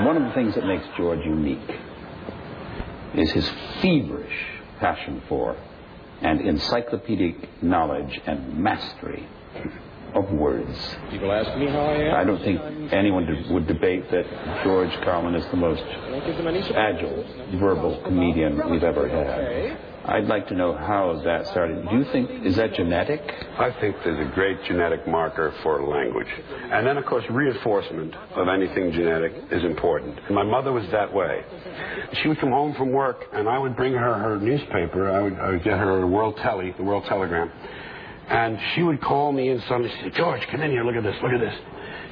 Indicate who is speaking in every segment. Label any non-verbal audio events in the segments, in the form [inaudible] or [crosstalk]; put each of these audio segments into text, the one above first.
Speaker 1: One of the things that makes George unique is his feverish passion for and encyclopedic knowledge and mastery of words.
Speaker 2: People ask me how I am.
Speaker 1: I don't think anyone de- would debate that George Carlin is the most
Speaker 2: I don't give them any support.
Speaker 1: agile verbal comedian we've ever had. I'd like to know how that started. Do you think is that genetic?
Speaker 3: I think there's a great genetic marker for language. And then, of course, reinforcement of anything genetic is important. My mother was that way. She would come home from work, and I would bring her her newspaper. I would, I would get her the World Telly, the World Telegram. And she would call me in Sunday. She'd say, George, come in here. Look at this. Look at this.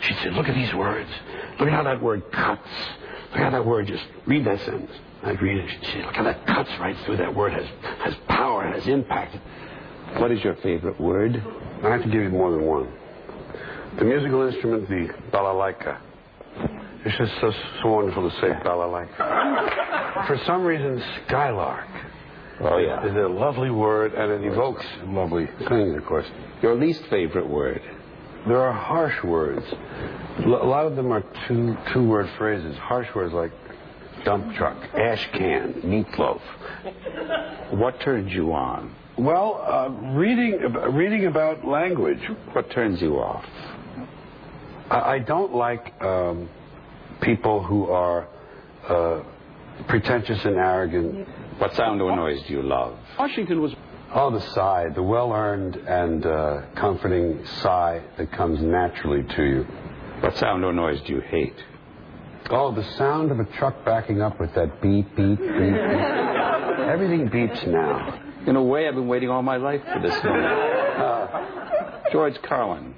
Speaker 3: She'd say, look at these words. Look at how that word cuts. Look at that word. Just read that sentence. I'd read it. She'd say, look how that cuts right through. That word has, has power. It has impact.
Speaker 1: What is your favorite word?
Speaker 3: I have to give you more than one. The musical instrument, the balalaika. It's just so, so wonderful to say balalaika. For some reason, skylark
Speaker 1: Oh
Speaker 3: is a lovely word, and it evokes lovely things, of course.
Speaker 1: Your least favorite word?
Speaker 3: There are harsh words. L- a lot of them are two two word phrases. Harsh words like dump truck, Eh, ash can, meatloaf.
Speaker 1: What turns you on?
Speaker 3: Well, uh, reading ab- reading about language,
Speaker 1: What turns you off?
Speaker 3: I, I don't like um, people who are uh, pretentious and arrogant.
Speaker 1: What sound or noise do you love?
Speaker 2: Washington was
Speaker 3: Oh, the sigh, the well earned and uh, comforting sigh that comes naturally to you.
Speaker 1: What sound or noise do you hate?
Speaker 3: Oh, the sound of a truck backing up with that beep, beep, beep. beep. Everything beeps now.
Speaker 1: In a way, I've been waiting all my life for this moment. Uh, George Carlin,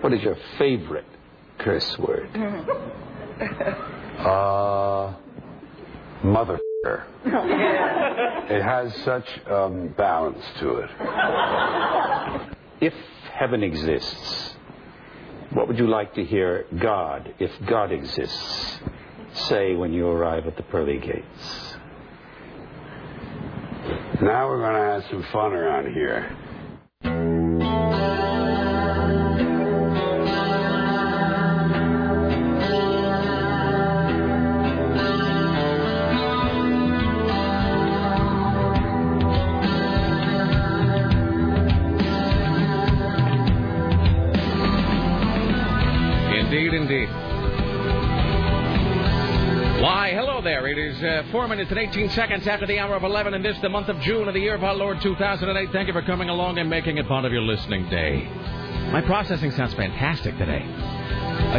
Speaker 1: what is your favorite curse word?
Speaker 3: Uh, mother. it has such um, balance to it.
Speaker 1: If heaven exists, what would you like to hear God, if God exists, say when you arrive at the pearly gates?
Speaker 3: Now we're going to have some fun around here.
Speaker 2: Indeed, indeed. Why, hello there. It is uh, 4 minutes and 18 seconds after the hour of 11, and this, the month of June of the year of our Lord 2008. Thank you for coming along and making it part of your listening day. My processing sounds fantastic today.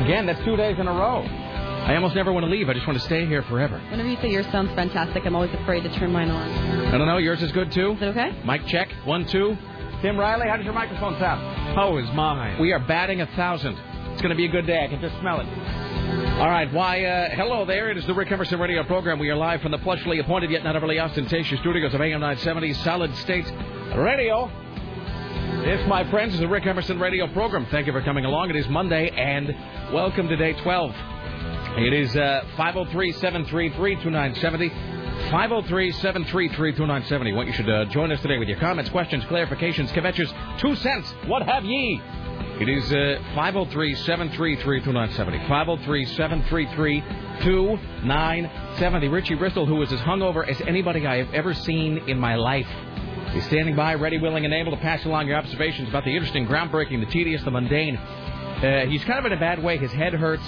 Speaker 2: Again, that's two days in a row. I almost never want to leave. I just want to stay here forever.
Speaker 4: Whenever you say yours sounds fantastic, I'm always afraid to turn mine on.
Speaker 2: I don't know. Yours is good, too?
Speaker 4: Is it okay?
Speaker 2: Mic check. One, two. Tim Riley, how does your microphone sound? How is mine? We are batting a thousand. It's going to be a good day. I can just smell it. All right, why, uh, hello there. It is the Rick Emerson radio program. We are live from the plushly appointed yet not overly ostentatious studios of AM 970 Solid State Radio. This, my friends, is the Rick Emerson radio program. Thank you for coming along. It is Monday, and welcome to day 12. It is uh, 503-733-2970. oh. 503-733-2970. Well, you should uh, join us today with your comments, questions, clarifications, kvetches, two cents, what have ye. It is uh, 503-733-2970. 503-733-2970. Richie Bristol, who is as hungover as anybody I have ever seen in my life. He's standing by, ready, willing, and able to pass along your observations about the interesting, groundbreaking, the tedious, the mundane. Uh, he's kind of in a bad way. His head hurts.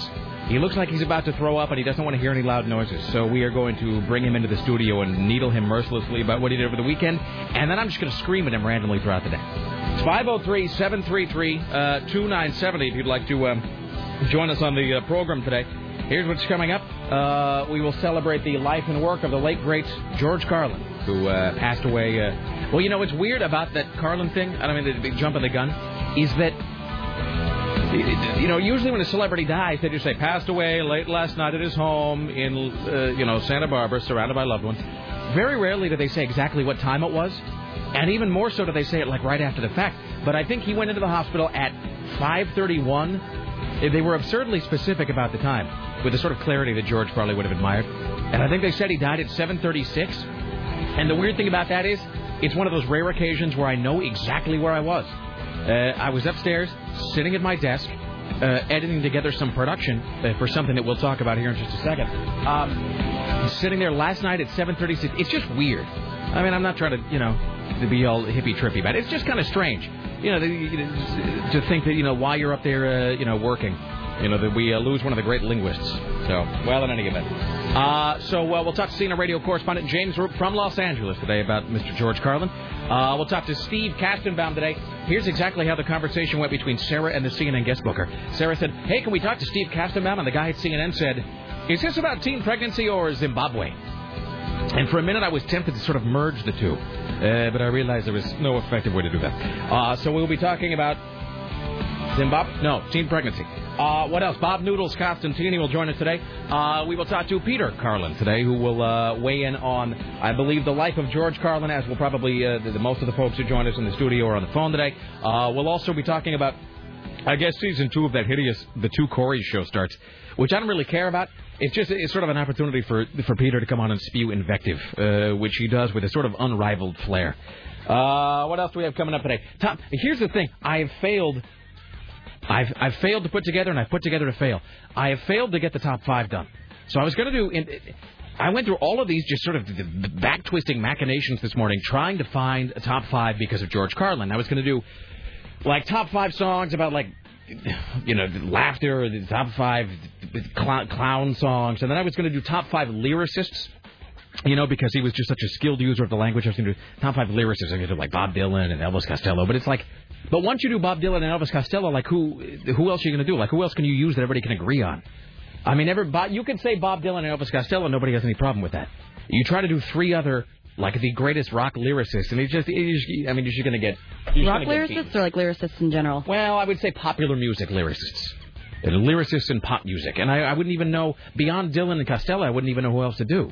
Speaker 2: He looks like he's about to throw up, and he doesn't want to hear any loud noises. So we are going to bring him into the studio and needle him mercilessly about what he did over the weekend, and then I'm just going to scream at him randomly throughout the day. It's uh, 503-733-2970 if you'd like to um, join us on the uh, program today. Here's what's coming up. Uh, we will celebrate the life and work of the late, great George Carlin, who uh, passed away. Uh, well, you know what's weird about that Carlin thing? I don't mean to be jumping the gun. Is that you know, usually when a celebrity dies, they just say passed away late last night at his home in, uh, you know, Santa Barbara, surrounded by loved ones. Very rarely do they say exactly what time it was, and even more so do they say it like right after the fact. But I think he went into the hospital at 5:31. They were absurdly specific about the time, with the sort of clarity that George probably would have admired. And I think they said he died at 7:36. And the weird thing about that is, it's one of those rare occasions where I know exactly where I was. Uh, I was upstairs, sitting at my desk, uh, editing together some production uh, for something that we'll talk about here in just a second. Um, sitting there last night at 7:36, it's just weird. I mean, I'm not trying to, you know, to be all hippy trippy about it. It's just kind of strange, you know, the, you know, to think that you know while you're up there, uh, you know, working, you know, that we uh, lose one of the great linguists. So, well, in any event. Uh, so uh, we'll talk to senior radio correspondent James Roop from Los Angeles today about Mr. George Carlin. Uh, we'll talk to Steve Kastenbaum today. Here's exactly how the conversation went between Sarah and the CNN guest booker. Sarah said, "Hey, can we talk to Steve Kastenbaum?" And the guy at CNN said, "Is this about teen pregnancy or Zimbabwe?" And for a minute, I was tempted to sort of merge the two, uh, but I realized there was no effective way to do that. Uh, so we'll be talking about Zimbabwe? No, teen pregnancy. Uh, what else? Bob Noodles Constantini will join us today. Uh, we will talk to Peter Carlin today, who will uh, weigh in on, I believe, the life of George Carlin, as will probably uh, the, the most of the folks who joined us in the studio or on the phone today. Uh, we'll also be talking about, I guess, season two of that hideous The Two Corys show starts, which I don't really care about. It's just it's sort of an opportunity for for Peter to come on and spew invective, uh, which he does with a sort of unrivaled flair. Uh, what else do we have coming up today? Tom, here's the thing: I have failed I've, I've failed to put together, and I've put together to fail. I have failed to get the top five done. So I was going to do. In, I went through all of these just sort of back twisting machinations this morning, trying to find a top five because of George Carlin. I was going to do like top five songs about like you know laughter, or the top five clown, clown songs, and then I was going to do top five lyricists. You know, because he was just such a skilled user of the language. I was going to do top five lyricists. I'm going to do like Bob Dylan and Elvis Costello. But it's like, but once you do Bob Dylan and Elvis Costello, like who who else are you going to do? Like who else can you use that everybody can agree on? I mean, every, Bob- you could say Bob Dylan and Elvis Costello. Nobody has any problem with that. You try to do three other like the greatest rock lyricists, and it's just, it's just I mean, you're just going to get you're just
Speaker 4: Rock
Speaker 2: gonna get beat.
Speaker 4: lyricists or like lyricists in general?
Speaker 2: Well, I would say popular music lyricists. And lyricists in pop music. And I, I wouldn't even know, beyond Dylan and Costello, I wouldn't even know who else to do.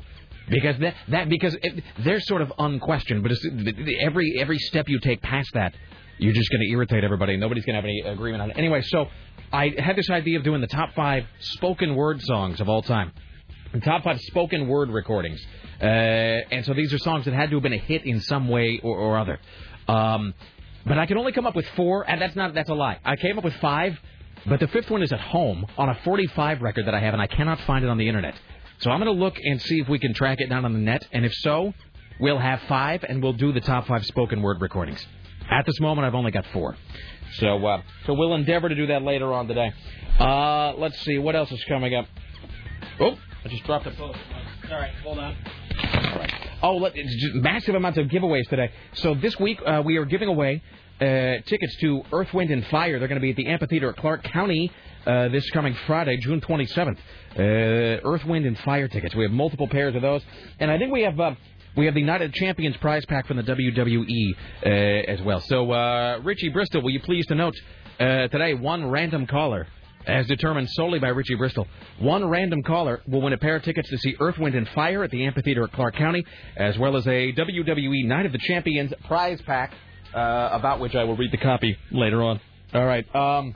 Speaker 2: Because that, that because it, they're sort of unquestioned, but it's, every every step you take past that, you're just going to irritate everybody. Nobody's going to have any agreement on it. Anyway, so I had this idea of doing the top five spoken word songs of all time the top five spoken word recordings. Uh, and so these are songs that had to have been a hit in some way or, or other. Um, but I can only come up with four, and that's not that's a lie. I came up with five, but the fifth one is at home on a 45 record that I have, and I cannot find it on the internet. So I'm going to look and see if we can track it down on the net, and if so, we'll have five, and we'll do the top five spoken word recordings. At this moment, I've only got four. So, uh, so we'll endeavor to do that later on today. Uh, let's see what else is coming up. Oh, I just dropped a phone. All right, hold on. All right. Oh, let, it's just massive amounts of giveaways today. So this week uh, we are giving away uh, tickets to Earth, Wind, and Fire. They're going to be at the amphitheater at Clark County uh, this coming Friday, June 27th. Uh, Earth, Wind, and Fire tickets. We have multiple pairs of those, and I think we have. Uh, we have the Night of Champions prize pack from the WWE uh, as well. So, uh, Richie Bristol, will you please to note uh, today one random caller as determined solely by Richie Bristol. One random caller will win a pair of tickets to see Earth, Wind, and Fire at the amphitheater at Clark County, as well as a WWE Night of the Champions prize pack, uh, about which I will read the copy later on. All right. Um,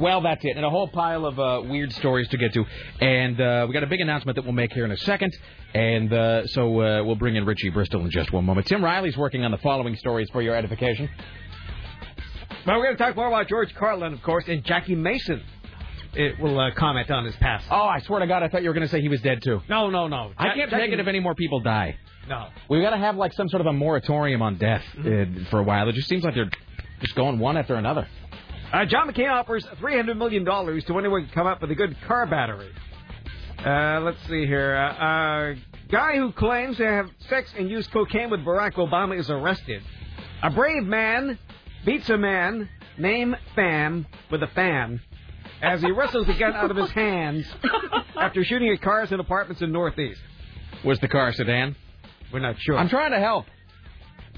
Speaker 2: well, that's it, and a whole pile of uh, weird stories to get to, and uh, we got a big announcement that we'll make here in a second, and uh, so uh, we'll bring in Richie Bristol in just one moment. Tim Riley's working on the following stories for your edification.
Speaker 5: Well, we're going to talk more about George Carlin, of course, and Jackie Mason. It will uh, comment on his past.
Speaker 2: Oh, I swear to God, I thought you were going to say he was dead too.
Speaker 5: No, no, no.
Speaker 2: I
Speaker 5: Ja-
Speaker 2: can't
Speaker 5: Jackie-
Speaker 2: take it if any more people die.
Speaker 5: No.
Speaker 2: We've got to have like some sort of a moratorium on death
Speaker 5: Mm-hmm.
Speaker 2: uh, for a while. It just seems like they're just going one after another.
Speaker 5: Uh, John McCain offers $300 million to anyone who can come up with a good car battery. Uh, let's see here. Uh, a guy who claims to have sex and used cocaine with Barack Obama is arrested. A brave man beats a man named Fam with a fan as he wrestles the gun out
Speaker 2: [laughs]
Speaker 5: of his hands after shooting at cars and apartments in Northeast.
Speaker 2: Was the car a sedan?
Speaker 5: We're not sure.
Speaker 2: I'm trying to help.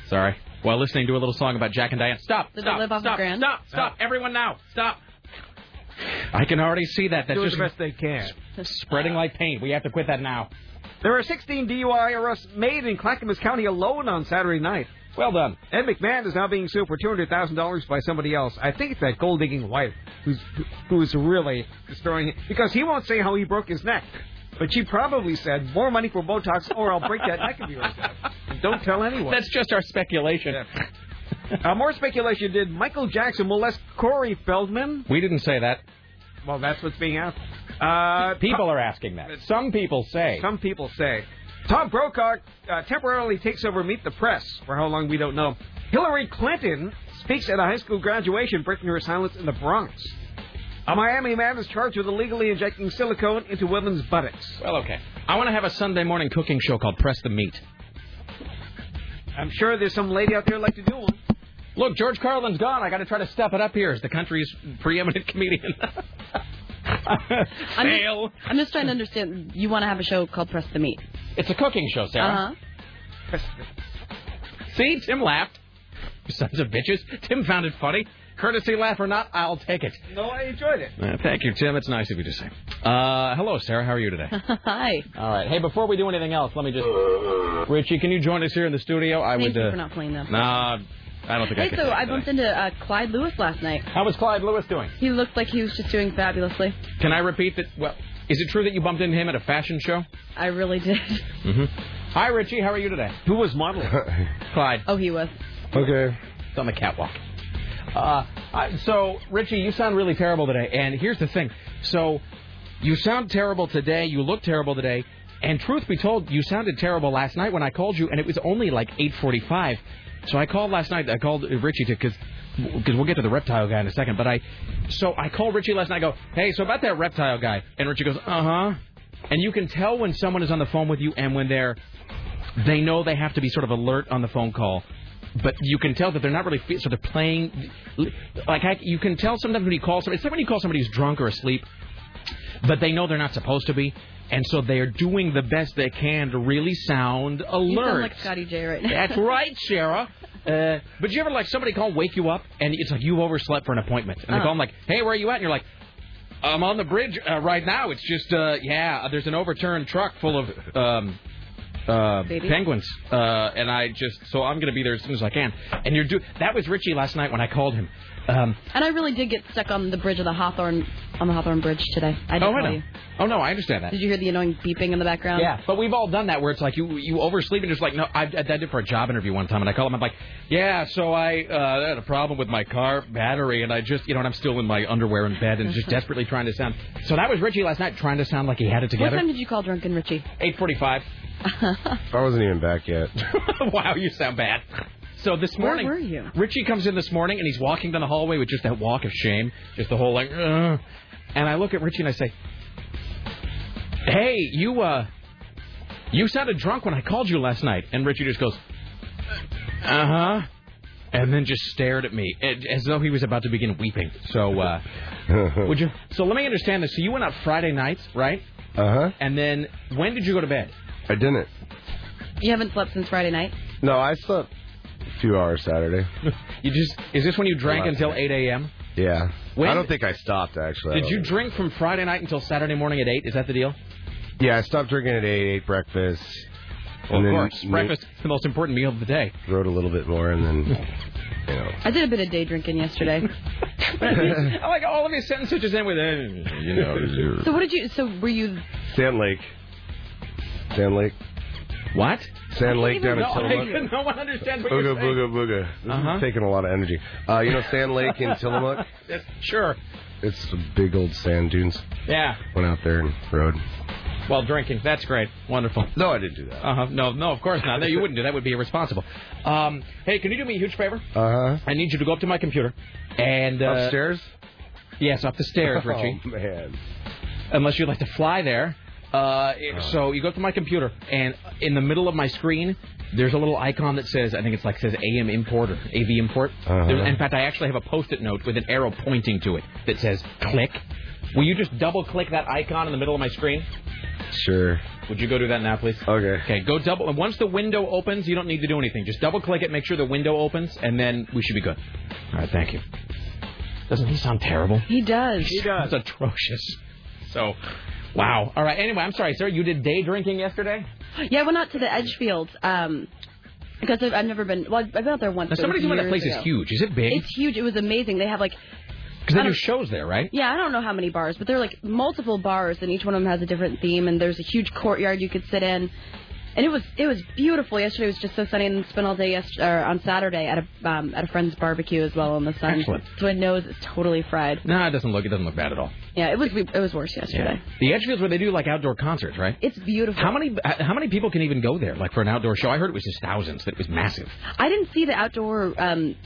Speaker 2: Sorry. While listening to a little song about Jack and Diane. Stop.
Speaker 4: Does it
Speaker 2: stop.
Speaker 4: live off the
Speaker 2: stop.
Speaker 4: ground?
Speaker 2: Stop. Stop.
Speaker 5: Oh.
Speaker 2: Everyone now. Stop. I can already see that. That's
Speaker 5: doing
Speaker 2: just
Speaker 5: the best they
Speaker 2: [laughs]
Speaker 5: can.
Speaker 2: spreading like paint. We have to quit that now.
Speaker 5: There are 16 DUI arrests made in Clackamas County alone on Saturday night.
Speaker 2: Well done.
Speaker 5: Ed McMahon is now being sued for two hundred thousand dollars by somebody else. I think it's that gold digging wife who's who is really destroying it because he won't say how he broke his neck, but she probably said more money for Botox or I'll break
Speaker 2: [laughs]
Speaker 5: that neck of yours. out." Don't tell anyone.
Speaker 2: That's just our speculation.
Speaker 5: Uh, more speculation. Did Michael Jackson molest Corey Feldman?
Speaker 2: We didn't say that.
Speaker 5: well, that's what's being asked. Uh,
Speaker 2: people are asking that. Some people say.
Speaker 5: Some people say. Tom Brokaw uh, temporarily takes over Meet the Press. For how long, we don't know. Hillary Clinton speaks at a high school graduation, breaking her silence in the Bronx. A Miami man is charged with illegally injecting silicone into women's buttocks.
Speaker 2: Well, okay. I want to have a Sunday morning cooking show called Press the Meat.
Speaker 5: I'm sure there's some lady out there who'd like to do one.
Speaker 2: Look, George Carlin's gone. I got to try to step it up here as the country's preeminent [laughs] comedian.
Speaker 4: I'm just, I'm just trying to understand. You want to have a show called Press the Meat? [laughs]
Speaker 2: it's a cooking show, Sarah.
Speaker 4: Uh huh.
Speaker 2: See, Tim laughed. You sons of bitches. Tim found it funny. Courtesy laugh or not, I'll take it.
Speaker 5: No, I enjoyed it.
Speaker 2: Uh, thank you, Tim. It's nice of you to say. Uh, hello, Sarah. How are you today?
Speaker 4: Hi.
Speaker 2: All right. Hey, before we do anything else, let me just. Richie, can you join us here in the studio? I
Speaker 4: Thank
Speaker 2: would.
Speaker 4: you
Speaker 2: Uh,
Speaker 4: for not playing them.
Speaker 2: nah, I don't think I
Speaker 4: Hey,
Speaker 2: could.
Speaker 4: so
Speaker 2: do it
Speaker 4: I
Speaker 2: today.
Speaker 4: bumped into uh, Clyde Lewis last night.
Speaker 2: How was Clyde Lewis doing?
Speaker 4: He looked like he was just doing fabulously.
Speaker 2: Can I repeat that? Well, is it true that you bumped into him at a fashion show?
Speaker 4: I really did. [laughs]
Speaker 2: Mm-hmm. Hi, Richie. How are you today?
Speaker 5: Who
Speaker 2: [laughs]
Speaker 5: was modeling?
Speaker 2: Clyde.
Speaker 4: Oh, he was.
Speaker 6: Okay.
Speaker 2: It's on the catwalk. Uh, I, so, Richie, you sound really terrible today. And here's the thing. So, you sound terrible today. You look terrible today. And truth be told, you sounded terrible last night when I called you, and it was only like 8:45. So I called last night. I called uh, Richie to because because we'll get to the reptile guy in a second. But I so I called Richie last night. I go, hey, so about that reptile guy, and Richie goes, uh huh. And you can tell when someone is on the phone with you and when they're they know they have to be sort of alert on the phone call, but you can tell that they're not really fe- so they're playing. Like I, you can tell sometimes when you call somebody, it's like when you call somebody who's drunk or asleep, but they know they're not supposed to be, and so they are doing the best they can to really sound alert.
Speaker 4: You sound like Scotty J right now.
Speaker 2: That's right, Sarah. Uh, but you ever like somebody call wake you up and it's like you've overslept for an appointment and they
Speaker 4: Uh.
Speaker 2: call them like, hey, where are you at? And you're like, I'm on the bridge uh, right now. It's just uh, yeah, there's an overturned truck full of um, uh,
Speaker 4: Baby.
Speaker 2: penguins, uh, and I just so I'm gonna be there as soon as I can. And you're do that was Richie last night when I called him. Um,
Speaker 4: [laughs] And I really did get stuck on the bridge of the Hawthorne on the Hawthorne Bridge today. I did
Speaker 2: oh,
Speaker 4: call
Speaker 2: I know.
Speaker 4: you.
Speaker 2: Oh no, I understand that.
Speaker 4: Did you hear the annoying beeping in the background?
Speaker 2: Yeah, but we've all done that where it's like you you oversleep and just like no, I, I did it for a job interview one time and I call him I'm like, yeah, so I uh, had a problem with my car battery and I just you know and I'm still in my underwear in bed and [laughs] just desperately trying to sound. So that was Richie last night trying to sound like he had it
Speaker 4: What
Speaker 2: together.
Speaker 4: time did you call Drunken Richie?
Speaker 2: Eight forty-five.
Speaker 6: I wasn't even back yet.
Speaker 2: [laughs] wow, you sound bad. So this
Speaker 4: Where
Speaker 2: morning,
Speaker 4: were you?
Speaker 2: Richie comes in this morning and he's walking down the hallway with just that walk of shame, just the whole like, Ugh. and I look at Richie and I say, "Hey, you, uh, you sounded drunk when I called you last night," and Richie just goes, "Uh huh." And then just stared at me a- as though he was about to begin weeping. So,
Speaker 6: [laughs]
Speaker 2: uh, would you? So let me understand this. So you went out Friday nights, right?
Speaker 6: Uh huh.
Speaker 2: And then when did you go to bed?
Speaker 6: I didn't.
Speaker 4: You haven't slept since Friday night.
Speaker 6: No, I slept a few hours Saturday.
Speaker 2: [laughs] You just—is this when you drank
Speaker 6: Last
Speaker 2: until
Speaker 6: night.
Speaker 2: 8 a.m.?
Speaker 6: Yeah.
Speaker 2: When-
Speaker 6: I don't think I stopped actually. I
Speaker 2: Did
Speaker 6: don't
Speaker 2: you
Speaker 6: think-
Speaker 2: drink from Friday night until Saturday morning at eight? Is that the deal?
Speaker 6: Yeah, I stopped drinking at eight. Ate breakfast. and then ma-
Speaker 2: Breakfast is the most important meal of the day.
Speaker 6: Wrote a little bit more and then, you know.
Speaker 4: I did a bit of day drinking yesterday.
Speaker 2: [laughs] I like all of his sentences just end with, eh,
Speaker 6: [laughs]
Speaker 2: you know.
Speaker 4: so what did you? So were you?
Speaker 6: Sand Lake. Sand Lake.
Speaker 2: What?
Speaker 6: Sand Lake down in
Speaker 2: No, I,
Speaker 6: Tillamook.
Speaker 2: [laughs] no one understands what
Speaker 6: Ooga
Speaker 2: you're saying.
Speaker 6: booga booga. This
Speaker 2: Uh-huh.
Speaker 6: is taking a lot of energy. Uh, you know Sand Lake
Speaker 2: [laughs]
Speaker 6: in Tillamook?
Speaker 2: Yes, Sure.
Speaker 6: It's some big old sand dunes.
Speaker 2: Yeah.
Speaker 6: Went out there and rode.
Speaker 2: While drinking. That's great. Wonderful.
Speaker 6: No, I didn't do that.
Speaker 2: Uh huh. No, no, of course not. No, you wouldn't do that. Would be irresponsible. Um, hey, can you do me a huge favor?
Speaker 6: Uh huh.
Speaker 2: I need you to go up to my computer and uh,
Speaker 6: Upstairs?
Speaker 2: Yes, up the stairs, Richie.
Speaker 6: [laughs] Oh, man.
Speaker 2: unless you'd like to fly there.
Speaker 6: Oh.
Speaker 2: Uh, it- so you go to my computer, and in the middle of my screen, there's a little icon that says, I think it's like says AM import or AV import.
Speaker 6: Uh-huh.
Speaker 2: There's- In fact, I actually have a post-it note with an arrow pointing to it that says click. Will you just double-click that icon in the middle of my screen?
Speaker 6: Sure.
Speaker 2: Would you go do that now, please?
Speaker 6: Okay.
Speaker 2: Okay, go double. And once the window opens, you don't need to do anything. Just double-click it, make sure the window opens, and then we should be good. All right, thank you. Doesn't he sound terrible?
Speaker 4: He does.
Speaker 5: He does.
Speaker 2: That's atrocious. So, wow. All right. Anyway, I'm sorry, sir. You did day drinking yesterday.
Speaker 4: Yeah, I went out to the Edgefield um, because I've, I've never been. Well, I've been out there once.
Speaker 2: Now,
Speaker 4: but it
Speaker 2: somebody
Speaker 4: was
Speaker 2: told me that
Speaker 4: years
Speaker 2: place
Speaker 4: ago.
Speaker 2: is huge. Is it big?
Speaker 4: It's huge. It was amazing. They have like
Speaker 2: Because they
Speaker 4: I
Speaker 2: do
Speaker 4: don't-
Speaker 2: shows there, right?
Speaker 4: Yeah, I don't know how many bars, but there are like multiple bars, and each one of them has a different theme. And there's a huge courtyard you could sit in, and it was it was beautiful. Yesterday was just so sunny, and spent all day yesterday or on Saturday at a um, at a friend's barbecue as well in the sun.
Speaker 2: Excellent.
Speaker 4: So my nose is totally fried.
Speaker 2: No, it doesn't look it doesn't look bad at all.
Speaker 4: Yeah, it was it was worse yesterday.
Speaker 2: The Edgefields where they do like outdoor concerts, right?
Speaker 4: It's beautiful.
Speaker 2: How many how many people can even go there like for an outdoor show? I heard it was just thousands. That it was massive.
Speaker 4: I didn't see the outdoor um,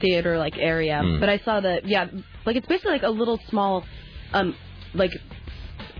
Speaker 4: theater like area,
Speaker 2: Mm.
Speaker 4: but I saw the yeah, like it's basically like a little small, um, like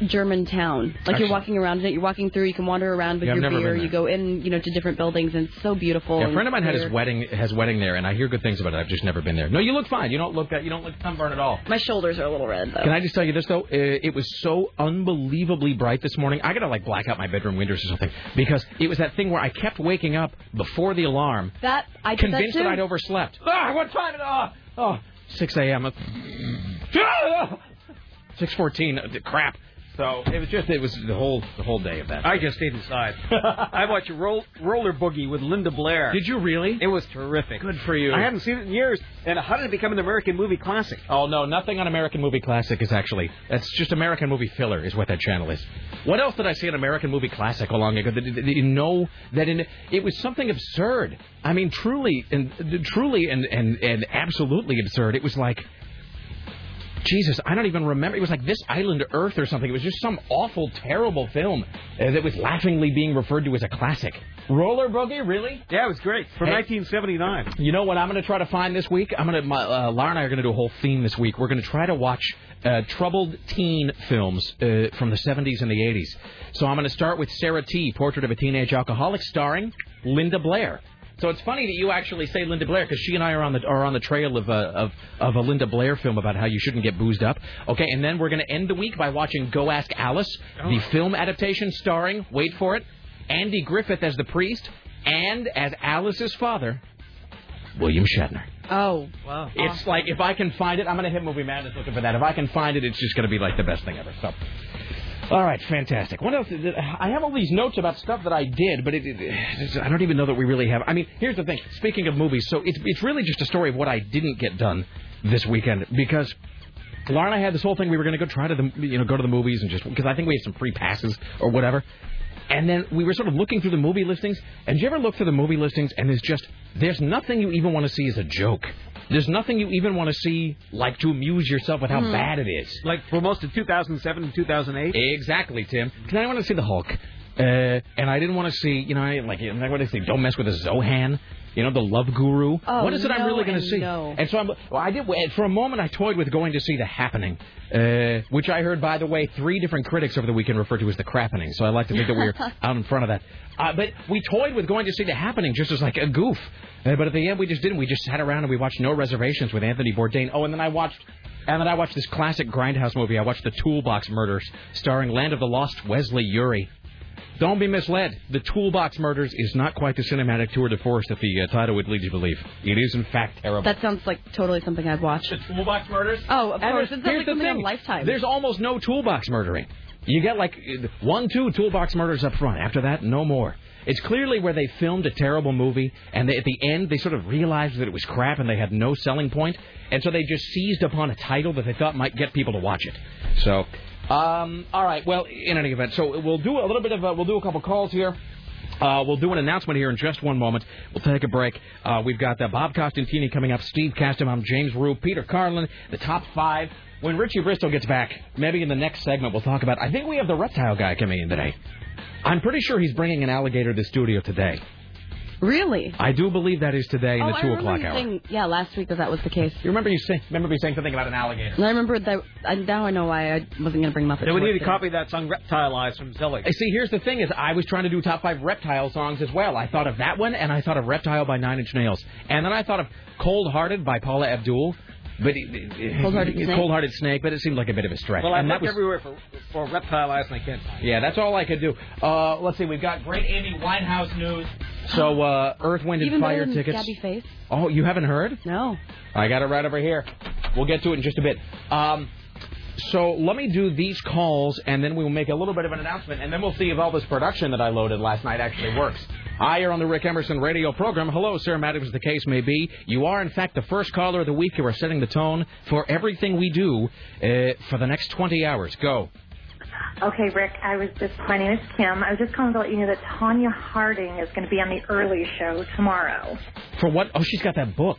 Speaker 4: German town. Like
Speaker 2: Excellent.
Speaker 4: you're walking around in it, you're walking through, you can wander around with
Speaker 2: Yeah, I've
Speaker 4: your
Speaker 2: never
Speaker 4: beer,
Speaker 2: been
Speaker 4: you go in, you know, to different buildings, and it's so beautiful.
Speaker 2: Yeah, a
Speaker 4: and
Speaker 2: friend of mine had his
Speaker 4: clear.
Speaker 2: wedding his wedding there, and I hear good things about it. I've just never been there. No, you look fine. You don't look that. You don't look sunburned at all.
Speaker 4: My shoulders are a little red though.
Speaker 2: Can I just tell you this though? Uh, It was so unbelievably bright this morning. I gotta like black out my bedroom windows or something because it was that thing where I kept waking up before the alarm,
Speaker 4: that I did
Speaker 2: convinced that,
Speaker 4: that, too.
Speaker 2: I'd overslept. Ah, what time? It, ah, oh, 6 a.m. Ah, 6:14. uh, Crap. So it was just it was the whole the whole day of that.
Speaker 5: I just
Speaker 2: [laughs]
Speaker 5: stayed inside. I watched roll, Roller Boogie with Linda Blair.
Speaker 2: Did you really?
Speaker 5: It was terrific. Good
Speaker 2: for you.
Speaker 5: I haven't seen it in years. And how did it become an American movie classic?
Speaker 2: Oh no, nothing on American Movie Classic is actually that's just American Movie Filler is what that channel is. What else did I see on American Movie Classic along ago? That, that, that you know that in, it was something absurd. I mean, truly and truly and and and absolutely absurd. It was like. Jesus, I don't even remember. It was like this Island Earth or something. It was just some awful, terrible film uh, that was laughingly being referred to as a classic. Roller Boogie, really?
Speaker 5: Yeah, it was great. From
Speaker 2: Hey.
Speaker 5: 1979.
Speaker 2: You know what I'm going to try to find this week? I'm going to my, uh, Laura and I are going to do a whole theme this week. We're going to try to watch uh, troubled teen films uh, from the 70s and the 80s. So I'm going to start with Sarah T, Portrait of a Teenage Alcoholic, starring Linda Blair. So it's funny that you actually say Linda Blair because she and I are on the are on the trail of a of, of a Linda Blair film about how you shouldn't get boozed up. Okay, and then we're going to end the week by watching Go Ask Alice, the film adaptation starring wait for it Andy Griffith as the priest and as Alice's father, William Shatner.
Speaker 4: Oh wow.
Speaker 2: It's like if I can find it, I'm gonna hit Movie Madness looking for that. If I can find it, it's just gonna be like the best thing ever. So, all right, fantastic. What else? Is it? I have all these notes about stuff that I did, but it, it, it's- I don't even know that we really have. I mean, here's the thing. Speaking of movies, so it's it's really just a story of what I didn't get done this weekend because. Laura and I had this whole thing. We were going to go try to the, you know, go to the movies and just because I think we had some free passes or whatever. And then we were sort of looking through the movie listings. And do you ever look through the movie listings and there's just there's nothing you even want to see as a joke. There's nothing you even want to see like to amuse yourself with how
Speaker 5: Hmm.
Speaker 2: bad it is.
Speaker 5: Like for most of 2007 and 2008.
Speaker 2: Exactly, Tim. Because I want to see the Hulk, uh, and I didn't want to see, you know, I, like I want to see Don't mess with a Zohan, you know, the Love Guru.
Speaker 7: Oh,
Speaker 2: what is it I'm
Speaker 7: no
Speaker 2: really going
Speaker 7: and
Speaker 2: to see?
Speaker 7: no.
Speaker 2: And so I'm, well, I did. For a moment, I toyed with going to see The Happening, uh, which I heard, by the way, three different critics over the weekend referred to as the crappening. So I like to think
Speaker 7: [laughs]
Speaker 2: that we're out in front of that. Uh, but we toyed with going to see The Happening just as like a goof. Uh, but at the end, we just didn't. We just sat around and we watched No Reservations with Anthony Bourdain. Oh, and then I watched. And then I watched this classic Grindhouse movie. I watched The Toolbox Murders, starring Land of the Lost Wesley Urey. Don't be misled. The Toolbox Murders is not quite the cinematic tour de force that the uh, title would lead you to believe. It is, in fact, terrible.
Speaker 4: That sounds like totally something I'd watch.
Speaker 2: The Toolbox Murders?
Speaker 4: Oh, of
Speaker 2: And
Speaker 4: course.
Speaker 2: there's-
Speaker 4: It sounds
Speaker 2: here's
Speaker 4: like
Speaker 2: the
Speaker 4: something on
Speaker 2: thing.
Speaker 4: Lifetime.
Speaker 2: There's almost no toolbox murdering. You get like uh, one, two toolbox murders up front. After that, no more. It's clearly where they filmed a terrible movie, and they, at the end, they sort of realized that it was crap and they had no selling point, and so they just seized upon a title that they thought might get people to watch it. So, um, all right. Well, in any event, so we'll do a little bit of uh, we'll do a couple calls here. Uh, we'll do an announcement here in just one moment. We'll take a break. Uh, we've got uh, Bob Costantini coming up, Steve Castamom, James Rue, Peter Carlin, the top five. When Richie Bristol gets back, maybe in the next segment, we'll talk about. I think we have the reptile guy coming in today. I'm pretty sure he's bringing an alligator to the studio today.
Speaker 4: Really?
Speaker 2: I do believe that is today in
Speaker 4: oh,
Speaker 2: the
Speaker 4: I
Speaker 2: two
Speaker 4: remember
Speaker 2: o'clock
Speaker 4: you
Speaker 2: hour.
Speaker 4: saying- yeah, last week that that was the case.
Speaker 2: You remember you say, remember me saying something about an alligator?
Speaker 4: And I remember that. I, now I know why I wasn't going to bring Muppets.
Speaker 5: Then we
Speaker 4: to work
Speaker 5: need to
Speaker 4: today.
Speaker 5: copy that song Reptile Eyes from Zelig.
Speaker 2: Uh, See, here's the thing: is I was trying to do top five reptile songs as well. I thought of that one, and I thought of "Reptile" by Nine Inch Nails, and then I thought of "Cold Hearted" by Paula Abdul. But it- it-
Speaker 5: Cold-Hearted Snake?
Speaker 2: Cold-Hearted Snake, but it seemed like a bit of a stretch.
Speaker 5: Well, I
Speaker 2: and that
Speaker 5: looked
Speaker 2: was,
Speaker 5: everywhere for, for Reptile Eyes and I can't find
Speaker 2: yeah, that's all I could do. Uh, let's see, we've got great Amy Winehouse news. So, uh, Earth, Wind, and
Speaker 4: Even better
Speaker 2: Fire
Speaker 4: than
Speaker 2: tickets.
Speaker 4: Scabby Face.
Speaker 2: Oh, you haven't heard?
Speaker 4: No.
Speaker 2: I got it right over here. We'll get to it in just a bit. Um, so let me do these calls, and then we'll make a little bit of an announcement, and then we'll see if all this production that I loaded last night actually works. Hi, you're on the Rick Emerson radio program. Hello, Sarah Maddox, as the case may be. You are, in fact, the first caller of the week. You are setting the tone for everything we do uh, for the next 20 hours. Go.
Speaker 7: Okay, Rick, I was just, my name is Kim. I was just calling to let you know that Tanya Harding is going to be on the early show tomorrow.
Speaker 2: For what? Oh, she's got that book.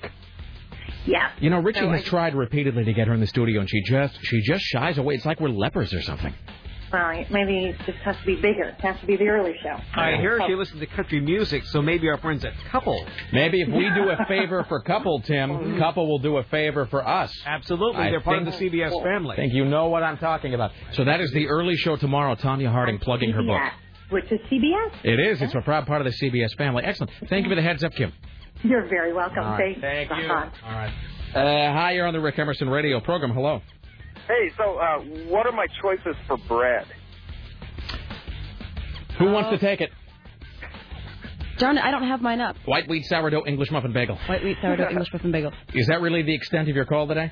Speaker 7: Yeah.
Speaker 2: You know, Richie
Speaker 7: So
Speaker 2: has
Speaker 7: I-
Speaker 2: tried repeatedly to get her in the studio, and she just she just shies away. It's like we're lepers or something.
Speaker 7: Well, maybe it just has to be bigger. It has to be the early show.
Speaker 5: I hear she listens to country music, so maybe our friend's a couple.
Speaker 2: Maybe if we do a
Speaker 4: [laughs]
Speaker 2: favor for couple, Tim, couple will do a favor for us.
Speaker 5: Absolutely,
Speaker 2: I
Speaker 5: they're part of
Speaker 2: think-
Speaker 5: the CBS family.
Speaker 2: I think you know what I'm talking about. So that is the early show tomorrow. Tanya Harding plugging her book.
Speaker 7: CBS, Which is CBS.
Speaker 2: It is. It's a proud part of the CBS family. Excellent. Thank you for the heads up, Kim.
Speaker 7: You're very welcome.
Speaker 2: All right.
Speaker 7: Thank you. Uh-huh.
Speaker 2: All right. Uh, hi, you're on the Rick Emerson radio program. Hello.
Speaker 8: Hey, so uh, what are my choices for bread?
Speaker 2: Who wants to take it?
Speaker 4: Darn it, I don't have mine up.
Speaker 2: White wheat sourdough English muffin bagel.
Speaker 4: White wheat sourdough English muffin bagel.
Speaker 2: Is that really the extent of your call today?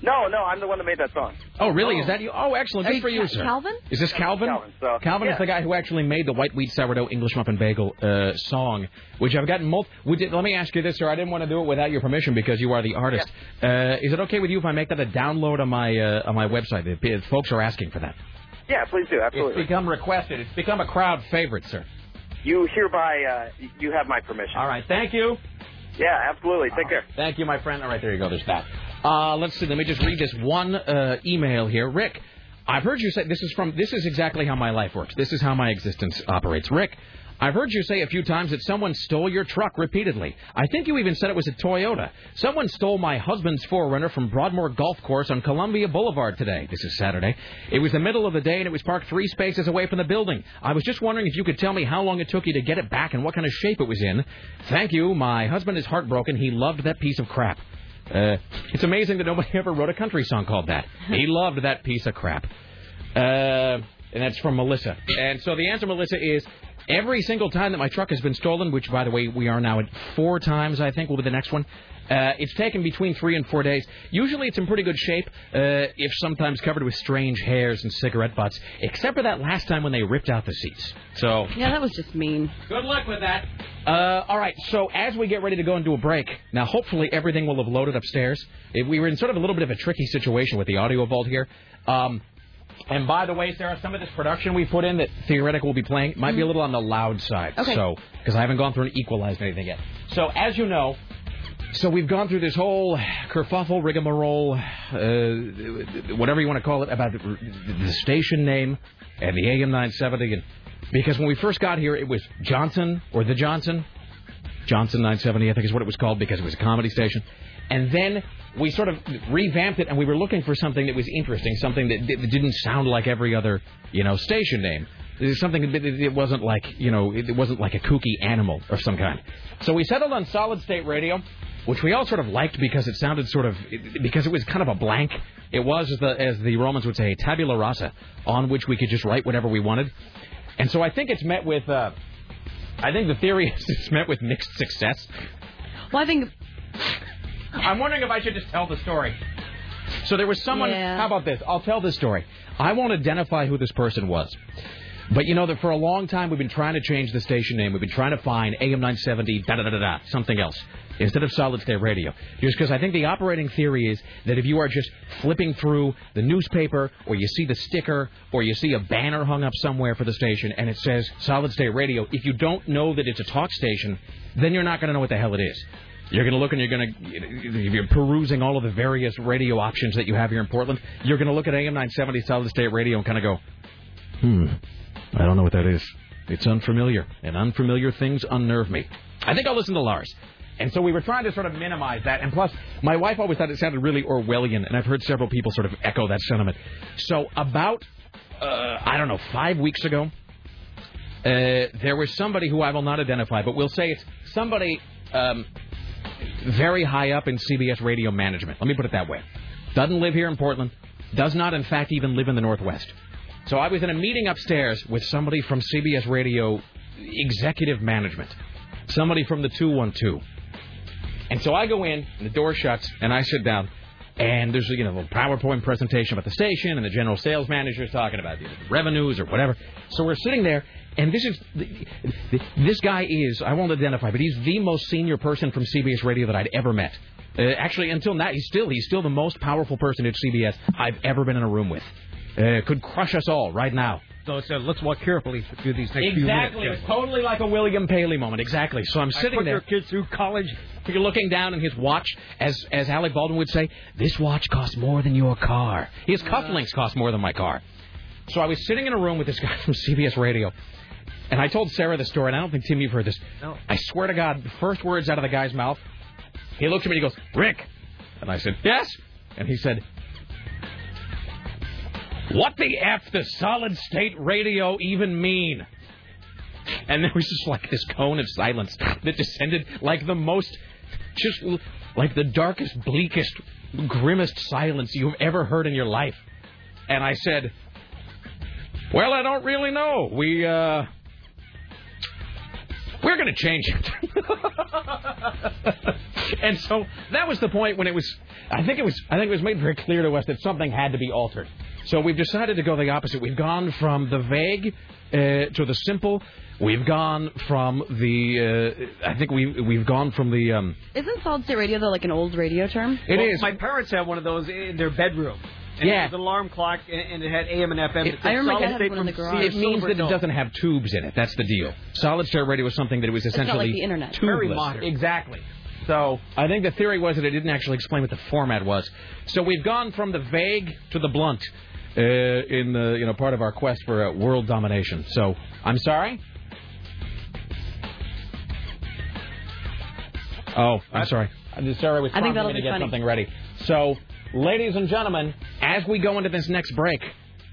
Speaker 8: No, no, I'm the one that made that song.
Speaker 2: Oh, really? Is that you? Oh, excellent.
Speaker 4: Are
Speaker 2: Good
Speaker 4: you
Speaker 2: for you,
Speaker 4: Ca-
Speaker 2: sir.
Speaker 4: Calvin?
Speaker 2: Is this Calvin?
Speaker 8: Calvin, so-
Speaker 2: Calvin is
Speaker 8: yeah.
Speaker 2: the guy who actually made the white wheat sourdough English muffin bagel uh, song, which I've gotten multiple. Would you, let me ask you this, sir. I didn't want to do it without your permission because you are the artist. Uh, is it okay with you if I make that a download on my uh, on my website? The p- folks are asking for that.
Speaker 8: Yeah, please do, absolutely.
Speaker 2: It's become requested. It's become a crowd favorite, sir.
Speaker 8: You hereby, uh, y- you have my permission.
Speaker 2: All right. Thank you.
Speaker 8: Yeah, absolutely. Take care.
Speaker 2: Thank you, my friend. All right, there you go. There's that. Uh, let's see. Let me just read this one uh, email here, Rick. I've heard you say this is from. This is exactly how my life works. This is how my existence operates, Rick. I've heard you say a few times that someone stole your truck repeatedly. I think you even said it was a Toyota. Someone stole my husband's Forerunner from Broadmoor Golf Course on Columbia Boulevard today. This is Saturday. It was the middle of the day and it was parked three spaces away from the building. I was just wondering if you could tell me how long it took you to get it back and what kind of shape it was in. Thank you. My husband is heartbroken. He loved that piece of crap. Uh, it's amazing that nobody ever wrote a country song called that. He loved that piece of crap. Uh, and that's from Melissa. And so the answer, Melissa, is every single time that my truck has been stolen, which, by the way, we are now at four times, I think, will be the next one. Uh, it's taken between three and four days. Usually it's in pretty good shape, uh, if sometimes covered with strange hairs and cigarette butts, except for that last time when they ripped out the seats. So,
Speaker 4: Yeah, that was just mean.
Speaker 2: Good luck with that. Uh, all right, so as we get ready to go into a break, now hopefully everything will have loaded upstairs. If we were in sort of a little bit of a tricky situation with the audio vault here. Um, and by the way, Sarah, some of this production we put in that theoretic will be playing might be a little on the loud side.
Speaker 4: Okay.
Speaker 2: So, because I haven't gone through and equalized anything yet. So, as you know, so we've gone through this whole kerfuffle, rigmarole, uh, whatever you want to call it, about the, the station name and the AM 970. And because when we first got here, it was Johnson or the Johnson, Johnson 970, I think is what it was called because it was a comedy station. And then we sort of revamped it, and we were looking for something that was interesting, something that, that didn't sound like every other, you know, station name. There's Something that it wasn't like, you know, it wasn't like a kooky animal of some kind. So we settled on solid state radio, which we all sort of liked because it sounded sort of because it was kind of a blank. It was as the as the Romans would say, tabula rasa, on which we could just write whatever we wanted. And so I think it's met with. Uh, I think the theory [laughs] is it's met with mixed success.
Speaker 4: Well, I think
Speaker 2: I'm wondering if I should just tell the story. So there was someone.
Speaker 4: Yeah.
Speaker 2: How about this? I'll tell this story. I won't identify who this person was. But you know that for a long time we've been trying to change the station name. We've been trying to find AM 970, da da da da da, something else, instead of solid state radio. Just because I think the operating theory is that if you are just flipping through the newspaper, or you see the sticker, or you see a banner hung up somewhere for the station, and it says solid state radio, if you don't know that it's a talk station, then you're not going to know what the hell it is. You're going to look and you're going to, if you're perusing all of the various radio options that you have here in Portland, you're going to look at AM 970 solid state radio and kind of go, Hmm. I don't know what that is. It's unfamiliar, and unfamiliar things unnerve me. I think I'll listen to Lars. And so we were trying to sort of minimize that. And plus, my wife always thought it sounded really Orwellian, and I've heard several people sort of echo that sentiment. So about, uh, I don't know, five weeks ago, uh, there was somebody who I will not identify, but we'll say it's somebody um, very high up in CBS radio management. Let me put it that way. Doesn't live here in Portland, does not, in fact, even live in the Northwest. So I was in a meeting upstairs with somebody from CBS radio executive management, somebody from the 212. And so I go in, and the door shuts, and I sit down. And there's you know a PowerPoint presentation about the station, and the general sales manager is talking about the revenues or whatever. So we're sitting there, and this is this guy is I won't identify, but he's the most senior person from CBS Radio that I'd ever met. Uh, actually, until now, he's still he's still the most powerful person at CBS I've ever been in a room with. uh, could crush us all right now.
Speaker 5: So, so let's walk carefully through these next few minutes.
Speaker 2: Exactly. It's totally like a William Paley moment. Exactly. So I'm
Speaker 5: I
Speaker 2: sitting
Speaker 5: put
Speaker 2: there.
Speaker 5: your kids through college.
Speaker 2: You're looking down in his watch, as as Alec Baldwin would say, this watch costs more than your car. His cufflinks cost more than my car. So I was sitting in a room with this guy [laughs] from CBS Radio, and I told Sarah the story, and I don't think Tim you've heard this.
Speaker 5: No.
Speaker 2: I swear to God, the first words out of the guy's mouth, he looked at me and he goes, Rick. And I said, Yes. And he said, What the F does solid state radio even mean? And there was just like this cone of silence that descended like the most, just l- like the darkest, bleakest, grimmest silence you've ever heard in your life. And I said, Well, I don't really know. We, uh, we're going to change it. [laughs] and so that was the point when it was I think it was I think it was made very clear to us that something had to be altered. So we've decided to go the opposite. We've gone from the vague uh, to the simple. We've gone from the uh, I think we we've gone from the um
Speaker 4: Isn't solid state radio though like an old radio term?
Speaker 2: it is
Speaker 5: My parents had one of those in their bedroom. And
Speaker 2: Yeah.
Speaker 5: It was an alarm clock, and, and it had AM and FM.
Speaker 2: It-
Speaker 5: It said
Speaker 4: I remember
Speaker 5: solid
Speaker 4: my dad had
Speaker 5: state
Speaker 4: one in the
Speaker 5: from
Speaker 4: garage.
Speaker 5: sea
Speaker 2: it
Speaker 5: to
Speaker 2: means
Speaker 5: silver
Speaker 2: that it
Speaker 5: dome.
Speaker 2: doesn't have tubes in it. That's the deal. Solid state radio was something that it was
Speaker 4: not like
Speaker 2: essentially
Speaker 4: the internet.
Speaker 2: tubeless.
Speaker 5: Very modern.
Speaker 2: Exactly. So I think the theory was that it didn't actually explain what the format was. So we've gone from the vague to the blunt uh, in the you know part of our quest for uh, world domination. So I'm sorry. Oh, I'm sorry. I'm sorry. Was
Speaker 4: I
Speaker 2: prompting
Speaker 4: think that'll
Speaker 2: me to
Speaker 4: be
Speaker 2: get
Speaker 4: funny.
Speaker 2: something ready. So, ladies and gentlemen, as we go into this next break,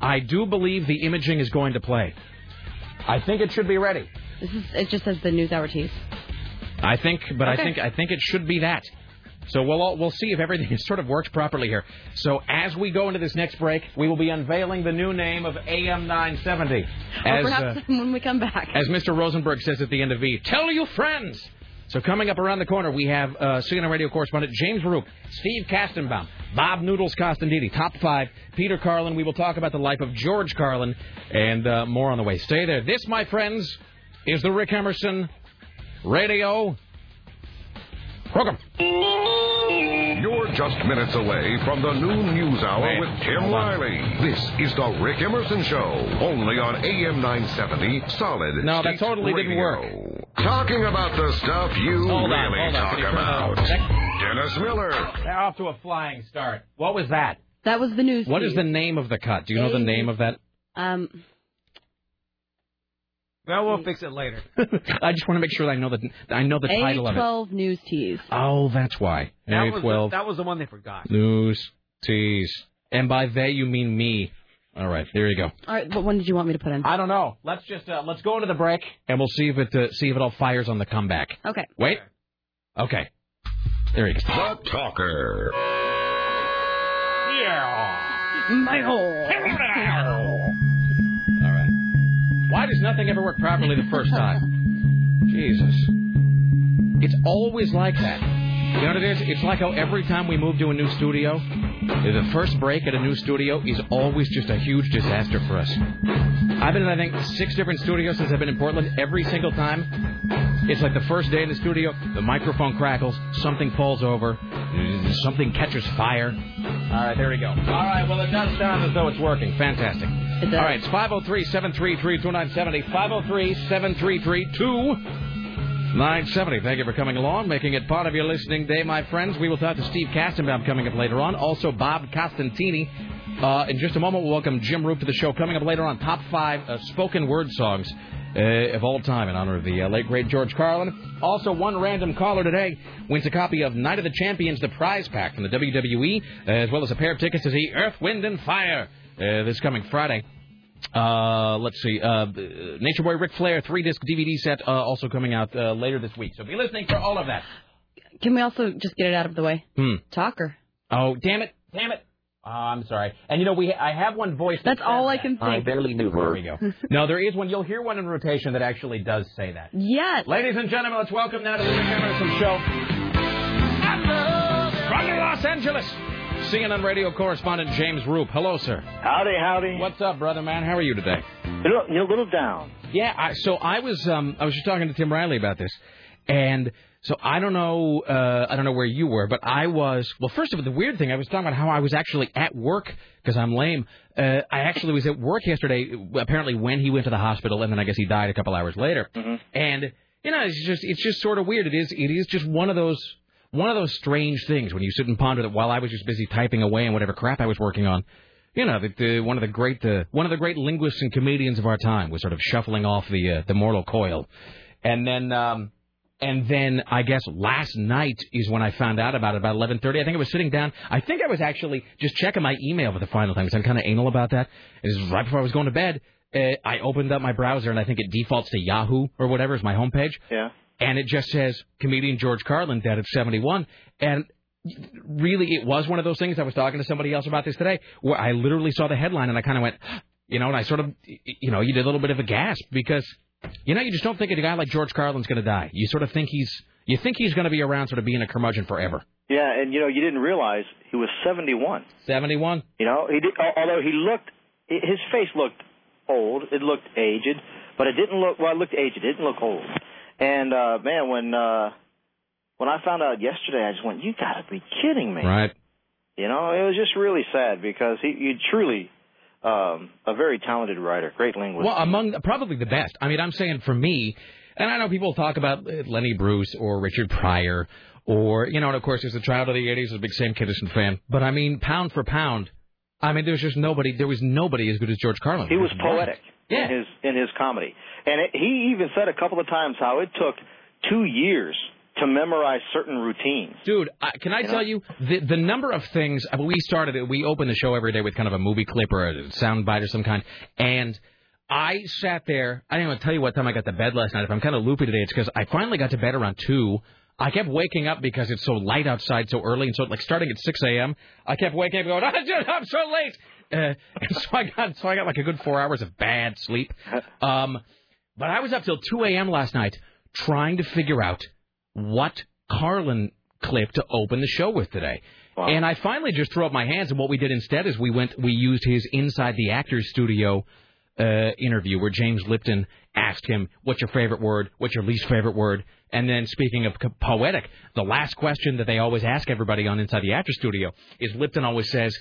Speaker 2: I do believe the imaging is going to play. I think it should be ready.
Speaker 4: This is it just says the news hour tease.
Speaker 2: I think, but I
Speaker 4: Okay.
Speaker 2: think I think it should be that. So we'll all, we'll see if everything [laughs] has sort of worked properly here. So as we go into this next break, we will be unveiling the new name of AM 970.
Speaker 4: Or
Speaker 2: As,
Speaker 4: perhaps
Speaker 2: uh,
Speaker 4: [laughs] when we come back.
Speaker 2: as Mr. Rosenberg says at the end of V, tell your friends. So coming up around the corner, we have uh, CNN radio correspondent James Roop, Steve Kastenbaum, Bob Noodles Costandini, top five, Peter Carlin. We will talk about the life of George Carlin and uh, more on the way. Stay there. This, my friends, is the Rick Emerson Radio Program.
Speaker 9: You're just minutes away from the noon news hour
Speaker 2: Wait,
Speaker 9: with Tim Riley. This is the Rick Emerson Show, only on AM 970 Solid.
Speaker 2: No, that
Speaker 9: State
Speaker 2: totally didn't
Speaker 9: Radio. Talking about the stuff you
Speaker 2: Hold on, hold
Speaker 9: really
Speaker 2: on. Can
Speaker 9: talk
Speaker 2: you turn that
Speaker 9: about.
Speaker 2: off?
Speaker 9: Dennis Miller.
Speaker 2: They're off to a flying start. What was that?
Speaker 4: That was the news.
Speaker 2: What is the
Speaker 4: tease.
Speaker 2: name of the cut? Do you know the name of that? [laughs]
Speaker 4: um
Speaker 5: Well, we'll fix it later.
Speaker 2: I just want to make sure that I know the I know the title of it.
Speaker 4: A12 news tease.
Speaker 2: Oh, that's why.
Speaker 5: That
Speaker 2: A
Speaker 5: was, the,
Speaker 2: twelve
Speaker 5: that was the one they forgot.
Speaker 2: news tease. And by they you mean me. All right, there you go.
Speaker 4: All right, what one did you want me to put in?
Speaker 2: I don't know. Let's just uh, let's go into the break and we'll see if it uh, see if it all fires on the comeback.
Speaker 4: Okay.
Speaker 2: Wait. Okay. There you go.
Speaker 9: The Talker.
Speaker 4: My hole.
Speaker 2: All right. Why does nothing ever work properly the first time? Jesus. It's always like that. You know what it is? It's like how every time we move to a new studio, the first break at a new studio is always just a huge disaster for us. I've been in, I think, six different studios since I've been in Portland. Every single time, it's like the first day in the studio, the microphone crackles, something falls over, something catches fire. All right, there we go. All right, well, it does sound as though it's working. Fantastic.
Speaker 4: It does.
Speaker 2: All right, it's 503 733 2970. 503 733 2970. Thank you for coming along, making it part of your listening day, my friends. We will talk to Steve Castenbaum coming up later on. Also, Bob Costantini. Uh, in just a moment, we'll welcome Jim Roop to the show. Coming up later on, top five uh, spoken word songs uh, of all time in honor of the uh, late, great George Carlin. Also, one random caller today wins a copy of Night of the Champions, the prize pack from the WWE, as well as a pair of tickets to see Earth, Wind, and Fire uh, this coming Friday. Uh, let's see. Uh, Nature Boy Ric Flair three disc DVD set uh, also coming out uh, later this week. So be listening for all of that.
Speaker 4: Can we also just get it out of the way?
Speaker 2: Hmm.
Speaker 4: Talker.
Speaker 2: Oh damn it! Damn it! Oh, I'm sorry. And you know we I have one voice. that
Speaker 4: That's all I
Speaker 2: says
Speaker 4: can think.
Speaker 1: barely knew
Speaker 2: that. There we go. no, there is one. You'll hear one in rotation that actually does say that.
Speaker 4: Yes.
Speaker 2: Ladies and gentlemen, let's welcome now to the Rick Emerson Show. From Los Angeles, CNN radio correspondent James Roop. Hello, sir.
Speaker 8: Howdy, howdy.
Speaker 2: What's up, brother man? How are you today?
Speaker 8: You're, you're a little down.
Speaker 2: Yeah, I, so I was um, I was just talking to Tim Riley about this, and So I don't know. Uh, I don't know where you were, but I was. Well, first of all, the weird thing I was talking about how I was actually at work because I'm lame. Uh, I actually was at work yesterday. Apparently, when he went to the hospital, and then I guess he died a couple hours later.
Speaker 8: Mm-hmm.
Speaker 2: And you know, it's just it's just sort of weird. It is it is just one of those one of those strange things when you sit and ponder that while I was just busy typing away on whatever crap I was working on. You know, that uh, one of the great uh, one of the great linguists and comedians of our time was sort of shuffling off the uh, the mortal coil, and then um, and then I guess last night is when I found out about it about 11:30. I think I was sitting down. I think I was actually just checking my email for the final time because I'm kind of anal about that. It was right before I was going to bed. Uh, I opened up my browser and I think it defaults to Yahoo or whatever is my homepage.
Speaker 8: Yeah.
Speaker 2: And it just says comedian George Carlin dead at 71. And really, it was one of those things. I was talking to somebody else about this today where I literally saw the headline and I kind of went, [gasps] you know, and I sort of, you know, you did a little bit of a gasp because, you know, you just don't think a guy like George Carlin's going to die. You sort of think he's, you think he's going to be around sort of being a curmudgeon forever.
Speaker 10: Yeah, and you know, you didn't realize he was 71.
Speaker 2: 71.
Speaker 10: You know, he did, al- although he looked, hi- his face looked old. It looked aged, but it didn't look well. It looked aged. It didn't look old. And uh, man, when uh, when I found out yesterday, I just went, "You got to be kidding me!"
Speaker 2: Right.
Speaker 10: You know, it was just really sad because he, he truly um, a very talented writer, great linguist.
Speaker 2: Well, among the, probably the best. I mean, I'm saying for me, and I know people talk about uh, Lenny Bruce or Richard Pryor, or you know, and of course, there's a child of the '80s, was a big Sam Kinison fan. But I mean, pound for pound, I mean, there's just nobody. There was nobody as good as George Carlin.
Speaker 10: He was poetic in his in his comedy, and it, he even said a couple of times how it took two years to memorize certain routines.
Speaker 2: Dude, I, can I
Speaker 10: You know?
Speaker 2: tell you the the number of things I mean, we started? it- We opened the show every day with kind of a movie clip or a sound bite or some kind, and I sat there. I didn't even tell you what time I got to bed last night. If I'm kind of loopy today, it's because I finally got to bed around two. I kept waking up because it's so light outside so early, and so like starting at 6 a.m. I kept waking up going, [laughs] "Ah, dude, I'm so late. Uh, [laughs] and so I got so I got like a good four hours of bad sleep. Um, but I was up till 2 a.m. last night trying to figure out what Carlin clip to open the show with today. And I finally just threw up my hands, and what we did instead is we went, we used his Inside the Actors Studio uh, interview where James Lipton asked him, What's your favorite word? What's your least favorite word? And then, speaking of co- poetic, the last question that they always ask everybody on Inside the Actors Studio is Lipton always says,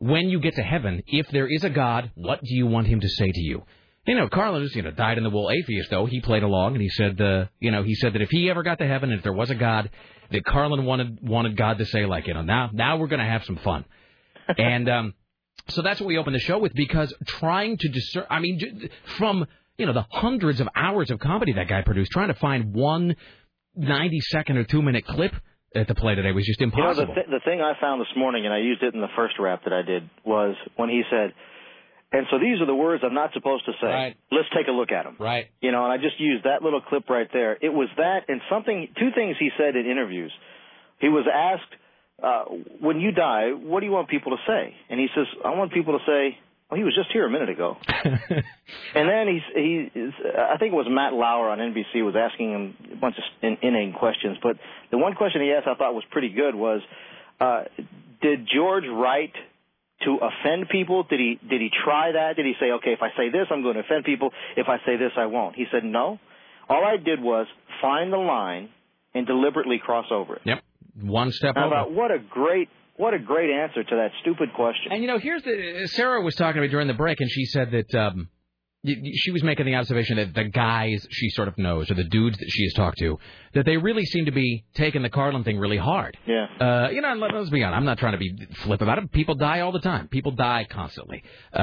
Speaker 2: when you get to heaven, if there is a God, what do you want him to say to you? You know, Carlin is, you know, died in the wool atheist, though. He played along and he said, uh, you know, he said that if he ever got to heaven and if there was a God, that Carlin wanted, wanted God to say, like, you know, now, now we're going to have some
Speaker 10: [laughs]
Speaker 2: fun. and, um, so that's what we opened the show with because trying to discern, I mean, j- from, you know, the hundreds of hours of comedy that guy produced, trying to find one 90 second or two minute clip uh, to play today was just impossible.
Speaker 10: You know, the, th- the thing I found this morning, and I used it in the first rap that I did, was when he said, "And so these are the words I'm not supposed to say.
Speaker 2: Right.
Speaker 10: Let's take a look at them."
Speaker 2: Right.
Speaker 10: You know, and I just used that little clip right there. It was that, and something, two things he said in interviews. He was asked, uh, "When you die, what do you want people to say?" And he says, "I want people to say." Well, he was just here a minute ago, and then he's he. is- I think it was Matt Lauer on NBC was asking him a bunch of in, inane questions, but the one question he asked I thought was pretty good was, uh, did George write to offend people? Did he did he try that? Did he say, okay, if I say this, I'm going to offend people. If I say this, I won't. He said no. All I did was find the line and deliberately cross over it.
Speaker 2: Yep. One step
Speaker 10: And I
Speaker 2: over.
Speaker 10: thought, what a great what a great answer to that stupid question.
Speaker 2: And you know, here's the Sarah was talking to me during the break, and she said that um, y- y- she was making the observation that the guys she sort of knows, or the dudes that she has talked to, that they really seem to be taking the Carlin thing really hard.
Speaker 10: Yeah.
Speaker 2: Uh, you know, and let, let's be honest. I'm not trying to be flip about it. People die all the time. People die constantly. Uh,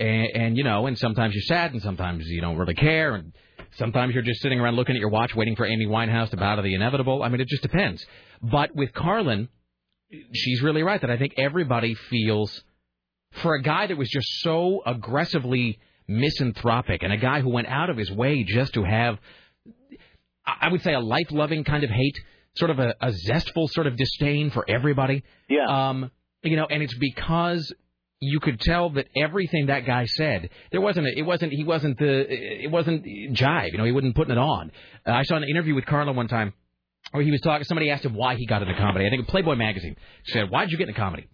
Speaker 2: and, and you know, and sometimes you're sad, and sometimes you don't really care, and sometimes you're just sitting around looking at your watch, waiting for Amy Winehouse to bow to the inevitable. I mean, it just depends. But with Carlin, she's really right that I think everybody feels for a guy that was just so aggressively misanthropic and a guy who went out of his way just to have I I would say a life loving kind of hate, sort of a, a zestful sort of disdain for everybody.
Speaker 10: Yeah.
Speaker 2: Um, you know, and it's because you could tell that everything that guy said, there wasn't a, it wasn't he wasn't the it wasn't jive. You know, he wasn't putting it on. Uh, I saw an interview with Carlin one time where he was talking. Somebody asked him why he got into comedy. I think Playboy magazine said, "Why'd you get into comedy?"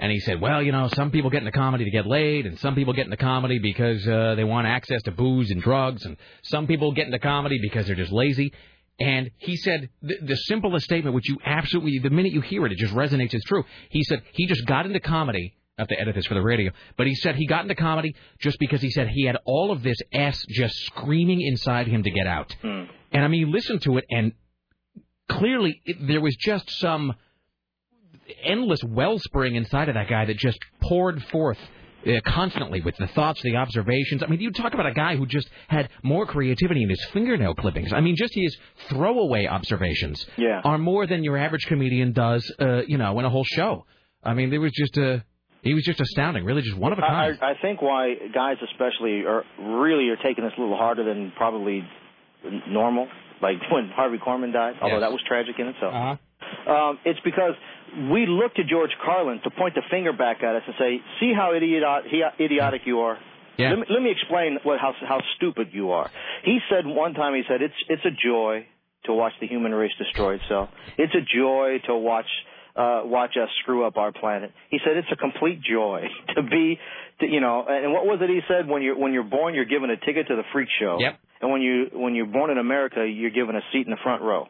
Speaker 2: And he said, "Well, you know, some people get into comedy to get laid, and some people get into comedy because uh, they want access to booze and drugs, and some people get into comedy because they're just lazy." And he said the, the simplest statement, which you absolutely, the minute you hear it, it just resonates as true. He said he just got into comedy. I have to edit this for the radio. But he said he got into comedy just because he said he had all of this S just screaming inside him to get out. And I mean, listen to it, and clearly it, there was just some endless wellspring inside of that guy that just poured forth uh, constantly with the thoughts, the observations. I mean, you talk about a guy who just had more creativity in his fingernail clippings. I mean, just his throwaway observations
Speaker 10: Yeah.
Speaker 2: are more than your average comedian does, uh, you know, in a whole show. I mean, there was just a. He was just astounding, really, just one of a kind.
Speaker 10: I, I I think why guys especially are really are taking this a little harder than probably n- normal. Like [laughs] when Harvey Korman died, although
Speaker 11: Yes.
Speaker 10: that was tragic in itself.
Speaker 2: Uh-huh.
Speaker 10: Um, it's because we look to George Carlin to point the finger back at us and say, "See how idiot- he- idiotic you are."
Speaker 2: Yeah.
Speaker 10: Let, me, let me explain what how how stupid you are. He said one time, he said, "It's it's a joy to watch the human race destroy itself. It's a joy to watch." Uh, watch us screw up our planet. He said it's a complete joy [laughs] to be, to, you know. And what was it he said? When you're when you're born, you're given a ticket to the freak show.
Speaker 2: Yep.
Speaker 10: And when you when you're born in America, you're given a seat in the front row.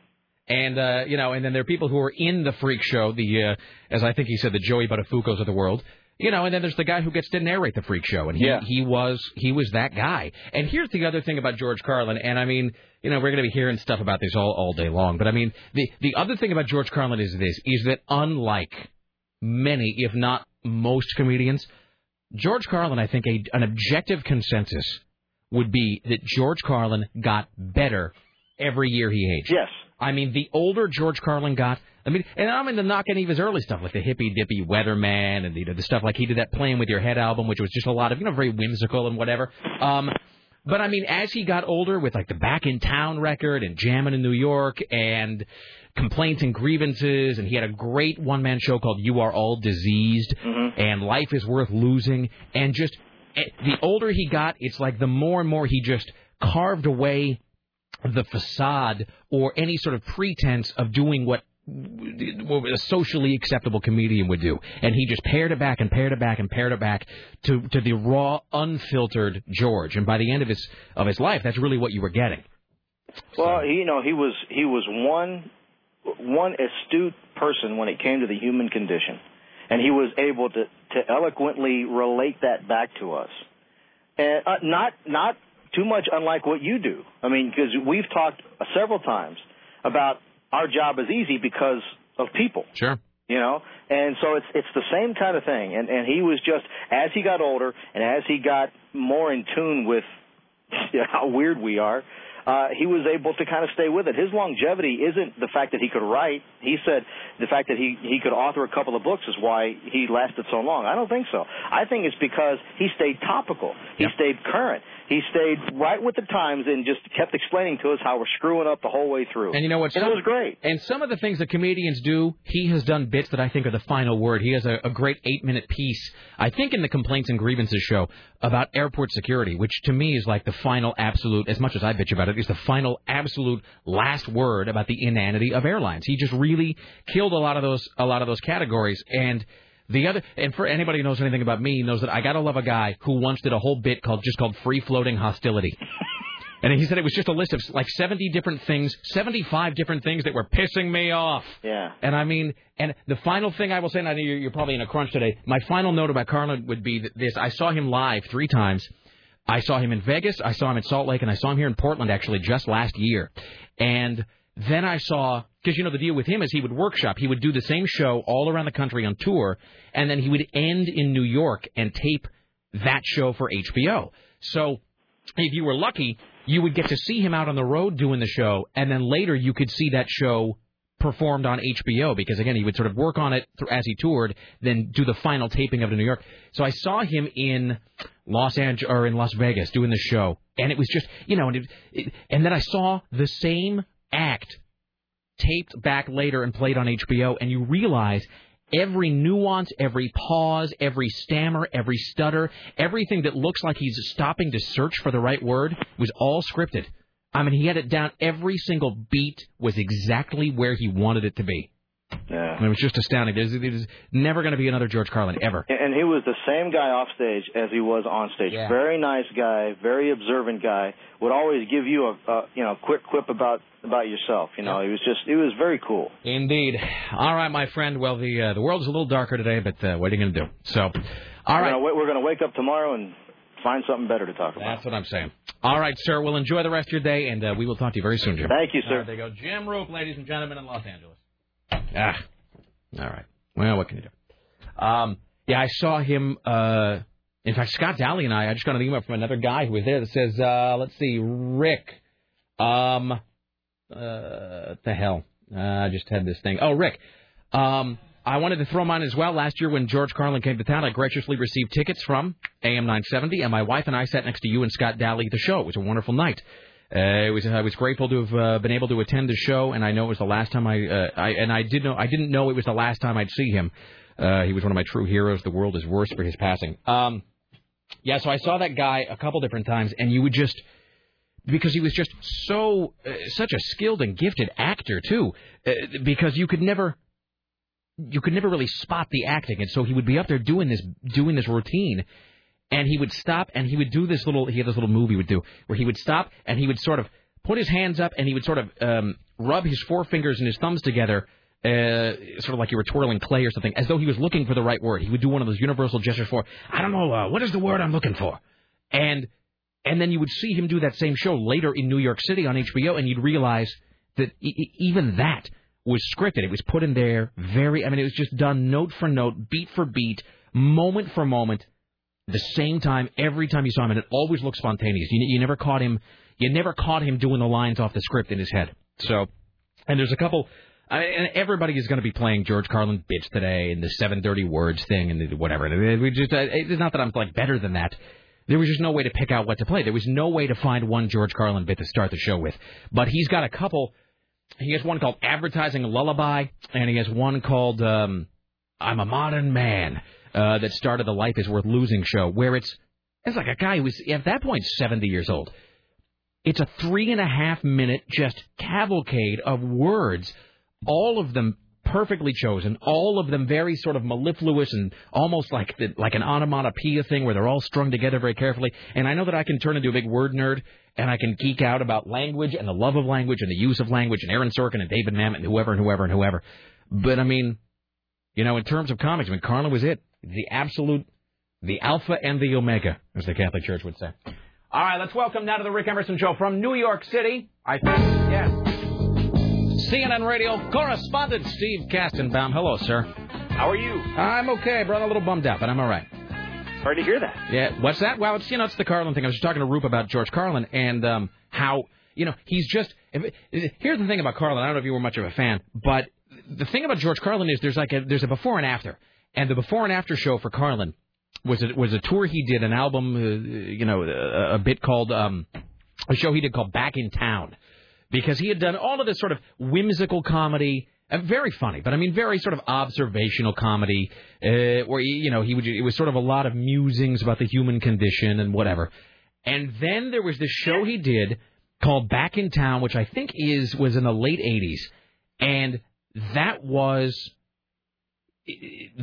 Speaker 2: And uh, you know, and then there are people who are in the freak show, the uh, as I think he said, the Joey Buttafucos of the world. You know, and then there's the guy who gets to narrate the freak show, and he he was he was that guy. And here's the other thing about George Carlin, and I mean, you know, we're going to be hearing stuff about this all all day long, but I mean, the the other thing about George Carlin is this: is that unlike many, if not most, comedians, George Carlin, I think, a, an objective consensus would be that George Carlin got better every year he aged.
Speaker 10: Yes.
Speaker 2: I mean, the older George Carlin got, I mean, and I'm in the knock any of his early stuff, like the hippy dippy weatherman, and you know the stuff like he did that playing with your head album, which was just a lot of you know very whimsical and whatever. Um, but I mean, as he got older, with like the Back in Town record and Jammin' in New York and Complaints and Grievances, and he had a great one man show called You Are All Diseased and Life Is Worth Losing, and just eh, the older he got, it's like the more and more he just carved away the facade or any sort of pretense of doing what what a socially acceptable comedian would do and he just pared it back and pared it back and pared it back to to the raw unfiltered george and by the end of his of his life that's really what you were getting
Speaker 10: Well, he, you know, he was he was one one astute person when it came to the human condition, and he was able to to eloquently relate that back to us, and uh, not not too much unlike what you do. I mean, because we've talked several times about our job is easy because of people.
Speaker 2: Sure.
Speaker 10: You know, and so it's it's the same kind of thing. And and he was just as he got older and as he got more in tune with [laughs] how weird we are, uh, he was able to kind of stay with it. His longevity isn't the fact that he could write. He said the fact that he he could author a couple of books is why he lasted so long. I don't think so. I think it's because he stayed topical. He stayed current. He stayed right with the times and just kept explaining to us how we're screwing up the whole way through.
Speaker 2: And you know what?
Speaker 10: And it
Speaker 2: Some-
Speaker 10: was great.
Speaker 2: And some of the things that comedians do, he has done bits that I think are the final word. He has a, a great eight-minute piece, I think, in the Complaints and Grievances show about airport security, which to me is like the final absolute. As much as I bitch about it, is the final absolute last word about the inanity of airlines. He just really killed a lot of those a lot of those categories and. The other, and for anybody who knows anything about me, knows that I gotta love a guy who once did a whole bit called just called free floating hostility. And he said it was just a list of like 70 different things, 75 different things that were pissing me off.
Speaker 10: Yeah.
Speaker 2: And I mean, and the final thing I will say, and I know you're, you're probably in a crunch today. My final note about Carlin would be that this: I saw him live three times. I saw him in Vegas, I saw him in Salt Lake, and I saw him here in Portland actually just last year. And then I saw because you know the deal with him is he would workshop, he would do the same show all around the country on tour, and then he would end in New York and tape that show for HBO. So if you were lucky, you would get to see him out on the road doing the show, and then later you could see that show performed on HBO because again he would sort of work on it th- as he toured, then do the final taping of it in New York. So I saw him in Los Angeles or in Las Vegas doing the show, and it was just you know, and it, it, and then I saw the same act taped back later and played on HBO, and you realize every nuance, every pause, every stammer, every stutter, everything that looks like he's stopping to search for the right word was all scripted. I mean, he had it down. Every single beat was exactly where he wanted it to be.
Speaker 10: Yeah.
Speaker 2: It was just astounding. There's, there's never going to be another George Carlin ever.
Speaker 10: And and he was the same guy off stage as he was on stage.
Speaker 2: Yeah.
Speaker 10: Very nice guy, very observant guy. Would always give you a, a you know quick quip about about yourself. You know, he was just he was very cool.
Speaker 2: Indeed. All right, my friend. Well, the uh, the world's a little darker today, but uh, what are you going to do? So, all
Speaker 10: We're
Speaker 2: right.
Speaker 10: gonna wa- we're going to wake up tomorrow and find something better to talk about.
Speaker 2: That's what I'm saying. All right, sir. Well, enjoy the rest of your day, and uh, we will talk to you very soon, Jim.
Speaker 10: Thank you, sir.
Speaker 2: there you go. Jim Roop, ladies and gentlemen, in Los Angeles. Ah. All right. Well, what can you do? Um, yeah, I saw him. Uh, in fact, Scott Daly and I, I just got an email from another guy who was there that says, uh, let's see, Rick. Um, uh, what the hell? Uh, I just had this thing. Oh, Rick. Um, I wanted to throw mine as well. Last year, when George Carlin came to town, I graciously received tickets from AM 970, and my wife and I sat next to you and Scott Daly at the show. It was a wonderful night. Uh, it was I was grateful to have uh, been able to attend the show, and I know it was the last time I, uh, I and I did know I didn't know it was the last time I'd see him. Uh, he was one of my true heroes. The world is worse for his passing. Um, yeah, so I saw that guy a couple different times, and you would just because he was just so uh, such a skilled and gifted actor too. Uh, because you could never you could never really spot the acting, and so he would be up there doing this doing this routine, and he would stop and he would do this little he had this little move he would do where he would stop and he would sort of put his hands up and he would sort of um, rub his forefingers and his thumbs together. Uh, sort of like you were twirling clay or something, as though he was looking for the right word. He would do one of those universal gestures for, I don't know, uh, what is the word I'm looking for? And and then you would see him do that same show later in New York City on HBO, and you'd realize that e- e- even that was scripted. It was put in there very, I mean, it was just done note for note, beat for beat, moment for moment, the same time every time you saw him, and it always looked spontaneous. You, you never caught him, you never caught him doing the lines off the script in his head. So, and there's a couple. I mean, and everybody is going to be playing George Carlin bitch today and the seven dirty words thing and the- whatever. And We just, I- it's not that I'm like better than that. There was just no way to pick out what to play. There was no way to find one George Carlin bit to start the show with. But he's got a couple. He has one called Advertising Lullaby, and he has one called um, I'm a Modern Man uh, that started the Life Is Worth Losing show, where it's it's like a guy who was at that point 70 years old. It's a three and a half minute just cavalcade of words, all of them perfectly chosen, all of them very sort of mellifluous and almost like the, like an onomatopoeia thing where they're all strung together very carefully. And I know that I can turn into a big word nerd and I can geek out about language and the love of language and the use of language and Aaron Sorkin and David Mamet and whoever and whoever and whoever. But I mean, you know, in terms of comics, I mean, Carlin was it. The absolute, the alpha and the omega, as the Catholic Church would say. All right, let's welcome now to the Rick Emerson Show from New York City. I think, yes. CNN radio correspondent Steve Castenbaum. Hello, sir.
Speaker 11: How are you?
Speaker 2: I'm okay, brother. A little bummed out, but I'm all right.
Speaker 11: Sorry to hear that.
Speaker 2: Yeah, what's that? Well, it's you know, it's the Carlin thing. I was just talking to Roop about George Carlin and um, how you know he's just. If it, here's the thing about Carlin. I don't know if you were much of a fan, but the thing about George Carlin is there's like a there's a before and after, and the before and after show for Carlin was a, was a tour he did, an album, uh, you know, a, a bit called um, a show he did called Back in Town, because he had done all of this sort of whimsical comedy. uh, Very funny, but I mean, very sort of observational comedy, uh, where you know he would. It was sort of a lot of musings about the human condition and whatever. And then there was this show he did called Back in Town, which I think is was in the late '80s, and that was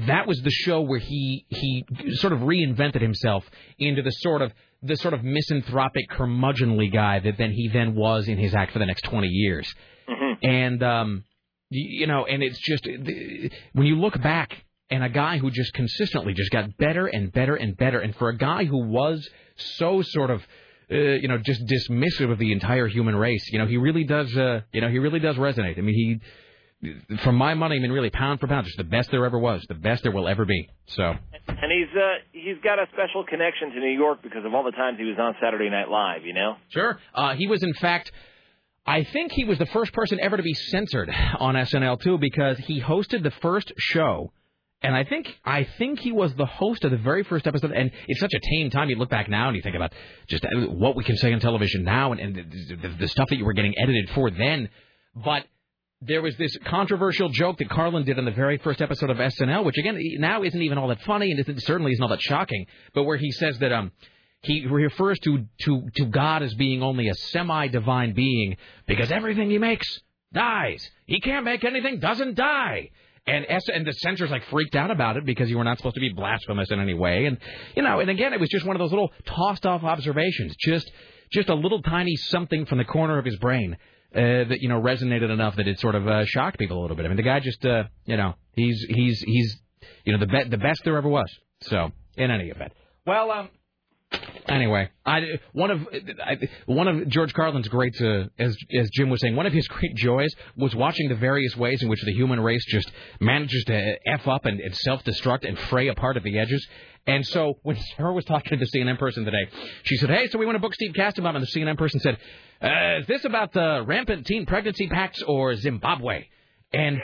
Speaker 2: that was the show where he he sort of reinvented himself into the sort of the sort of misanthropic curmudgeonly guy that then he then was in his act for the next 20 years and um y- you know and it's just the- when you look back and a guy who just consistently just got better and better and better and for a guy who was so sort of uh, you know just dismissive of the entire human race you know he really does uh you know he really does resonate i mean he for my money, I mean, really, pound for pound, just the best there ever was, the best there will ever be. So,
Speaker 11: And he's uh he's got a special connection to New York because of all the times he was on Saturday Night Live, you know?
Speaker 2: sure. Uh, he was, in fact, I think he was the first person ever to be censored on SNL too, because he hosted the first show, and I think I think he was the host of the very first episode. And it's such a tame time. You look back now and you think about just uh, what we can say on television now, and, and the, the, the stuff that you were getting edited for then, but. there was this controversial joke that Carlin did on the very first episode of SNL, which again now isn't even all that funny and isn't, certainly isn't all that shocking. But where he says that um, he refers to to to God as being only a semi-divine being because everything he makes dies. He can't make anything, doesn't die. And S- and the censors like freaked out about it because you were not supposed to be blasphemous in any way. And you know, and again, it was just one of those little tossed off observations, just just a little tiny something from the corner of his brain uh, that you know resonated enough that it sort of uh, shocked people a little bit. I mean, the guy just uh, you know he's he's he's you know the be- the best there ever was. So in any event. Well, um, Anyway, I one of I, one of George Carlin's great, uh, as as Jim was saying, one of his great joys was watching the various ways in which the human race just manages to f up and, and self destruct and fray apart at the edges. And so when [laughs] Sarah was talking to the CNN person today, she said, "Hey, so we want to book Steve Kastenbaum," and the CNN person said, uh, "Is this about the rampant teen pregnancy pacts or Zimbabwe?" And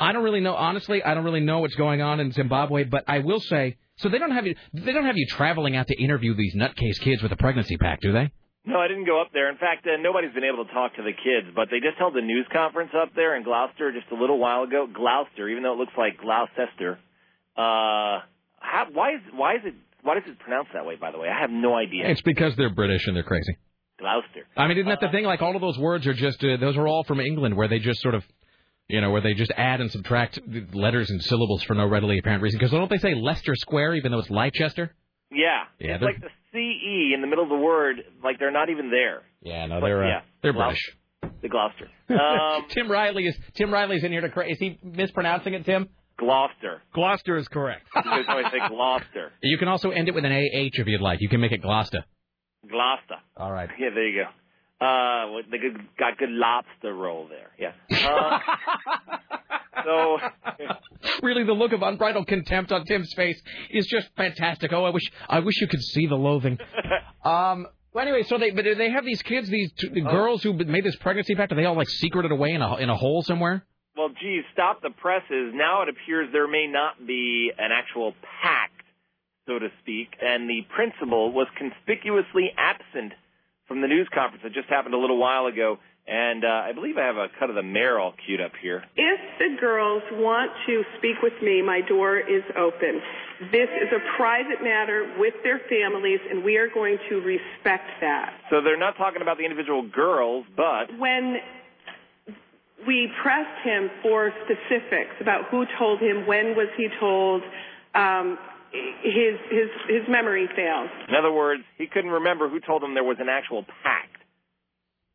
Speaker 2: I don't really know, honestly. I don't really know what's going on in Zimbabwe, but I will say, so they don't have you. They don't have you traveling out to interview these nutcase kids with a pregnancy pack, do they?
Speaker 11: No, I didn't go up there. In fact, uh, nobody's been able to talk to the kids, but they just held a news conference up there in Gloucester just a little while ago. Gloucester, even though it looks like Gloucester. Uh, how, why is why is it why is it pronounced that way? By the way, I have no idea.
Speaker 2: It's because they're British and they're crazy.
Speaker 11: Gloucester.
Speaker 2: I mean, isn't that the thing? Like all of those words are just uh, those are all from England, where they just sort of, you know, where they just add and subtract letters and syllables for no readily apparent reason. Because don't they say Leicester Square, even though it's Leicester?
Speaker 11: Yeah,
Speaker 2: Yeah,
Speaker 11: it's
Speaker 2: they're-
Speaker 11: like the CE in the middle of the word, like they're not even there.
Speaker 2: Yeah, no, they're uh,
Speaker 11: yeah,
Speaker 2: they're
Speaker 11: Glou-
Speaker 2: British.
Speaker 11: The Gloucester. Um,
Speaker 2: [laughs] Tim Riley is Tim Riley's in here to cra- is he mispronouncing it, Tim?
Speaker 11: Gloucester.
Speaker 5: Gloucester is correct.
Speaker 11: You guys always say Gloucester.
Speaker 2: You can also end it with an AH if you'd like. You can make it Gloucester.
Speaker 11: Gloucester.
Speaker 2: All right.
Speaker 11: Yeah, there you go. Uh, well, they good, got good lobster roll there. Yeah. Uh, [laughs] so
Speaker 2: Really, the look of unbridled contempt on Tim's face is just fantastic. Oh, I wish I wish you could see the [laughs] loathing. Um. Well, anyway, so they but do they have these kids, these two, the girls who made this pregnancy pact. Are they all like secreted away in a in a hole somewhere?
Speaker 11: Well, geez, stop the presses. Now it appears there may not be an actual pact, so to speak, and the principal was conspicuously absent from the news conference that just happened a little while ago. And uh, I believe I have a cut of the mayor all queued up here. [laughs]
Speaker 12: If the girls want to speak with me, my door is open. This is a private matter with their families, and we are going to respect that.
Speaker 11: So they're not talking about the individual girls, but
Speaker 12: When we pressed him for specifics about who told him, when was he told, um, his his his memory fails.
Speaker 11: in other words, he couldn't remember who told him there was an actual pact.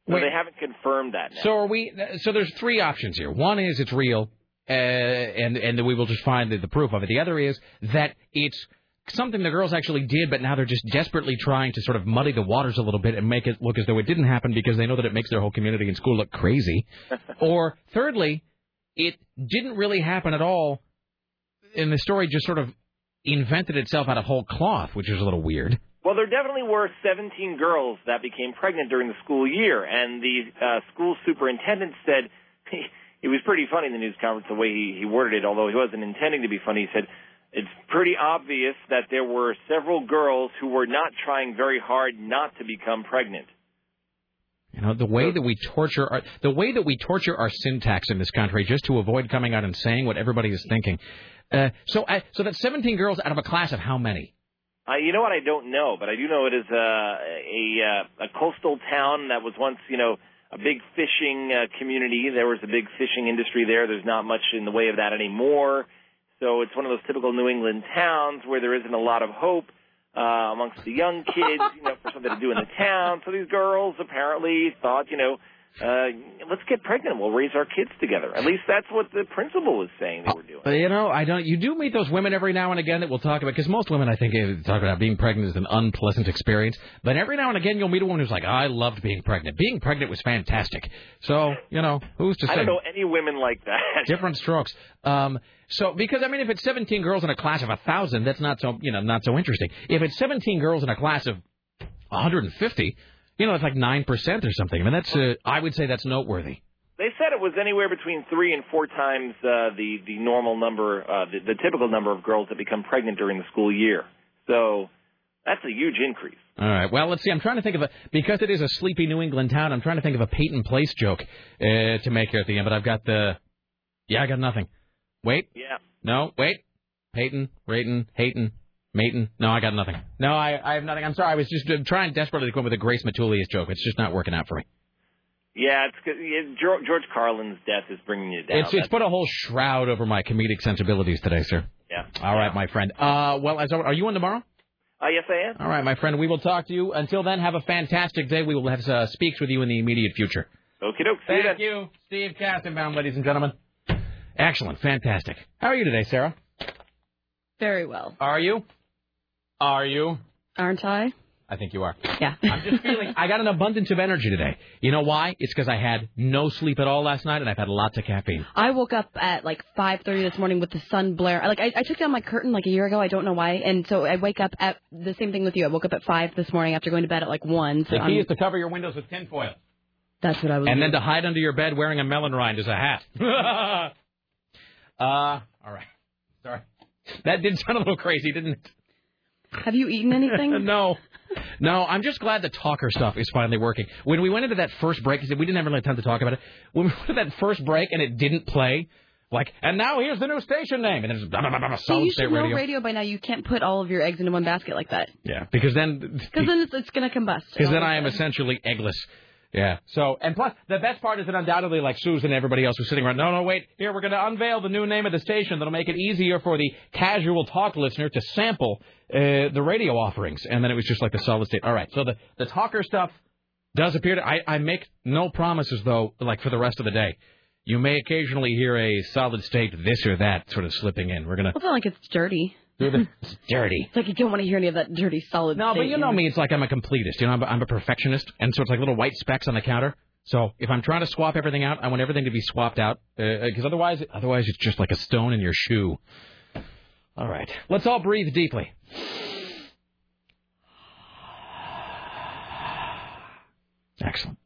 Speaker 11: So they haven't confirmed that.
Speaker 2: So are we? So there's three options here. One is it's real, uh, and and then we will just find the, the proof of it. The other is that it's something the girls actually did, but now they're just desperately trying to sort of muddy the waters a little bit and make it look as though it didn't happen because they know that it makes their whole community and school look crazy. or thirdly, it didn't really happen at all, and the story just sort of invented itself out of whole cloth, which is a little weird.
Speaker 11: Well, there definitely were 17 girls that became pregnant during the school year, and the uh, school superintendent said [laughs] it was pretty funny in the news conference the way he, he worded it, although he wasn't intending to be funny. He said it's pretty obvious that there were several girls who were not trying very hard not to become pregnant.
Speaker 2: You know, the way that we torture our the way that we torture our syntax in this country just to avoid coming out and saying what everybody is thinking. Uh, so, I, so that's 17 girls out of a class of how many?
Speaker 11: Uh, you know what? I don't know, but I do know it is a a, uh, a coastal town that was once, you know, a big fishing uh, community. There was a big fishing industry there. There's not much in the way of that anymore. So it's one of those typical New England towns where there isn't a lot of hope uh, amongst the young kids, you know, for something to do in the town. So these girls apparently thought, you know, uh, let's get pregnant. We'll raise our kids together. At least that's what the principal was saying they were doing.
Speaker 2: But, you know, I don't. You do meet those women every now and again that will talk about because most women, I think, eh, talk about being pregnant is an unpleasant experience. But every now and again, you'll meet a woman who's like, "I loved being pregnant. Being pregnant was fantastic." So, you know, who's to say?
Speaker 11: I don't know any women like that.
Speaker 2: different strokes. Um, so because I mean, if it's 17 girls in a class of a thousand, that's not so you know not so interesting. If it's 17 girls in a class of 150, you know, it's like nine percent or something. I mean, that's uh, I would say that's noteworthy.
Speaker 11: They said it was anywhere between three and four times uh, the the normal number, uh, the, the typical number of girls that become pregnant during the school year. So that's a huge increase.
Speaker 2: All right. Well, let's see. I'm trying to think of a because it is a sleepy New England town. I'm trying to think of a Peyton Place joke uh, to make here at the end, but I've got the yeah, I got nothing. Wait.
Speaker 11: Yeah.
Speaker 2: No. Wait. Peyton. Rayton. Hayton. Maton. No, I got nothing. No, I, I have nothing. I'm sorry. I was just uh, trying desperately to come up with a Grace Matulius joke. It's just not working out for me.
Speaker 11: Yeah, it's good. It, Geor- George Carlin's death is bringing you down.
Speaker 2: It's it's
Speaker 11: That's-
Speaker 2: put a whole shroud over my comedic sensibilities today, sir.
Speaker 11: Yeah.
Speaker 2: All right, my friend. Uh, well, as always, are you on tomorrow?
Speaker 11: uh, yes, I am.
Speaker 2: All right, my friend. We will talk to you. Until then, have a fantastic day. We will have uh, speaks with you in the immediate future.
Speaker 11: Okie doke.
Speaker 2: Thank you, Steve Castenbaum, ladies and gentlemen. Excellent, fantastic. How are you today, Sarah?
Speaker 4: Very well.
Speaker 2: Are you? Are you?
Speaker 4: Aren't I?
Speaker 2: I think you are.
Speaker 4: Yeah.
Speaker 2: I'm just feeling. I got an abundance of energy today. You know why? It's because I had no sleep at all last night, and I've had lots of caffeine.
Speaker 4: [laughs] I woke up at like 5:30 this morning with the sun blare. Like I, I took down my curtain like a year ago. I don't know why. And so I wake up at the same thing with you. I woke up at five this morning after going to bed at like one. So
Speaker 2: The key
Speaker 4: I'm-
Speaker 2: is to cover your windows with tinfoil, [laughs]
Speaker 4: that's what I was.
Speaker 2: and then to hide under your bed wearing a melon rind as a hat. uh, all right. Sorry, that did sound a little crazy, didn't it?
Speaker 4: Have you eaten anything?
Speaker 2: [laughs] no. No, I'm just glad the talker stuff is finally working. When we went into that first break, 'cause we didn't have really have time to talk about it. When we went to that first break and it didn't play, like, and now here's the new station name, and then it's blah, blah, blah, blah, blah,
Speaker 4: So
Speaker 2: solid
Speaker 4: you
Speaker 2: state
Speaker 4: should know
Speaker 2: radio.
Speaker 4: radio by now. You can't put all of your eggs into one basket like that.
Speaker 2: Yeah, because then
Speaker 4: Because then it's, it's going to combust.
Speaker 2: because then I am essentially eggless. Yeah. So, and plus, the best part is that undoubtedly, like Susan and everybody else was sitting around, no, no, wait, here, we're going to unveil the new name of the station that'll make it easier for the casual talk listener to sample uh, the radio offerings. And then it was just like the solid state. All right. So the, the talker stuff does appear to, I, I make no promises, though, like for the rest of the day. You may occasionally hear a solid state this or that sort of slipping in. We're going
Speaker 4: Well,
Speaker 2: to
Speaker 4: it's not like it's dirty.
Speaker 2: do the, [laughs] it's dirty.
Speaker 4: It's like you don't want to hear any of that dirty solid.
Speaker 2: No, Oh, but
Speaker 4: state
Speaker 2: you know
Speaker 4: in-
Speaker 2: me. It's like I'm a completist. You know, I'm a, I'm a perfectionist, and so it's like little white specks on the counter. So if I'm trying to swap everything out, I want everything to be swapped out, because otherwise, otherwise it's just like a stone in your shoe. All right, let's all breathe deeply. Excellent.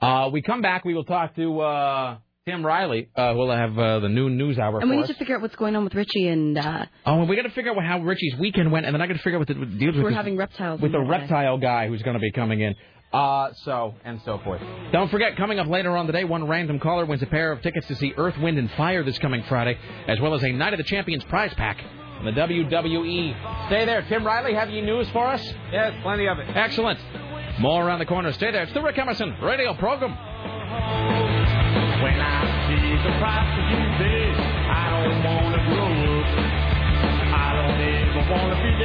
Speaker 2: Uh, we come back. We will talk to uh, Tim Riley. Uh, we'll have uh, the new news hour.
Speaker 4: And we
Speaker 2: for
Speaker 4: need
Speaker 2: us.
Speaker 4: to figure out what's going on with Richie and uh,
Speaker 2: Oh, and we got to figure out how Richie's weekend went, and then I got to figure out what the what deals with
Speaker 4: we're
Speaker 2: this-
Speaker 4: having reptiles.
Speaker 2: with
Speaker 4: in
Speaker 2: a
Speaker 4: there today.
Speaker 2: reptile guy who's going to be coming in. Uh, so and so forth. Don't forget, coming up later on today, one random caller wins a pair of tickets to see Earth, Wind, and Fire this coming Friday, as well as a Night of the Champions prize pack on the WWE. Stay there, Tim Riley. Have you news for us?
Speaker 5: Yes, plenty of it.
Speaker 2: Excellent. More around the corner. Stay there. It's the Rick Emerson Radio Program.
Speaker 13: When I see the price of you bid, I don't wanna grow up. I don't ever wanna be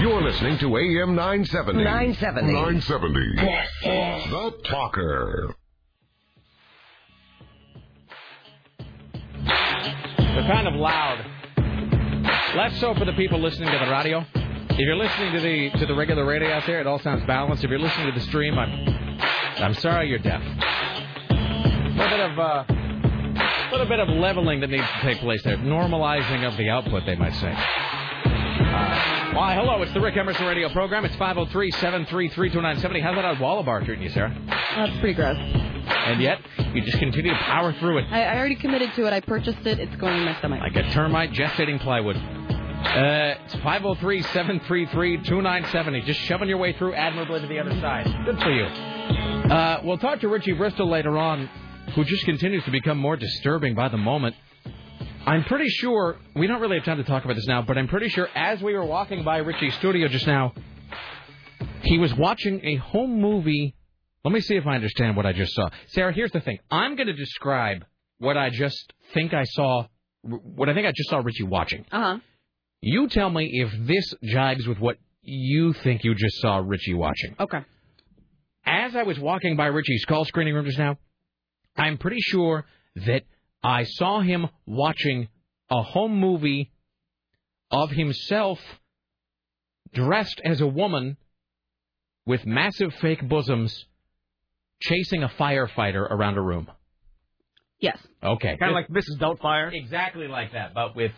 Speaker 9: [laughs] You're listening to AM 970.
Speaker 13: 970.
Speaker 9: 970. The Talker.
Speaker 2: They're kind of loud. Less so for the people listening to the radio. If you're listening to the to the regular radio out there, it all sounds balanced. If you're listening to the stream, I'm I'm sorry you're deaf. A little bit of uh, little bit of leveling that needs to take place there. Normalizing of the output, they might say. Uh, why, hello, it's the Rick Emerson Radio Program. It's 503-733-2970. How's that on Wallabar treating you, Sarah?
Speaker 4: That's Uh, pretty gross.
Speaker 2: And yet, you just continue to power through it.
Speaker 4: I, I already committed to it. I purchased it. It's going in my stomach.
Speaker 2: Like a termite gestating plywood. Uh, it's 503-733-2970. Just shoving your way through admirably to the other side. Good for you. Uh, we'll talk to Richie Bristol later on, who just continues to become more disturbing by the moment. I'm pretty sure, we don't really have time to talk about this now, but I'm pretty sure as we were walking by Richie's studio just now, he was watching a home movie. Let me see if I understand what I just saw. Sarah, here's the thing. I'm going to describe what I just think I saw, what I think I just saw Richie watching.
Speaker 4: Uh huh.
Speaker 2: You tell me if this jibes with what you think you just saw Richie watching.
Speaker 4: Okay.
Speaker 2: As I was walking by Richie's call screening room just now, I'm pretty sure that I saw him watching a home movie of himself dressed as a woman with massive fake bosoms chasing a firefighter around a room.
Speaker 4: Yes.
Speaker 2: Okay.
Speaker 5: Kind of like Mrs. Doubtfire.
Speaker 2: Exactly like that, but with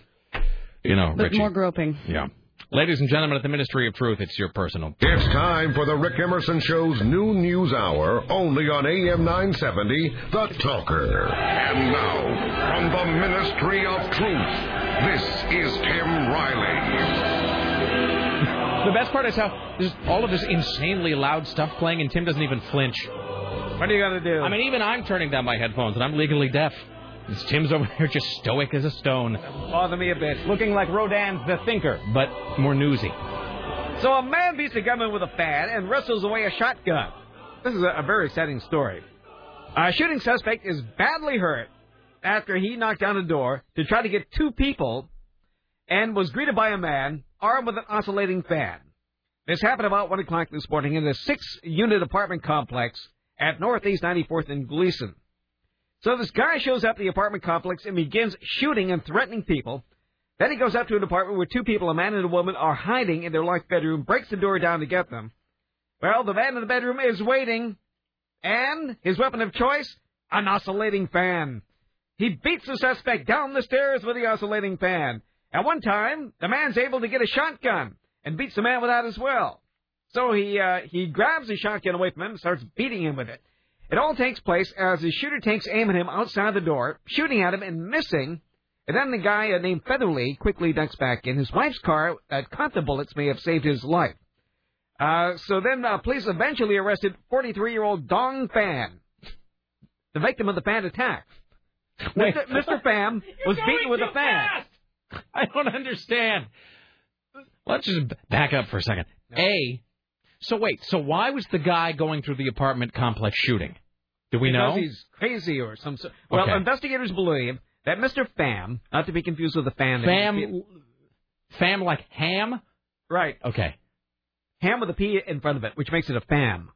Speaker 2: you know,
Speaker 4: But
Speaker 2: Richie.
Speaker 4: more groping.
Speaker 2: Yeah. Ladies and gentlemen, at the Ministry of Truth, it's your personal.
Speaker 9: It's time for the Rick Emerson Show's new news hour, only on AM 970, The Talker. And now, from the Ministry of Truth, this is Tim Riley.
Speaker 2: The best part is how there's all of this insanely loud stuff playing, and Tim doesn't even flinch. What
Speaker 5: are you gonna do?
Speaker 2: I mean, even I'm turning down my headphones, and I'm legally deaf. This Tim's over there just stoic as a stone,
Speaker 5: Bother me a bit.
Speaker 2: looking like Rodin's The Thinker, but more newsy.
Speaker 5: So a man beats a gunman with a fan and wrestles away a shotgun. This is a, a very exciting story. A shooting suspect is badly hurt after he knocked down a door to try to get two people and was greeted by a man armed with an oscillating fan. This happened about 1 o'clock this morning in the six unit apartment complex at Northeast 94th and Gleason. So this guy shows up at the apartment complex and begins shooting and threatening people. Then he goes up to an apartment where two people, a man and a woman, are hiding in their locked bedroom, breaks the door down to get them. Well, the man in the bedroom is waiting, and his weapon of choice, an oscillating fan. He beats the suspect down the stairs with the oscillating fan. At one time, the man's able to get a shotgun and beats the man with that as well. So he uh, he grabs the shotgun away from him and starts beating him with it. It all takes place as the shooter takes aim at him outside the door, shooting at him and missing. And then the guy uh, named Featherly quickly ducks back in. His wife's car that caught the bullets may have saved his life. Uh, so then uh, police eventually arrested 43-year-old Dong Fan, the victim of the fan attack.
Speaker 2: Wait.
Speaker 5: Mr. Mr. Pham
Speaker 2: [laughs]
Speaker 5: was
Speaker 2: You're
Speaker 5: beaten
Speaker 2: going
Speaker 5: with a
Speaker 2: too
Speaker 5: fan.
Speaker 2: I don't understand. Let's just back up for a second. A. So wait. So why was the guy going through the apartment complex shooting? Do we
Speaker 5: because
Speaker 2: know?
Speaker 5: he's crazy or some. So- well,
Speaker 2: Okay.
Speaker 5: investigators believe that Mr. Pham, not to be confused with the fan. that
Speaker 2: Pham-
Speaker 5: he-
Speaker 2: Pham like ham.
Speaker 5: Right.
Speaker 2: Okay.
Speaker 5: Ham with a P in front of it, which makes it a Pham.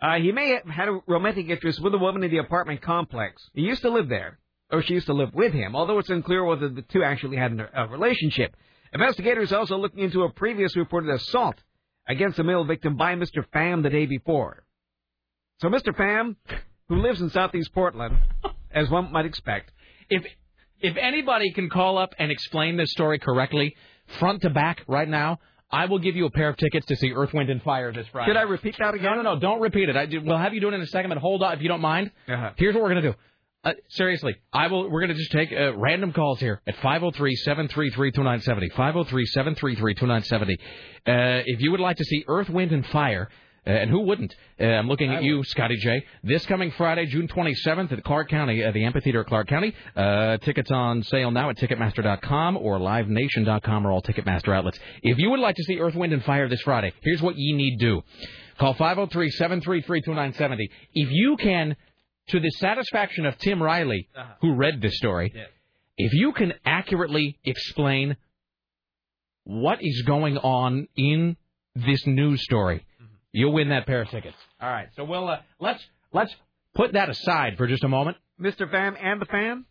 Speaker 5: Uh, he may have had a romantic interest with a woman in the apartment complex. He used to live there, or she used to live with him, although it's unclear whether the two actually had an- a relationship. Investigators also looking into a previous reported assault against a male victim by Mr. Pham the day before. So Mr. Pham, who lives in southeast Portland, as one might expect,
Speaker 2: if if anybody can call up and explain this story correctly, front to back, right now, I will give you a pair of tickets to see Earth, Wind, and Fire this Friday.
Speaker 5: Should I repeat that again?
Speaker 2: No, no, no. Don't repeat it. I do, we'll have you do it in a second, but hold on if you don't mind. Here's what we're gonna do. Uh, seriously, I will. We're gonna just take uh, random calls here at 503-733-2970. 503-733-2970. Uh, if you would like to see Earth, Wind, and Fire. Uh, and who wouldn't? Uh, I'm looking at you, Scotty J. This coming Friday, June 27th at Clark County, uh, the amphitheater at Clark County. Uh, tickets on sale now at Ticketmaster.com or LiveNation.com or all Ticketmaster outlets. If you would like to see Earth, Wind, and Fire this Friday, here's what ye need do. Call 503-733-2970. oh. If you can, to the satisfaction of Tim Riley, who read this story, if you can accurately explain what is going on in this news story, you'll win that pair of tickets. All right, so we'll uh, let's let's put that aside for just a moment,
Speaker 5: Mr. Pham and the Pham.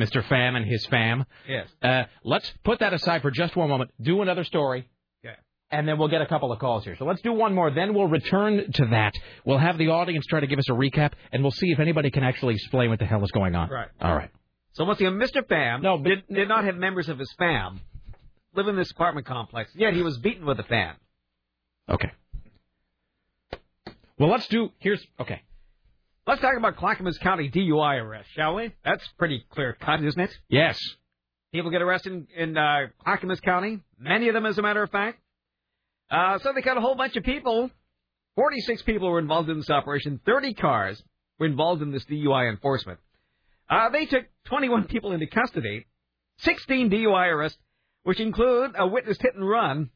Speaker 2: Mr. Fam and his fam.
Speaker 5: Yes.
Speaker 2: Uh, let's put that aside for just one moment. Do another story.
Speaker 5: Yeah.
Speaker 2: And then we'll get a couple of calls here. So let's do one more. Then we'll return to that. We'll have the audience try to give us a recap, and we'll see if anybody can actually explain what the hell is going on.
Speaker 5: Right.
Speaker 2: All right.
Speaker 5: So once again, Mr. Pham did, did not have members of his fam live in this apartment complex, yet he was beaten with a fan.
Speaker 2: Okay. Well, let's do. Here's okay.
Speaker 5: Let's talk about Clackamas County DUI arrest, shall we? That's pretty clear cut, isn't it?
Speaker 2: Yes.
Speaker 5: People get arrested in, in uh, Clackamas County, many of them, as a matter of fact. Uh, so they got a whole bunch of people. 46 people were involved in this operation. 30 cars were involved in this DUI enforcement. Uh, they took 21 [laughs] people into custody, 16 DUI arrests, which include a witness hit and run,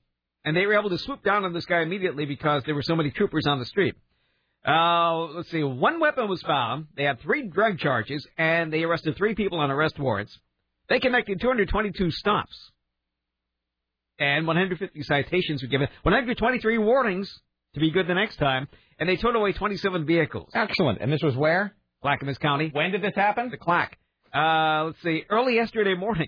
Speaker 5: and they were able to swoop down on this guy immediately because there were so many troopers on the street. Uh, let's see. One weapon was found. They had three drug charges, and they arrested three people on arrest warrants. They conducted 222 stops, and 150 citations were given. 123 warnings to be good the next time, and they towed away 27 vehicles.
Speaker 2: Excellent. And this was where?
Speaker 5: Clackamas County.
Speaker 2: When did this happen?
Speaker 5: The Clack. Uh, let's see. Early yesterday morning.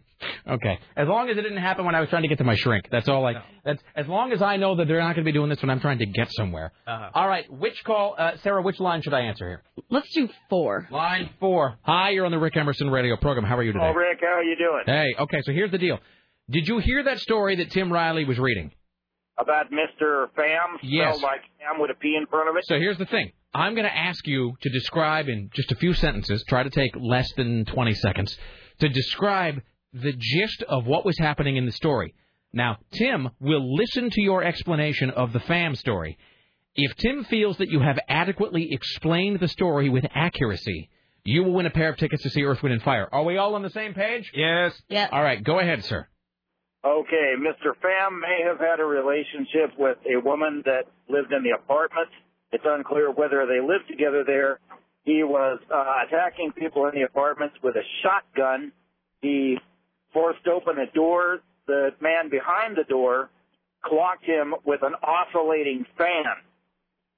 Speaker 2: Okay. As long as it didn't happen when I was trying to get to my shrink. That's all I. That's as long as I know that they're not going to be doing this when I'm trying to get somewhere.
Speaker 5: Uh-huh.
Speaker 2: All right. Which call, uh, Sarah? Which line should I answer here?
Speaker 4: Let's do four.
Speaker 2: Line four. Hi, you're on the Rick Emerson radio program. How are you today?
Speaker 8: Oh, Rick, how are you doing?
Speaker 2: Hey. Okay. So here's the deal. Did you hear that story that Tim Riley was reading?
Speaker 8: About Mr. Pham,
Speaker 2: Yes.
Speaker 8: spelled like Pham with a P in front of it.
Speaker 2: So here's the thing. I'm going to ask you to describe in just a few sentences, try to take less than 20 seconds, to describe the gist of what was happening in the story. Now, Tim will listen to your explanation of the fam story. If Tim feels that you have adequately explained the story with accuracy, you will win a pair of tickets to see Earth, Wind, and Fire. Are we all on the same page?
Speaker 5: Yes.
Speaker 4: Yeah.
Speaker 2: All right, go ahead, sir.
Speaker 8: Okay, Mr. Pham may have had a relationship with a woman that lived in the apartment
Speaker 14: It's unclear whether they lived together there. He was uh, attacking people in the apartments with a shotgun. He forced open a door. The man behind the door clocked him with an oscillating fan.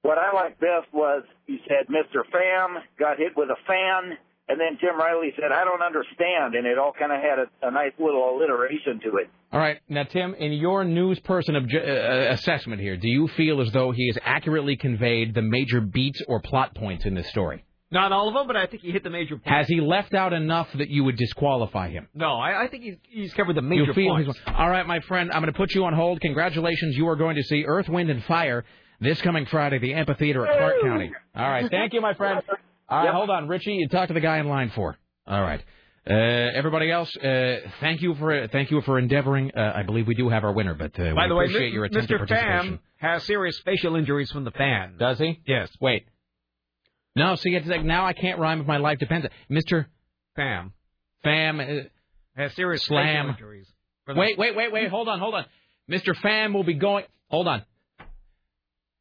Speaker 14: What I liked best was he said, Mr. Fam, got hit with a fan. And then Tim Riley said, I don't understand. And it all kind of had a, a nice little alliteration to it.
Speaker 2: All right, now Tim, in your news person obje- uh, assessment here, do you feel as though he has accurately conveyed the major beats or plot points in this story?
Speaker 5: Not all of them, but I think he hit the major points.
Speaker 2: Has he left out enough that you would disqualify him?
Speaker 5: No, I, I think he's, he's covered the major
Speaker 2: you feel
Speaker 5: points.
Speaker 2: he's- all right, my friend, I'm going to put you on hold. Congratulations, you are going to see Earth, Wind, and Fire this coming Friday, at the amphitheater at Clark County. All right, thank you, [laughs] my friend. All right, hold on, Richie. You talk to the guy in line four. All right. Uh, everybody else, uh, thank you for thank you for endeavoring. Uh, I believe we do have our winner, but uh,
Speaker 5: By
Speaker 2: we
Speaker 5: the way,
Speaker 2: appreciate your attempted
Speaker 5: Mr.
Speaker 2: participation.
Speaker 5: Pham has serious facial injuries from the fan.
Speaker 2: Does he?
Speaker 5: Yes.
Speaker 2: Wait. No, see, it's like now I can't rhyme if my life depends. on Mr.
Speaker 5: Pham.
Speaker 2: Pham. Uh,
Speaker 5: Has serious facial
Speaker 2: Slam.
Speaker 5: injuries.
Speaker 2: Wait, wait, wait, wait. Hold on, hold on. Mr. Pham will be going. Hold on.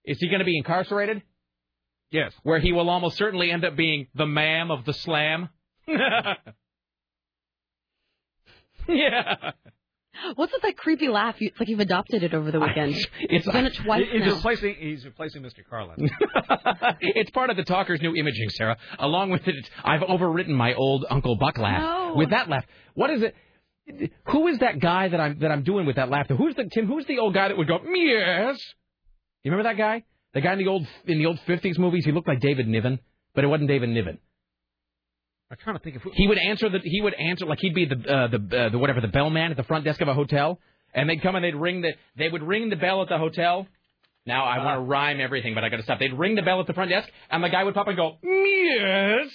Speaker 2: Is he going to be incarcerated?
Speaker 5: Yes.
Speaker 2: Where he will almost certainly end up being the ma'am of the
Speaker 5: [laughs]
Speaker 2: slam. [laughs] yeah.
Speaker 4: What's with that creepy laugh? You- It's like you've adopted it over the weekend.
Speaker 2: [laughs] it's-
Speaker 4: You've done it twice
Speaker 5: He- he's
Speaker 4: now.
Speaker 5: replacing he's replacing Mr. Carlin.
Speaker 2: [laughs] it's part of the talker's new imaging, Sarah. Along with it, it's, I've overwritten my old Uncle Buck laugh
Speaker 13: No.
Speaker 2: with that laugh. What is it? Who is that guy that I'm that I'm doing with that laughter? Who's the Tim? Who's the old guy that would go yes? You remember that guy? The guy in the old in the old fifties movies. He looked like David Niven, but it wasn't David Niven.
Speaker 5: I'm trying to think of who
Speaker 2: He would answer the he would answer like he'd be the uh, the uh, the whatever the bellman at the front desk of a hotel, and they'd come and they'd ring the they would ring the bell at the hotel. Now I want to rhyme everything, but I got to stop. They'd ring the bell at the front desk, and the guy would pop and go yes.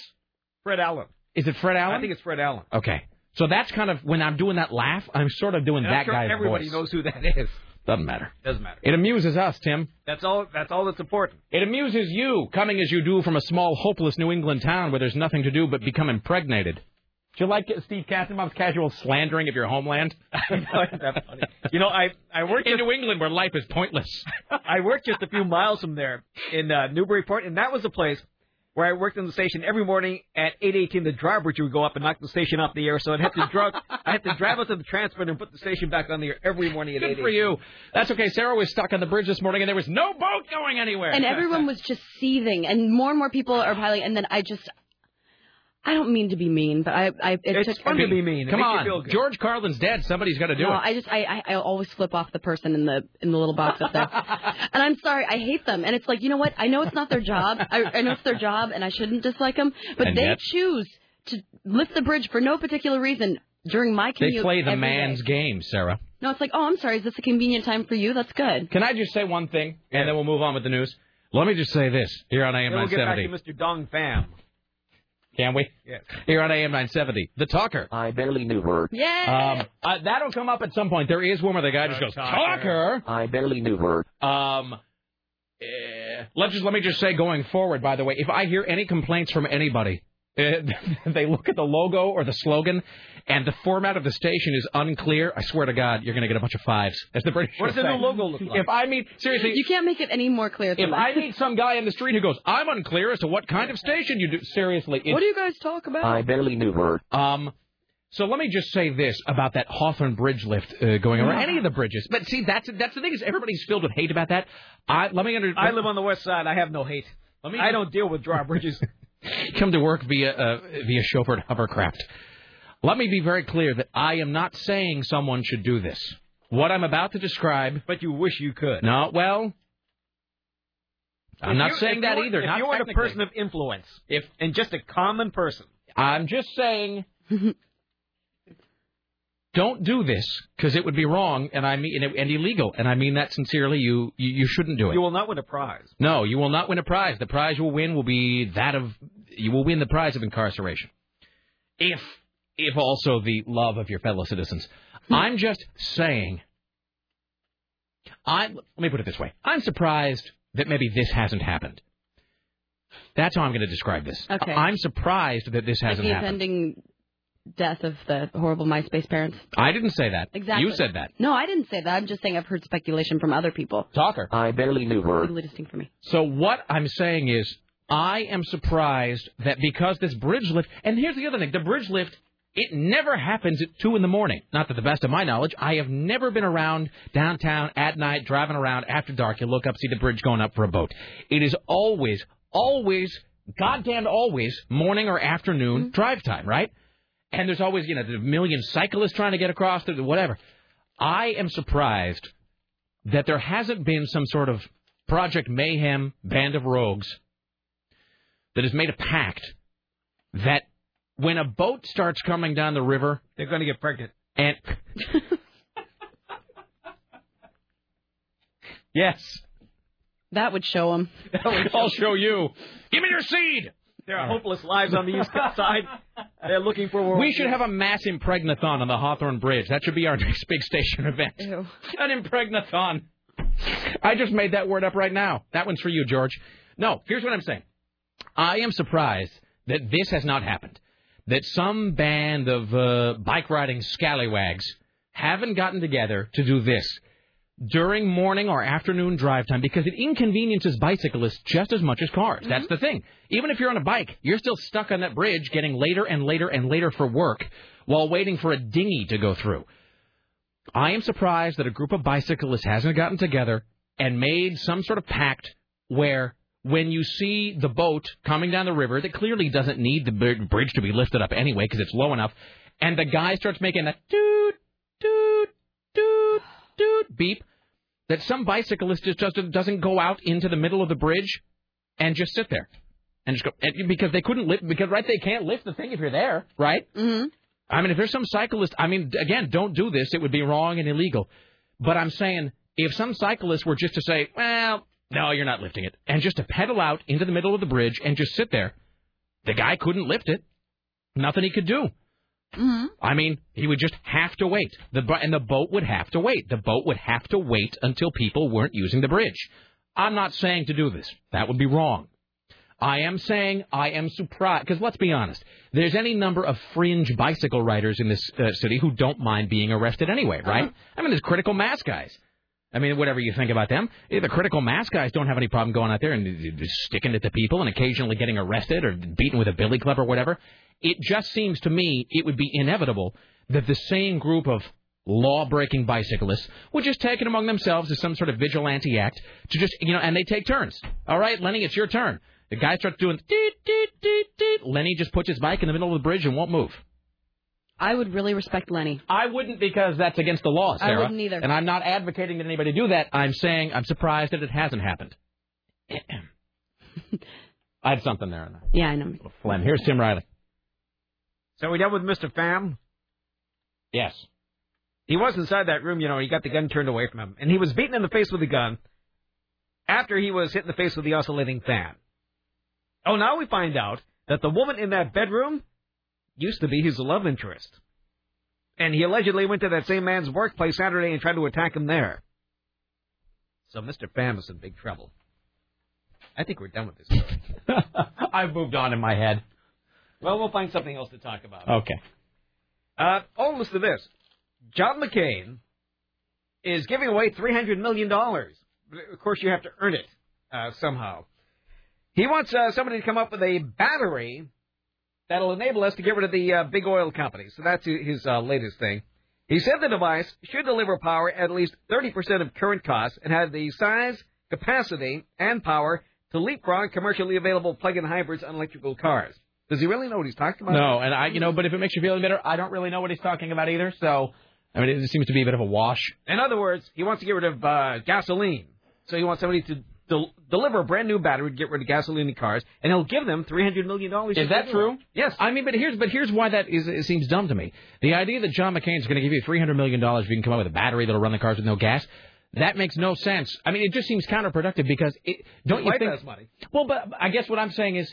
Speaker 5: Fred Allen.
Speaker 2: Is it Fred Allen?
Speaker 5: I think it's Fred Allen.
Speaker 2: Okay. So that's kind of when I'm doing that laugh, I'm sort of doing
Speaker 5: And I'm
Speaker 2: that
Speaker 5: sure
Speaker 2: guy's
Speaker 5: everybody
Speaker 2: voice.
Speaker 5: knows who that is.
Speaker 2: Doesn't matter.
Speaker 5: Doesn't matter.
Speaker 2: It amuses us, Tim.
Speaker 5: That's all that's all that's important.
Speaker 2: It amuses you, coming as you do from a small, hopeless New England town where there's nothing to do but become impregnated. Do you like Steve Katzenbaum's casual slandering of your
Speaker 5: [laughs]
Speaker 2: homeland?
Speaker 5: that's funny. You know, I I worked
Speaker 2: in New England where life is pointless.
Speaker 5: I worked just a few miles from there in uh, Newburyport, and that was a place where I worked in the station every morning at 8:18. The drawbridge would go up and knock the station off the air, so I'd have to drive. I had to drive up to the transmitter and put the station back on the air every morning at 8:18.
Speaker 2: Good for you. That's okay. Sarah was stuck on the bridge this morning, and there was no boat going anywhere.
Speaker 4: and everyone was just seething, and more and more people are piling. And then I just, I don't mean to be mean, but I, I it took
Speaker 2: Come on, George Carlin's dead. Somebody's got to do
Speaker 4: no,
Speaker 2: it.
Speaker 4: I just I, I I always flip off the person in the in the little box
Speaker 2: [laughs]
Speaker 4: up there, and I'm sorry I hate them. And it's like you know what I know it's not their job. I, I know it's their job, and I shouldn't dislike them. But
Speaker 2: And
Speaker 4: they
Speaker 2: yet-
Speaker 4: choose to lift the bridge for no particular reason during my commute.
Speaker 2: they play the
Speaker 4: every
Speaker 2: man's
Speaker 4: day.
Speaker 2: game, Sarah.
Speaker 4: No, it's like oh I'm sorry. Is this a convenient time for you? That's good.
Speaker 2: Can I just say one thing, and then we'll move on with the news? Let me just say this here on AM
Speaker 5: Then we'll get back
Speaker 2: 970.
Speaker 5: to Mr. Dong Pham.
Speaker 2: Can we?
Speaker 5: Yes.
Speaker 2: Here on AM 970, The Talker. I barely knew her.
Speaker 4: Yeah.
Speaker 2: Um, uh, that'll come up at some point. There is one where the guy just goes, Talker.
Speaker 13: Talker.
Speaker 2: I barely knew her. Um, eh, let just let me just say, going forward, by the way, if I hear any complaints from anybody, [laughs] eh, they look at the logo or the slogan, and the format of the station is unclear. I swear to God, you're going to get a bunch of fives. That's the British.
Speaker 4: What does the
Speaker 2: will
Speaker 4: new
Speaker 2: say.
Speaker 4: logo look like?
Speaker 2: If I meet seriously,
Speaker 4: you can't make it any more clear. than
Speaker 2: if
Speaker 4: that.
Speaker 2: I meet some guy in the street who goes, I'm unclear as to what kind of station you do. Seriously, it's-
Speaker 4: what do you guys talk about?
Speaker 2: barely knew her. Um, so let me just say this about that Hawthorne Bridge lift uh, going over any of the bridges. But see, that's that's the thing is everybody's filled with hate about that. I let me under.
Speaker 5: I live on the west side. I have no hate.
Speaker 2: me-
Speaker 5: I don't deal with drawbridges.
Speaker 2: come to work via uh, via chauffeured hovercraft. Let me be very clear that I am not saying someone should do this. What I'm about to describe.
Speaker 5: But you wish you could.
Speaker 2: No, well, I'm
Speaker 5: If
Speaker 2: not
Speaker 5: you-
Speaker 2: saying
Speaker 5: if
Speaker 2: that
Speaker 5: you were-
Speaker 2: either.
Speaker 5: If
Speaker 2: not
Speaker 5: you weren't a
Speaker 2: technically.
Speaker 5: person of influence,
Speaker 2: if
Speaker 5: and just a common person,
Speaker 2: I'm just
Speaker 4: [laughs]
Speaker 2: saying, don't do this because it would be wrong and I mean and, and illegal, and I mean that sincerely. You, you you shouldn't do it.
Speaker 5: you will not win a prize.
Speaker 2: No, you will not win a prize. The prize you will win will be that of you will win the prize of incarceration.
Speaker 5: [laughs]
Speaker 2: If if also the love of your fellow citizens.
Speaker 4: Hmm.
Speaker 2: I'm just saying I let me put it this way. I'm surprised that maybe this hasn't happened. That's how I'm going to describe this.
Speaker 4: Okay.
Speaker 2: I'm surprised that this
Speaker 4: Like
Speaker 2: hasn't
Speaker 4: the
Speaker 2: happened.
Speaker 4: offending death of the horrible MySpace parents.
Speaker 2: I didn't say that.
Speaker 4: Exactly.
Speaker 2: You said that.
Speaker 4: No, I didn't say that. I'm just saying I've heard speculation from other people.
Speaker 2: Talker. I barely knew her.
Speaker 4: Totally distinct from me.
Speaker 2: So what I'm saying is, I am surprised that because this bridge lift, and here's the other thing, the bridge lift, it never happens at two in the morning. Not to the best of my knowledge, I have never been around downtown at night, driving around after dark. You look up, see the bridge going up for a boat. It is always, always, goddamn always, morning or afternoon
Speaker 4: Mm-hmm.
Speaker 2: drive time, right? And there's always, you know, the million cyclists trying to get across, the- whatever. I am surprised that there hasn't been some sort of Project Mayhem band of rogues that has made a pact that when a boat starts coming down the river,
Speaker 5: they're going to get pregnant.
Speaker 2: And yes,
Speaker 4: That would
Speaker 2: [laughs]
Speaker 4: show them.
Speaker 2: I'll show you. Give me your seed.
Speaker 5: There are hopeless lives on the east
Speaker 2: [laughs]
Speaker 5: side. They're looking for more.
Speaker 2: We should have a mass impregnathon on the Hawthorne Bridge. That should be our [laughs] next big station event. An impregnathon. I just made that word up right now. That one's for you, George. No, here's what I'm saying. I am surprised that this has not happened. That some band of uh, bike riding scallywags haven't gotten together to do this during morning or afternoon drive time because it inconveniences bicyclists just as much as cars. That's the thing. Even if you're on a bike, you're still stuck on that bridge getting later and later and later for work while waiting for a dinghy to go through. I am surprised that a group of bicyclists hasn't gotten together and made some sort of pact where when you see the boat coming down the river that clearly doesn't need the br- bridge to be lifted up anyway because it's low enough, and the guy starts making that doot, doot, doot, doot beep, that some bicyclist just doesn't, doesn't go out into the middle of the bridge and just sit there and just go and- because they couldn't lift because right they can't lift the thing if you're there right
Speaker 4: mm-hmm.
Speaker 2: i mean if there's some cyclist i mean again don't do this it would be wrong and illegal but i'm saying if some cyclists were just to say well no you're not lifting it and just to pedal out into the middle of the bridge and just sit there the guy couldn't lift it nothing he could do
Speaker 4: Mm-hmm.
Speaker 2: I mean, he would just have to wait. The bu- and the boat would have to wait. The boat would have to wait until people weren't using the bridge. I'm not saying to do this. That would be wrong. I am saying I am surprised because let's be honest. There's any number of fringe bicycle riders in this uh, city who don't mind being arrested anyway, right? I mean, there's critical mass guys. I mean, whatever you think about them, eh, the critical mass guys don't have any problem going out there and uh, uh, sticking it to people and occasionally getting arrested or beaten with a billy club or whatever. It just seems to me it would be inevitable that the same group of law-breaking bicyclists would just take it among themselves as some sort of vigilante act to just, you know, and they take turns. All right, Lenny, it's your turn. The guy starts doing deet, deet, deet, deet. Lenny just puts his bike in the middle of the bridge and won't move.
Speaker 4: I would really respect Lenny.
Speaker 2: I wouldn't because that's against the law,
Speaker 4: I
Speaker 2: Sarah.
Speaker 4: wouldn't either.
Speaker 2: And I'm not advocating that anybody do that. I'm saying I'm surprised that it hasn't happened. I had something there. and I-
Speaker 4: [clears throat] Yeah, I know.
Speaker 2: Flynn, here's Tim Riley.
Speaker 5: So we done with Mr. Pham?
Speaker 2: Yes.
Speaker 5: He was inside that room, you know, he got the gun turned away from him. And he was beaten in the face with the gun after he was hit in the face with the oscillating fan. Oh, now we find out that the woman in that bedroom used to be his love interest. And he allegedly went to that same man's workplace Saturday and tried to attack him there. So Mr. Pham is in big trouble. I think we're done with this story.
Speaker 2: [laughs] I've moved on in my head.
Speaker 5: Well, we'll find something else to talk about.
Speaker 2: Okay.
Speaker 5: Uh, oh, listen to this. John McCain is giving away $300 million. But Of course, you have to earn it uh, somehow. He wants uh, somebody to come up with a battery that'll enable us to get rid of the uh, big oil companies. So that's hi- his uh, latest thing. He said the device should deliver power at least 30% of current costs and have the size, capacity, and power to leapfrog commercially available plug-in hybrids on electrical cars. Does he really know what he's talking about?
Speaker 2: No, and I, you know, but if it makes you feel any better, I don't really know what he's talking about either. So, I mean, it seems to be a bit of a wash.
Speaker 5: In other words, he wants to get rid of uh, gasoline. So he wants somebody to del- deliver a brand new battery to get rid of gasoline in cars, and he'll give them three hundred million dollars.
Speaker 2: Is that true?
Speaker 5: Yes.
Speaker 2: I mean, but here's but here's why that is it seems dumb to me. The idea that John McCain's going to give you three hundred million dollars if you can come up with a battery that'll run the cars with no gas. That makes no sense. I mean, it just seems counterproductive because it don't you
Speaker 5: White
Speaker 2: think?
Speaker 5: House money.
Speaker 2: Well, but I guess what I'm saying is,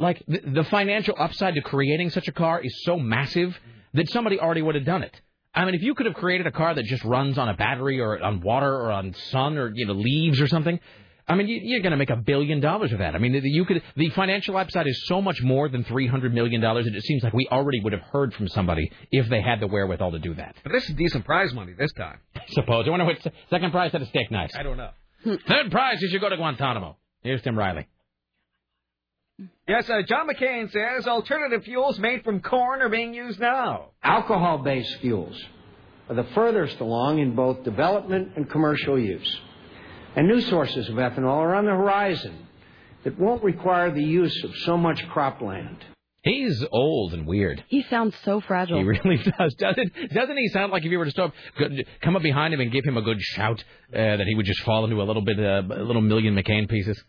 Speaker 2: like, the, the financial upside to creating such a car is so massive that somebody already would have done it. I mean, if you could have created a car that just runs on a battery or on water or on sun or you know leaves or something, I mean, you, you're going to make a billion dollars with that. I mean, you could. The financial upside is so much more than three hundred million dollars, and it seems like we already would have heard from somebody if they had the wherewithal to do that. Oh,
Speaker 5: But this is decent prize money this time.
Speaker 2: I [laughs] suppose. I wonder what second prize had a steak knife.
Speaker 5: I don't know.
Speaker 2: Third prize, you should go to Guantanamo. Here's Tim Riley.
Speaker 5: Yes, uh, John McCain says alternative fuels made from corn are being used now.
Speaker 15: Alcohol based fuels are the furthest along in both development and commercial use. And new sources of ethanol are on the horizon that won't require the use of so much cropland.
Speaker 2: He's old and weird.
Speaker 4: He sounds so fragile.
Speaker 2: He [laughs] really does, doesn't doesn't he? Sound like if you were to stop, go- come up behind him and give him a good shout, uh, that he would just fall into a little bit, uh, a little million McCain pieces.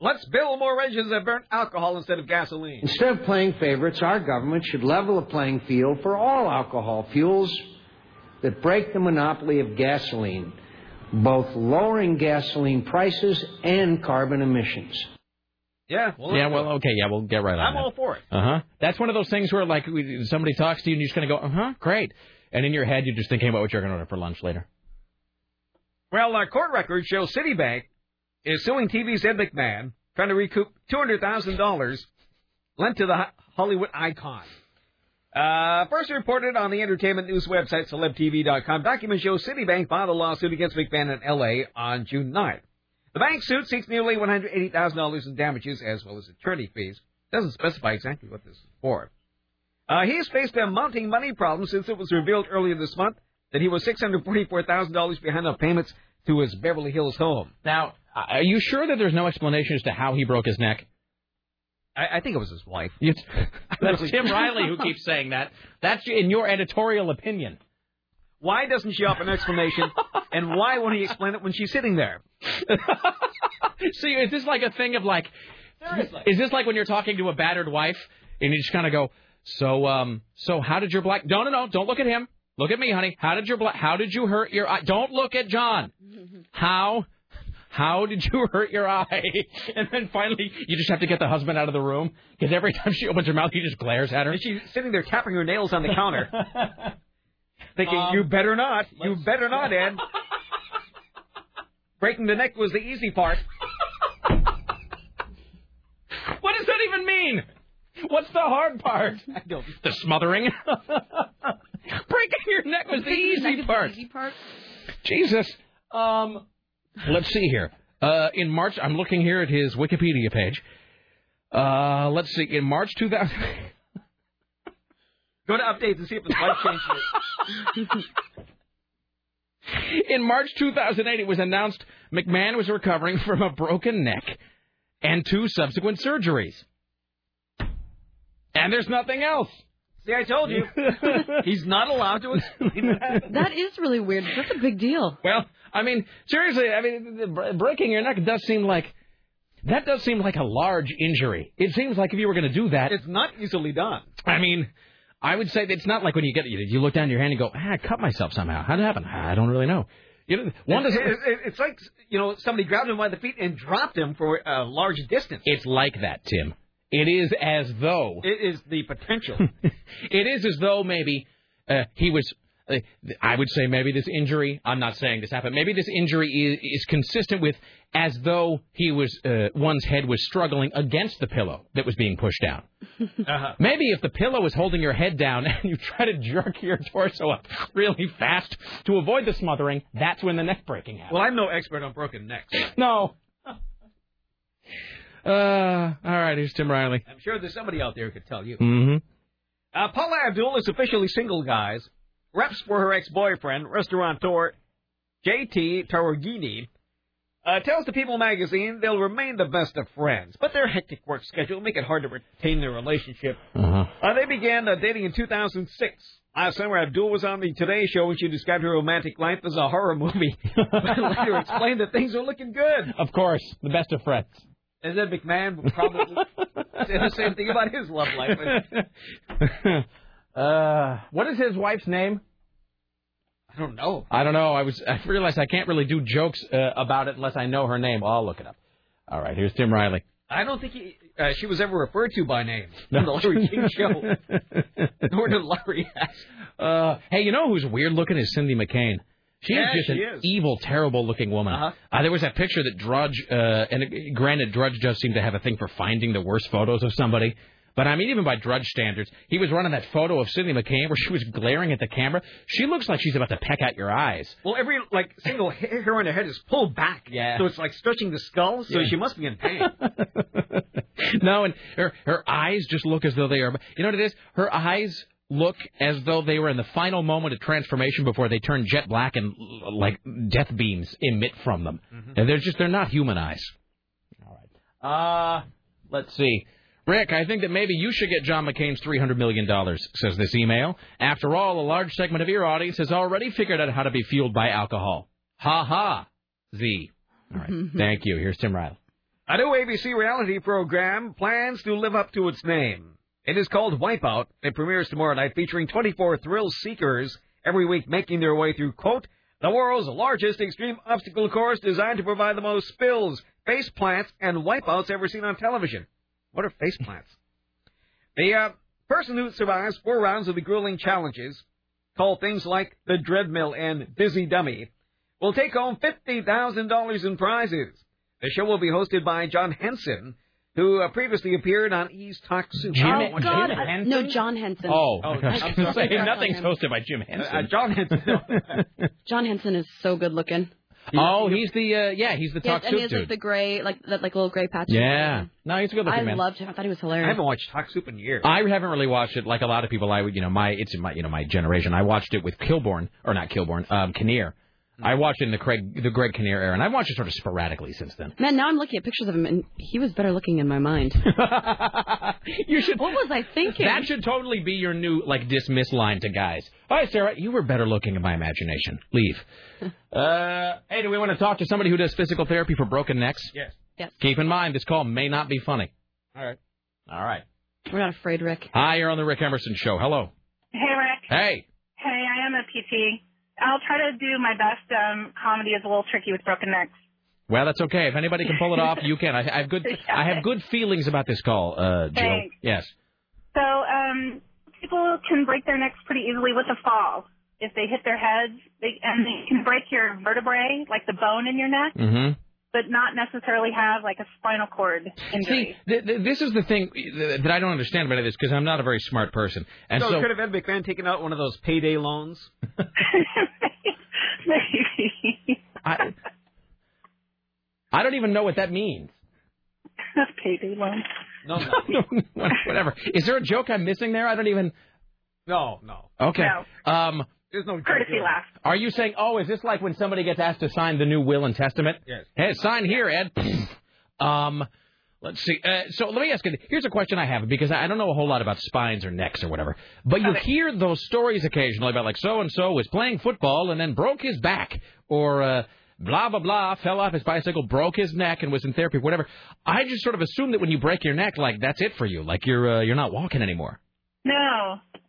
Speaker 5: Let's build more engines that burn alcohol instead of gasoline.
Speaker 15: Instead of playing favorites, our government should level the playing field for all alcohol fuels that break the monopoly of gasoline, both lowering gasoline prices and carbon emissions.
Speaker 5: Yeah. Well,
Speaker 2: yeah, well, okay, yeah, we'll get right on
Speaker 5: I'm
Speaker 2: that.
Speaker 5: all for it.
Speaker 2: Uh huh. That's one of those things where like we- somebody talks to you and you're just gonna go, uh huh, great, and in your head you're just thinking about what you're gonna order for lunch later.
Speaker 5: Well, uh, court records show Citibank is suing TV's Ed McMahon, trying to recoup $200,000 lent to the Ho- Hollywood icon. Uh, first reported on the entertainment news website celebtv.com, documents show Citibank filed a lawsuit against McMahon in L.A. on June 9th. The bank suit seeks nearly $180,000 in damages as well as attorney fees. Doesn't specify exactly what this is for. Uh, he's faced a mounting money problem since it was revealed earlier this month that he was $644,000 behind on payments to his Beverly Hills home.
Speaker 2: Now, uh, are you sure that there's no explanation as to how he [laughs] broke his neck?
Speaker 5: I, I think it was his wife. [laughs]
Speaker 2: [laughs] That's Tim Riley who keeps saying that. That's in your editorial opinion.
Speaker 5: Why doesn't she offer an explanation? and why won't he explain it when she's sitting there?
Speaker 2: [laughs] See, is this like a thing of like, is this like when you're talking to a battered wife and you just kind of go, so um, so how did your black? No, no, no, don't look at him. Look at me, honey. How did your black? How did you hurt your eye? Don't look at John. How? How did you [laughs] hurt your eye? And then finally, you just have to get the husband out of the room because every [laughs] time she opens her mouth, he just glares at her. And
Speaker 5: she's sitting there tapping her nails on the
Speaker 2: [laughs]
Speaker 5: counter,
Speaker 2: Um,
Speaker 5: thinking, "You better not. You better
Speaker 2: [laughs]
Speaker 5: not, Ed." Breaking the neck was the easy part.
Speaker 2: What does that even mean? What's the hard
Speaker 5: [laughs]
Speaker 2: part? I
Speaker 5: don't.
Speaker 2: The
Speaker 5: [laughs]
Speaker 2: smothering. [laughs] Breaking your neck was the easy part.
Speaker 4: Easy part.
Speaker 2: Jesus. Um, let's see here. Uh, in March, I'm looking here at his Wikipedia page. Uh, let's see. In March [laughs] 2000,
Speaker 5: Go to updates and see if his wife changed it.
Speaker 2: in March 2008, it was announced McMahon was recovering from a broken neck and two subsequent surgeries. And there's nothing else.
Speaker 5: See, I told [laughs] you. He's not allowed to explain that.
Speaker 4: That is really weird. That's a big deal.
Speaker 2: Well, I mean, seriously, I mean, the- the- breaking your neck does seem like that does seem like a large injury. It seems like if you were going to do that,
Speaker 5: It's not easily done.
Speaker 2: I mean, I would say that it's not like when you get you, you look down your hand and go, ah, I cut myself somehow. How would it happen? "Ah, I don't really know. You know, one
Speaker 5: It-
Speaker 2: doesn't.
Speaker 5: it- it- it's like you know somebody grabbed him by the feet and dropped him for a large distance.
Speaker 2: It's like that, Tim. It is as though
Speaker 5: It is the potential.
Speaker 2: it is as though maybe uh, he was. Uh, I would say maybe this injury. I'm not saying this happened. Maybe this injury is, is consistent with as though he was uh, one's head was struggling against the pillow that was being pushed down.
Speaker 5: Uh-huh.
Speaker 2: Maybe if the pillow is holding your head down [laughs] and you try to jerk your torso up really fast to avoid the smothering, that's when the neck breaking happens.
Speaker 5: Well, I'm no expert on broken necks.
Speaker 2: No. Uh, all right, here's Tim Riley.
Speaker 5: I'm sure there's somebody out there who could tell you.
Speaker 2: Mm-hmm.
Speaker 5: Uh, Paula Abdul is officially single, guys. Reps for her ex-boyfriend, restaurateur J.T. Tarogini, uh, tells the People magazine they'll remain the best of friends, but their hectic work schedule make it hard to retain their relationship.
Speaker 2: Uh-huh.
Speaker 5: Uh, they began uh, dating in 2006. Last summer, Uh, Abdul was on the Today Show when she described her romantic life as a horror movie, [laughs] but later explained that things are looking good.
Speaker 2: Of course, the best of friends.
Speaker 5: And then McMahon would [laughs] probably say the same thing about his love life.
Speaker 2: [laughs] uh, what is his wife's name?
Speaker 5: I don't know.
Speaker 2: I don't know. I was I realized I can't really do jokes uh, about it unless I know her name. I'll look it up. All right, here's Tim Riley.
Speaker 5: I don't think he, uh, she was ever referred to
Speaker 2: [laughs]
Speaker 5: by name [laughs] on the Larry King Show, nor did Larry ask.
Speaker 2: Uh, hey, you know who's weird looking is Cindy McCain. She
Speaker 13: Yeah,
Speaker 2: is just
Speaker 13: she
Speaker 2: an
Speaker 13: is.
Speaker 2: evil, terrible-looking woman.
Speaker 5: Uh-huh.
Speaker 2: uh there was that picture that Drudge, uh, and uh, granted, Drudge does seem to have a thing for finding the worst photos of somebody. But I mean, even by Drudge standards, he was running that photo of Sidney McCain where she was glaring at the camera. She looks like she's about to peck out your eyes.
Speaker 5: Well, every like single hair on her head is pulled back.
Speaker 2: Yeah.
Speaker 5: So it's like stretching the skull. So
Speaker 2: Yeah.
Speaker 5: she must be in pain.
Speaker 2: [laughs] no, and her her eyes just look as though they are. You know what it is? Her eyes look as though they were in the final moment of transformation before they turn jet black and l- like death beams emit from them. And they're just they're not human eyes. Mm-hmm. All right. Uh let's see. Rick, I think that maybe you should get John McCain's $300 million, says this email. After all, a large segment of your audience has already figured out how to be fueled by alcohol. Ha ha, Z. All right. Thank you. Here's Tim Riley.
Speaker 5: A new ABC reality program plans to live up to its name. It is called Wipeout. It premieres tomorrow night, featuring 24 thrill seekers every week making their way through, quote, the world's largest extreme obstacle course designed to provide the most spills, face plants, and wipeouts ever seen on television. What are face plants? the uh, person who survives four rounds of the grueling challenges, called things like the Dreadmill and Dizzy Dummy, will take home $50,000 in prizes. The show will be hosted by John Henson, who uh, previously appeared on E's Talk Soup.
Speaker 4: oh, God. I- No, John Henson.
Speaker 2: Oh, [laughs]
Speaker 4: I
Speaker 2: I was
Speaker 4: keep
Speaker 5: [laughs]
Speaker 2: going to say,
Speaker 4: forgetting
Speaker 2: nothing's
Speaker 4: him.
Speaker 2: hosted by Jim Henson.
Speaker 5: Uh, John
Speaker 4: [laughs]
Speaker 5: Henson.
Speaker 4: John Henson is so good looking.
Speaker 2: Oh, he's the uh, yeah, he's the
Speaker 4: Yes,
Speaker 2: talk
Speaker 4: and he
Speaker 2: soup
Speaker 4: has like
Speaker 2: dude.
Speaker 4: the gray, like that, like little gray patch.
Speaker 2: Yeah, no, he's a good
Speaker 4: I
Speaker 2: looking man.
Speaker 4: loved him. I thought he was hilarious.
Speaker 5: watched Talk Soup in years.
Speaker 2: I haven't really watched it like a lot of people. I would, you know, my it's my you know my generation. I watched it with Kilborn or not Kilborn, um, Kinnear.
Speaker 5: Hmm.
Speaker 2: I watched it in the Craig the Greg Kinnear era, and I've watched it sort of sporadically since then.
Speaker 4: Man, now I'm looking at pictures of him, and he was better looking in my mind.
Speaker 2: [laughs] you should.
Speaker 4: What was I thinking?
Speaker 2: That should totally be your new like dismiss line to guys. Hi, Sarah, you were better looking in my imagination. Leave.
Speaker 4: [laughs]
Speaker 2: uh, hey, do we want to talk to somebody who does physical therapy for broken necks?
Speaker 5: Yes.
Speaker 4: Yes.
Speaker 2: Keep in mind, this call may not be funny.
Speaker 5: All right.
Speaker 2: All right.
Speaker 4: We're not afraid, Rick.
Speaker 2: Hi, you're on the Rick Emerson Show. Hello.
Speaker 16: Hey, Rick.
Speaker 2: Hey.
Speaker 16: Hey, I am a PT. I'll try to do my best. Um, comedy is a little tricky with broken necks.
Speaker 2: Well, that's okay. If anybody can pull it off, you can. I, I have good. I have good feelings about this call, uh, Jill.
Speaker 16: Thanks.
Speaker 2: Yes.
Speaker 16: So um, people can break their necks pretty easily with a fall. If they hit their heads, they, and they can break your vertebrae, like the bone in your neck,
Speaker 2: Mm-hmm.
Speaker 16: but not necessarily have like a spinal cord injury. [laughs]
Speaker 2: See, th- th- this is the thing th- that I don't understand about this because I'm not a very smart person, and
Speaker 5: so,
Speaker 2: so
Speaker 5: could have Ed McMahon taken out one of those payday loans?
Speaker 2: I, I don't even know what that means.
Speaker 16: Payday loan.
Speaker 5: No,
Speaker 2: [laughs] Whatever. Is there a joke I'm missing there? I don't even.
Speaker 5: No, no.
Speaker 2: Okay. Um,
Speaker 5: There's no
Speaker 16: courtesy laugh.
Speaker 2: are you saying, oh, is this like when somebody gets asked to sign the new will and testament?
Speaker 5: Yes.
Speaker 2: Hey, sign here, Ed. [laughs] um, let's see. Uh, so let me ask you. Here's a question I have because I I don't know a whole lot about spines or necks or whatever. But you hear those stories occasionally about like so and so was playing football and then broke his back or. Uh, Blah blah blah, fell off his bicycle, broke his neck, and was in therapy. Whatever. I just sort of assume that when you break your neck, like that's it for you. Like you're uh, you're not walking anymore.
Speaker 16: No,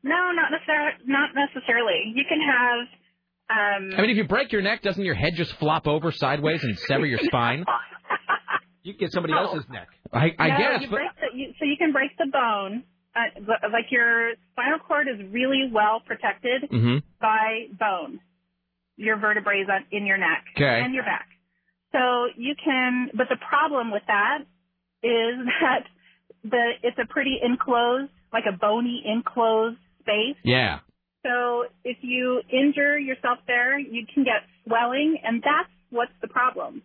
Speaker 16: no, not necessarily. Not necessarily. You can have. Um,
Speaker 2: I mean, if you break your neck, doesn't your head just flop over sideways and sever your spine?
Speaker 5: You get somebody
Speaker 16: No.
Speaker 5: else's neck.
Speaker 2: I, I
Speaker 16: no,
Speaker 2: guess,
Speaker 16: You
Speaker 2: but
Speaker 16: break the, you, so you can break the bone. Uh, but, like your spinal cord is really well protected
Speaker 2: Mm-hmm.
Speaker 13: Mhm.
Speaker 16: by bone, your vertebrae is on- in your neck
Speaker 13: 'Kay.
Speaker 16: and your back. So you can, but the problem with that is [laughs] that the it's a pretty enclosed, like a bony enclosed space.
Speaker 2: yeah.
Speaker 16: So if you injure yourself there, you can get swelling, and that's what's the problem.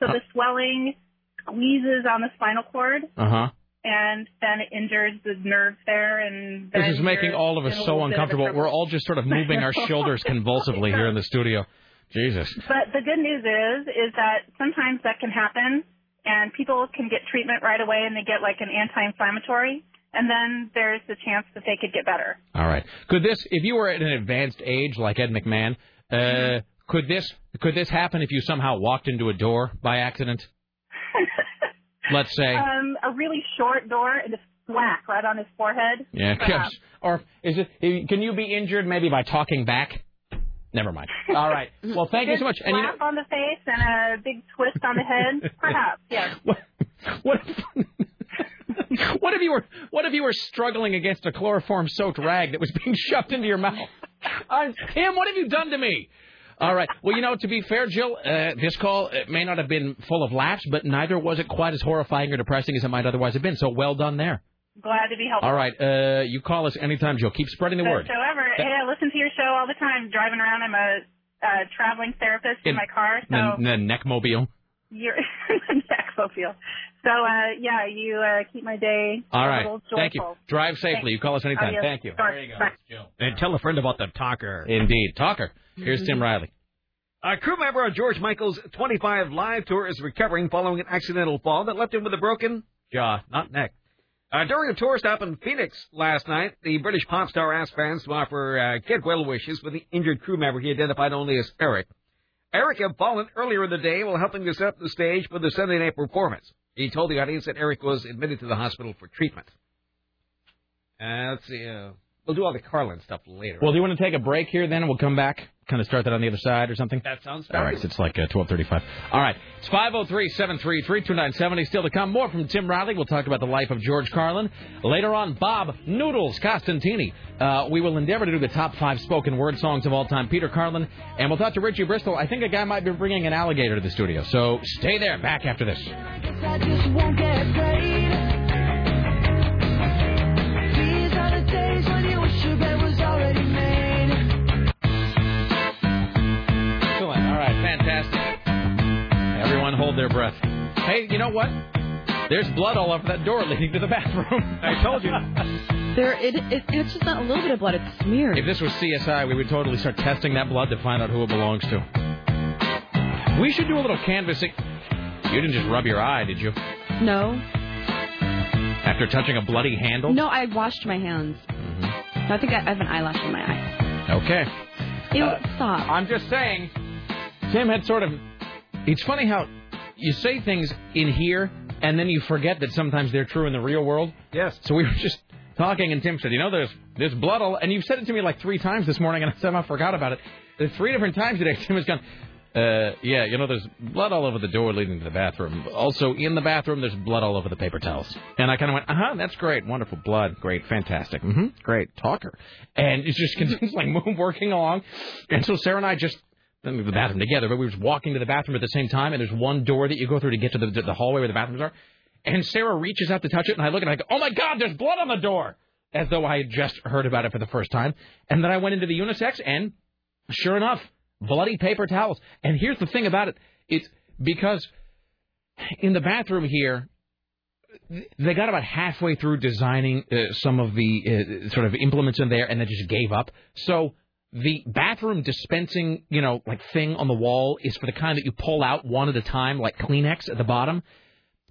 Speaker 16: So the swelling squeezes on the spinal cord,
Speaker 2: Uh huh.
Speaker 16: and then it injures the nerves there, and
Speaker 2: This
Speaker 16: then
Speaker 2: is making
Speaker 16: you're
Speaker 2: all of
Speaker 16: in
Speaker 2: us
Speaker 16: a
Speaker 2: so
Speaker 16: little bit of a
Speaker 2: uncomfortable.
Speaker 16: trouble.
Speaker 2: We're all just sort of moving
Speaker 16: [laughs]
Speaker 2: our shoulders convulsively here in the studio. Jesus.
Speaker 16: But the good news is, is that sometimes that can happen, and people can get treatment right away, and they get like an anti-inflammatory, and then there's the chance that they could get better.
Speaker 2: All right. Could this, if you were at an advanced age like Ed McMahon, uh, could this could this happen if you somehow walked into a door by
Speaker 16: [laughs]
Speaker 2: accident? Let's say.
Speaker 16: Um, a really short door and just whack right on his forehead.
Speaker 2: Yeah. [laughs]
Speaker 16: Perhaps.
Speaker 2: Or is it? Can you be injured maybe by talking back? Never mind. All
Speaker 16: [laughs]
Speaker 2: right. Well, thank you so much.
Speaker 16: Big
Speaker 2: And you know,
Speaker 16: slap on the face and a big twist on the head,
Speaker 2: [laughs]
Speaker 16: perhaps. Yes.
Speaker 2: What if, [laughs] what if you were what if you were struggling against a [laughs] chloroform soaked rag that was being shoved into your mouth? i Tim, what have you done to me? All right. Well, you know, to be fair, Jill, uh, this call uh may not have been full of laughs, but neither was it quite as horrifying or depressing as it might otherwise have been. So well done there.
Speaker 16: Glad to be helpful.
Speaker 2: All right. Uh, you call us anytime, Jill. Keep spreading the word.
Speaker 16: Whatsoever.
Speaker 2: That-
Speaker 16: hey, Oh. I listen to your show all the time. Driving around, I'm a uh, traveling therapist in,
Speaker 2: In-
Speaker 16: my car. So
Speaker 2: N- n- neckmobile.
Speaker 16: you're [laughs] Jacksonville. So uh, yeah, you uh, keep my day.
Speaker 2: All
Speaker 16: a
Speaker 2: right.
Speaker 16: little
Speaker 2: Thank you.
Speaker 16: joyful.
Speaker 2: Drive safely. You call us anytime.
Speaker 16: Adios.
Speaker 2: Thank you.
Speaker 16: Sure. Bye.
Speaker 5: And tell a friend about the talker.
Speaker 2: Indeed. Talker. Here's Tim Riley.
Speaker 5: A Uh, crew member of George Michael's 25 Live Tour is recovering following an accidental fall that left him with a broken jaw, not neck. Uh, during a tour stop in Phoenix last night, the British pop star asked fans to offer uh, get well wishes for the injured crew member he identified only as Eric. Eric had fallen earlier in the day while helping to set up the stage for the Sunday night performance. He told the audience that Eric was admitted to the hospital for treatment. Uh, let's see. Uh, we'll do all the Carlin stuff later.
Speaker 2: Well, do you want to take a break here then, and we'll come back? Kind of start that on the other side or something?
Speaker 5: That sounds
Speaker 2: All right,
Speaker 5: fabulous.
Speaker 2: so it's like uh, 1235. All right, it's 503-733-2970. Still to come, more from Tim Riley. We'll talk about the life of George Carlin. Later on, Bob Noodles Costantini. Uh, we will endeavor to do the top five spoken word songs of all time, Peter Carlin. And we'll talk to Richie Bristol. I think a guy might be bringing an alligator to the studio. So stay there. Back after this.
Speaker 13: I just won't get paid. These are the days when you wish your bed was already made.
Speaker 2: Excellent. All right, fantastic. Everyone hold their breath. Hey, you know what? There's blood all over that door leading to the bathroom. I told [laughs] you.
Speaker 4: There, it, it, it's just not a little bit of blood. It's smeared.
Speaker 2: If this was CSI, we would totally start testing that blood to find out who it belongs to. We should do a little canvassing. You didn't just rub your eye, did you?
Speaker 4: No,
Speaker 2: After touching a bloody handle?
Speaker 4: no, I washed my hands.
Speaker 2: Mm-hmm.
Speaker 4: I think I have an eyelash in my eye.
Speaker 2: Okay.
Speaker 4: Ew, stop.
Speaker 2: Uh, I'm just saying. Tim had sort of. It's funny how you say things in here and then you forget that sometimes they're true in the real world.
Speaker 5: Yes.
Speaker 2: So we were just talking, and Tim said, "You know, there's there's blood all," and you've said it to me like three times this morning, and I somehow forgot about it. The three different times today, Tim has gone. Uh, yeah, you know, there's blood all over the door leading to the bathroom. Also, in the bathroom, there's blood all over the paper towels. And I kind of went, uh huh, that's great. Wonderful blood. Great. Fantastic. hmm Great. Talker. And it just [laughs] continues like move working along. And so Sarah and I just then we were to the bathroom together, but we were walking to the bathroom at the same time, and there's one door that you go through to get to the, to the hallway where the bathrooms are. And Sarah reaches out to touch it, and I look and I go, "Oh my God, there's blood on the door!" As though I had just heard about it for the first time. And then I went into the unisex, and sure enough, bloody paper towels. And here's the thing about it: it's because in the bathroom here, they got about halfway through designing uh, some of the uh, sort of implements in there and they just gave up. So the bathroom dispensing, you know, like thing on the wall is for the kind that you pull out one at a time, like Kleenex at the bottom.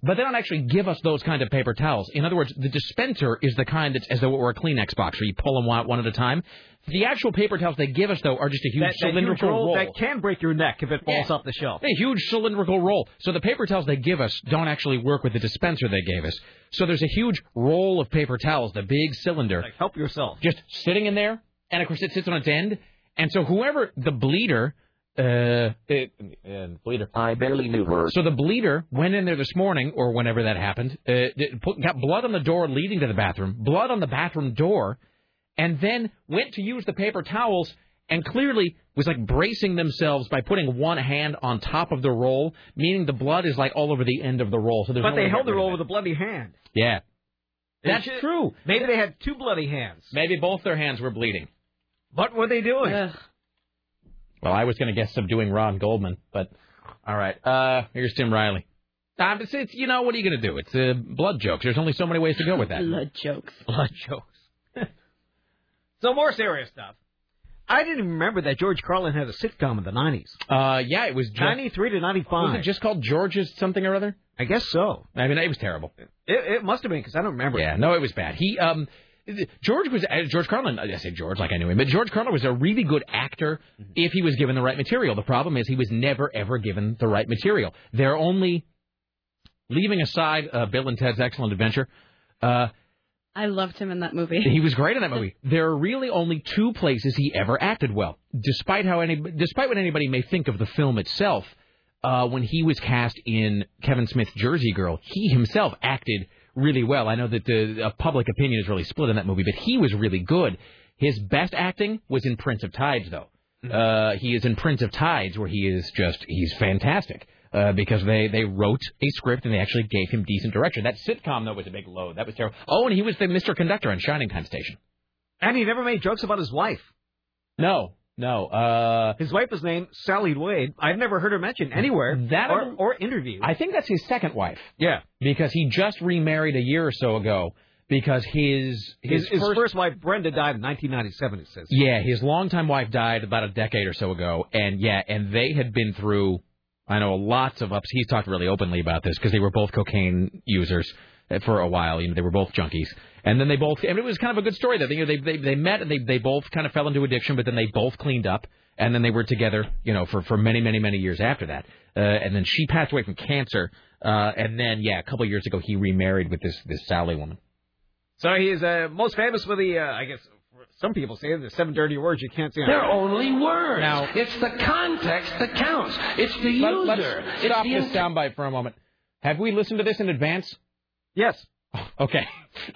Speaker 2: But they don't actually give us those kind of paper towels. In other words, the dispenser is the kind that's as though it were a Kleenex box where you pull them out one at a time. The actual paper towels they give us, though, are just a huge
Speaker 5: That, that
Speaker 2: cylindrical
Speaker 5: huge
Speaker 2: roll.
Speaker 5: roll, that can break your neck if it falls
Speaker 2: Yeah.
Speaker 5: off the shelf.
Speaker 2: A huge cylindrical roll. So the paper towels they give us don't actually work with the dispenser they gave us. So there's a huge roll of paper towels, the big cylinder. Like
Speaker 5: help yourself.
Speaker 2: Just sitting in there, and of course it sits on its end. And so whoever the bleeder, uh, it, and bleeder. I barely knew her. So the bleeder went in there this morning, or whenever that happened. Uh, it put, got blood on the door leading to the bathroom, blood on the bathroom door, and then went to use the paper towels and clearly was like bracing themselves by putting one hand on top of the roll, meaning the blood is like all over the end of the roll. So there's
Speaker 5: But
Speaker 2: no way
Speaker 5: they
Speaker 2: to
Speaker 5: held
Speaker 2: get
Speaker 5: the
Speaker 2: rid of
Speaker 5: roll
Speaker 2: it.
Speaker 5: with a bloody hand.
Speaker 2: Yeah,
Speaker 5: They
Speaker 2: that's
Speaker 5: should-
Speaker 2: true.
Speaker 5: Maybe they had two bloody hands.
Speaker 2: Maybe both their hands were bleeding.
Speaker 5: What were they doing?
Speaker 2: Well, I was going to guess subduing Ron Goldman, but all right. Uh, here's Tim Riley. Uh, it's, it's, you know, what are you going to do? It's uh, blood jokes. There's only so many ways to go with that.
Speaker 4: Blood jokes.
Speaker 2: Blood jokes.
Speaker 5: So more serious stuff. I didn't even remember that George Carlin had a sitcom in the nineties.
Speaker 2: Uh, yeah, it was just,
Speaker 5: 93 to 95.
Speaker 2: Was it just called George's something or other?
Speaker 5: I guess so.
Speaker 2: I mean, it was terrible.
Speaker 5: It, it must have been because I don't remember.
Speaker 2: Yeah, no, it was bad. He, um, George was uh, George Carlin. I say George like I knew him, but George Carlin was a really good actor
Speaker 5: Mm-hmm.
Speaker 2: if he was given the right material. The problem is he was never ever given the right material. They're only leaving aside uh, Bill and Ted's Excellent Adventure. Uh,
Speaker 4: I loved him in that movie.
Speaker 2: he was great in that
Speaker 4: [laughs]
Speaker 2: movie. There are really only two places he ever acted well, despite how any, despite what anybody may think of the film itself. Uh, when he was cast in Kevin Smith's Jersey Girl, he himself acted really well. I know that the uh, public opinion is really split on that movie, but he was really good. His best acting was in Prince of Tides, though. Uh, he is in Prince of Tides, where he is just he's fantastic uh, because they they wrote a script and they actually gave him decent direction. That sitcom though was a big load. That was terrible. Oh, and he was the Mr. Conductor on Shining Time Station.
Speaker 5: And he never made jokes about his wife.
Speaker 2: No, no. Uh,
Speaker 5: his wife was named Sally Wade. I've never heard her mentioned anywhere
Speaker 2: That I
Speaker 5: or,
Speaker 2: don't-
Speaker 5: or interviewed.
Speaker 2: I think that's his second wife.
Speaker 5: Yeah.
Speaker 2: Because he just remarried a year or so ago because his
Speaker 5: His,
Speaker 2: his,
Speaker 5: his
Speaker 2: first,
Speaker 5: first, wife, Brenda, died in 1997, it says.
Speaker 2: yeah his longtime wife died about a decade or so ago, and yeah, and they had been through I know lots of ups. He's talked really openly about this because they were both cocaine users uh, for a while. You know, they were both junkies, and then they both. I mean, it was kind of a good story that you know, they they they met and they they both kind of fell into addiction, but then they both cleaned up, and then they were together. You know, for for many many many years after that, uh, and then she passed away from cancer, uh, and then yeah, a couple of years ago he remarried with this this Sally woman.
Speaker 5: So he is uh, most famous for the, uh, I guess, some people say the seven dirty words you can't say. on-
Speaker 13: They're only words.
Speaker 5: Now-
Speaker 13: it's the context that counts. It's the
Speaker 2: Let-
Speaker 13: user.
Speaker 2: Let's
Speaker 13: It's
Speaker 2: stop
Speaker 13: the
Speaker 2: this
Speaker 13: int-
Speaker 2: soundbite for a moment. Have we listened to this in advance?
Speaker 5: Yes.
Speaker 2: [laughs] Okay.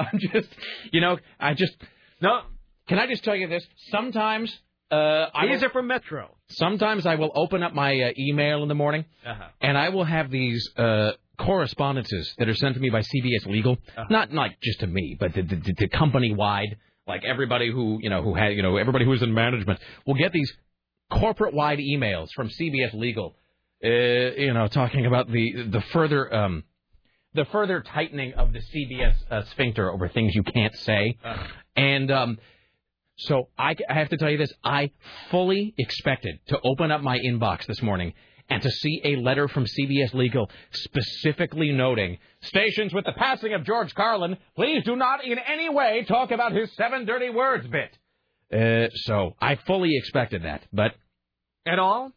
Speaker 2: I'm just, you know, I just.
Speaker 5: No.
Speaker 2: Can I just tell you this? Sometimes. Uh, I
Speaker 5: These
Speaker 2: will-
Speaker 5: are from Metro.
Speaker 2: Sometimes I will open up my uh, email in the morning,
Speaker 5: Uh-huh.
Speaker 2: and I will have these uh, correspondences that are sent to me by CBS Legal, not not just to me, but the, the, the company wide. Like everybody who you know who had you know everybody who's in management will get these corporate wide emails from CBS Legal, uh, you know, talking about the the further um, the further tightening of the CBS uh, sphincter over things you can't say, and um, so I, I have to tell you this. I fully expected to open up my inbox this morning and to see a letter from CBS Legal specifically noting stations with the passing of George Carlin, please do not in any way talk about his seven dirty words bit. Uh, so I fully expected that, but
Speaker 5: at all,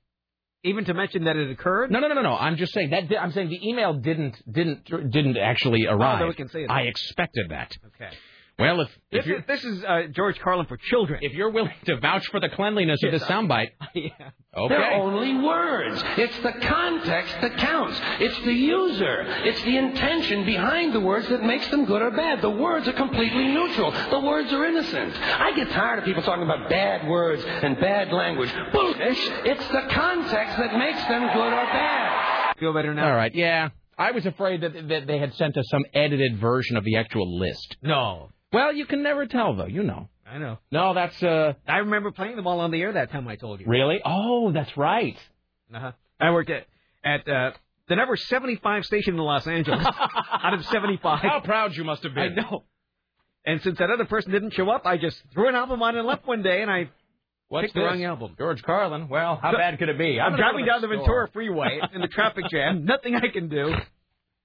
Speaker 5: even to mention that it occurred.
Speaker 2: No, no, no, no, no. I'm just saying that di- I'm saying the email didn't didn't didn't actually arrive.
Speaker 5: Oh, then we can say it.
Speaker 2: I expected that.
Speaker 5: Okay.
Speaker 2: Well, if, if
Speaker 5: This
Speaker 2: you're
Speaker 5: is, this is uh, George Carlin for children.
Speaker 2: if you're willing to vouch for the cleanliness of
Speaker 5: Yes,
Speaker 2: this
Speaker 5: I-
Speaker 2: soundbite,
Speaker 5: [laughs] yeah.
Speaker 2: okay.
Speaker 13: They're only words. It's the context that counts. It's the user. It's the intention behind the words that makes them good or bad. The words are completely neutral. The words are innocent. I get tired of people talking about bad words and bad language. Bullish. It's the context that makes them good or bad.
Speaker 5: Feel better now.
Speaker 2: All right, yeah. I was afraid that, that they had sent us some edited version of the actual list.
Speaker 5: No.
Speaker 2: Well, you can never tell, though. You know.
Speaker 5: I know.
Speaker 2: No, that's uh.
Speaker 5: I remember playing them all on the air that time I told you.
Speaker 2: Really? Oh, that's right.
Speaker 5: Uh-huh. I worked at at uh, the number seventy five station in Los
Speaker 2: [laughs]
Speaker 5: Angeles out of seventy five. How
Speaker 2: proud you must have
Speaker 5: been. I know. And since that other person didn't show up, I just threw an album on and left one day, and I
Speaker 2: What's
Speaker 5: picked the
Speaker 2: this?
Speaker 5: wrong album.
Speaker 2: George Carlin. Well, how bad could it be?
Speaker 5: I'm,
Speaker 2: gonna
Speaker 5: driving
Speaker 2: go
Speaker 5: down
Speaker 2: to
Speaker 5: the
Speaker 2: store.
Speaker 5: Ventura
Speaker 2: [laughs]
Speaker 5: Freeway in the traffic jam. Nothing I can do.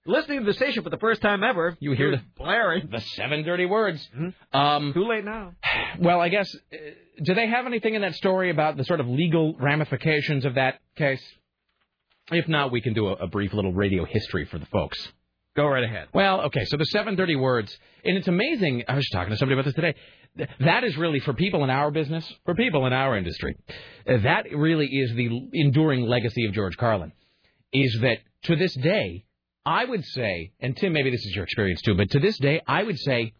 Speaker 5: Listening to the station for the first time ever.
Speaker 2: You hear
Speaker 5: It was blaring
Speaker 2: the seven dirty words. Um,
Speaker 5: Too late now.
Speaker 2: Well, I guess. Uh, do they have anything in that story about the sort of legal ramifications of that case? If not, we can do a, a brief little radio history for the folks.
Speaker 5: Go right ahead.
Speaker 2: Well, okay, so the 730 words, and it's amazing. I was talking to somebody about this today. Th- That is really for people in our business, for people in our industry. uh, That really is the enduring legacy of George Carlin. Is that to this day, I would say, and Tim, maybe this is your experience too, but to this day, I would say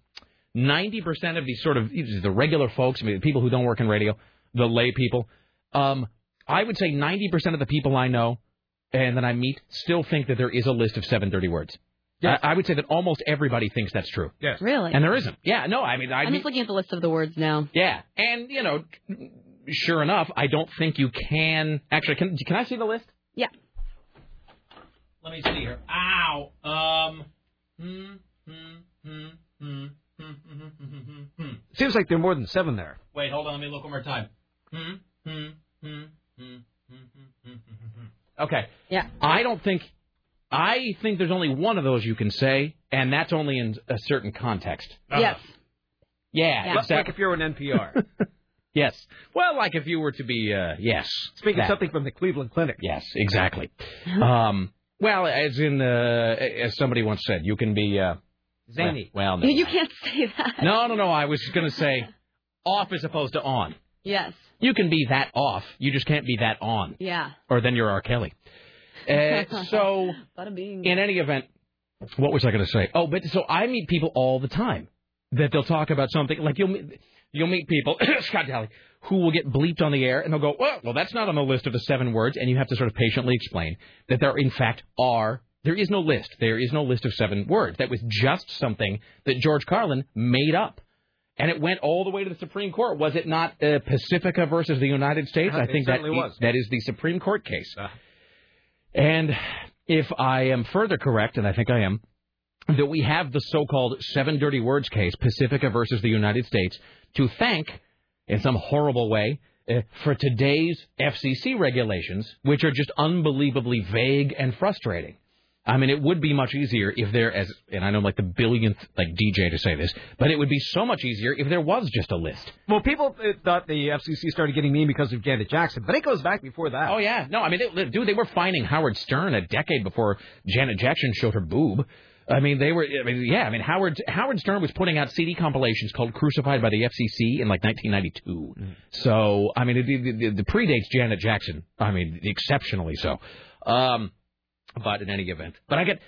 Speaker 2: 90% of these sort of the regular folks, I mean, the people who don't work in radio, the lay people, um, I would say 90% of the people I know and that I meet still think that there is a list of 730 words. I, I would say that almost everybody thinks that's true.
Speaker 5: Yes.
Speaker 4: Really?
Speaker 2: And there isn't. Yeah, no, I mean, I
Speaker 4: I'm
Speaker 2: mean,
Speaker 4: just looking at the list of the words now.
Speaker 2: yeah. And, you know, sure enough, I don't think you can. Actually, can, can I see the list?
Speaker 4: Yeah.
Speaker 2: Let me see here. Ow. Um. Hmm. Hmm. Hmm. Hmm. Hmm. Hmm. Hmm. Hmm.
Speaker 5: Seems like there are more than seven there.
Speaker 2: Wait, hold on. Let me look one more time. Hmm. Hmm. Hmm. Hmm. Hmm. Okay.
Speaker 4: Yeah.
Speaker 2: I don't think. I think there's only one of those you can say, and that's only in a certain context.
Speaker 4: Yes.
Speaker 2: Uh-huh. Yeah.
Speaker 5: Looks
Speaker 2: exactly.
Speaker 5: like if you're an NPR.
Speaker 2: Yes. Well, like [laughs] if you were to be, uh, yes.
Speaker 5: Speaking
Speaker 2: that.
Speaker 5: something Uh-huh. from the Cleveland Clinic.
Speaker 2: Yes, exactly. Um, well, as in, uh, as somebody once said, you can be uh,
Speaker 5: Zany.
Speaker 2: Well, no.
Speaker 4: You can't say that.
Speaker 2: no, no, no. I was going to say off as opposed to on.
Speaker 4: Yes.
Speaker 2: You can be that off. You just can't be that on,
Speaker 4: Yeah.
Speaker 2: or then you're R.
Speaker 5: [laughs]
Speaker 2: Kelly.
Speaker 4: [laughs]
Speaker 2: Uh, so,
Speaker 4: Bada bing.
Speaker 2: in any event, what was I going to say? Oh, but so I meet people all the time that they'll talk about something like you'll meet- you'll meet people, [coughs] Scott Daly, who will get bleeped on the air, and they'll go, well, well, that's not on the list of the seven words, and you have to sort of patiently explain that there, in fact, are. There is no list. There is no list of seven words. That was just something that George Carlin made up. And it went all the way to the Supreme Court. Was it not uh, Pacifica versus the United States?
Speaker 5: Uh,
Speaker 2: I
Speaker 5: it
Speaker 2: think that,
Speaker 5: certainly was. Uh,
Speaker 2: that is the Supreme Court case. And if I am further correct, and I think I am, that we have the so-called seven dirty words case, Pacifica versus the United States, to thank, in some horrible way, eh, for today's FCC regulations, which are just unbelievably vague and frustrating. I mean, it would be much easier if there, as and I know, I'm like the billionth like DJ to say this, but it would be so much easier if there was just a list.
Speaker 5: Well, people uh, thought the FCC started getting mean because of Janet Jackson, but it goes back before that.
Speaker 2: Oh yeah, no, I mean, they, dude, they were finding Howard Stern a decade before Janet Jackson showed her boob. I mean, they were. I mean, yeah, I mean, Howard Howard Stern was putting out CD compilations called "Crucified by the FCC" in like 1992.
Speaker 5: Mm.
Speaker 2: So, I mean, it, it, it, it predates Janet Jackson. I mean, exceptionally so. Um, but in any event, but I get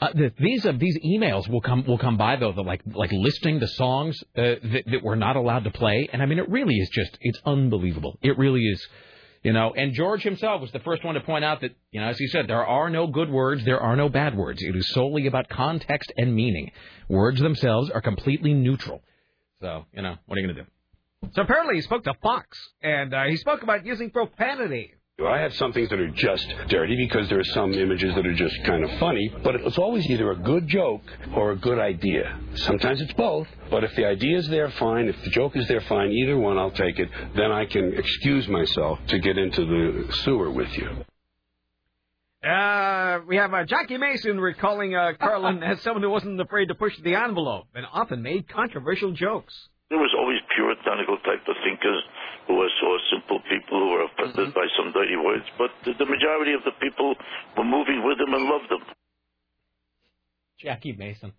Speaker 2: uh, the, these uh, these emails will come will come by though the like like listing the songs uh, that that we're not allowed to play, and I mean, it really is just it's unbelievable. It really is. You know, and George himself was the first one to point out that, you know, as he said, there are no good words, there are no bad words. It is solely about context and meaning. Words themselves are completely neutral. So, you know, what are you going to do?
Speaker 5: So apparently he spoke to Fox, and uh, he spoke about using profanity.
Speaker 3: I have some things that are just dirty because there are some images that are just kind of funny, but it's always either a good joke or a good idea. Sometimes it's both, but if the idea is there, fine. If the joke is there, fine. Either one, I'll take it. Then I can excuse myself to get into the sewer with you.
Speaker 5: Uh, we have uh, Jackie Mason recalling
Speaker 2: [laughs]
Speaker 5: uh, Carlin as someone who wasn't afraid to push the envelope and often made controversial jokes.
Speaker 17: There was always puritanical type of thinkers who were sort of simple people who were offended by some dirty words, but the the majority of the people were moving with them and loved them.
Speaker 2: Jackie Mason.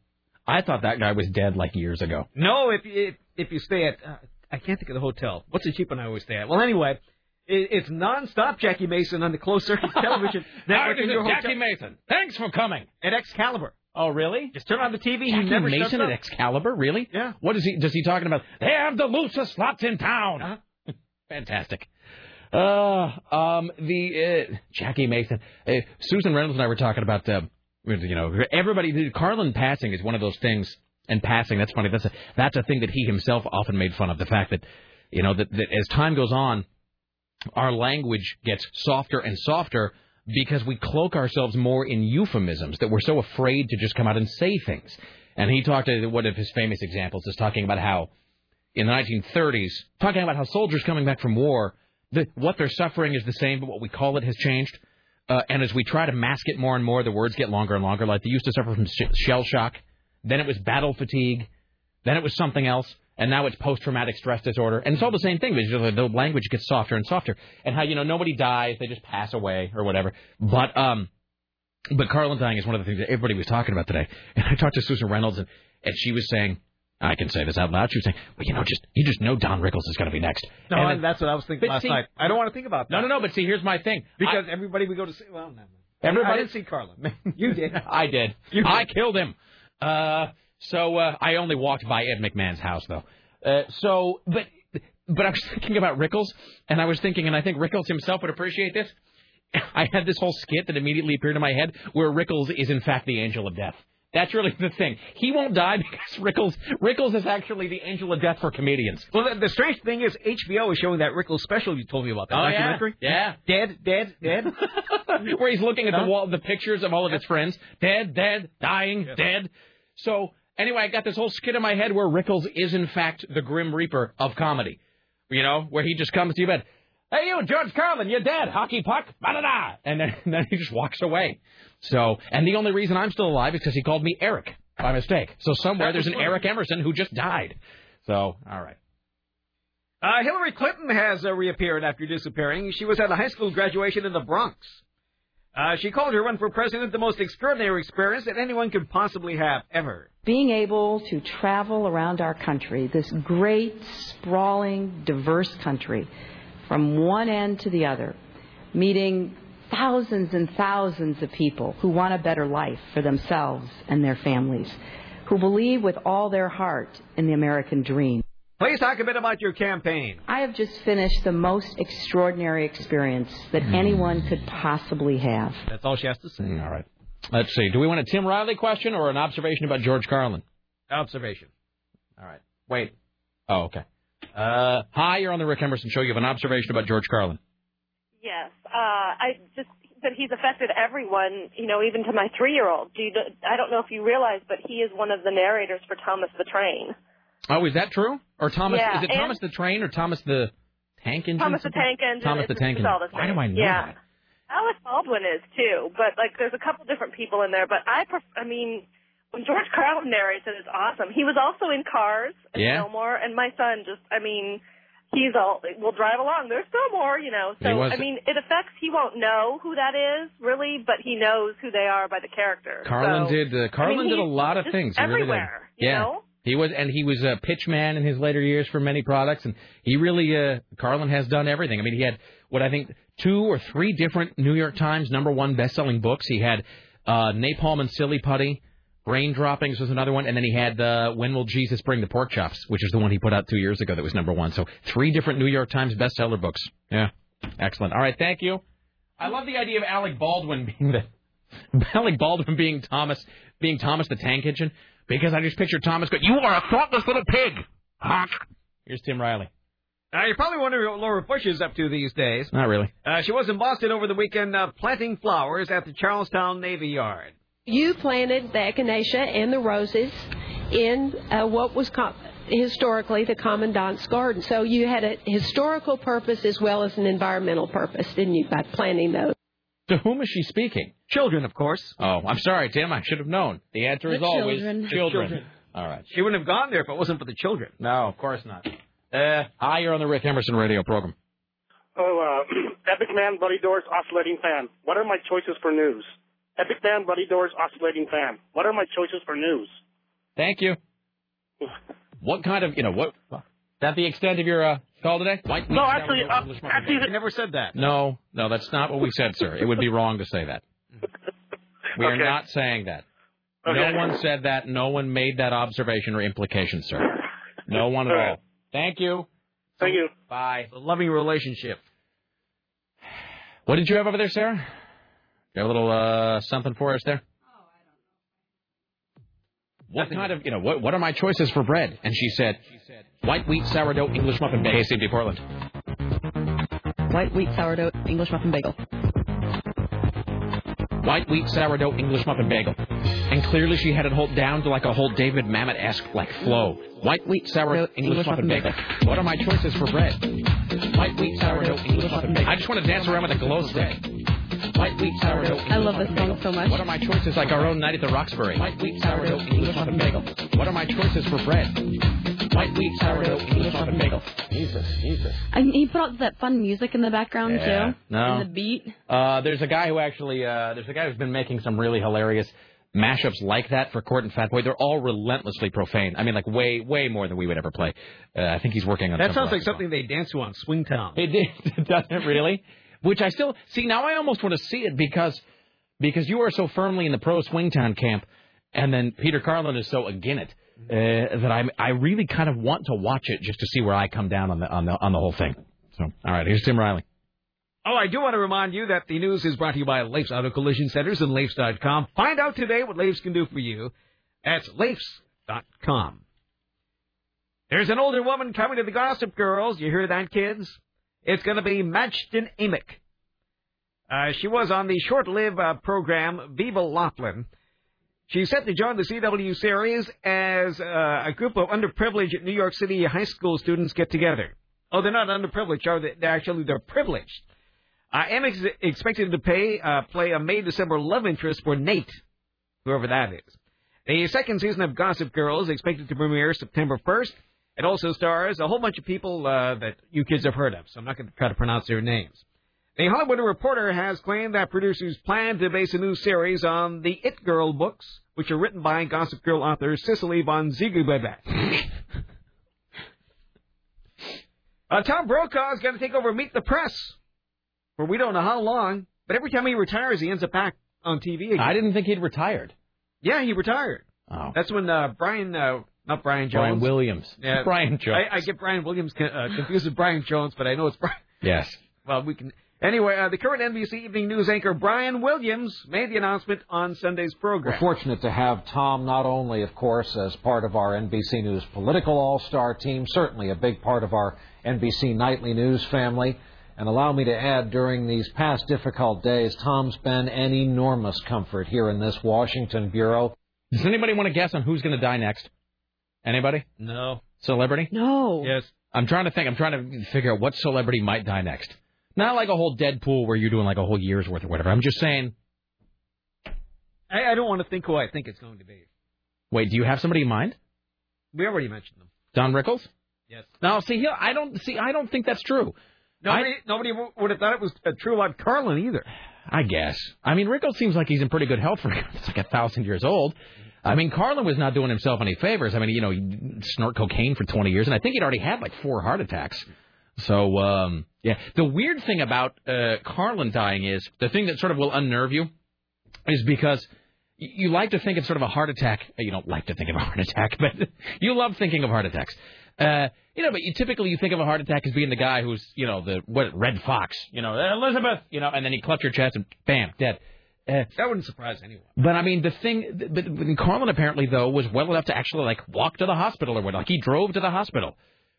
Speaker 2: I thought that guy was dead like years ago.
Speaker 5: No, if if, if you stay at, uh, I can't think of the hotel. What's the cheap one I always stay at? Well, anyway, it, it's nonstop Jackie Mason on the closed
Speaker 2: [laughs]
Speaker 5: circuit television network in your hotel.
Speaker 2: Mason. Thanks for coming.
Speaker 5: At Excalibur.
Speaker 2: Oh, really?
Speaker 5: Just turn on the TV.
Speaker 2: Jackie
Speaker 5: he never shuts
Speaker 2: Mason
Speaker 5: up.
Speaker 2: at Excalibur, really?
Speaker 5: Yeah.
Speaker 2: What is he? Does he talking about? They have the loosest slots in town. [laughs] Fantastic. Uh, um, the uh, Jackie Mason, uh, Susan Reynolds and I were talking about, uh, you know, everybody. The Carlin passing is one of those things, and passing. That's funny. That's a that's a thing that he himself often made fun of. The fact that, you know, that, that as time goes on, our language gets softer and softer because we cloak ourselves more in euphemisms that we're so afraid to just come out and say things. And he talked to one of his famous examples is talking about how in the 1930s, talking about how soldiers coming back from war, the, what they're suffering is the same, but what we call it has changed. Uh, and as we try to mask it more and more, the words get longer and longer. Like they used to suffer from sh- shell shock, then it was battle fatigue, then it was something else, and now it's post-traumatic stress disorder. And it's all the same thing, but it's just, like, the language gets softer and softer. And how you know nobody dies, they just pass away or whatever. But um, but Carlin dying is one of the things that everybody was talking about today. [laughs] And I talked to Susan Reynolds, and, and she was saying, I can say this out loud. She was saying, well, you know, just you just know Don Rickles is going to be next.
Speaker 5: No,
Speaker 2: And
Speaker 5: and
Speaker 2: then-
Speaker 5: that's what I was thinking
Speaker 2: But
Speaker 5: last
Speaker 2: see-
Speaker 5: night. I don't want to think about that.
Speaker 2: no, no, no. But see, here's my thing.
Speaker 5: Because everybody we go to see, well, no.
Speaker 2: Everybody-
Speaker 5: I didn't see Carlin. You did.
Speaker 2: [laughs] I did. I killed him. Uh, so uh, I only walked by Ed McMahon's house though. Uh, so, but but I was [laughs] thinking about Rickles, and I was thinking, and I think Rickles himself would appreciate this. [laughs] I had this whole skit that immediately appeared in my head where Rickles is in fact the angel of death. That's really the thing. He won't die [laughs] because Rickles Rickles is actually the angel of death for comedians.
Speaker 5: Well, the, the strange thing is HBO is showing that Rickles special you told me about. That
Speaker 2: Oh, yeah.
Speaker 5: documentary.
Speaker 2: Yeah.
Speaker 5: Dead, dead,
Speaker 2: [laughs]
Speaker 5: dead.
Speaker 2: where he's looking at
Speaker 5: Huh?
Speaker 2: the wall, the pictures of all of his friends, dead, dead, dying, dead. So anyway, I got this whole skit in my head where Rickles is in fact the Grim Reaper of comedy. You know, where he just comes to you bed. Hey, you, George Carlin, you're dead, hockey puck, da da da, and then, [laughs] and then he just walks away. So, and the only reason I'm still alive is because he called me Eric by mistake. So somewhere there's an Eric Emerson who just died. So, all right.
Speaker 5: Uh, Hillary Clinton has uh, reappeared after disappearing. She was at a high school graduation in the Bronx. Uh, she called her run for president the most extraordinary experience that anyone could possibly have ever.
Speaker 18: being able to travel around our country, this great, sprawling, diverse country, from one end to the other, meeting thousands and thousands of people who want a better life for themselves and their families, who believe with all their heart in the American dream.
Speaker 5: Please talk a bit about your campaign.
Speaker 18: I have just finished the most extraordinary experience that
Speaker 2: Hmm.
Speaker 18: anyone could possibly have.
Speaker 2: That's all she has to say. Mm, All right. Let's see. Do we want a Tim Riley question or an observation about George Carlin? Observation. All right. Wait. Oh, okay. Uh, hi, you're on the Rick Emerson Show. You have an observation about George Carlin.
Speaker 19: Yes, uh, I just that he's affected everyone. You know, even to my three-year-old. Do you, I don't know if you realize, but he is one of the narrators for Thomas the Train.
Speaker 2: Oh, is that true? Or Thomas?
Speaker 19: Yeah,
Speaker 2: is it
Speaker 19: and-
Speaker 2: Thomas the Train or Thomas the Tank Engine?
Speaker 19: Thomas the Tank Engine.
Speaker 2: Thomas the
Speaker 19: it's-
Speaker 2: Tank Engine.
Speaker 19: it's all the
Speaker 2: Why
Speaker 19: same.
Speaker 2: do I know
Speaker 19: yeah.
Speaker 2: that?
Speaker 19: Alec Baldwin is too, but like there's a couple different people in there. But I, pref- I mean, when George Carlin narrates it, it's awesome. He was also in Cars and
Speaker 2: Yeah.
Speaker 19: Fillmore, and my son just, I mean, he's all will drive along. There's Fillmore, you know. So
Speaker 2: He was-
Speaker 19: I mean, it affects. He won't know who that is really, but he knows who they are by the character.
Speaker 2: Carlin
Speaker 19: So,
Speaker 2: did. Uh, Carlin
Speaker 19: I mean,
Speaker 2: did a
Speaker 19: he's
Speaker 2: lot of
Speaker 19: just
Speaker 2: things. He really did.
Speaker 19: Everywhere. you
Speaker 2: yeah.
Speaker 19: know?
Speaker 2: He was, and he was a pitch man in his later years for many products, and he really, uh, Carlin has done everything. I mean, he had what I think two or three different New York Times number one best-selling books. He had uh, Napalm and Silly Putty, Rain Droppings was another one, and then he had uh, When Will Jesus Bring the Pork Chops, which is the one he put out two years ago that was number one. So three different New York Times bestseller books. Yeah, excellent. All right, thank you. I love the idea of Alec Baldwin [laughs] being the Alec Baldwin being Thomas, being Thomas the Tank Engine, because I just picture Thomas going, "You are a thoughtless little pig." Honk. Here's Tim Riley.
Speaker 5: Now, you're Uh, probably wondering what Laura Bush is up to these days.
Speaker 2: Not really.
Speaker 5: Uh, she was in Boston over the weekend uh, planting flowers at the Charlestown Navy Yard.
Speaker 20: You planted the echinacea and the roses in uh, what was com- historically the commandant's garden. So you had a historical purpose as well as an environmental purpose, didn't you, by planting those?
Speaker 2: To whom is she speaking?
Speaker 5: Children, of course.
Speaker 2: Oh, I'm sorry, Tim. I should have known. The answer is
Speaker 5: The
Speaker 2: always
Speaker 5: children. The
Speaker 2: children.
Speaker 5: children.
Speaker 2: All right.
Speaker 5: She wouldn't have gone there if it wasn't for the children.
Speaker 2: No, of course not. Uh, hi, you're on the Rick Emerson radio program.
Speaker 21: Oh, uh, [clears throat] Epic Man, Buddy Doors, Oscillating Fan. What are my choices for news? Epic Man, Buddy Doors, Oscillating Fan. What are my choices for news?
Speaker 2: Thank
Speaker 21: [laughs]
Speaker 2: you. What kind of, you know, what? Is that the extent of your uh, call today? White
Speaker 21: No, actually, uh, actually,
Speaker 5: I never said that.
Speaker 2: No, no, that's not what we said, sir. It would be wrong to say that. We are not saying that.
Speaker 22: Okay.
Speaker 2: No one said that. No one made that observation or implication, sir. No one at
Speaker 5: All right.
Speaker 2: all. Thank you.
Speaker 21: Thank you.
Speaker 2: Bye.
Speaker 5: A loving relationship.
Speaker 2: What did you have over there, Sarah? You have a little uh, something for us there? What kind of, you know, what, what are my choices for bread? And she said, white wheat, sourdough, English muffin bagel. KCB Portland.
Speaker 4: White wheat sourdough English muffin bagel.
Speaker 2: White wheat sourdough English muffin bagel. And clearly she had it hold down to like a whole David Mamet esque like flow. White wheat sourdough English muffin bagel. What are my choices for bread? White wheat sourdough English muffin bagel. I just want to dance around with a glow stick. White wheat sourdough. I love this song so much. What are my choices like our own night at the Roxbury? White wheat sourdough English muffin bagel. What are my choices for bread? White wheat sourdough English muffin bagel. Jesus, Jesus.
Speaker 4: And he put all that fun music in the background
Speaker 2: Yeah,
Speaker 4: too.
Speaker 2: no.
Speaker 4: And the beat.
Speaker 2: Uh, there's a guy who actually, uh, there's a guy who's been making some really hilarious mashups like that for Court and Fat Boy. They're all relentlessly profane. I mean, like way, way more than we would ever play. Uh, I think he's working on
Speaker 5: That
Speaker 2: some
Speaker 5: sounds
Speaker 2: for us.
Speaker 5: like something they dance to on Swingtown.
Speaker 2: [laughs] It did, doesn't it really? Which I still see now. I almost want to see it because because you are so firmly in the pro Swingtown camp, and then Peter Carlin is so again it
Speaker 5: Mm-hmm.
Speaker 2: uh, that I I really kind of want to watch it just to see where I come down on the on the on the whole thing. So all right, here's Tim Riley.
Speaker 5: Oh, I do want to remind you that the news is brought to you by Lafe's Auto Collision Centers and Lafe's.com. Find out today what Lafe's can do for you. That's Lafe's.com. There's an older woman coming to the Gossip Girls. You hear that, kids? It's going to be Matchton Amick. Uh, she was on the short-lived uh, program Viva Laughlin. She's set to join the CW series as uh, a group of underprivileged New York City high school students get together. Oh, they're not underprivileged, are they? They're actually, they're privileged. Uh, Amick is expected to pay, uh, play a May December love interest for Nate, whoever that is. The second season of Gossip Girl is expected to premiere September 1st. It also stars a whole bunch of people uh, that you kids have heard of, so I'm not going to try to pronounce their names. The Hollywood Reporter has claimed that producers plan to base a new series on the It Girl books, which are written by Gossip Girl author Cicely von Ziegelbebeck. uh, Tom Brokaw is going to take over Meet the Press for we don't know how long, but every time he retires, he ends up back on TV again.
Speaker 2: I didn't think he'd retired.
Speaker 5: Yeah, he retired.
Speaker 2: Oh.
Speaker 5: That's when uh, Brian uh, Not Brian Jones.
Speaker 2: Brian Williams.
Speaker 5: Yeah.
Speaker 2: [laughs] Brian Jones.
Speaker 5: I, I get Brian Williams con- uh, confused with Brian Jones, but I know it's Brian.
Speaker 2: Yes.
Speaker 5: Well, we can. Anyway, uh, the current NBC Evening News anchor Brian Williams made the announcement on Sunday's program.
Speaker 6: We're fortunate to have Tom not only, of course, as part of our NBC News political all star team, certainly a big part of our NBC Nightly News family. And allow me to add, during these past difficult days, Tom's been an enormous comfort here in this Washington Bureau.
Speaker 2: Does anybody want to guess on who's going to die next? Anybody?
Speaker 5: No.
Speaker 2: Celebrity?
Speaker 4: No.
Speaker 5: Yes.
Speaker 2: I'm trying to think. I'm trying to figure out what celebrity might die next. Not like a whole Deadpool where you're doing like a whole year's worth or whatever. I'm just saying.
Speaker 5: I, I don't want to think who I think it's going to be.
Speaker 2: Wait, do you have somebody in mind?
Speaker 5: We already mentioned them.
Speaker 2: Don Rickles?
Speaker 5: Yes.
Speaker 2: No, see, he- I don't see. I don't think that's true.
Speaker 5: Nobody, nobody w- would have thought it was uh, true about Carlin either.
Speaker 2: I guess. I mean, Rickles seems like he's in pretty good health for [laughs] It's like a thousand years old. I mean, Carlin was not doing himself any favors. I mean, you know, he snort cocaine for 20 years, and I think he'd already had like four heart attacks. So, um, yeah. The weird thing about uh, Carlin dying is the thing that sort of will unnerve you is because y- you like to think of sort of a heart attack. uh, You don't like to think of a [laughs] heart attack, but you love thinking of heart attacks. Uh, you know, but you typically you think of a heart attack as being the guy who's, you know, the what Red Fox, you know, Elizabeth, you know, and then he clutched your chest and bam, dead. Uh,
Speaker 5: that wouldn't surprise anyone.
Speaker 2: But I mean, the thing, but- but Carlin apparently though was well enough to actually like walk to the hospital or what. Like he drove to the hospital,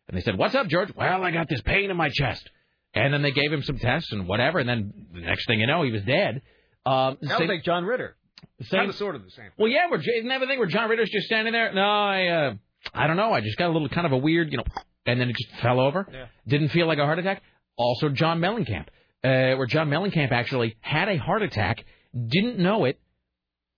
Speaker 2: and they said, "What's up, George?" Well, I got this pain in my chest, and then they gave him some tests and whatever, and then the next thing you know, he was dead. Um,
Speaker 5: That was
Speaker 2: same-
Speaker 5: like John Ritter.
Speaker 2: Same-
Speaker 5: Kind of sort of the same.
Speaker 2: well, yeah, we're isn't that the thing where John Ritter's just standing there? No, I, uh, I don't know. I just got a little kind of a weird, you know, and then it just fell over.
Speaker 5: Yeah.
Speaker 2: Didn't feel like a heart attack. Also, John Mellencamp, uh, where John Mellencamp actually had a heart attack, didn't know it,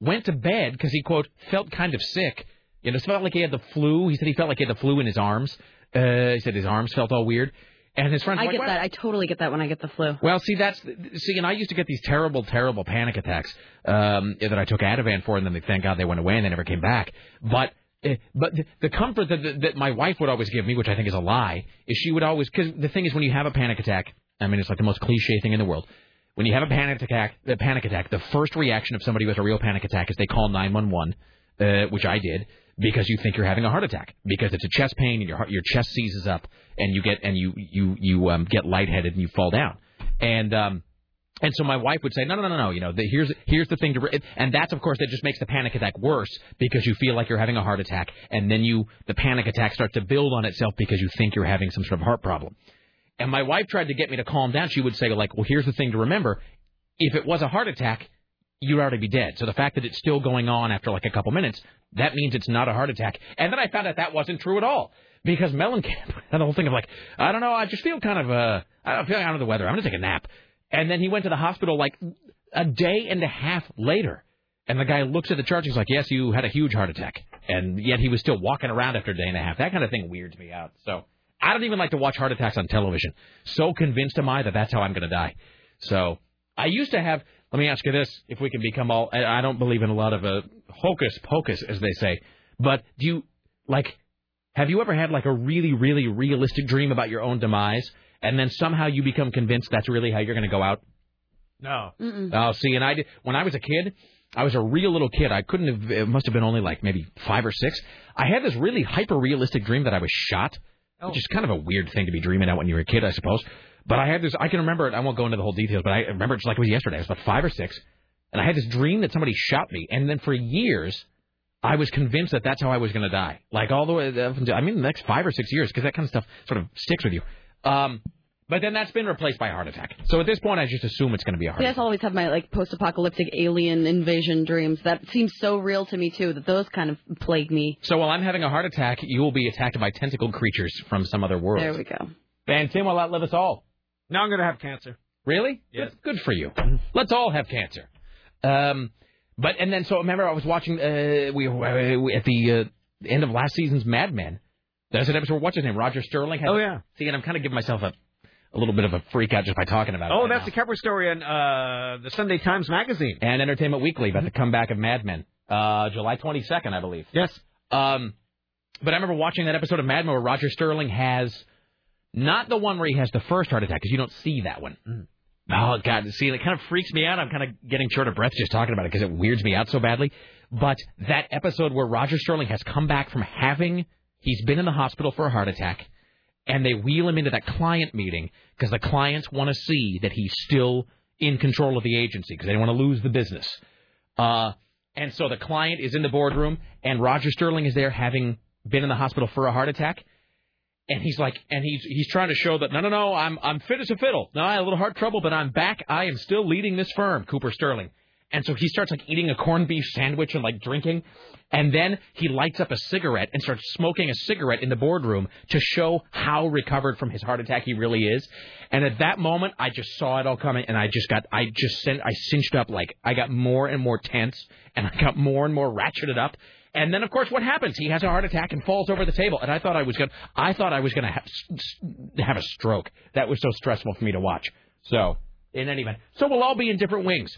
Speaker 2: went to bed because he quote felt kind of sick. You know, it felt like he had the flu. He said he felt like he had the flu in his arms. Uh, he said his arms felt all weird, and his friends. were
Speaker 4: I
Speaker 2: like,
Speaker 4: get
Speaker 2: "What?"
Speaker 4: that. I totally get that when I get the flu.
Speaker 2: Well, see, that's see, and I used to get these terrible, terrible panic attacks um, that I took Ativan for, and then they, thank God they went away and they never came back. But eh, but the- the comfort that, that that my wife would always give me, which I think is a lie, is she would always because the thing is when you have a panic attack, I mean it's like the most cliche thing in the world. When you have a panic attack, the panic attack, the first reaction of somebody with a real panic attack is they call 911, uh, which I did because you think you're having a heart attack because it's a chest pain and your heart, your chest seizes up and you get and you you you um, get lightheaded and you fall down and um and so my wife would say, no, no, no, no, no. You know, the, here's here's the thing to, re-. and that's of course that just makes the panic attack worse because you feel like you're having a heart attack, and then you the panic attack starts to build on itself because you think you're having some sort of heart problem. And my wife tried to get me to calm down. She would say, like, well, here's the thing to remember: if it was a heart attack, you'd already be dead. So the fact that it's still going on after like a couple minutes, that means it's not a heart attack. And then I found out that wasn't true at all because Mellencamp [laughs] had the whole thing of like, I don't know, I just feel kind of uh, I feel like out of the weather. I'm gonna take a nap. And then he went to the hospital like a day and a half later. And the guy looks at the chart. He's like, "Yes, you had a huge heart attack," and yet he was still walking around after a day and a half. That kind of thing weirds me out. So I don't even like to watch heart attacks on television. So convinced am I that that's how I'm going to die. So I used to have. Let me ask you this: If we can become all, I I don't believe in a lot of uh, hocus pocus, as they say. But do you like? Have you ever had like a really, really realistic dream about your own demise, and then somehow you become convinced that's really how you're going to go out?
Speaker 5: No.
Speaker 2: Oh, see, and I did, when I was a kid, I was a real little kid. I couldn't have. It must have been only like maybe five or six. I had this really hyper realistic dream that I was shot, which is kind of a weird thing to be dreaming out when you were a kid, I suppose. But I had this. I can remember it. I won't go into the whole details, but I remember it just like it was yesterday. I was about five or six, and I had this dream that somebody shot me, and then for years. I was convinced that that's how I was going to die. Like all the way up until I mean the next five or six years, because that kind of stuff sort of sticks with you. Um, but then that's been replaced by a heart attack. So at this point, I just assume it's going to be a heart.
Speaker 4: See, I always have my like post-apocalyptic alien invasion dreams. That seems so real to me too. That those kind of plague me.
Speaker 2: So while I'm having a heart attack, you will be attacked by tentacled creatures from some other world.
Speaker 4: There we go.
Speaker 2: And Tim will outlive us all.
Speaker 5: Now I'm going to have cancer.
Speaker 2: Really?
Speaker 5: Yes.
Speaker 2: Good for you. Let's all have cancer. Um, but and then so remember I was watching uh, we, uh, we at the uh, end of last season's Mad Men. There's an episode. What's his name? Roger Sterling. Had,
Speaker 5: Oh, yeah.
Speaker 2: See, and I'm kind of giving myself a a little bit of a freak out just by talking about it.
Speaker 5: Oh,
Speaker 2: right
Speaker 5: that's
Speaker 2: now.
Speaker 5: the cover story in uh, the Sunday Times Magazine.
Speaker 2: and Entertainment Weekly about the comeback of Mad Men, uh, July 22nd, I believe.
Speaker 5: Yes.
Speaker 2: Um, but I remember watching that episode of Mad Men where Roger Sterling has not the one where he has the first heart attack because you don't see that one. Oh God, see, it kind of freaks me out. I'm kind of getting short of breath just talking about it because it weirds me out so badly. But that episode where Roger Sterling has come back from having, he's been in the hospital for a heart attack, and they wheel him into that client meeting because the clients want to see that he's still in control of the agency because they don't want to lose the business. Uh, and so the client is in the boardroom, and Roger Sterling is there having been in the hospital for a heart attack. And he's like, and he's he's trying to show that no, no, no, I'm I'm fit as a fiddle. No, I had a little heart trouble, but I'm back. I am still leading this firm, Cooper Sterling. And so he starts like eating a corned beef sandwich and like drinking, and then he lights up a cigarette and starts smoking a cigarette in the boardroom to show how recovered from his heart attack he really is. And at that moment, I just saw it all coming, and I just got, I just sent, I cinched up like I got more and more tense, and I got more and more ratcheted up. And then, of course, what happens? He has a heart attack and falls over the table. And I thought I was gonna, I thought I was gonna have, have a stroke. That was so stressful for me to watch. So, in any event, so we'll all be in different wings.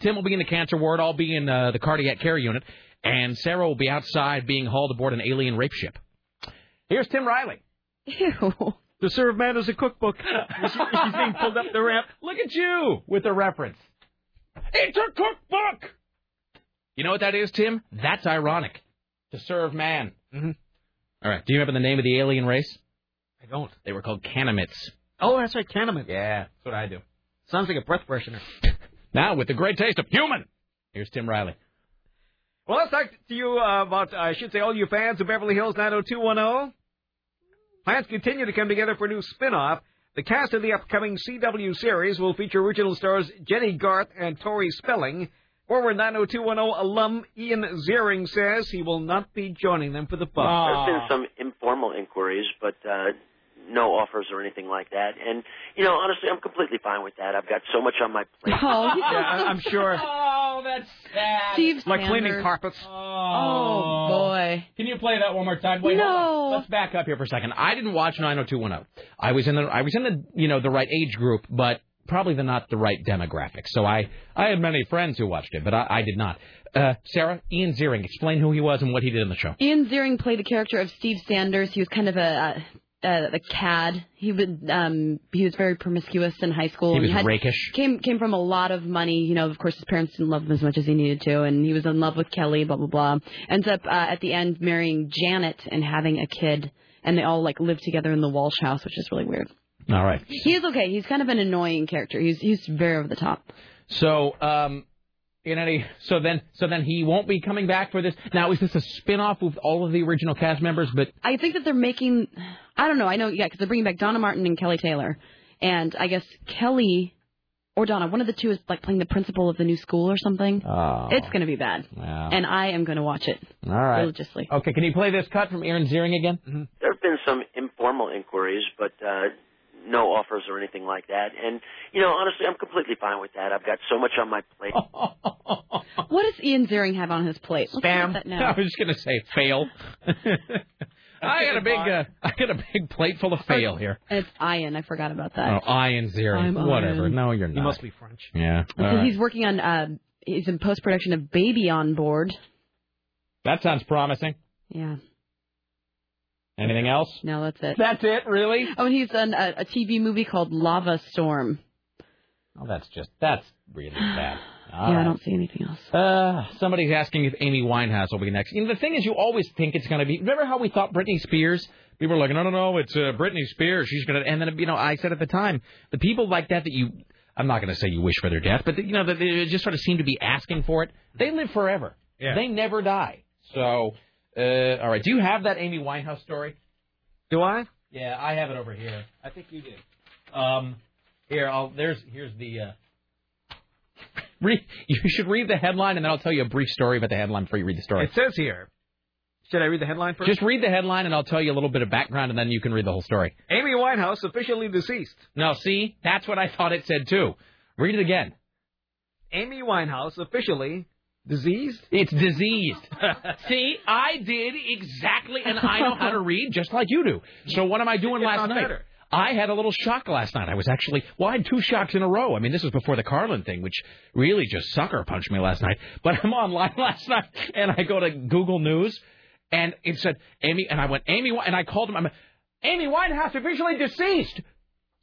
Speaker 2: Tim will be in the cancer ward. I'll be in uh, the cardiac care unit. And Sarah will be outside being hauled aboard an alien rape ship. Here's Tim Riley.
Speaker 4: Ew.
Speaker 5: The Serve Man is a
Speaker 2: [laughs]
Speaker 5: cookbook. He's he's being pulled up the ramp.
Speaker 2: Look at you with a reference. It's a cookbook! You know what that is, Tim? That's ironic. To serve man. Mm-hmm. All right. Do you remember the name of the alien race? I
Speaker 5: don't.
Speaker 2: They were called Canamites.
Speaker 5: Oh, that's right, Kahneman.
Speaker 2: Yeah, that's what I do.
Speaker 5: Sounds like a breath freshener.
Speaker 2: Now, with the great taste of human, here's Tim Riley.
Speaker 5: Well, let's talk to you uh, about, I should say, all you fans of Beverly Hills 90210. Plans continue to come together for a new spin-off. The cast of the upcoming CW series will feature original stars Jenny Garth and Tori Spelling. Former 90210 alum Ian Ziering says he will not be joining them for the pub.
Speaker 7: There's
Speaker 2: Ah.
Speaker 7: been some informal inquiries, but uh, no offers or anything like that. And you know, honestly, I'm completely fine with that. I've got so much on my plate.
Speaker 4: [laughs] Oh,
Speaker 5: Yeah, I- I'm sure.
Speaker 2: Oh, that's sad.
Speaker 4: Steve
Speaker 5: Like cleaning
Speaker 4: Sanders.
Speaker 5: carpets.
Speaker 4: Oh, boy.
Speaker 2: Can you play that one more time? Wait,
Speaker 4: No.
Speaker 2: hold on. Let's back up here for a second. I didn't watch 90210. I was in the I was in the you know the right age group, but probably the not the right demographic. So I I had many friends who watched it, but I, I did not. Uh, Sarah, Ian Ziering, explain who he was and what he did in the show.
Speaker 4: Ian Ziering played the character of Steve Sanders. He was kind of a uh, uh, a cad. He would um he was very promiscuous in high school.
Speaker 2: He was
Speaker 4: and Oh, had,
Speaker 2: rakish.
Speaker 4: Came came from a lot of money. You know, of course, his parents didn't love him as much as he needed to, and he was in love with Kelly. Blah blah blah. Ends up uh, at the end marrying Janet and having a kid, and they all like live together in the Walsh house, which is really weird.
Speaker 2: All right.
Speaker 4: He is okay. He's kind of an annoying character. He's he's very over the top.
Speaker 2: So um, in any so then so then he won't be coming back for this. Now is this a spin off with all of the original cast members? But
Speaker 4: I think that they're making. I don't know. I know. Yeah, because they're bringing back Donna Martin and Kelly Taylor, and I guess Kelly or Donna, one of the two is like playing the principal of the new school or something.
Speaker 2: Oh.
Speaker 4: It's gonna be bad,
Speaker 2: Wow.
Speaker 4: and I am gonna watch it.
Speaker 2: all right.
Speaker 4: Religiously.
Speaker 2: Okay, can you play this cut from Aaron Ziering again?
Speaker 7: There have been some informal inquiries, but uh, no offers or anything like that. And you know, honestly, I'm completely fine with that. I've got so much on my plate.
Speaker 4: What does Ian Ziering have on his plate? Let's look at
Speaker 2: [laughs]
Speaker 4: that
Speaker 2: I
Speaker 4: now.
Speaker 2: was just gonna say fail. [laughs] I got a big, uh, I got a big plate full of fail here.
Speaker 4: It's Ian. I forgot about
Speaker 2: Oh,
Speaker 4: that.
Speaker 2: Ian Ziering.
Speaker 4: I'm Ian.
Speaker 2: Whatever. No, you're not.
Speaker 4: You must
Speaker 5: be French.
Speaker 2: Yeah.
Speaker 4: So
Speaker 2: All right.
Speaker 4: He's working on. Uh, he's in post production of Baby on Board.
Speaker 2: That sounds promising.
Speaker 4: Yeah.
Speaker 2: Anything else?
Speaker 4: No, that's it.
Speaker 2: That's it, really.
Speaker 4: Oh, and he's on a, a TV movie called Lava Storm.
Speaker 2: Oh, that's just that's really bad.
Speaker 4: yeah, I don't see anything else.
Speaker 2: Uh, somebody's asking if Amy Winehouse will be next. You know, the thing is, you always think it's going to be. Remember how we thought Britney Spears? People were like, no, no, no, it's uh, Britney Spears. She's going to. And then, you know, I said at the time, the people like that that you. I'm not going to say you wish for their death, but, you know, that they just sort of seem to be asking for it. They live forever.
Speaker 5: Yeah.
Speaker 2: They never die. So, uh, all right. Do you have that Amy Winehouse story?
Speaker 5: Do I?
Speaker 2: Yeah, I have it over here. I think you do. Um, here, I'll, there's here's the. Uh, re- you should read [laughs] the headline, and then I'll tell you a brief story about the headline before you read the story.
Speaker 5: It says here. Should I read the headline first?
Speaker 2: Just read the headline, and I'll tell you a little bit of background, and then you can read the whole story.
Speaker 5: Amy Winehouse officially deceased.
Speaker 2: No, see, that's what I thought it said too. Read it again.
Speaker 5: Amy Winehouse officially diseased.
Speaker 2: It's
Speaker 5: [laughs]
Speaker 2: diseased. see, I did exactly, and I know
Speaker 5: [laughs]
Speaker 2: how to read just like you do. So what am I doing
Speaker 5: It's
Speaker 2: last
Speaker 5: not
Speaker 2: night?
Speaker 5: better.
Speaker 2: I had a little shock last night. I was actually, well, I had two shocks in a row. I mean, this was before the Carlin thing, which really just sucker punched me last night. [laughs] But I'm online last night, and I go to Google News, and it said Amy, and I went Amy, Wi- and I called him. I'm Amy Winehouse officially deceased.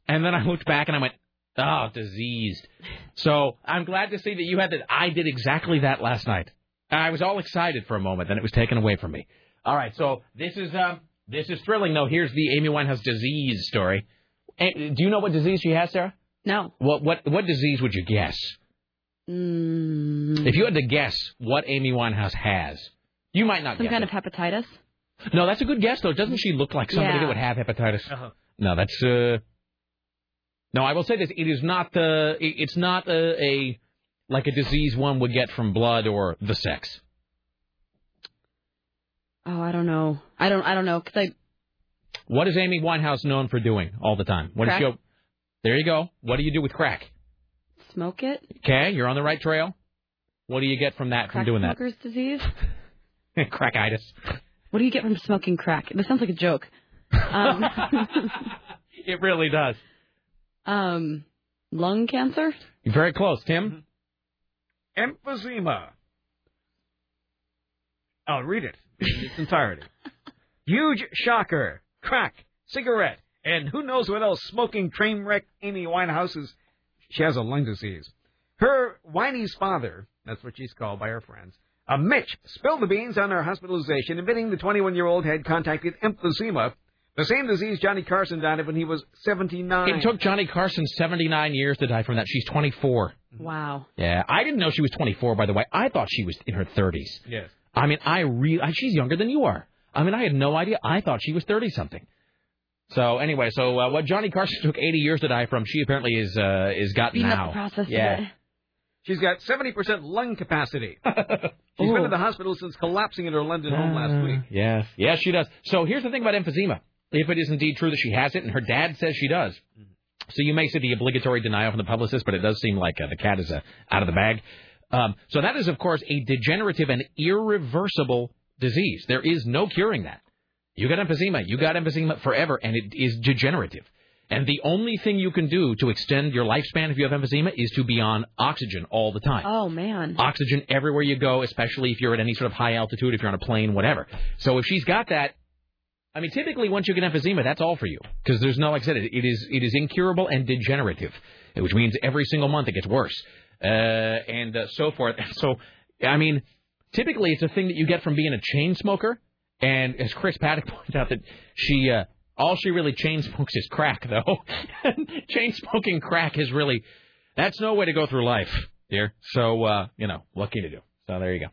Speaker 2: And then I looked back and I went, oh, diseased. So I'm glad to see that you had that. I did exactly that last night. I was all excited for a moment, then it was taken away from me. All right, so this is um, this is thrilling. Though here's the Amy Winehouse disease story. And, do you know what disease she has, Sarah?
Speaker 4: No.
Speaker 2: What what what disease would you guess?
Speaker 4: Mm,
Speaker 2: If you had to guess what Amy Winehouse has, you might not
Speaker 4: some
Speaker 2: guess.
Speaker 4: kind
Speaker 2: it.
Speaker 4: of hepatitis.
Speaker 2: No, that's a good guess though. Doesn't she look like somebody
Speaker 4: Yeah.
Speaker 2: that would have hepatitis? No, that's uh. No, I will say this: it is not uh, it- it's not uh, a like a disease one would get from blood or the sex.
Speaker 4: Oh, I don't know. I don't. I don't know because I
Speaker 2: What is Amy Winehouse known for doing all the time? What is
Speaker 4: Crack.
Speaker 2: she? There you go. What do you do with crack?
Speaker 4: smoke it.
Speaker 2: Okay, you're on the right trail. What do you get from that from
Speaker 4: Crack
Speaker 2: doing
Speaker 4: smoker's disease.
Speaker 2: that? [laughs] Crackitis.
Speaker 4: What do you get from smoking crack? This sounds like a joke.
Speaker 2: [laughs]
Speaker 4: Um,
Speaker 2: It really does.
Speaker 4: um, lung cancer.
Speaker 2: You're very close, Tim.
Speaker 5: Emphysema. I'll read it in its entirety. Huge shocker. Crack, cigarette, and who knows what else smoking train wreck Amy Winehouse's. She has a lung disease. Her Winey's father, that's what she's called by her friends, a Mitch, spilled the beans on her hospitalization, admitting the 21 year old had contracted emphysema, the same disease Johnny Carson died of when he was 79.
Speaker 2: It took Johnny Carson 79 years to die from that. She's 24.
Speaker 5: Mm-hmm.
Speaker 4: Wow.
Speaker 2: Yeah, I didn't know she was 24. By the way, I thought she was in her 30s.
Speaker 5: Yes.
Speaker 2: I mean, I re I- she's younger than you are. I mean, I had no idea. I thought she was 30 something. So anyway, so uh, what Johnny Carson [laughs] took 80 years to die from, she apparently is uh, is got
Speaker 5: Speeding up
Speaker 2: now.
Speaker 5: the process a
Speaker 2: yeah.
Speaker 5: bit. She's got 70% lung capacity. [laughs] She's been in the hospital since collapsing in her London home last week.
Speaker 2: Yes. Yes, she does. So here's the thing about emphysema. If it is indeed true that she has it, and her dad says she does. So you may see the obligatory denial from the publicist, but it does seem like uh, the cat is uh, out of the bag. Um, so that is, of course, a degenerative and irreversible disease. There is no curing that. You got emphysema. You got emphysema forever, and it is degenerative. And the only thing you can do to extend your lifespan if you have emphysema is to be on oxygen all the time
Speaker 4: Oh man.
Speaker 2: oxygen everywhere you go, especially if you're at any sort of high altitude, if you're on a plane, whatever. So if she's got that, I mean, typically once you get emphysema, that's all for you because there's no, like I said, it, it is it is incurable and degenerative, which means every single month it gets worse, uh, and uh, so forth. [laughs] So, I mean, typically it's a thing that you get from being a chain smoker. And as Chris Paddock [laughs] pointed out, that she uh, all she really chain smokes is crack, though. [laughs] chain smoking crack is really that's no way to go through life, dear. So uh, you know, lucky to do. So there you go.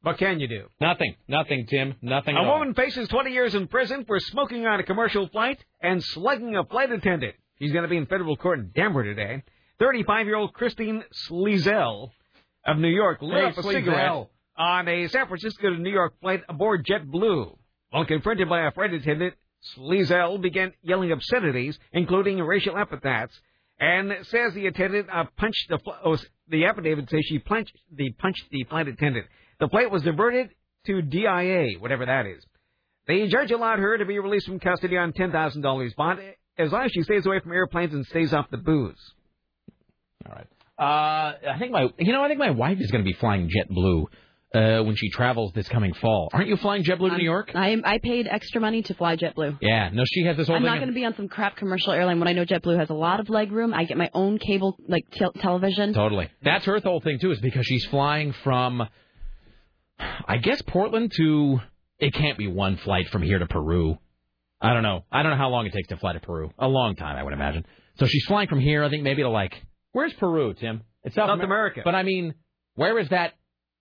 Speaker 5: What can you do?
Speaker 2: Nothing, nothing, Tim, nothing.
Speaker 5: A
Speaker 2: at all.
Speaker 5: woman faces 20 years in prison for smoking on a commercial flight and slugging a flight attendant. She's going to be in federal court in Denver today. 35 year old Christine Sleazel of New York lit
Speaker 2: Hey,
Speaker 5: up a
Speaker 2: Sleazel.
Speaker 5: cigarette on a San Francisco to New York flight aboard JetBlue. While confronted by a flight attendant, Sleazel began yelling obscenities, including racial epithets, and says the attendant uh, punched the fl- oh, the affidavit says she punched the punched the flight attendant. The flight was diverted to DIA, whatever that is. The judge allowed her to be released from custody on ten thousand dollars bond, as long as she stays away from airplanes and stays off the booze.
Speaker 2: Uh, I think my, you know, I think my wife is going to be flying JetBlue uh, when she travels this coming fall. Aren't you flying JetBlue to New York?
Speaker 4: I I paid extra money to fly JetBlue.
Speaker 2: Yeah. No, she has this whole
Speaker 4: I'm
Speaker 2: thing.
Speaker 4: not going to be on some crap commercial airline when I know JetBlue has a lot of leg room. I get my own cable, like tel- television.
Speaker 2: [laughs] Totally. That's her whole thing too, is because she's flying from, I guess Portland to. It can't be one flight from here to Peru. I don't know. I don't know how long it takes to fly to Peru. A long time, I would imagine. So she's flying from here. I think maybe to like. Where's Peru, Tim? It's South,
Speaker 5: South
Speaker 2: Amer-
Speaker 5: America.
Speaker 2: But I mean, where is that?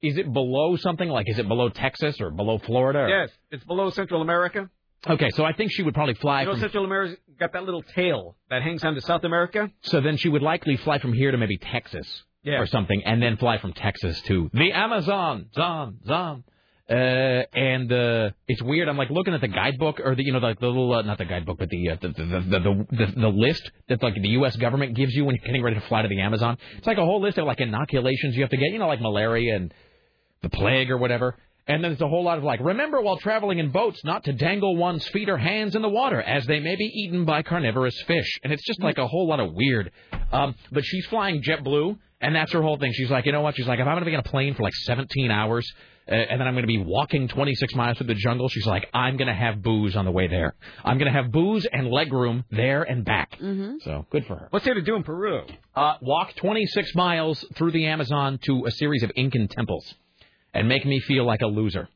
Speaker 2: Is it below something? Like, is it below Texas or below Florida? Or...
Speaker 5: Yes, it's below Central America.
Speaker 2: Okay, so I think she would probably fly
Speaker 5: You know,
Speaker 2: from.
Speaker 5: Central America's got that little tail that hangs onto South America.
Speaker 2: So then she would likely fly from here to maybe Texas
Speaker 5: Yeah.
Speaker 2: or something, and then fly from Texas to the Amazon, Zom, Zom. Uh, and uh, it's weird. I'm like looking at the guidebook or the you know the, the little uh, not the guidebook but the, uh, the, the, the the the the list that like the U.S. government gives you when you're getting ready to fly to the Amazon. It's like a whole list of like inoculations you have to get. You know like malaria and the plague or whatever. And then there's a whole lot of like, remember while traveling in boats not to dangle one's feet or hands in the water, as they may be eaten by carnivorous fish. And it's just like a whole lot of weird. Um, but she's flying JetBlue, and that's her whole thing. She's like, you know what? She's like, if I'm going to be on a plane for like 17 hours, uh, and then I'm going to be walking 26 miles through the jungle. She's like, I'm going to have booze on the way there. I'm going to have booze and legroom there and back. Mm-hmm. So good for her.
Speaker 5: What's there to do in Peru?
Speaker 2: Uh, walk 26 miles through the Amazon to a series of Incan temples and make me feel like a loser.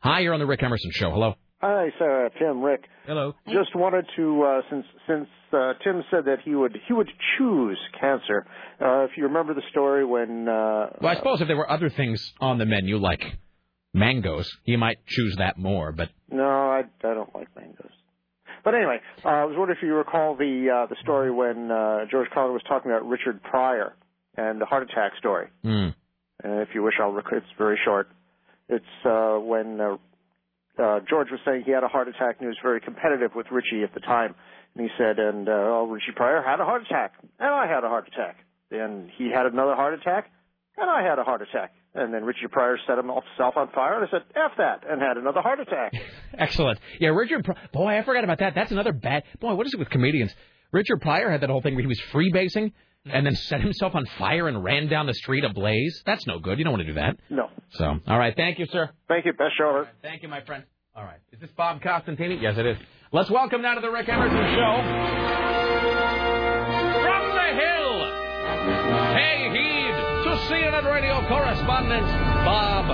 Speaker 2: Hi, you're on the Rick Emerson Show. Hello.
Speaker 1: Hi, Sarah, Tim, Rick.
Speaker 2: Hello.
Speaker 1: Just wanted to uh, since since uh, Tim said that he would he would choose cancer. Uh, if you remember the story when uh,
Speaker 2: Well, I suppose if there were other things on the menu like mangoes, he might choose that more. But
Speaker 1: no, I, I don't like mangoes. But anyway, uh, I was wondering if you recall the uh, the story when uh, George Carlin was talking about Richard Pryor and the heart attack story.
Speaker 2: Hmm.
Speaker 1: And if you wish, I'll rec- it's very short. It's uh, when uh, uh, George was saying he had a heart attack and he was very competitive with Richie at the time. And he said, and uh, oh, Richie Pryor had a heart attack, and I had a heart attack. Then he had another heart attack, and I had a heart attack. And then Richie Pryor set himself on fire, and I said, F that, and had another heart attack.
Speaker 2: excellent. Yeah, Richard. Pry- Boy, I forgot about that. That's another bad. Boy, what is it with comedians? Richard Pryor had that whole thing where he was freebasing and then set himself on fire and ran down the street ablaze. That's no good. You don't want to do that.
Speaker 1: No.
Speaker 2: So, all right. Thank you, sir.
Speaker 1: Thank you. Best show ever.
Speaker 2: Thank you, my friend. All right. Is this Bob Costantini? Yes, it is. Let's welcome now to the Rick Emerson Show. From the hill, pay heed to CNN radio correspondent Bob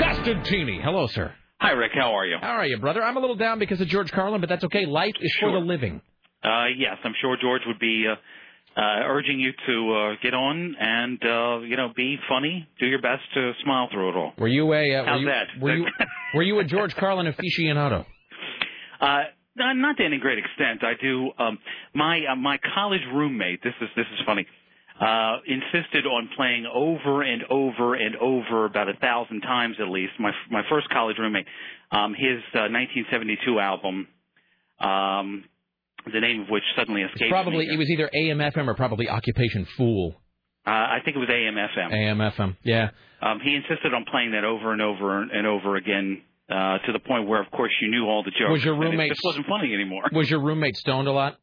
Speaker 2: Costantini. Hello, sir.
Speaker 22: Hi, Rick. How are you?
Speaker 2: How are you, brother? I'm a little down because of George Carlin, but that's okay. Life is for the living.
Speaker 22: Uh, yes, I'm sure George would be uh, uh, urging you to uh, get on and uh, you know be funny, do your best to smile through it all.
Speaker 2: Were you a uh, were
Speaker 22: How's
Speaker 2: you,
Speaker 22: that?
Speaker 2: Were
Speaker 22: [laughs]
Speaker 2: you were you a George Carlin aficionado?
Speaker 22: Uh, no, not to any great extent. I do. Um, my uh, my college roommate. This is this is funny. Uh, insisted on playing over and over and over about a thousand times at least. My my first college roommate, um, his uh, 1972 album, um, the name of which suddenly escapes
Speaker 2: Probably
Speaker 22: me.
Speaker 2: it was either AMFM or probably Occupation Fool.
Speaker 22: Uh, I think it was AMFM.
Speaker 2: AMFM. Yeah.
Speaker 22: Um, he insisted on playing that over and over and over again uh, to the point where, of course, you knew all the jokes.
Speaker 2: Was your
Speaker 22: and it
Speaker 2: roommate-
Speaker 22: just wasn't funny anymore?
Speaker 2: Was your roommate stoned a lot?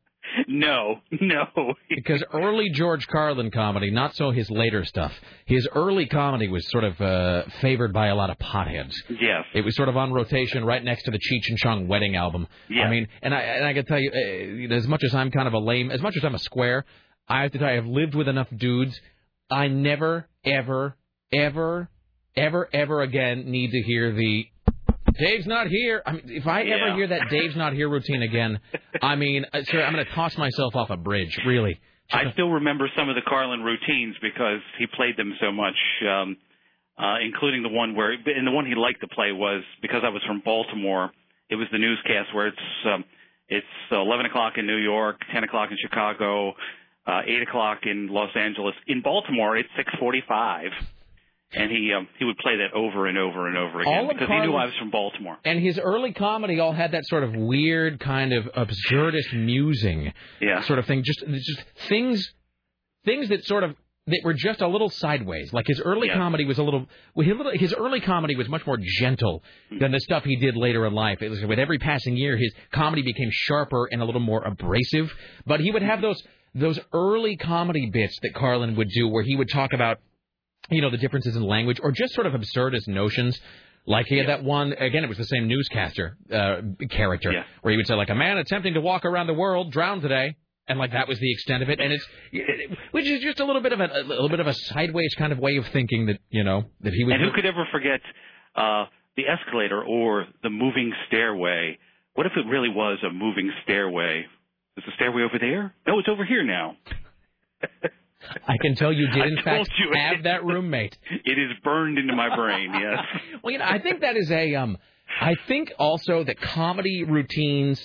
Speaker 22: No, no. [laughs]
Speaker 2: because early George Carlin comedy, not so his later stuff. His early comedy was sort of uh, favored by a lot of potheads.
Speaker 22: Yes.
Speaker 2: It was sort of on rotation right next to the Cheech and Chong wedding album.
Speaker 22: Yeah.
Speaker 2: I mean, and I and I can tell you, uh, as much as I'm kind of a lame, as much as I'm a square, I have to tell you, I've lived with enough dudes. I never, ever, ever, ever, ever again need to hear the Dave's not here. I mean, if I ever
Speaker 23: Yeah.
Speaker 2: hear that Dave's not here routine again, I mean, uh, sir, I'm going to toss myself off a bridge. Really.
Speaker 22: [laughs] I still remember some of the Carlin routines because he played them so much, um, uh, including the one where, and the one he liked to play was because I was from Baltimore. It was the newscast where it's um, it's 11 o'clock in New York, 10 o'clock in Chicago, uh, 8 o'clock in Los Angeles. In Baltimore, it's 6:45, and he um, he would play that over and over and
Speaker 2: All
Speaker 22: over again
Speaker 2: of
Speaker 22: because he knew
Speaker 2: Carlin's-
Speaker 22: I was from Baltimore.
Speaker 2: And his early comedy all had that sort of weird kind of absurdist musing
Speaker 22: Yeah.
Speaker 2: sort of thing. Just just things things that sort of that were just a little sideways. Like his early comedy was a little well, his little- his early comedy was much more gentle than the stuff he did later in life. It was with every passing year his comedy became sharper and a little more abrasive. But he would have those those early comedy bits that Carlin would do where he would talk about you know, the differences in language or just sort of absurdist notions. Like he had that one again. It was the same newscaster uh, character where he would say like a man attempting to walk around the world drowned today, and like that was the extent of it. And it's which is just a little bit of a, a little bit of a sideways kind of way of thinking that you know that he was.
Speaker 22: And who could ever forget uh, the escalator or the moving stairway? What if it really was a moving stairway? Is the stairway over there? No, it's over here now.
Speaker 2: I can tell you did in
Speaker 22: [laughs] I
Speaker 2: fact
Speaker 22: told you.
Speaker 2: have that roommate.
Speaker 22: [laughs] It is burned into my
Speaker 2: [laughs]
Speaker 22: brain. Yes.
Speaker 2: Well, you know, I think that is a. Um, I think also that comedy routines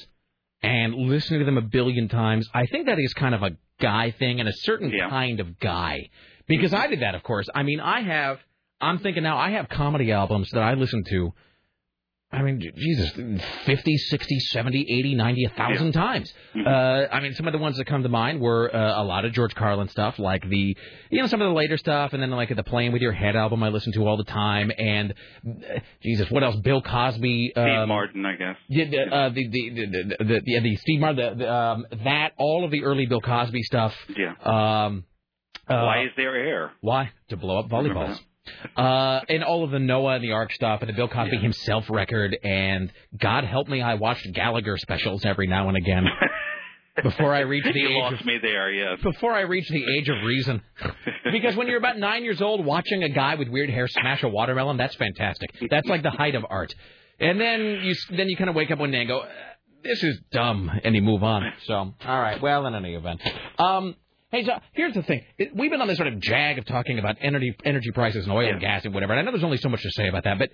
Speaker 2: and listening to them a billion times. I think that is kind of a guy thing and a certain kind of guy. Because I did that, of course. I mean, I have. I'm thinking now. I have comedy albums that I listen to. I mean, j- Jesus, 50, 60, 70, 80, 90, 1,000 times.
Speaker 22: Mm-hmm.
Speaker 2: Uh, I mean, some of the ones that come to mind were uh, a lot of George Carlin stuff, like the, you know, some of the later stuff, and then like the Playing With Your Head album I listen to all the time, and uh, Jesus, what else? Bill Cosby. Um,
Speaker 22: Steve Martin, I guess.
Speaker 2: yeah, the, uh, the, the, the, the, the, yeah, the Steve Martin, the, the, um, that, all of the early Bill Cosby stuff.
Speaker 22: Yeah.
Speaker 2: Um, uh,
Speaker 22: Why is there air?
Speaker 2: Why? To blow up
Speaker 22: Remember
Speaker 2: volleyballs.
Speaker 22: that.
Speaker 2: Uh, and all of the Noah and the Ark stuff, and the Bill Cosby himself record, and God help me, I watched Gallagher specials every now and
Speaker 22: [laughs]
Speaker 2: again before I reached the
Speaker 22: you
Speaker 2: age
Speaker 22: lost me there, yeah.
Speaker 2: before I reached the age of reason. Because when you're about nine years old, watching a guy with weird hair smash a watermelon, that's fantastic. That's like the height of art. And then you then you kind of wake up one day and go, "This is dumb," and you move on. So, all right. Well, in any event, um, hey, so here's the thing: It- we've been on this sort of jag of talking about energy energy prices and oil and gas and whatever. And I know there's only so much to say about that, but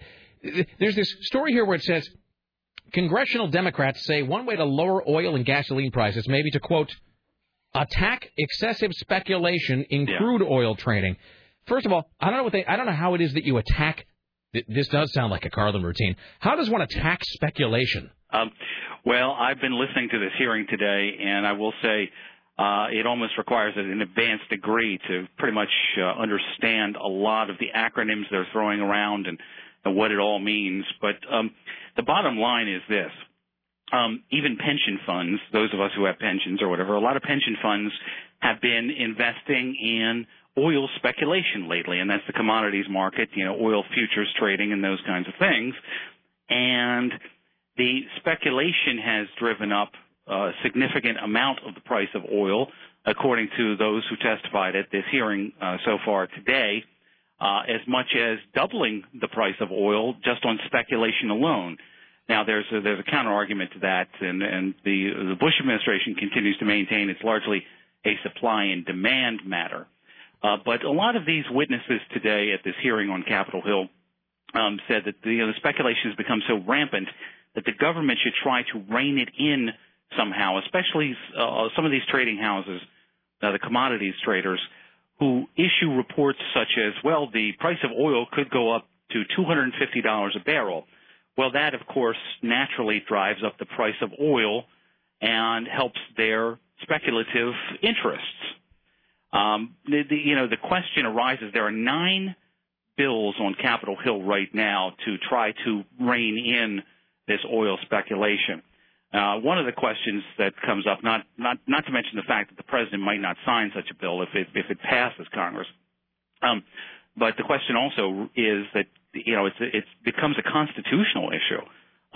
Speaker 2: uh, there's this story here where it says congressional Democrats say one way to lower oil and gasoline prices may be to quote attack excessive speculation in crude oil trading. First of all, I don't know what they. I don't know how it is that you attack. th- This does sound like a Carlin routine. How does one attack speculation?
Speaker 22: Um, well, I've been listening to this hearing today, and I will say uh, it almost requires an advanced degree to pretty much uh, understand a lot of the acronyms they're throwing around and, and what it all means. But um, the bottom line is this. Um, even pension funds, those of us who have pensions or whatever, a lot of pension funds have been investing in oil speculation lately, and that's the commodities market, you know, oil futures trading and those kinds of things. And the speculation has driven up a significant amount of the price of oil, according to those who testified at this hearing uh, so far today, uh, as much as doubling the price of oil just on speculation alone. Now, there's a, there's a counter argument to that, and, and the, the Bush administration continues to maintain it's largely a supply and demand matter. Uh, but a lot of these witnesses today at this hearing on Capitol Hill um, said that the, you know, the speculation has become so rampant that the government should try to rein it in somehow, especially uh, some of these trading houses, uh, the commodities traders, who issue reports such as, well, the price of oil could go up to $250 a barrel. Well, that, of course, naturally drives up the price of oil and helps their speculative interests. Um, the, the, you know, the question arises there are nine bills on Capitol Hill right now to try to rein in this oil speculation. Uh, one of the questions that comes up, not, not, not to mention the fact that the president might not sign such a bill if it, if it passes Congress, um, but the question also is that you know it's it becomes a constitutional issue.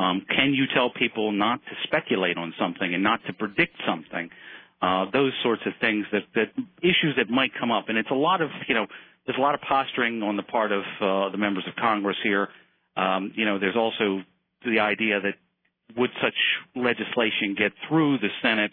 Speaker 22: Um, can you tell people not to speculate on something and not to predict something? Uh, those sorts of things that that issues that might come up, and it's a lot of you know there's a lot of posturing on the part of uh, the members of Congress here. Um, you know, there's also the idea that would such legislation get through the Senate?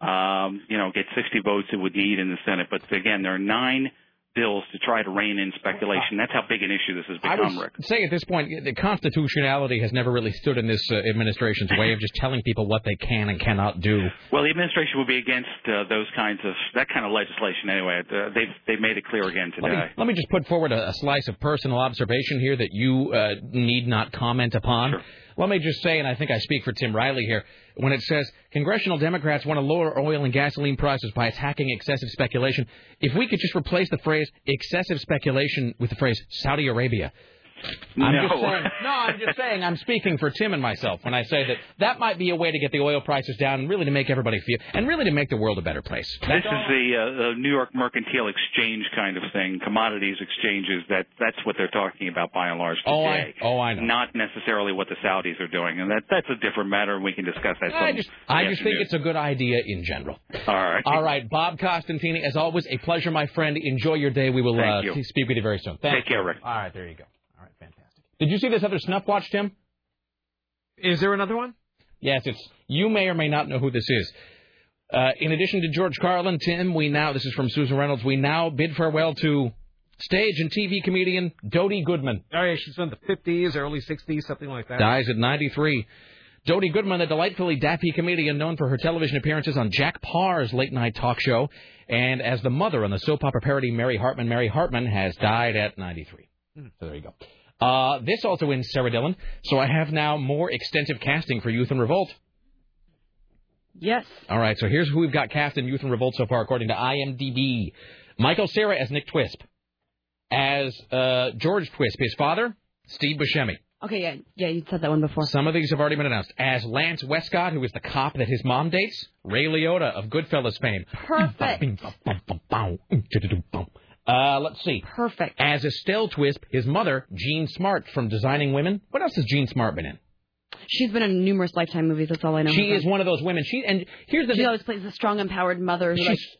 Speaker 22: Um, you know, get 60 votes it would need in the Senate. But again, there are nine bills to try to rein in speculation. That's how big an issue this has
Speaker 2: I
Speaker 22: become,
Speaker 2: would
Speaker 22: Rick.
Speaker 2: say at this point, the constitutionality has never really stood in this uh, administration's way of just telling people what they can and cannot do.
Speaker 22: Well, the administration will be against uh, those kinds of that kind of legislation anyway. Uh, they've they've made it clear again
Speaker 2: Let me,
Speaker 22: today.
Speaker 2: let me just put forward a, a slice of personal observation here that you uh, need not comment upon. Let me just say, and I think I speak for Tim Riley here, when it says congressional Democrats want to lower oil and gasoline prices by attacking excessive speculation, if we could just replace the phrase excessive speculation with the phrase Saudi Arabia. I'm
Speaker 10: No.
Speaker 2: just saying, no, I'm just saying I'm speaking for Tim and myself when I say that that might be a way to get the oil prices down and really to make everybody feel and really to make the world a better place.
Speaker 22: This is the, uh, the New York Mercantile Exchange kind of thing, commodities exchanges. That that's what they're talking about by and large
Speaker 2: Oh, I-
Speaker 22: today. Oh, I, know. Not necessarily what the Saudis are doing, and that that's a different matter. and We can discuss that.
Speaker 2: I
Speaker 22: some
Speaker 2: just, I just think
Speaker 22: afternoon.
Speaker 2: it's a good idea in general.
Speaker 22: all right.
Speaker 2: All right, Bob Costantini, as always, a pleasure, my friend. Enjoy your day. We will uh,
Speaker 22: Thank you.
Speaker 2: speak with you very soon. Thank
Speaker 22: Take care,
Speaker 2: you.
Speaker 22: Rick.
Speaker 2: All right, there you go. All right, fantastic. Did you see this other snuff watch, Tim?
Speaker 5: Is there another one?
Speaker 2: Yes, it's. You may or may not know who this is. Uh, in addition to George Carlin, Tim, we now this is from Susan Reynolds. We now bid farewell to stage and TV comedian Dodie Goodman.
Speaker 5: Oh, yeah, she's in the 50s, early 60s, something like that.
Speaker 2: Dies at 93. Jodie Goodman, a delightfully daffy comedian known for her television appearances on Jack Parr's late night talk show and as the mother on the soap opera parody Mary Hartman, Mary Hartman, has died at 93. So there you go. Uh, this also wins Sarah Dillon, so I have now more extensive casting for Youth and Revolt.
Speaker 18: Yes.
Speaker 2: All right, so here's who we've got cast in Youth and Revolt so far, according to IMDb. Michael Sarah as Nick Twisp, as uh, George Twisp, his father, Steve Buscemi.
Speaker 4: Okay, yeah, yeah, you said that one before.
Speaker 2: Some of these have already been announced. As Lance Westcott, who is the cop that his mom dates, Ray Liotta of Goodfellas fame.
Speaker 4: Perfect.
Speaker 2: Perfect. Uh, let's see.
Speaker 18: Perfect.
Speaker 2: As Estelle Twist, his mother, Jean Smart from Designing Women. What else has Jean Smart been in?
Speaker 4: She's been in numerous Lifetime movies. That's all I know.
Speaker 2: She is one of those women. She and here's the
Speaker 4: She
Speaker 2: thing.
Speaker 4: always plays the strong, empowered mother. who, like,
Speaker 2: She's-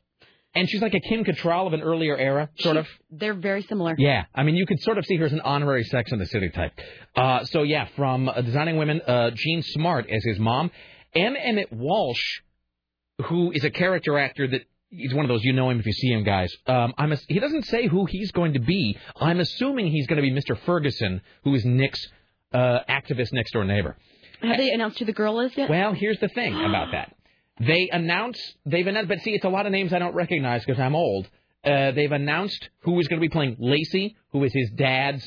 Speaker 2: and she's like a Kim Cattrall of an earlier era, sort of.
Speaker 4: they're very similar.
Speaker 2: Yeah, I mean, you could sort of see her as an honorary Sex and the City type. Uh, so yeah, from uh, Designing Women, uh, Gene Smart as his mom, M. Emmett Walsh, who is a character actor that he's one of those you know him if you see him guys. Um, I'm ass- he doesn't say who he's going to be. I'm assuming he's going to be Mr. Ferguson, who is Nick's uh, activist next door neighbor.
Speaker 4: Have they announced who the girl is yet?
Speaker 2: Well, here's the thing about that. They announce they've announced, but see, it's a lot of names I don't recognize because I'm old. Uh, they've announced who is going to be playing Lacey, who is his dad's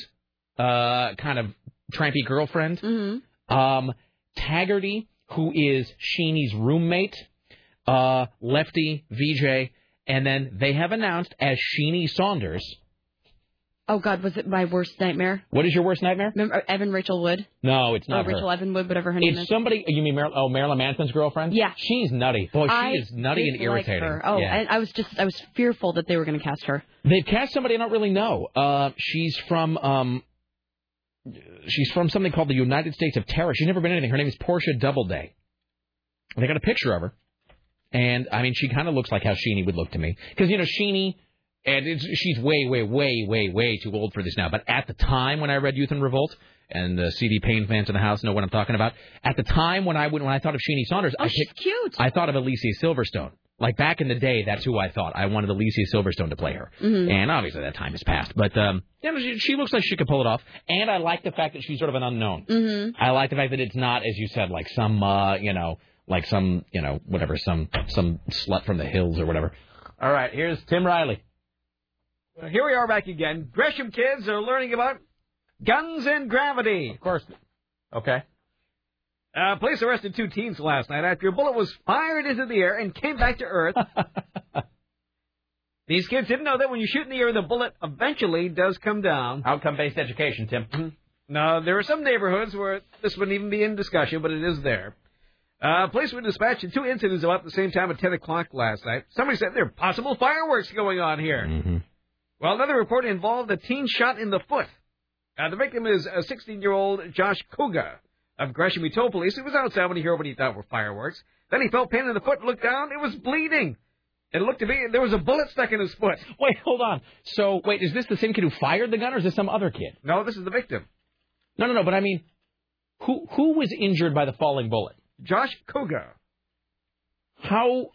Speaker 2: uh, kind of trampy girlfriend. Um, Taggarty, who is Sheeney's roommate. Uh, Lefty, VJ, and then they have announced as Sheeny Saunders.
Speaker 4: Oh God, was it my worst nightmare?
Speaker 2: What is your worst nightmare?
Speaker 4: Remember Evan Rachel Wood?
Speaker 2: No, it's
Speaker 4: or
Speaker 2: not
Speaker 4: Rachel
Speaker 2: her.
Speaker 4: Evan Wood, whatever her name
Speaker 2: It's
Speaker 4: is.
Speaker 2: somebody. You mean Marilyn? Oh, Marilyn Manson's girlfriend.
Speaker 4: Yeah.
Speaker 2: she's nutty. Boy, she
Speaker 4: I
Speaker 2: is nutty and
Speaker 4: dislike
Speaker 2: irritating.
Speaker 4: her. Oh,
Speaker 2: yeah.
Speaker 4: I, I was just I was fearful that they were going to cast her.
Speaker 2: They've cast somebody I don't really know. Uh, she's from um, she's from something called the United States of Terror. She's never been anything. Her name is Portia Doubleday. And they got a picture of her, and I mean, she kind of looks like how Sheeny would look to me, because you know Sheeny, and it's, she's way, way, way, way, way too old for this now. But at the time when I read Youth and Revolt, and the CD Payne fans in the house know what I'm talking about. At the time when I would, when I thought of Sheeny Saunders, I
Speaker 4: Oh, she's
Speaker 2: picked-
Speaker 4: cute.
Speaker 2: I thought of Alicia Silverstone. Like back in the day, that's who I thought. I wanted Alicia Silverstone to play her.
Speaker 4: Mm-hmm.
Speaker 10: Mhm.
Speaker 2: And obviously that time has passed. But um, yeah, but she, she looks like she could pull it off. And I like the fact that she's sort of an unknown.
Speaker 10: Mm-hmm.
Speaker 2: I like the fact that it's not, as you said, like some, uh, you know, like some, you know, whatever, some some slut from the hills or whatever. All right, here's Tim Riley.
Speaker 5: Well, here we are back again. Gresham kids are learning about guns and gravity. Of
Speaker 2: course. Okay.
Speaker 5: Uh, police arrested two teens last night after a bullet was fired into the air and came back
Speaker 2: [laughs]
Speaker 5: to Earth. These kids didn't know that when you shoot in the air, the bullet eventually does come down.
Speaker 2: Outcome-based education, Tim.
Speaker 5: No, there are some neighborhoods where this wouldn't even be in discussion, but it is there. Uh, police were dispatched in two incidents about the same time at 10 o'clock last night. Somebody said there are possible fireworks going on here. Well, another report involved a teen shot in the foot. Uh, the victim is a 16-year-old Josh Kuga of Gresham. He told police he was outside when he heard what he thought were fireworks. Then he felt pain in the foot, looked down, it was bleeding. It looked to me there was a bullet stuck in his foot.
Speaker 2: Wait, hold on. So, wait, is this the same kid who fired the gun, or is this some other kid?
Speaker 5: No, this is the victim.
Speaker 2: No, no, no. But I mean, who who was injured by the falling bullet?
Speaker 5: Josh Kuga.
Speaker 2: How?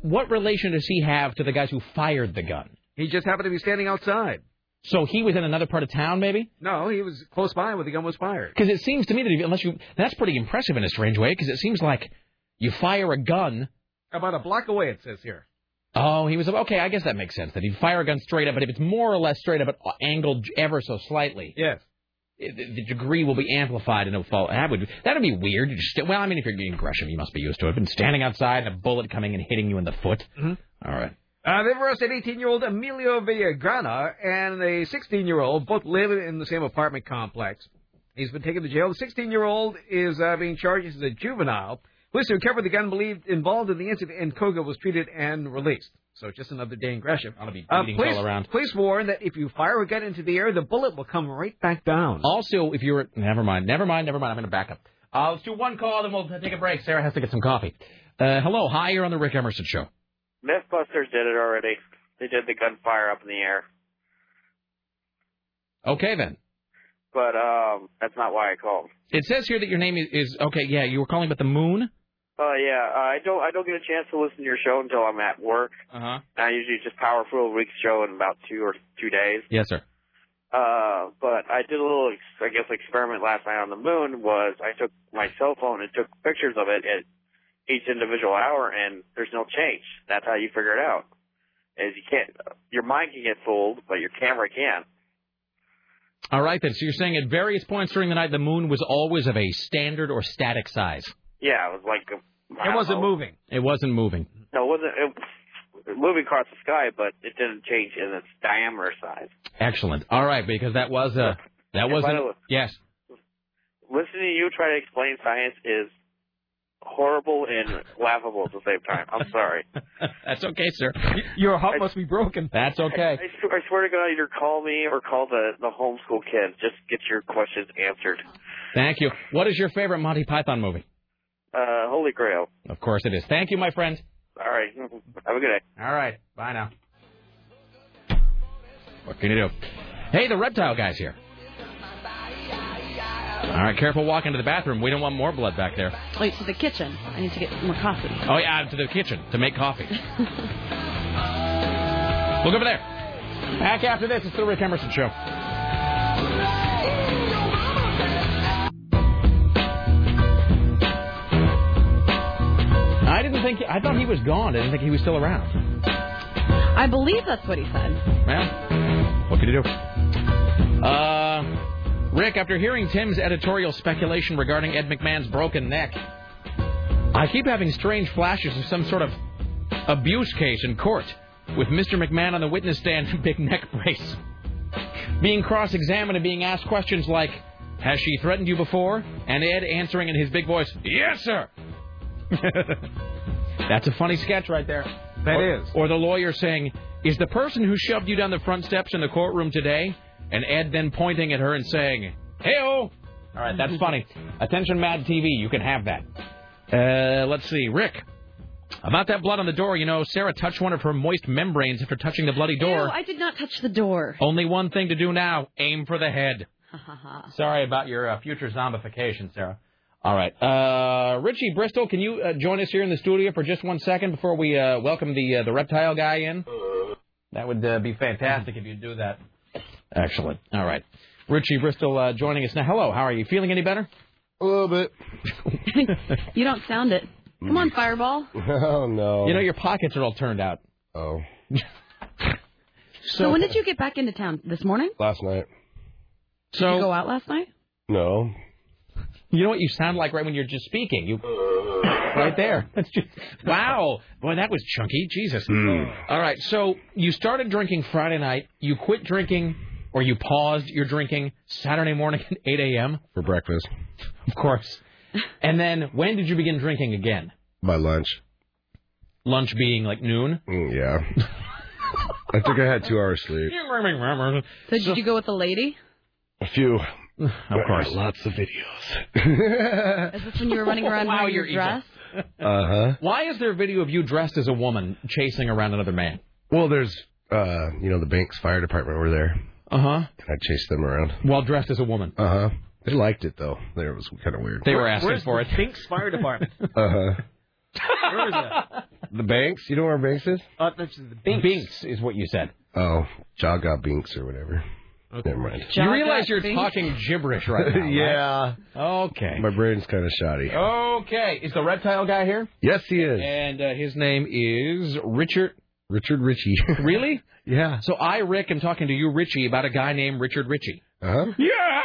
Speaker 2: What relation does he have to the guys who fired the gun?
Speaker 5: He just happened to be standing outside.
Speaker 2: So he was in another part of town, maybe?
Speaker 5: No, he was close by when the gun was fired.
Speaker 2: Because it seems to me that if, unless you, that's pretty impressive in a strange way. Because it seems like you fire a gun.
Speaker 5: About a block away, it says here.
Speaker 2: Oh, he was okay. I guess that makes sense. That he fire a gun straight up, but if it's more or less straight up, but angled ever so slightly,
Speaker 5: yes,
Speaker 2: the, the degree will be amplified and it'll fall. That would that would be weird. You just, well, I mean, if you're getting Gresham, you must be used to it. But standing outside and a bullet coming and hitting you in the foot.
Speaker 5: Mhm.
Speaker 2: All right.
Speaker 5: Uh, they've arrested 18-year-old Emilio Villagrana and a 16-year-old, both live in the same apartment complex. He's been taken to jail. The 16-year-old is uh, being charged as a juvenile. Police who recovered the gun believed involved in the incident, and Koga was treated and released. So just another day in Gresham.
Speaker 2: Ought to be
Speaker 5: Uh,
Speaker 2: beatings
Speaker 5: police,
Speaker 2: all around.
Speaker 5: police warn that if you fire a gun into the air, the bullet will come right back down.
Speaker 2: Also, if you're never mind, never mind, never mind. I'm going to back up. Uh, let's do one call, then we'll take a break. Sarah has to get some coffee. Uh, hello, hi. You're on the Rick Emerson show.
Speaker 12: Mythbusters did it already. They did the gunfire up in the air.
Speaker 2: Okay, then.
Speaker 12: But um that's not why I called.
Speaker 2: It says here that your name is, is okay. Yeah, you were calling about the moon.
Speaker 12: Oh yeah, uh, I don't I don't get a chance to listen to your show until I'm at work.
Speaker 2: Uh huh.
Speaker 12: I usually just power through a week's show in about two or two days.
Speaker 2: Yes, sir.
Speaker 12: Uh, but I did a little, ex- I guess, experiment last night on the moon. Was I took my cell phone and took pictures of it at each individual hour, and there's no change. That's how you figure it out. Is you can't, your mind can get fooled, but your camera can't.
Speaker 2: All right, then. So you're saying at various points during the night, the moon was always of a standard or static size.
Speaker 12: Yeah, it was like a,
Speaker 5: It wasn't moving.
Speaker 2: It wasn't moving.
Speaker 12: No, it wasn't. It, moving across the sky, but it didn't change in its diameter size.
Speaker 2: Excellent. All right, because that was uh that
Speaker 12: by
Speaker 2: wasn't.
Speaker 12: the way-
Speaker 2: Yes.
Speaker 12: Listening to you try to explain science is horrible and laughable at the same time. I'm sorry.
Speaker 2: [laughs] That's okay, sir.
Speaker 5: Your heart must be broken.
Speaker 2: That's okay.
Speaker 12: [laughs] I, swear, I swear to God, either call me or call the the homeschool kid. Just get your questions answered.
Speaker 2: Thank you. What is your favorite Monty Python movie?
Speaker 12: Uh, Holy Grail.
Speaker 2: Of course it is. Thank you, my friend.
Speaker 12: All right. [laughs] Have a good day.
Speaker 2: All right. Bye now. What can you do? Hey, the reptile guy's here. All right, careful walking to the bathroom. We don't want more blood back there.
Speaker 4: Wait, to the kitchen. I need to get more coffee.
Speaker 2: Oh, yeah, out to the kitchen to make coffee. Look over there. Back after this, it's the Rick Emerson Show. I didn't think, I thought he was gone. I didn't think he was still around.
Speaker 4: I believe that's what he said.
Speaker 2: Well, what can you do? Uh, Rick, after hearing Tim's editorial speculation regarding Ed McMahon's broken neck, I keep having strange flashes of some sort of abuse case in court with Mr. McMahon on the witness stand [laughs] and big neck brace. Being cross examined and being asked questions like, Has she threatened you before? And Ed answering in his big voice, Yes, sir. [laughs] That's a funny sketch right there.
Speaker 5: That
Speaker 2: That is.
Speaker 5: is.
Speaker 2: Or the lawyer saying, Is the person who shoved you down the front steps in the courtroom today? And Ed then pointing at her and saying, Hey, All right, that's funny. Attention, Mad TV, you can have that. Uh, let's see, Rick. About that blood on the door, you know, Sarah touched one of her moist membranes after touching the bloody door.
Speaker 4: Ew, I did not touch the door. [laughs]
Speaker 2: Only one thing to do now aim for the head.
Speaker 4: Ha ha ha.
Speaker 2: Sorry about your uh, future zombification, Sarah. All right. Uh, Richie Bristol, can you uh, join us here in the studio for just one second before we uh, welcome the uh, the reptile guy in? That would uh, be fantastic if you do that. Excellent. All right. Richie Bristol uh, joining us now. Hello, how are you? Feeling any better?
Speaker 10: A little bit.
Speaker 4: [laughs] You don't sound it. Come
Speaker 2: Mm.
Speaker 4: on, Fireball.
Speaker 6: [laughs]
Speaker 10: Oh no.
Speaker 2: You know, your pockets are all turned out. [laughs]
Speaker 10: Oh.
Speaker 4: So, when did you get back into town? This morning?
Speaker 10: Last night.
Speaker 4: Did you go out last night?
Speaker 10: No.
Speaker 2: You know what you sound like right when you're just speaking. You right there. That's just wow. Boy, that was chunky. Jesus. All right. So you started drinking Friday night. You quit drinking, or you paused your drinking Saturday morning at 8 a.m.
Speaker 10: For breakfast.
Speaker 2: [laughs] Of course. And then when did you begin drinking again?
Speaker 10: By lunch.
Speaker 2: Lunch being like
Speaker 10: [laughs]
Speaker 2: noon.
Speaker 10: Mm,
Speaker 2: [laughs]
Speaker 10: yeah. I think I had two hours sleep. Uh-huh.
Speaker 4: So did you go with the lady?
Speaker 10: A few. Of
Speaker 2: course.
Speaker 10: Lots of videos.
Speaker 4: Is this when you were running around
Speaker 2: [laughs] Wow,
Speaker 4: wearing your
Speaker 2: you're evil.
Speaker 4: dress?
Speaker 10: Uh huh.
Speaker 2: Why is there a video of you dressed as a woman chasing around another man?
Speaker 10: Well, there's uh, you know, the bank's fire department were there.
Speaker 2: Uh huh.
Speaker 10: And I chased them around.
Speaker 2: While dressed as a woman.
Speaker 10: Uh huh. They liked it though. They- It was kind of weird.
Speaker 2: They were asking for it.
Speaker 5: Pink's
Speaker 2: [laughs]
Speaker 5: fire department.
Speaker 10: [laughs] Uh huh.
Speaker 5: Where is that?
Speaker 10: The banks. You know where banks is?
Speaker 5: Uh, that's the Binks.
Speaker 2: is what you said.
Speaker 10: Oh, Jaga Binks or whatever. Never mind.
Speaker 2: You realize you're talking gibberish
Speaker 10: [laughs]
Speaker 2: right now.
Speaker 10: yeah.
Speaker 2: Okay.
Speaker 10: My brain's kind of shoddy.
Speaker 2: Right? Okay. Is the reptile guy here?
Speaker 10: Yes, he is.
Speaker 2: And uh, his name is Richard.
Speaker 10: Richard Ritchie.
Speaker 2: Really?
Speaker 10: [laughs] yeah.
Speaker 2: So I, Rick, am talking to you, Richie, about a guy named Richard Ritchie.
Speaker 10: Uh huh. [laughs]
Speaker 2: Yeah.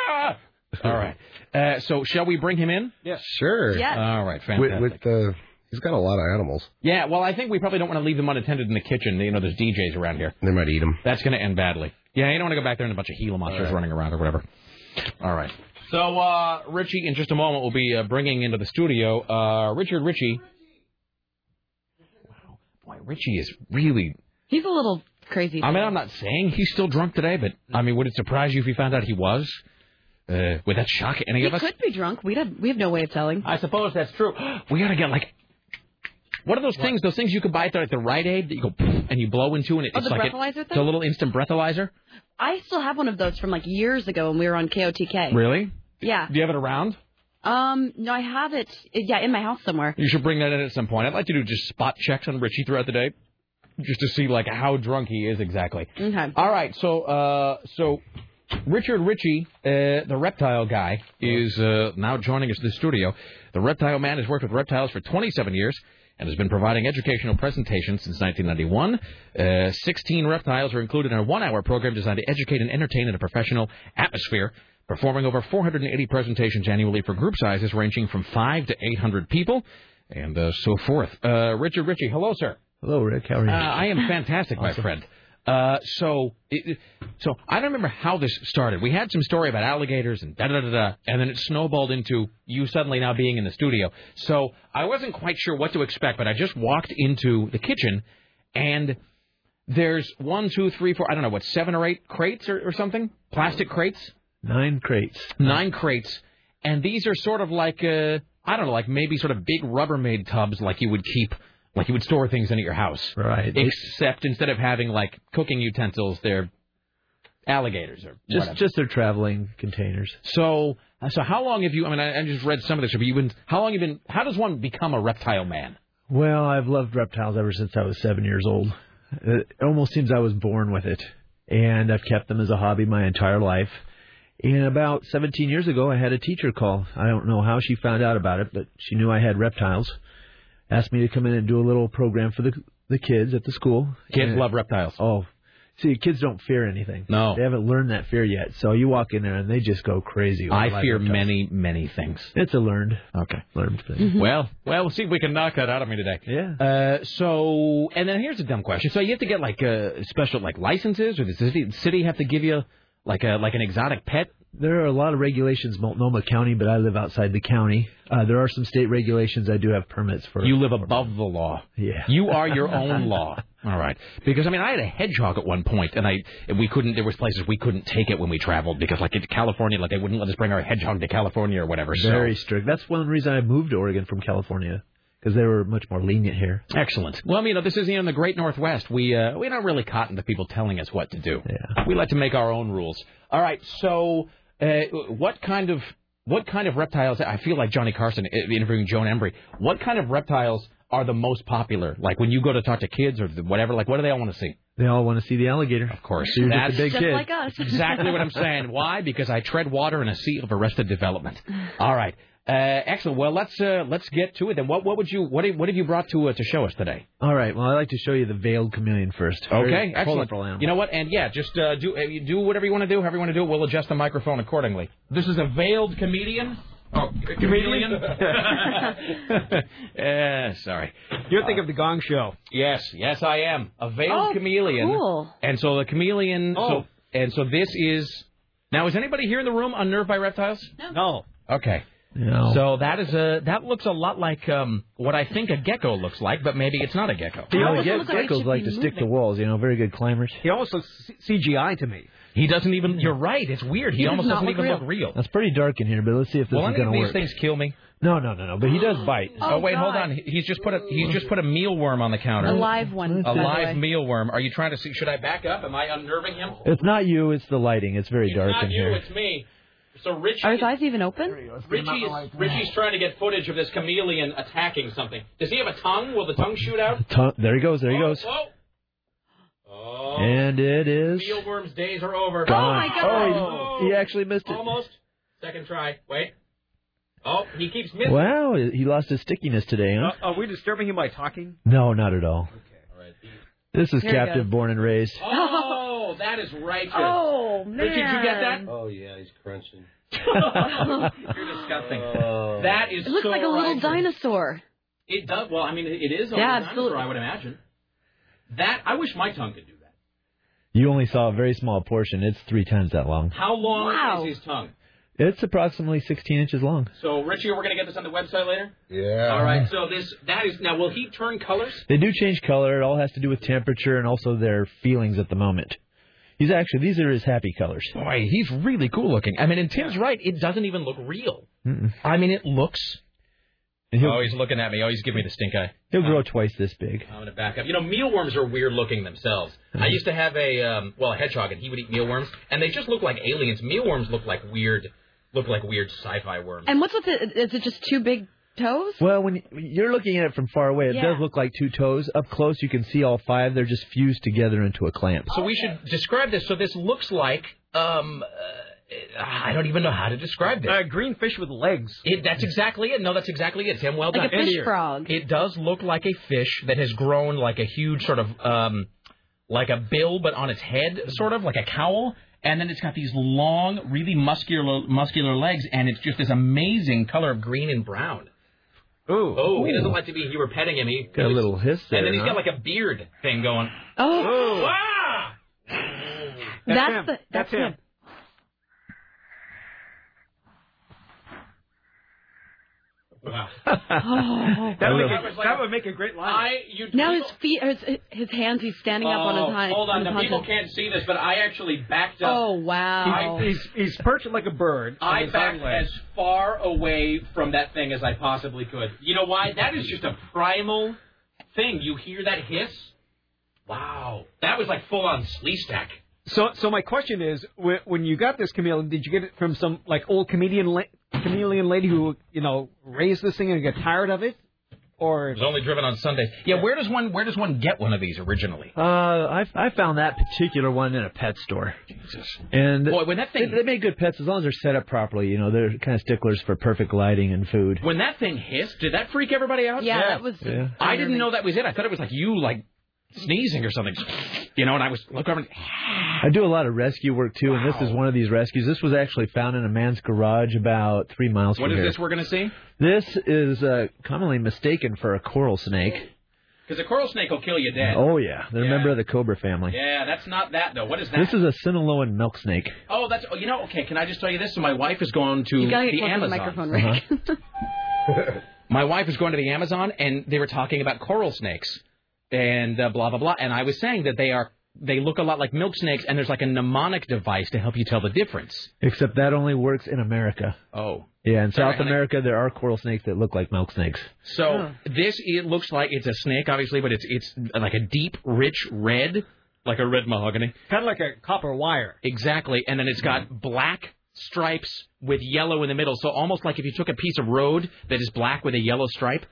Speaker 2: All right. Uh, so shall we bring him in?
Speaker 5: Yes.
Speaker 10: Sure.
Speaker 2: Yes. All right,
Speaker 10: With,
Speaker 2: fantastic.
Speaker 10: with the, he's got a lot of animals.
Speaker 2: Yeah. Well, I think we probably don't want to leave them unattended in the kitchen. You know, there's DJs around here.
Speaker 10: They might eat them.
Speaker 2: That's going to end badly. Yeah, you don't want to go back there and a bunch of Gila monsters running around or whatever. All right. So, uh, Richie, in just a moment, we'll be uh, bringing into the studio uh, Richard Richie. Wow. Boy, Richie is really.
Speaker 4: He's a little crazy.
Speaker 2: I mean, I'm not saying he's still drunk today, but I mean, would it surprise you if you found out he was? Uh, would that shock any
Speaker 4: he
Speaker 2: of us?
Speaker 4: could be drunk. We have we have no way of telling.
Speaker 2: I suppose that's true. We gotta get like. What are those things? Those things you could buy at the, at the Rite Aid that you go poof and you blow into, and it,
Speaker 4: Oh,
Speaker 2: it's
Speaker 4: the
Speaker 2: like it-
Speaker 4: breathalyzer
Speaker 2: it's a
Speaker 4: thing?
Speaker 2: little instant breathalyzer.
Speaker 4: I still have one of those from like years ago when we were on KOTK.
Speaker 2: Really?
Speaker 4: Yeah.
Speaker 2: Do you have it around?
Speaker 4: Um. No, I have it. Yeah, in my house somewhere.
Speaker 2: You should bring that in at some point. I'd like to do just spot checks on Richie throughout the day, just to see like how drunk he is exactly.
Speaker 4: Okay.
Speaker 2: All right, so uh, so Richard Ritchie, uh, the reptile guy, is uh, now joining us in the studio. The reptile man has worked with reptiles for 27 years and has been providing educational presentations since 1991. Uh, 16 reptiles are included in a one-hour program designed to educate and entertain in a professional atmosphere. Performing over 480 presentations annually for group sizes ranging from five to 800 people, and uh, so forth. Uh, Richard Ritchie, hello, sir.
Speaker 10: Hello, Rick. How are
Speaker 2: Uh, I am fantastic, my friend. Uh, Uh, so, it, it- so I don't remember how this started. We had some story about alligators and da da da da, and then it snowballed into you suddenly now being in the studio. So I wasn't quite sure what to expect, but I just walked into the kitchen, and there's one, two, three, four, I don't know what, seven or eight crates or, or something, plastic crates.
Speaker 9: Nine crates.
Speaker 2: Nine crates, and these are sort of like uh, I don't know, like maybe sort of big Rubbermaid tubs, like you would keep, like you would store things in at your house. Right. Except instead of having like cooking utensils, they're alligators or
Speaker 9: Just
Speaker 2: whatever.
Speaker 9: just their traveling containers.
Speaker 2: So, so how long have you? I mean, I, I just read some of this, but you've been. How long have you been? How does one become a reptile man?
Speaker 9: Well, I've loved reptiles ever since I was seven years old. It almost seems I was born with it, and I've kept them as a hobby my entire life. And about 17 years ago, I had a teacher call. I don't know how she found out about it, but she knew I had reptiles. Asked me to come in and do a little program for the the kids at the school.
Speaker 2: Kids
Speaker 9: And-
Speaker 2: love reptiles.
Speaker 9: Oh, see, kids don't fear anything.
Speaker 2: No.
Speaker 9: they haven't learned that fear yet. So you walk in there and they just go crazy. with
Speaker 2: I
Speaker 9: live
Speaker 2: fear
Speaker 9: reptiles.
Speaker 2: many, many things.
Speaker 9: It's a learned.
Speaker 2: Okay.
Speaker 9: Learned thing.
Speaker 2: Well, well, we'll see if we can knock that out of me today. Yeah. Uh, so, and then here's a dumb question. So you have to get like uh, special like licenses, or does the city- city have to give you like a like an exotic pet?
Speaker 9: There are a lot of regulations, Multnomah County, but I live outside the county. Uh, there are some state regulations. I do have permits for.
Speaker 2: You live above the law.
Speaker 9: Yeah.
Speaker 2: You are your
Speaker 9: [laughs]
Speaker 2: own law. All right. Because I mean, I had a hedgehog at one point, and I and we couldn't. There was places we couldn't take it when we traveled because like in California, like they wouldn't let us bring our hedgehog to California or whatever. so-
Speaker 9: Very strict. That's one reason I moved to Oregon from California because they were much more lenient here.
Speaker 2: Excellent. Well, you know, this is you know, in the Great Northwest. We uh, we don't really cotton to people telling us what to do. We like to make our own rules. All right. So, uh, what kind of what kind of reptiles? I feel like Johnny Carson uh, interviewing Joan Embry. What kind of reptiles are the most popular? Like when you go to talk to kids or whatever. Like, what do they all want to see?
Speaker 9: They all want to see the alligator. Of
Speaker 2: course.
Speaker 9: You're just
Speaker 2: That's
Speaker 9: a big
Speaker 2: Just
Speaker 9: kid.
Speaker 2: like That's [laughs] exactly what I'm saying. Why? Because I tread water in a sea of arrested development. All right. Uh, excellent. Well, let's uh, let's get to it then. What what would you what what have you brought to uh, to show us today?
Speaker 9: All right. Well, I'd like to show you the veiled chameleon first. Very
Speaker 2: Okay, excellent.
Speaker 9: colorful animal.
Speaker 2: You know what? And yeah, just uh, do uh, you do whatever you want to do, however you want to do it. We'll adjust the microphone accordingly. This is a veiled comedian. Oh, comedian.
Speaker 5: [laughs]
Speaker 2: [laughs] uh, sorry.
Speaker 5: You're thinking of the Gong Show.
Speaker 2: Yes, yes, I am a veiled
Speaker 5: Oh,
Speaker 2: chameleon.
Speaker 5: cool.
Speaker 2: And so the chameleon.
Speaker 5: Oh.
Speaker 2: So, and so this is. Now, is anybody here in the room unnerved by reptiles? No.
Speaker 5: No.
Speaker 2: Okay. So that is a that looks a lot like um, what I think a gecko looks like, but maybe it's not a gecko.
Speaker 5: Oh,
Speaker 9: You know, ge- geckos like to stick to walls. You know, very good climbers.
Speaker 5: He almost looks CGI to me.
Speaker 2: He doesn't even. You're right. It's weird. He,
Speaker 5: He does
Speaker 2: almost
Speaker 5: not
Speaker 2: doesn't
Speaker 5: look
Speaker 2: even
Speaker 5: real.
Speaker 2: look real.
Speaker 9: That's pretty dark in here, but let's see if this
Speaker 2: Will
Speaker 9: is
Speaker 2: any
Speaker 9: going
Speaker 2: of
Speaker 9: to
Speaker 2: these
Speaker 9: work.
Speaker 2: things kill me?
Speaker 9: No, no, no, no. But he does bite.
Speaker 2: Oh, wait, hold
Speaker 9: God.
Speaker 2: on. He- He's just put a he's just put a mealworm on the counter.
Speaker 4: A live one,
Speaker 2: A
Speaker 4: by the
Speaker 2: live
Speaker 4: way.
Speaker 2: mealworm. Are you trying to see? Should I back up? Am I unnerving him?
Speaker 9: It's not you. It's the lighting. It's very dark
Speaker 2: Not
Speaker 9: in
Speaker 2: you.
Speaker 9: here.
Speaker 2: It's me. So Richie.
Speaker 4: Are his eyes even open?
Speaker 2: Richie's, Richie's trying to get footage of this chameleon attacking something. Does he have a tongue? Will the tongue shoot out?
Speaker 9: Tongue- there he goes. There he goes.
Speaker 2: Oh,
Speaker 9: And it is.
Speaker 2: mealworm's days are over.
Speaker 9: Gone. Oh, he, he actually missed it.
Speaker 2: Almost. Second try. Wait. Oh, he keeps missing.
Speaker 9: Wow, he lost his stickiness today, huh?
Speaker 2: Oh.
Speaker 5: Uh, Are we disturbing him by talking?
Speaker 9: No, not at all. This is
Speaker 5: Here we
Speaker 9: captive
Speaker 5: go.
Speaker 9: born and raised.
Speaker 2: Oh, that is righteous.
Speaker 5: Oh,
Speaker 2: Richie, did you get that?
Speaker 10: Oh yeah, he's crunching.
Speaker 2: [laughs]
Speaker 10: Oh.
Speaker 2: You're disgusting. That is
Speaker 4: It looks
Speaker 2: so
Speaker 4: like a little
Speaker 2: righteous.
Speaker 4: dinosaur.
Speaker 2: It does. Well, I mean, it is.
Speaker 4: Yeah,
Speaker 2: Yeah, absolutely.
Speaker 4: absolutely.
Speaker 2: I would imagine. That I wish my tongue could do that.
Speaker 9: You only saw a very small portion. It's three times that long.
Speaker 2: How long is his tongue?
Speaker 9: It's approximately 16 inches long.
Speaker 2: So, Richie, we're gonna get this on the website later.
Speaker 9: Yeah.
Speaker 2: All right. So this that is now. Will he turn colors?
Speaker 9: They do change color. It all has to do with temperature and also their feelings at the moment. He's actually these are his happy colors.
Speaker 2: Boy, he's really cool looking. I mean, and Tim's right. It doesn't even look real.
Speaker 9: Mm-mm.
Speaker 2: I mean, it looks.
Speaker 9: he'll-
Speaker 2: oh, he's looking at me. Oh, he's giving me the stink eye.
Speaker 9: He'll grow twice this big.
Speaker 2: I'm gonna back up. You know, mealworms are weird looking themselves. I used to have a um, well, a hedgehog, and he would eat mealworms, and they just look like aliens. Mealworms look like weird, look like weird sci-fi worms.
Speaker 4: And what's with it? Is it just two big toes?
Speaker 9: Well, when when you're looking at it from far away, it
Speaker 4: Yeah.
Speaker 9: does look like two toes. Up close, you can see all five. They're just fused together into a clamp.
Speaker 2: So we should describe this. So this looks like um, uh, I don't even know how to describe this.
Speaker 5: A Uh, green fish with legs.
Speaker 2: It, that's exactly it. No, that's exactly it, Tim. Well
Speaker 5: Like
Speaker 2: done.
Speaker 5: a fish And ears. frog.
Speaker 2: It does look like a fish that has grown like a huge sort of um, like a bill, but on its head, sort of like a cowl. And then it's got these long, really muscular, muscular legs, and it's just this amazing color of green and brown.
Speaker 9: Ooh.
Speaker 2: Oh, he doesn't like to be. You were petting him. He
Speaker 9: Got a little hiss
Speaker 2: And
Speaker 9: there,
Speaker 2: then he's
Speaker 9: huh?
Speaker 2: got like a beard thing going.
Speaker 4: Oh.
Speaker 2: Ah!
Speaker 20: That's
Speaker 5: him.
Speaker 20: the-
Speaker 5: that's
Speaker 20: that's
Speaker 5: him.
Speaker 20: him.
Speaker 5: Wow.
Speaker 2: [laughs]
Speaker 4: Oh.
Speaker 5: that, would make a, that would make a great line. I,
Speaker 2: you,
Speaker 4: Now his feet, his, his hands, he's standing up on his hind.
Speaker 2: Oh, Hold on,
Speaker 4: his
Speaker 2: the
Speaker 4: hind
Speaker 2: people
Speaker 4: legs.
Speaker 2: can't see this, but I actually backed up.
Speaker 4: Oh wow!
Speaker 2: I-
Speaker 5: he's, he's perched like a bird. on
Speaker 2: I
Speaker 5: his hind
Speaker 2: backed
Speaker 5: legs.
Speaker 2: as far away from that thing as I possibly could. You know why? That is just a primal thing. You hear that hiss? Wow. That was like full on slee stack.
Speaker 5: So, so my question is, wh- when you got this chameleon, did you get it from some like old comedian la- chameleon lady who you know raised this thing and got tired of it, or
Speaker 2: It was only driven on Sunday. Yeah, where does one where does one get one of these originally?
Speaker 9: Uh, I, I found that particular one in a pet store. Jesus. And
Speaker 2: Boy, when that thing-
Speaker 9: they, they make good pets as long as they're set up properly. You know, they're kind of sticklers for perfect lighting and food.
Speaker 2: When that thing hissed, did that freak everybody out?
Speaker 9: Yeah, Yeah. that was- Yeah.
Speaker 2: I didn't know that was it. I thought it was like you like sneezing or something. You know, and I was look over and
Speaker 9: I do a lot of rescue work too, and this is one of these rescues. This was actually found in a man's garage about three miles
Speaker 2: what
Speaker 9: from
Speaker 2: is
Speaker 9: here.
Speaker 2: this we're gonna see?
Speaker 9: This is uh, commonly mistaken for a coral snake.
Speaker 2: Because a coral snake will kill you dead.
Speaker 9: Oh yeah, they're a member of the cobra family.
Speaker 2: Yeah, that's not that though. What is that?
Speaker 9: This is a Sinaloan milk snake.
Speaker 2: Oh, that's oh, you know. Okay, can I just tell you this? So my wife is going to
Speaker 9: You gotta get
Speaker 2: the
Speaker 9: closer to the
Speaker 2: Amazon. Uh-huh.
Speaker 9: microphone, Rick.
Speaker 2: my wife is going to the Amazon, and they were talking about coral snakes and uh, blah blah blah. And I was saying that they are they look a lot like milk snakes, and there's like a mnemonic device to help you tell the difference.
Speaker 9: Except that only works in America.
Speaker 2: Oh.
Speaker 9: Yeah, in
Speaker 2: Sorry,
Speaker 9: South
Speaker 2: honey.
Speaker 9: America there are coral snakes that look like milk snakes.
Speaker 2: So this it looks like it's a snake, obviously, but it's it's like a deep, rich red, like a red mahogany.
Speaker 5: Kind of like a copper wire. Hmm.
Speaker 2: Exactly, and then it's got black stripes with yellow in the middle. So almost like if you took a piece of road that is black with a yellow stripe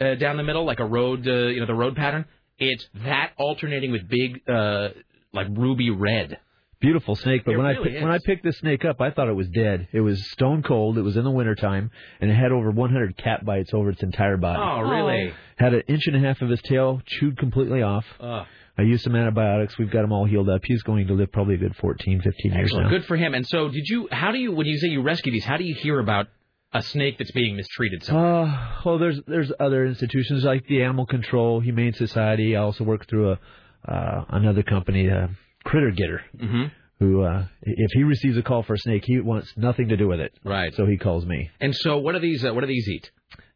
Speaker 2: uh, down the middle, like a road, uh, you know, the road pattern. It's that alternating with big, uh, like ruby red.
Speaker 9: Beautiful snake, but
Speaker 2: It
Speaker 9: when
Speaker 2: really
Speaker 9: I
Speaker 2: is.
Speaker 9: pick, when I picked this snake up, I thought it was dead. It was stone cold. It was in the wintertime, and it had over 100 cat bites over its entire body.
Speaker 2: Oh, really? Oh.
Speaker 9: Had an inch and a half of his tail chewed completely off.
Speaker 2: Ugh.
Speaker 9: I used some antibiotics. We've got him all healed up. He's going to live probably a good 14, 15 years
Speaker 2: Excellent.
Speaker 9: now.
Speaker 2: Good for him. And so, did you? How do you? When you say you rescue these, how do you hear about a snake that's being mistreated? So
Speaker 9: Uh, well, there's there's other institutions like the Animal Control Humane Society. I also work through a uh, another company, uh, Critter Getter,
Speaker 2: Mhm.
Speaker 9: who uh, if he receives a call for a snake, he wants nothing to do with it.
Speaker 2: Right.
Speaker 9: So he calls me.
Speaker 2: And so, what do these? Uh, what do these eat?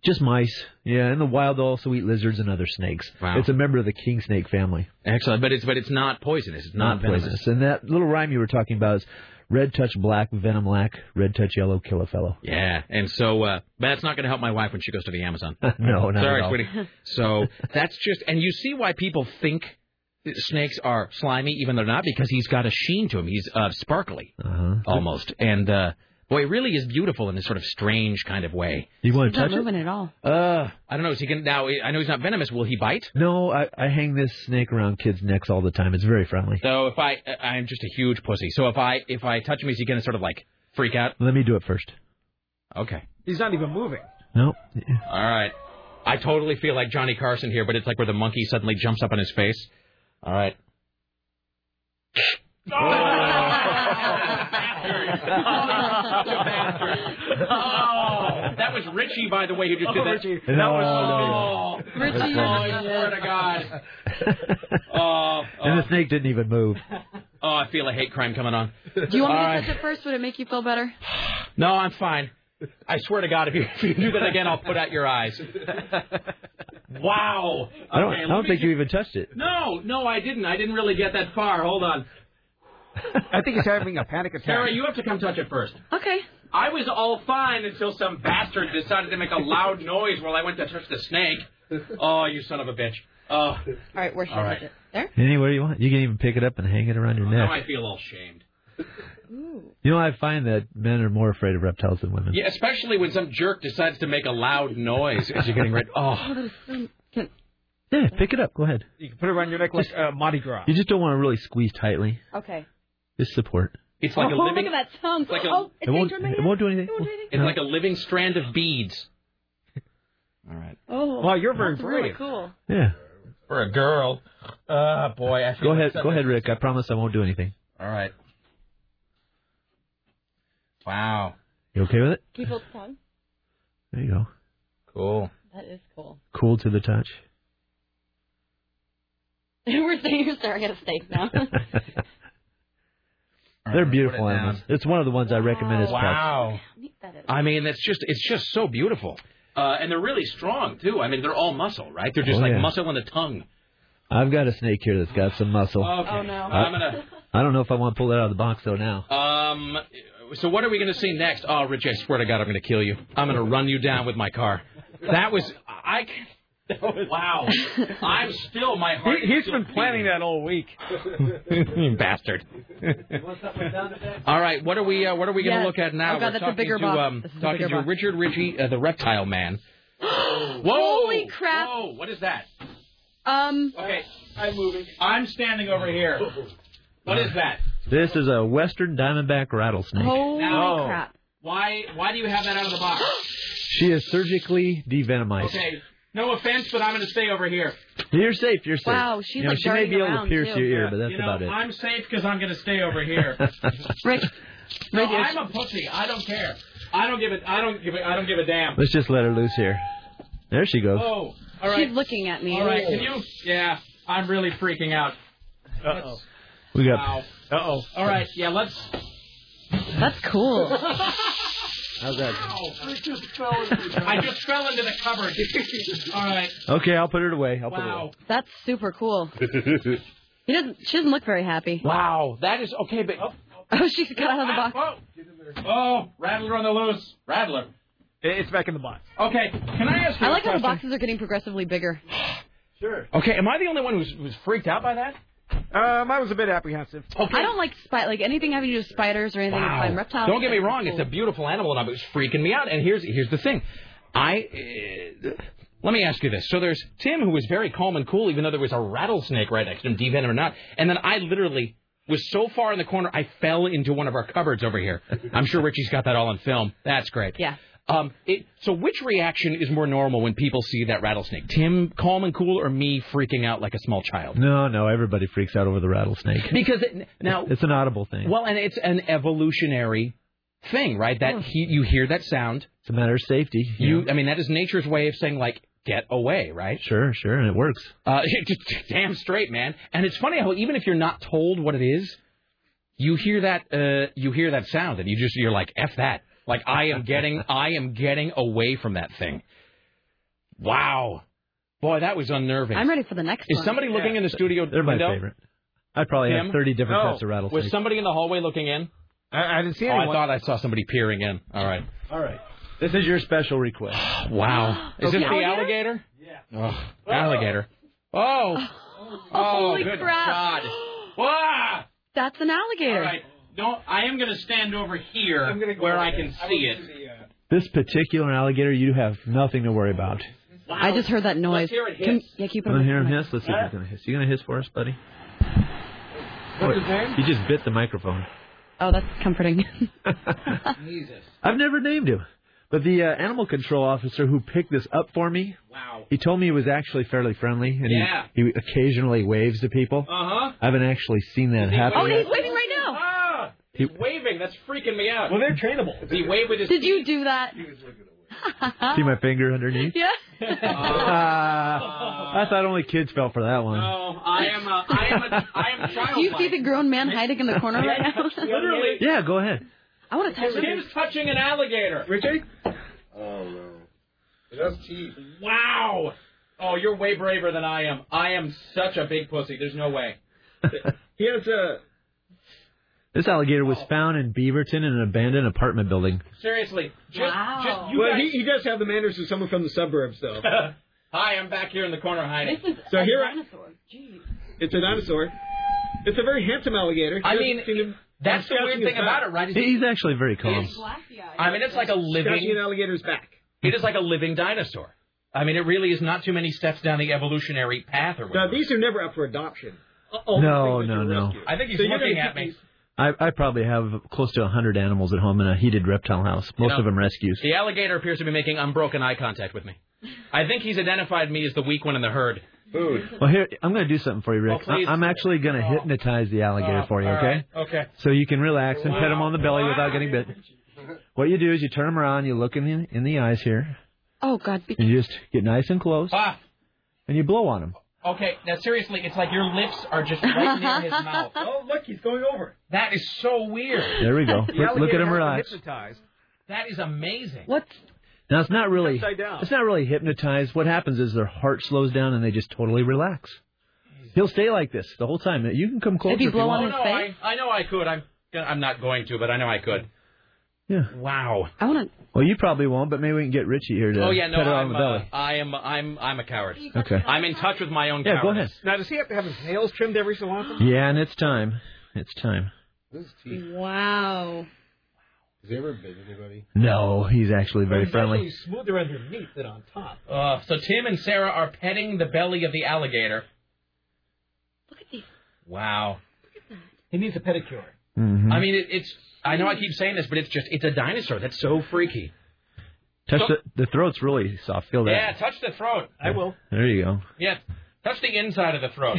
Speaker 9: Just mice. Yeah, in the wild they also eat lizards and other snakes.
Speaker 2: Wow.
Speaker 9: It's a member of the king snake family.
Speaker 2: Excellent. But it's but it's not poisonous. It's not, venomous.
Speaker 9: poisonous. And that little rhyme you were talking about is red touch black, venom lack, red touch yellow, kill a fellow.
Speaker 2: Yeah, and so uh, but that's not going to help my wife when she goes to the Amazon.
Speaker 9: [laughs] No, not
Speaker 2: sorry,
Speaker 9: at all.
Speaker 2: sweetie.
Speaker 9: [laughs]
Speaker 2: So that's just, and you see why people think snakes are slimy, even though they're not, because he's got a sheen to him. He's uh, sparkly
Speaker 9: Uh-huh.
Speaker 2: almost, and uh, boy, he really is beautiful in this sort of strange kind of way.
Speaker 9: You want
Speaker 4: He's
Speaker 9: to
Speaker 4: not
Speaker 9: touch it?
Speaker 4: moving at all.
Speaker 2: Uh, I don't know. Is he going now? I know he's not venomous. Will he bite?
Speaker 9: No, I, I hang this snake around kids' necks all the time. It's very friendly.
Speaker 2: So if I, I- I'm just a huge pussy. So if I if I touch him, is he going to sort of like freak out?
Speaker 9: Let me do it first.
Speaker 2: Okay.
Speaker 5: He's not even moving.
Speaker 2: [laughs]
Speaker 9: No.
Speaker 2: All right. I totally feel like Johnny Carson here, but it's like where the monkey suddenly jumps up on his face. All [laughs] right. Oh, that was Richie, by the way, who just did that. That
Speaker 9: No,
Speaker 2: was
Speaker 9: no. Richie.
Speaker 2: Oh, I swear to God. Oh,
Speaker 9: [laughs] And the snake didn't even move.
Speaker 2: oh, I feel a hate crime coming on.
Speaker 4: [laughs] Do you want me
Speaker 2: All
Speaker 4: to
Speaker 2: right.
Speaker 4: touch it first? Would it make you feel better?
Speaker 2: No, I'm fine. I swear to God, if you, [laughs] if you do that again, I'll put out your eyes. Wow.
Speaker 9: I don't,
Speaker 2: Okay,
Speaker 9: I
Speaker 2: let
Speaker 9: don't
Speaker 2: me
Speaker 9: think you even touched it.
Speaker 2: No, no, I didn't. I didn't really get that far. Hold on.
Speaker 5: I think he's having a panic attack.
Speaker 2: Sarah, you have to come touch it first.
Speaker 4: Okay.
Speaker 2: I was all fine until some bastard decided to make a
Speaker 4: [laughs]
Speaker 2: loud noise while I went to touch the snake. Oh, you son of a bitch. Oh. All
Speaker 4: right, where should
Speaker 2: All
Speaker 4: I
Speaker 2: right.
Speaker 4: touch it? There.
Speaker 9: Anywhere you want. You can even pick it up and hang it around your
Speaker 2: Now
Speaker 9: neck.
Speaker 2: I feel all shamed.
Speaker 9: You know, I find that men are more afraid of reptiles than women.
Speaker 2: Yeah, especially when some jerk decides to make a loud noise as you're getting ready.
Speaker 4: [laughs]
Speaker 2: Oh.
Speaker 4: that is so- can-
Speaker 9: Yeah, pick it up. Go ahead.
Speaker 5: You can put it around your neck like uh, Mardi Gras.
Speaker 9: You just don't want to really squeeze tightly.
Speaker 4: Okay.
Speaker 9: Just support.
Speaker 2: It's
Speaker 4: oh, look at that tongue.
Speaker 2: like a-
Speaker 4: oh, [laughs] it's
Speaker 9: It won't,
Speaker 4: Adrian
Speaker 9: it won't do anything.
Speaker 2: It's like a living strand of beads. All right.
Speaker 4: Oh.
Speaker 2: Wow, you're very
Speaker 4: that's really
Speaker 2: brave.
Speaker 4: cool.
Speaker 9: Yeah.
Speaker 2: For a girl. Uh, boy, I feel
Speaker 9: Go ahead.
Speaker 2: upset
Speaker 9: Go
Speaker 2: that-
Speaker 9: ahead, Rick. I promise I won't do anything.
Speaker 2: All right. Wow.
Speaker 9: You okay with it?
Speaker 4: Can you hold the tongue?
Speaker 9: There you go.
Speaker 2: Cool.
Speaker 4: That is cool.
Speaker 9: Cool to
Speaker 2: [laughs]
Speaker 9: the touch. [laughs]
Speaker 4: We're saying you're staring at a snake now.
Speaker 9: They're beautiful animals. It's one of the ones I recommend as
Speaker 2: Wow.
Speaker 9: pets.
Speaker 2: I mean, that's just it's just so beautiful. Uh, and they're really strong too. I mean, they're all muscle, right? They're just
Speaker 9: Oh,
Speaker 2: like
Speaker 9: yeah.
Speaker 2: muscle and the tongue.
Speaker 9: I've got a snake here that's got some muscle.
Speaker 2: Okay. Oh, no.
Speaker 9: I,
Speaker 2: I'm gonna-
Speaker 9: I don't know if I want to pull that out of the box though. Now
Speaker 2: Um, so what are we going to see next? Oh, Rich, I swear to God, I'm going to kill you. I'm going to run you down with my car. [laughs] That was I. That was, wow. [laughs] I'm still my heart.
Speaker 5: He, has been planning that all week.
Speaker 2: [laughs] You bastard. All right, what are we uh, what are we going to
Speaker 5: Yes.
Speaker 2: look at now?
Speaker 5: Oh, God,
Speaker 2: We're
Speaker 5: that's a
Speaker 2: talking
Speaker 5: bigger
Speaker 2: to
Speaker 5: box.
Speaker 2: um,
Speaker 5: This is a
Speaker 2: talking
Speaker 5: bigger
Speaker 2: to
Speaker 5: box.
Speaker 2: Richard Ritchie, uh, the reptile
Speaker 5: [gasps]
Speaker 2: man. Whoa!
Speaker 4: Holy crap!
Speaker 2: Whoa! What is that?
Speaker 4: Um.
Speaker 2: Okay, I'm moving. I'm standing over here. What is that?
Speaker 9: this is a western diamondback rattlesnake.
Speaker 2: Now- Why why do you have that out of the
Speaker 5: [gasps]
Speaker 2: box?
Speaker 9: She is surgically devenomized.
Speaker 2: Okay. No offense, but I'm going to stay over here.
Speaker 9: You're safe. You're safe.
Speaker 2: Wow, she's,
Speaker 9: You know,
Speaker 2: like,
Speaker 9: she may
Speaker 2: darting
Speaker 9: be able
Speaker 2: around,
Speaker 9: to pierce
Speaker 2: too.
Speaker 9: your ear,
Speaker 2: Yeah.
Speaker 9: but that's
Speaker 2: You know,
Speaker 9: about it.
Speaker 2: I'm safe because I'm going to stay over here.
Speaker 9: Rick,
Speaker 2: No, I'm a pussy. I don't care. I don't give a. I don't give a. I don't give a damn.
Speaker 9: let's just let her loose here. There she goes.
Speaker 2: Oh, [laughs] all right.
Speaker 4: She's looking at me.
Speaker 2: All right. Can
Speaker 4: [laughs]
Speaker 2: you? Yeah, I'm really freaking out. Uh-oh.
Speaker 9: We got.
Speaker 2: Wow.
Speaker 9: Uh-oh.
Speaker 2: All right. Yeah. Let's. [laughs]
Speaker 4: That's cool.
Speaker 9: How's that?
Speaker 2: I just fell into the, I just fell into the cupboard. All right.
Speaker 9: Okay, I'll put it away. I'll
Speaker 4: That's super cool.
Speaker 9: put it away.
Speaker 4: He doesn't. She doesn't look very happy.
Speaker 2: Wow, that is okay, but Ah, oh,
Speaker 4: [laughs] she got out of the box.
Speaker 2: Oh, rattler on the loose. Rattler. It's back in the box. Okay. Can I ask you
Speaker 4: I
Speaker 2: a
Speaker 4: like how the
Speaker 2: question?
Speaker 4: boxes are getting progressively bigger.
Speaker 5: Sure.
Speaker 2: Okay, am I the only one who's, who's freaked out by that?
Speaker 5: Um, I was a bit apprehensive.
Speaker 4: I don't like spy like anything having to do with spiders or anything.
Speaker 2: Wow.
Speaker 4: Fine. Reptiles.
Speaker 2: Don't get me wrong;
Speaker 4: Cool.
Speaker 2: it's a beautiful animal, and I'm- it's freaking me out. And here's here's the thing, I. Uh, let me ask you this. So there's Tim, who was very calm and cool, even though there was a rattlesnake right next to him, devenom or not. And then I literally was so far in the corner, I fell into one of our cupboards over here. I'm sure Richie's got that all on film. That's great.
Speaker 4: Yeah.
Speaker 2: Um, it, so which reaction is more normal when people see that rattlesnake? Tim, calm and cool, or me freaking out like a small [laughs] child?
Speaker 9: No, no, everybody freaks out over the rattlesnake.
Speaker 2: Because it, now
Speaker 9: It's an audible thing.
Speaker 2: Well, and it's an evolutionary thing, right? That he, you hear that sound.
Speaker 9: Hmm. It's a matter of safety.
Speaker 2: You, I mean, that is nature's way of saying like, get away, right?
Speaker 9: Sure, sure, and it works.
Speaker 2: Uh, [laughs] damn straight, man. And it's funny how even if you're not told what it is, you hear that, uh, you hear that sound, and you just you're like, f that. Like I am
Speaker 9: [laughs]
Speaker 2: getting, I am getting away from that thing. Wow, boy, that was unnerving.
Speaker 4: I'm ready for the next
Speaker 2: Is
Speaker 4: one.
Speaker 2: somebody looking in the studio
Speaker 9: They're my
Speaker 2: window?
Speaker 9: favorite. I probably
Speaker 2: Tim?
Speaker 9: have 30 different
Speaker 2: No.
Speaker 9: types of rattlesnakes.
Speaker 2: Was somebody in the hallway looking in?
Speaker 5: I, didn't see
Speaker 2: oh, I
Speaker 9: anyone.
Speaker 2: thought I saw somebody peering in. All right.
Speaker 9: All right. This is your special request.
Speaker 2: [gasps] Wow. Is this the alligator? Ugh, alligator. Oh. Oh,
Speaker 4: Holy
Speaker 2: good
Speaker 4: crap.
Speaker 2: God. Wow.
Speaker 4: That's an alligator.
Speaker 2: All right. No, I am going to stand over here where I can see it.
Speaker 9: This particular alligator, you have nothing to worry about.
Speaker 4: I just heard that noise.
Speaker 2: hear it hiss.
Speaker 4: Can, yeah, keep it. away
Speaker 9: Want to hear him
Speaker 4: from
Speaker 9: hiss? Let's see if he's going to hiss. You going to hiss for us, buddy? Wait, He just bit the microphone.
Speaker 4: my- Oh, that's
Speaker 2: [laughs]
Speaker 4: [laughs] comforting.
Speaker 9: [laughs] I've never named him. But the uh, animal control officer who picked this up for me,
Speaker 2: wow.
Speaker 9: he told me he was actually fairly friendly, and
Speaker 2: Yeah.
Speaker 9: he, he occasionally waves to people.
Speaker 2: Uh-huh.
Speaker 9: I haven't actually seen that happen.
Speaker 4: oh,
Speaker 9: yet.
Speaker 4: he's waving right now.
Speaker 2: Ah, he's waving. That's freaking me out. Well,
Speaker 5: they're trainable.
Speaker 2: He waved with his
Speaker 4: Did you do that? [laughs]
Speaker 9: See my finger underneath?
Speaker 4: yeah.
Speaker 2: Uh,
Speaker 9: I thought only kids fell for that one.
Speaker 2: I am a, I am a, I
Speaker 4: [laughs]
Speaker 2: am childlike.
Speaker 4: Do you see the grown man hiding in the corner right now?
Speaker 2: [laughs] Literally.
Speaker 9: Yeah, go ahead.
Speaker 4: I want to touch him.
Speaker 2: Tim's touching an alligator.
Speaker 5: Richie?
Speaker 24: Oh no. It has teeth.
Speaker 2: Wow. Oh, you're way braver than I am. I am such a big pussy. There's no way.
Speaker 5: [laughs] He has a.
Speaker 9: This alligator was found in Beaverton in an abandoned apartment building.
Speaker 2: Seriously. Just, just- you
Speaker 5: well,
Speaker 2: guys-
Speaker 5: he, he does have the manners of someone from the suburbs,
Speaker 2: [laughs]
Speaker 5: though.
Speaker 2: Hi, I'm back here in the corner hiding.
Speaker 5: so here, I, it's a dinosaur. It's a very handsome alligator.
Speaker 2: I mean, that's the weird thing about it, right?
Speaker 9: He's actually very calm.
Speaker 2: I mean, it's like a
Speaker 5: Scratching an
Speaker 2: living.
Speaker 5: alligator's back.
Speaker 2: It is like a living dinosaur. I mean, it really is not too many steps down the evolutionary path or whatever.
Speaker 5: Now these are never up for adoption.
Speaker 2: Oh,
Speaker 9: No, no, no.
Speaker 2: I think he's
Speaker 5: So you're
Speaker 2: looking
Speaker 5: gonna
Speaker 2: at me.
Speaker 9: I, I probably have close to 100 animals at home in a heated reptile house. Most
Speaker 2: know,
Speaker 9: of them rescues.
Speaker 2: The alligator appears to be making unbroken eye contact with me. I think he's identified me as the weak one in the herd. Food.
Speaker 9: Well, here, I'm going to do something for you, Rick.
Speaker 2: Oh, please.
Speaker 9: I, am actually going to hypnotize the alligator for you,
Speaker 2: all
Speaker 9: okay?
Speaker 2: right, okay.
Speaker 9: So you can relax and pet him
Speaker 2: Wow.
Speaker 9: on the belly without getting bit. What you do is you turn him around, you look him in, in the eyes here,
Speaker 4: Oh God. Be-
Speaker 9: and you just get nice and close,
Speaker 2: Ah.
Speaker 9: and you blow on him.
Speaker 2: Okay, now seriously, it's like your lips are just right near
Speaker 5: [laughs]
Speaker 2: his mouth.
Speaker 5: Oh, look, he's going over.
Speaker 2: That is so weird.
Speaker 9: There we go.
Speaker 2: The
Speaker 9: Look- look at
Speaker 2: alligator has been
Speaker 9: him relax.
Speaker 2: hypnotized. That is amazing.
Speaker 25: What's
Speaker 9: Now it's not really
Speaker 2: Upside down.
Speaker 9: it's not really hypnotized. What happens is their heart slows down and they just totally relax. He'll stay like this the whole time. You can come closer. if you want.
Speaker 2: Oh, no, I, I know I could. I'm gonna- I'm not going to, but I know I could.
Speaker 9: Yeah.
Speaker 2: Wow.
Speaker 25: I want
Speaker 9: to. Well, you probably won't, but maybe we can get Richie here to
Speaker 2: oh yeah, no,
Speaker 9: pet it on
Speaker 2: I'm,
Speaker 9: the
Speaker 2: uh,
Speaker 9: belly.
Speaker 2: I am I'm I'm a coward.
Speaker 9: Okay.
Speaker 2: I'm in touch with my own.
Speaker 9: Yeah, go
Speaker 2: cowardice.
Speaker 5: Now, does he have to have his nails trimmed every so often?
Speaker 9: Yeah, and it's time. It's time.
Speaker 4: Wow.
Speaker 8: Has he ever bit anybody?
Speaker 9: No, he's actually very
Speaker 8: He's
Speaker 9: friendly.
Speaker 5: smoother underneath than on top.
Speaker 2: Uh, so Tim and Sarah are petting the belly of the alligator. Wow.
Speaker 5: He needs a pedicure.
Speaker 9: Mm-hmm.
Speaker 2: I mean, it, it's. I know I keep saying this, but it's just it's a dinosaur. That's so freaky.
Speaker 9: Touch the, the throat's really soft. Feel that.
Speaker 2: Yeah, touch the throat. I will.
Speaker 9: There you go.
Speaker 2: Yeah, touch the inside of the
Speaker 5: [laughs]
Speaker 2: throat.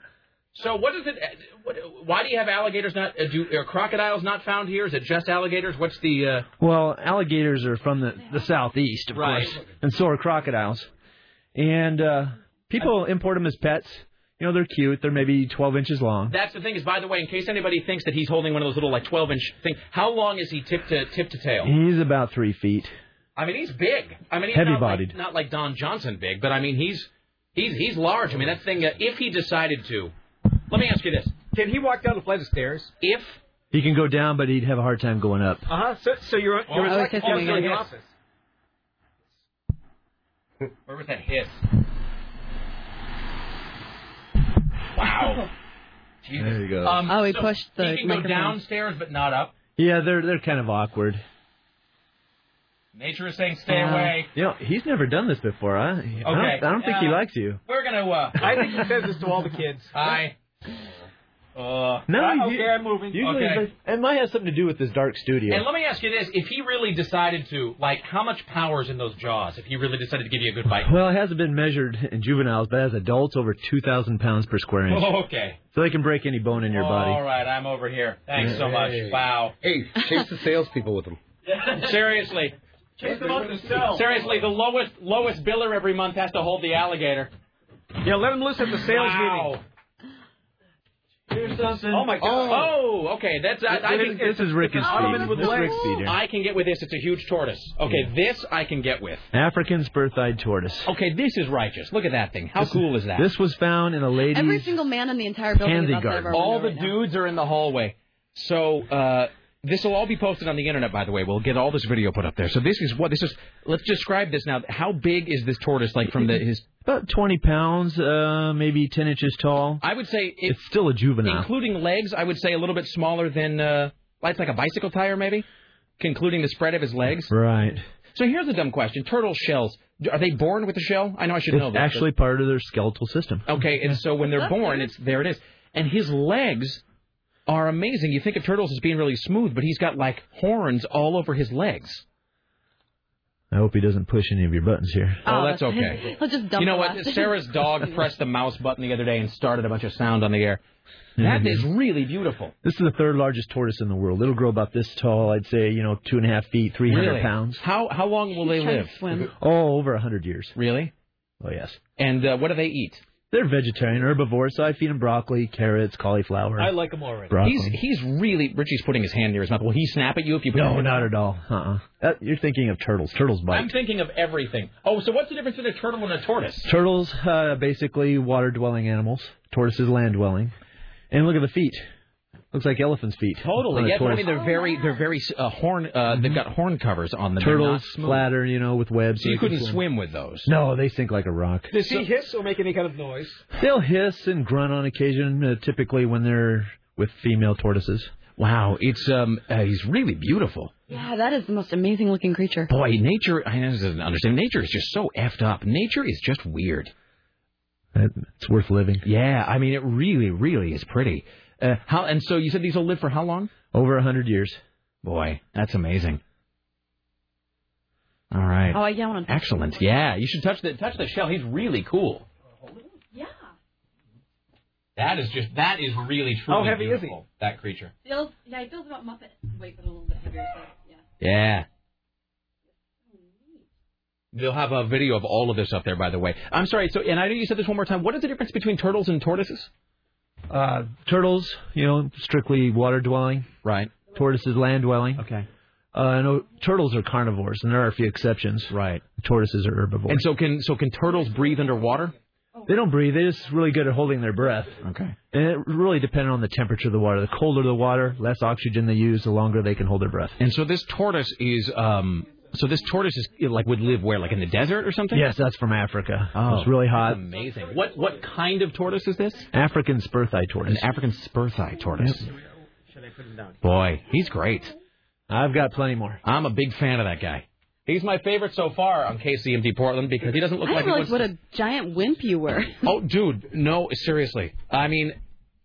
Speaker 2: [laughs] so what is it? What, why do you have alligators not? uh, Do are crocodiles not found here? Is it just alligators? What's the? Uh,
Speaker 9: Well, alligators are from the, the southeast, of
Speaker 2: Right.
Speaker 9: course, and so are crocodiles. And uh, people import them as pets. You know, they're cute. They're maybe 12 inches long.
Speaker 2: that's the thing. Is by the way, in case anybody thinks that he's holding one of those little like twelve inch thing, how long is he tip to tip to tail?
Speaker 9: He's about three feet.
Speaker 2: I mean, he's big. I mean, he's
Speaker 9: Heavy-bodied.
Speaker 2: Not like, not like Don Johnson big, but I mean, he's he's he's large. I mean, that thing. Uh, if he decided to, let me ask you this:
Speaker 5: Can he walk down the flight of stairs?
Speaker 2: If
Speaker 9: He can go down, but he'd have a hard time going up.
Speaker 5: Uh huh. So, so you're
Speaker 2: Oh,
Speaker 5: you're
Speaker 2: I was
Speaker 5: like
Speaker 2: just
Speaker 5: also
Speaker 2: thinking
Speaker 5: in the
Speaker 2: yes.
Speaker 5: office.
Speaker 2: Where was that hiss? Wow.
Speaker 9: There you go.
Speaker 2: Um,
Speaker 4: [laughs] Oh, he
Speaker 2: so
Speaker 4: pushed the
Speaker 2: He can go
Speaker 4: microphone.
Speaker 2: downstairs, but not up.
Speaker 9: yeah, they're they're kind of awkward.
Speaker 2: Nature is saying, "Stay away."
Speaker 9: You know, he's never done this before. Huh? I don't, I
Speaker 2: Okay.
Speaker 9: don't think he
Speaker 2: Uh,
Speaker 9: likes you.
Speaker 2: We're gonna. Uh,
Speaker 5: [laughs] I think he says this to all the kids.
Speaker 2: Hi. Uh,
Speaker 9: No,
Speaker 5: I-
Speaker 9: you-
Speaker 5: okay, I'm moving.
Speaker 9: Usually,
Speaker 2: okay.
Speaker 9: but it might have something to do with this dark studio.
Speaker 2: And let me ask you this: If he really decided to, like, how much power's in those jaws? If he really decided to give you a good bite.
Speaker 9: Well, it hasn't been measured in juveniles, but as adults, over 2,000 pounds per square inch.
Speaker 2: Oh, okay.
Speaker 9: So they can break any bone [laughs] in your
Speaker 2: All
Speaker 9: body.
Speaker 2: right, I'm over here. Thanks so much.
Speaker 8: Hey.
Speaker 2: Wow.
Speaker 8: Hey, chase the salespeople with them.
Speaker 2: Seriously.
Speaker 5: Chase them out to sell.
Speaker 2: Seriously, the lowest lowest biller every month has to hold the alligator.
Speaker 5: Yeah, let him loose at the sales
Speaker 2: wow.
Speaker 5: meeting.
Speaker 9: Here's something.
Speaker 5: Oh my God.
Speaker 2: Oh, okay. That's I, I think
Speaker 9: This is Rick and
Speaker 2: it's-
Speaker 9: Steve. This is Rick Steve here.
Speaker 2: I can get with this. It's a huge tortoise. Okay, this I can get with.
Speaker 9: African's birth-eyed tortoise.
Speaker 2: Okay, this is righteous. Look at that thing. How
Speaker 9: This-
Speaker 2: cool is that?
Speaker 9: This was found in a lady's.
Speaker 4: Every single man in the entire building is
Speaker 9: Pansy
Speaker 4: outside of
Speaker 9: garden.
Speaker 4: our
Speaker 2: all
Speaker 4: window
Speaker 2: the
Speaker 4: right now.
Speaker 2: dudes are in the hallway. So uh, this will all be posted on the internet, by the way. We'll get all this video put up there. So this is what this is. Let's describe this now. How big is this tortoise? Like from the his?
Speaker 9: about 20 pounds, uh, maybe 10 inches tall.
Speaker 2: I would say it,
Speaker 9: It's still a juvenile.
Speaker 2: including legs. I would say a little bit smaller than uh, it's like a bicycle tire, maybe. Concluding the spread of his legs.
Speaker 9: right.
Speaker 2: So here's a dumb question: Turtle shells are they born with a shell? I know I should know
Speaker 9: It's
Speaker 2: this. but-
Speaker 9: actually part of their skeletal system.
Speaker 2: Okay, and so when they're born, it's there it is. And his legs are amazing. You think of turtles as being really smooth, but he's got like horns all over his legs.
Speaker 9: I hope he doesn't push any of your buttons here.
Speaker 2: Oh, that's okay.
Speaker 4: He'll just dump
Speaker 2: you know
Speaker 4: the
Speaker 2: what?
Speaker 4: last-
Speaker 2: Sarah's dog pressed the mouse button the other day and started a bunch of sound on the air.
Speaker 9: Mm-hmm.
Speaker 2: That is really beautiful.
Speaker 9: This is the third largest tortoise in the world. It'll grow about this tall, I'd say, you know, two and a half feet, 300
Speaker 2: Really.
Speaker 9: pounds.
Speaker 2: How how long will they
Speaker 9: trying to
Speaker 2: live?
Speaker 4: swim.
Speaker 9: Oh, over 100 years.
Speaker 2: Really?
Speaker 9: Oh, yes.
Speaker 2: And uh, what do they eat?
Speaker 9: They're vegetarian, herbivores, so I feed them broccoli, carrots, cauliflower.
Speaker 5: I like him already.
Speaker 9: Broccoli.
Speaker 2: He's he's really Richie's putting his hand near his mouth. Will he snap at you if you put your
Speaker 9: no,
Speaker 2: hand-
Speaker 9: not at all. Uh-uh. Uh, you're thinking of turtles. Turtles bite.
Speaker 2: I'm thinking of everything. Oh, so what's the difference between a turtle and a tortoise?
Speaker 9: Turtles, uh, basically water-dwelling animals. Tortoises, land-dwelling. And look at the feet. Looks like elephants' feet. on a
Speaker 2: Totally. Yeah, but I
Speaker 9: tortoise.
Speaker 2: mean they're very they're very uh, horn. Uh, They've got horn covers on them. They're not
Speaker 9: Turtles,
Speaker 2: smooth.
Speaker 9: flatter, you know, with webs.
Speaker 2: So you
Speaker 9: they
Speaker 2: couldn't
Speaker 9: can
Speaker 2: swim. with those.
Speaker 9: No, they sink like a rock.
Speaker 5: Does he hiss or make any kind of noise?
Speaker 9: They'll hiss and grunt on occasion, uh, typically when they're with female tortoises.
Speaker 2: Wow, it's um, uh, he's really beautiful.
Speaker 4: Yeah, that is the most amazing looking creature.
Speaker 2: Boy, nature. I don't understand. Nature is just so effed up. Nature is just weird.
Speaker 9: It's worth living.
Speaker 2: Yeah, I mean it really, really is pretty. Uh, how and so you said these will live for how long?
Speaker 9: Over a hundred years.
Speaker 2: Boy, that's amazing. All right.
Speaker 4: Oh, yeah, I want to.
Speaker 2: Excellent. Yeah, you should touch the touch the shell. He's really cool.
Speaker 4: Yeah.
Speaker 2: That is just that is really truly
Speaker 9: Oh,
Speaker 5: How heavy is he?
Speaker 2: beautiful. That creature.
Speaker 25: Bill's, yeah, he feels about Muppet weight, but a little bit heavier. So, yeah.
Speaker 2: Yeah. They'll have a video of all of this up there, by the way. I'm sorry. So, and I know you said this one more time. What is the difference between turtles and tortoises?
Speaker 9: Uh, turtles, you know, strictly water dwelling.
Speaker 2: Right.
Speaker 9: Tortoises, land dwelling.
Speaker 2: Okay.
Speaker 9: Uh, no, turtles are carnivores, and there are a few exceptions.
Speaker 2: Right.
Speaker 9: Tortoises are herbivores.
Speaker 2: And so can so can turtles breathe underwater?
Speaker 9: They don't breathe. They're just really good at holding their breath.
Speaker 2: Okay.
Speaker 9: And it really depends on the temperature of the water. The colder the water, less oxygen they use, the longer they can hold their breath.
Speaker 2: And so this tortoise is um. So this tortoise is like would live where like in the desert or something?
Speaker 9: Yes, that's from Africa.
Speaker 2: Oh,
Speaker 9: it's really hot.
Speaker 2: That's amazing. What what kind of tortoise is this?
Speaker 9: African spurtheye tortoise.
Speaker 2: An African spurtheye tortoise. Boy, he's great.
Speaker 9: I've got plenty more.
Speaker 2: I'm a big fan of that guy. He's my favorite so far on KCMD Portland because he doesn't look
Speaker 4: I
Speaker 2: like
Speaker 4: didn't
Speaker 2: he
Speaker 4: realize
Speaker 2: wants
Speaker 4: what a giant wimp you were.
Speaker 2: Oh, dude, no, seriously. I mean,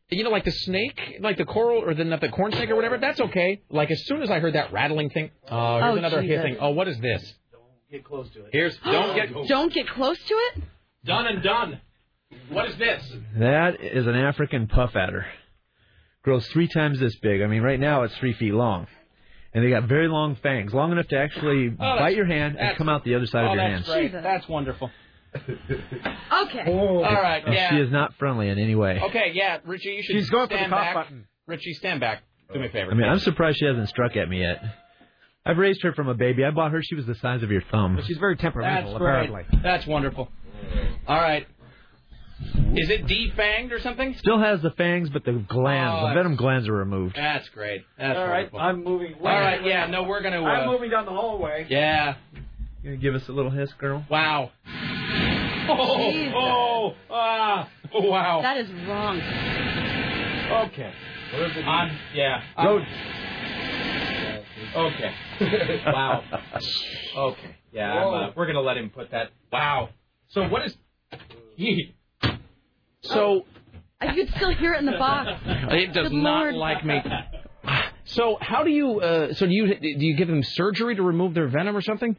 Speaker 2: you know, like the snake, like the coral or the not the corn snake or whatever. That's okay. Like as soon as I heard that rattling thing, oh, here's
Speaker 4: Oh,
Speaker 2: another
Speaker 4: Jesus.
Speaker 2: hissing. Oh, what is this?
Speaker 11: Get close to it.
Speaker 2: Here's don't get
Speaker 4: [gasps] Don't get close to it.
Speaker 2: done and done. What is this?
Speaker 9: That is an African puff adder. Grows three times this big. I mean, right now it's three feet long. And they got very long fangs, long enough to actually
Speaker 2: Oh, that's-
Speaker 9: bite your hand and
Speaker 2: that's-
Speaker 9: come out the other side
Speaker 2: oh,
Speaker 9: of your
Speaker 2: that's
Speaker 9: hand.
Speaker 2: great. That's wonderful.
Speaker 4: Okay.
Speaker 5: Oh.
Speaker 2: All
Speaker 9: Oh,
Speaker 2: right.
Speaker 9: And
Speaker 2: Yeah.
Speaker 9: She is not friendly in any way.
Speaker 2: Okay. Yeah, Richie, you should.
Speaker 9: She's going for the
Speaker 2: stand
Speaker 9: cough
Speaker 2: back. Richie, stand back. Do me a favor.
Speaker 9: I mean, I'm surprised she hasn't struck at me yet. I've raised her from a baby. I bought her; she was the size of your thumb.
Speaker 5: She's very temperamental,
Speaker 2: That's
Speaker 5: apparently.
Speaker 2: great. That's wonderful. All right. Is it defanged or something?
Speaker 9: Still has the fangs, but the glands,
Speaker 2: Oh,
Speaker 9: the venom glands, are removed.
Speaker 2: That's great. That's
Speaker 5: All right,
Speaker 2: wonderful.
Speaker 5: I'm moving.
Speaker 2: All right, yeah, no, we're gonna,
Speaker 5: I'm
Speaker 2: uh,
Speaker 5: moving down the hallway.
Speaker 2: Yeah.
Speaker 9: You gonna give us a little hiss, girl?
Speaker 2: Wow. Oh,
Speaker 5: Jesus.
Speaker 2: oh, ah, wow.
Speaker 4: That is wrong.
Speaker 2: Okay. I'm, yeah. I'm-
Speaker 5: [laughs]
Speaker 2: Okay. wow. Okay. Yeah. I'm, uh,
Speaker 5: Whoa.
Speaker 2: we're gonna let him put that. Wow. So what is? Yee. So
Speaker 4: Oh, I could still hear it in the box.
Speaker 2: [laughs] it does
Speaker 4: Good
Speaker 2: not
Speaker 4: Lord.
Speaker 2: like me. [laughs] So how do you? Uh, so do you? Do you give them surgery to remove their venom or something?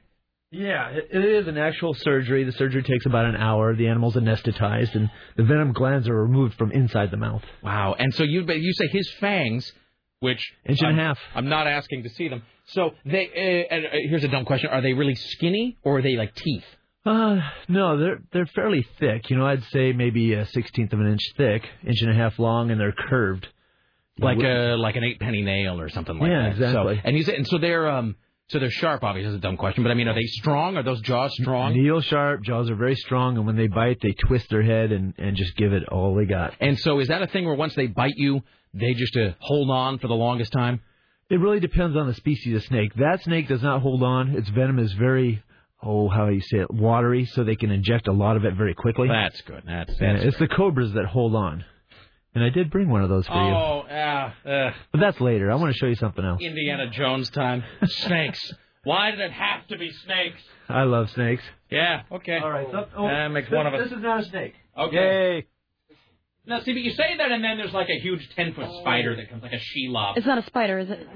Speaker 9: Yeah, it, it is an actual surgery. The surgery takes about an hour. The animal's anesthetized, and the venom glands are removed from inside the mouth.
Speaker 2: Wow. And so you but you say his fangs, which
Speaker 9: Inch and a
Speaker 2: I'm,
Speaker 9: half.
Speaker 2: I'm not asking to see them. So they. Uh, and uh, here's a dumb question: Are they really skinny or are they like teeth?
Speaker 9: Uh, no, they're they're fairly thick. You know, I'd say maybe a sixteenth of an inch thick, inch and a half long, and they're curved.
Speaker 2: Like a like an eight penny nail or something like
Speaker 9: Yeah,
Speaker 2: that. So-
Speaker 9: exactly.
Speaker 2: and you say, and so they're um so they're sharp. Obviously, that's a dumb question. But I mean, are they strong? Are those jaws strong?
Speaker 9: Needle sharp jaws are very strong, and when they bite, they twist their head and and just give it all they got.
Speaker 2: And so is that a thing where once they bite you, they just uh, hold on for the longest time?
Speaker 9: It really depends on the species of snake. That snake does not hold on. Its venom is very, oh, how do you say it, watery, so they can inject a lot of it very quickly.
Speaker 2: That's good. That's, that's
Speaker 9: Yeah, it's the cobras that hold on. And I did bring one of those for you.
Speaker 2: oh, yeah. uh,
Speaker 9: But that's later. I want to show you something else.
Speaker 2: Indiana Jones
Speaker 9: [laughs]
Speaker 2: time. Snakes. Why did it have to be snakes?
Speaker 9: I love snakes.
Speaker 2: Yeah. Okay. All right. that makes one of us.
Speaker 9: oh, is not a snake.
Speaker 2: Okay. Now, see, but you say that, and then there's like a huge ten foot spider that comes, like a she lob.
Speaker 4: It's not a spider, is it?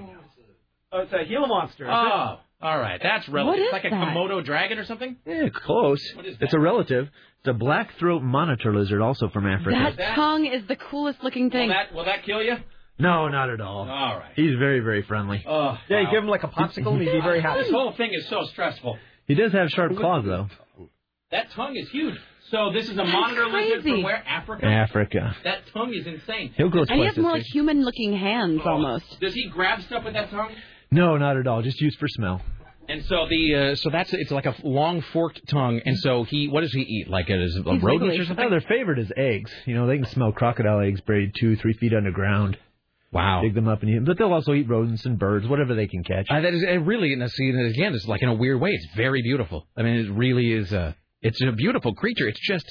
Speaker 5: Oh, it's a Gila monster.
Speaker 2: Oh, all right. That's relative.
Speaker 4: What is
Speaker 2: it's like a
Speaker 4: that?
Speaker 2: Komodo dragon or something?
Speaker 9: Yeah, close. It's a relative. It's a black throat monitor lizard, also from Africa.
Speaker 4: That tongue is the coolest looking
Speaker 2: Will
Speaker 4: thing.
Speaker 2: that, will that kill you?
Speaker 9: No, not at all.
Speaker 2: All right.
Speaker 9: He's very, very friendly.
Speaker 2: Oh,
Speaker 5: Yeah, you
Speaker 2: wow.
Speaker 5: give him like a popsicle, and he'd be very
Speaker 2: [laughs]
Speaker 5: happy.
Speaker 2: This whole thing is so stressful.
Speaker 9: He does have sharp claws, though.
Speaker 2: That tongue is huge. So this is a
Speaker 4: That's
Speaker 2: monitor lizard
Speaker 4: crazy.
Speaker 2: from where? Africa?
Speaker 9: Africa.
Speaker 2: That tongue is insane.
Speaker 9: He'll go
Speaker 4: and he
Speaker 9: twice
Speaker 4: has
Speaker 9: this
Speaker 4: more
Speaker 9: big.
Speaker 4: like human looking hands almost.
Speaker 2: Oh. Does he grab stuff with that tongue?
Speaker 9: No, not at all. Just used for smell.
Speaker 2: And so the uh, so that's it's like a long forked tongue. And so he what does he eat? Like it is a rodent
Speaker 9: He's wiggly.
Speaker 2: or
Speaker 4: Oh.
Speaker 2: something?
Speaker 9: No, their favorite is eggs. You know, they can smell crocodile eggs buried two, three feet underground.
Speaker 2: Wow.
Speaker 9: Dig them up and eat them. But they'll also eat rodents and birds, whatever they can catch.
Speaker 2: Uh, that is it really, and see, and again, it's like in a weird way. It's very beautiful. I mean, it really is a. It's a beautiful creature. It's just.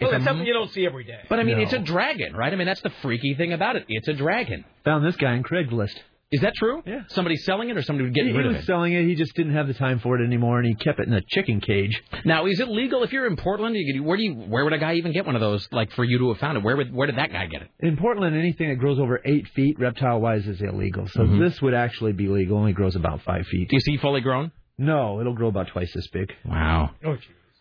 Speaker 5: Well,
Speaker 2: it's a
Speaker 5: that's something
Speaker 2: m-
Speaker 5: you don't see every day.
Speaker 2: but I mean,
Speaker 9: No.
Speaker 2: it's a dragon, right? I mean, that's the freaky thing about it. It's a dragon.
Speaker 9: Found this guy on Craigslist.
Speaker 2: Is that true?
Speaker 9: Yeah.
Speaker 2: Somebody selling it, or somebody
Speaker 9: He,
Speaker 2: getting
Speaker 9: he
Speaker 2: rid of
Speaker 9: was
Speaker 2: it?
Speaker 9: selling it. He just didn't have the time for it anymore, and he kept it in a chicken cage.
Speaker 2: Now, is it legal if you're in Portland? You could, where do you? Where would a guy even get one of those? Like for you to have found it? Where would? Where did that guy get it?
Speaker 9: In Portland, anything that grows over eight feet, reptile-wise, is illegal. So this would actually be legal. Only grows about five feet.
Speaker 2: Is he fully grown?
Speaker 9: No, it'll grow about twice this big.
Speaker 2: Wow.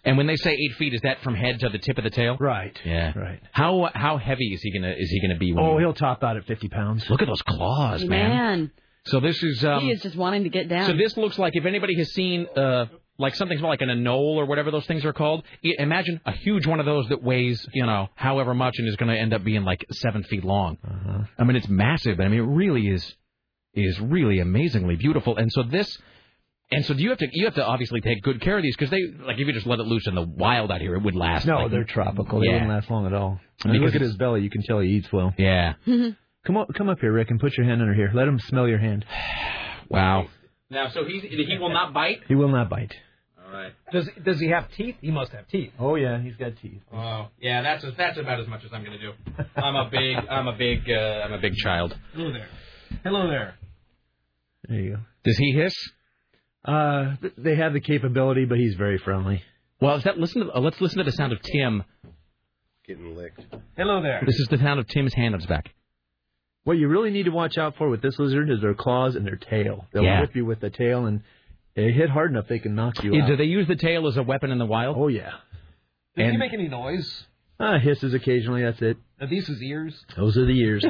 Speaker 2: And when they say eight feet, is that from head to the tip of the tail?
Speaker 9: Right.
Speaker 2: Yeah.
Speaker 9: Right.
Speaker 2: How how heavy is he gonna is he gonna be? When
Speaker 9: Oh,
Speaker 2: you-
Speaker 9: he'll top out at 50 pounds.
Speaker 2: look at those claws, man.
Speaker 4: Man,
Speaker 2: So this is um,
Speaker 4: he is just wanting to get down.
Speaker 2: So this looks like if anybody has seen uh, like something small, like an anole or whatever those things are called. I- Imagine a huge one of those that weighs, you know, however much and is going to end up being like seven feet long.
Speaker 9: Uh-huh.
Speaker 2: I mean, it's massive. I mean, it really is is really amazingly beautiful. And so this, and so do you have to you have to obviously take good care of these because they like if you just let it loose in the wild out here, it would last.
Speaker 9: No,
Speaker 2: like-
Speaker 9: they're tropical. They
Speaker 2: Yeah.
Speaker 9: wouldn't last long at all.
Speaker 2: Because
Speaker 9: And look at
Speaker 2: it's-
Speaker 9: his belly. You can tell he eats well.
Speaker 2: Yeah.
Speaker 9: come up, come up here, Rick, and put your hand under here. Let him smell your hand.
Speaker 2: [sighs] wow. Now, so he he will not bite.
Speaker 9: He will not bite.
Speaker 2: All right.
Speaker 5: Does does he have teeth? He must have teeth.
Speaker 9: Oh yeah, he's got teeth.
Speaker 2: Oh yeah, that's that's about as much as I'm gonna [laughs] do. I'm a big I'm a big uh, I'm a big child.
Speaker 5: Hello there. Hello there.
Speaker 9: There you go.
Speaker 2: Does he hiss?
Speaker 9: Uh, th- they have the capability, but he's very friendly.
Speaker 2: Well, is that listen? To, uh, let's listen to the sound of Tim.
Speaker 8: Getting licked.
Speaker 5: Hello there.
Speaker 2: This is the sound of Tim's hand on his back.
Speaker 9: What you really need to watch out for with this lizard is their claws and their tail. They'll
Speaker 2: Yeah.
Speaker 9: whip you with the tail, and they hit hard enough they can knock you
Speaker 2: Yeah,
Speaker 9: out.
Speaker 2: do they use the tail as a weapon in the wild?
Speaker 9: Oh yeah.
Speaker 5: Does
Speaker 9: And-
Speaker 5: he make any noise?
Speaker 9: Uh, hisses occasionally. That's it.
Speaker 5: Are these his ears?
Speaker 9: Those are
Speaker 2: [laughs]
Speaker 9: the years.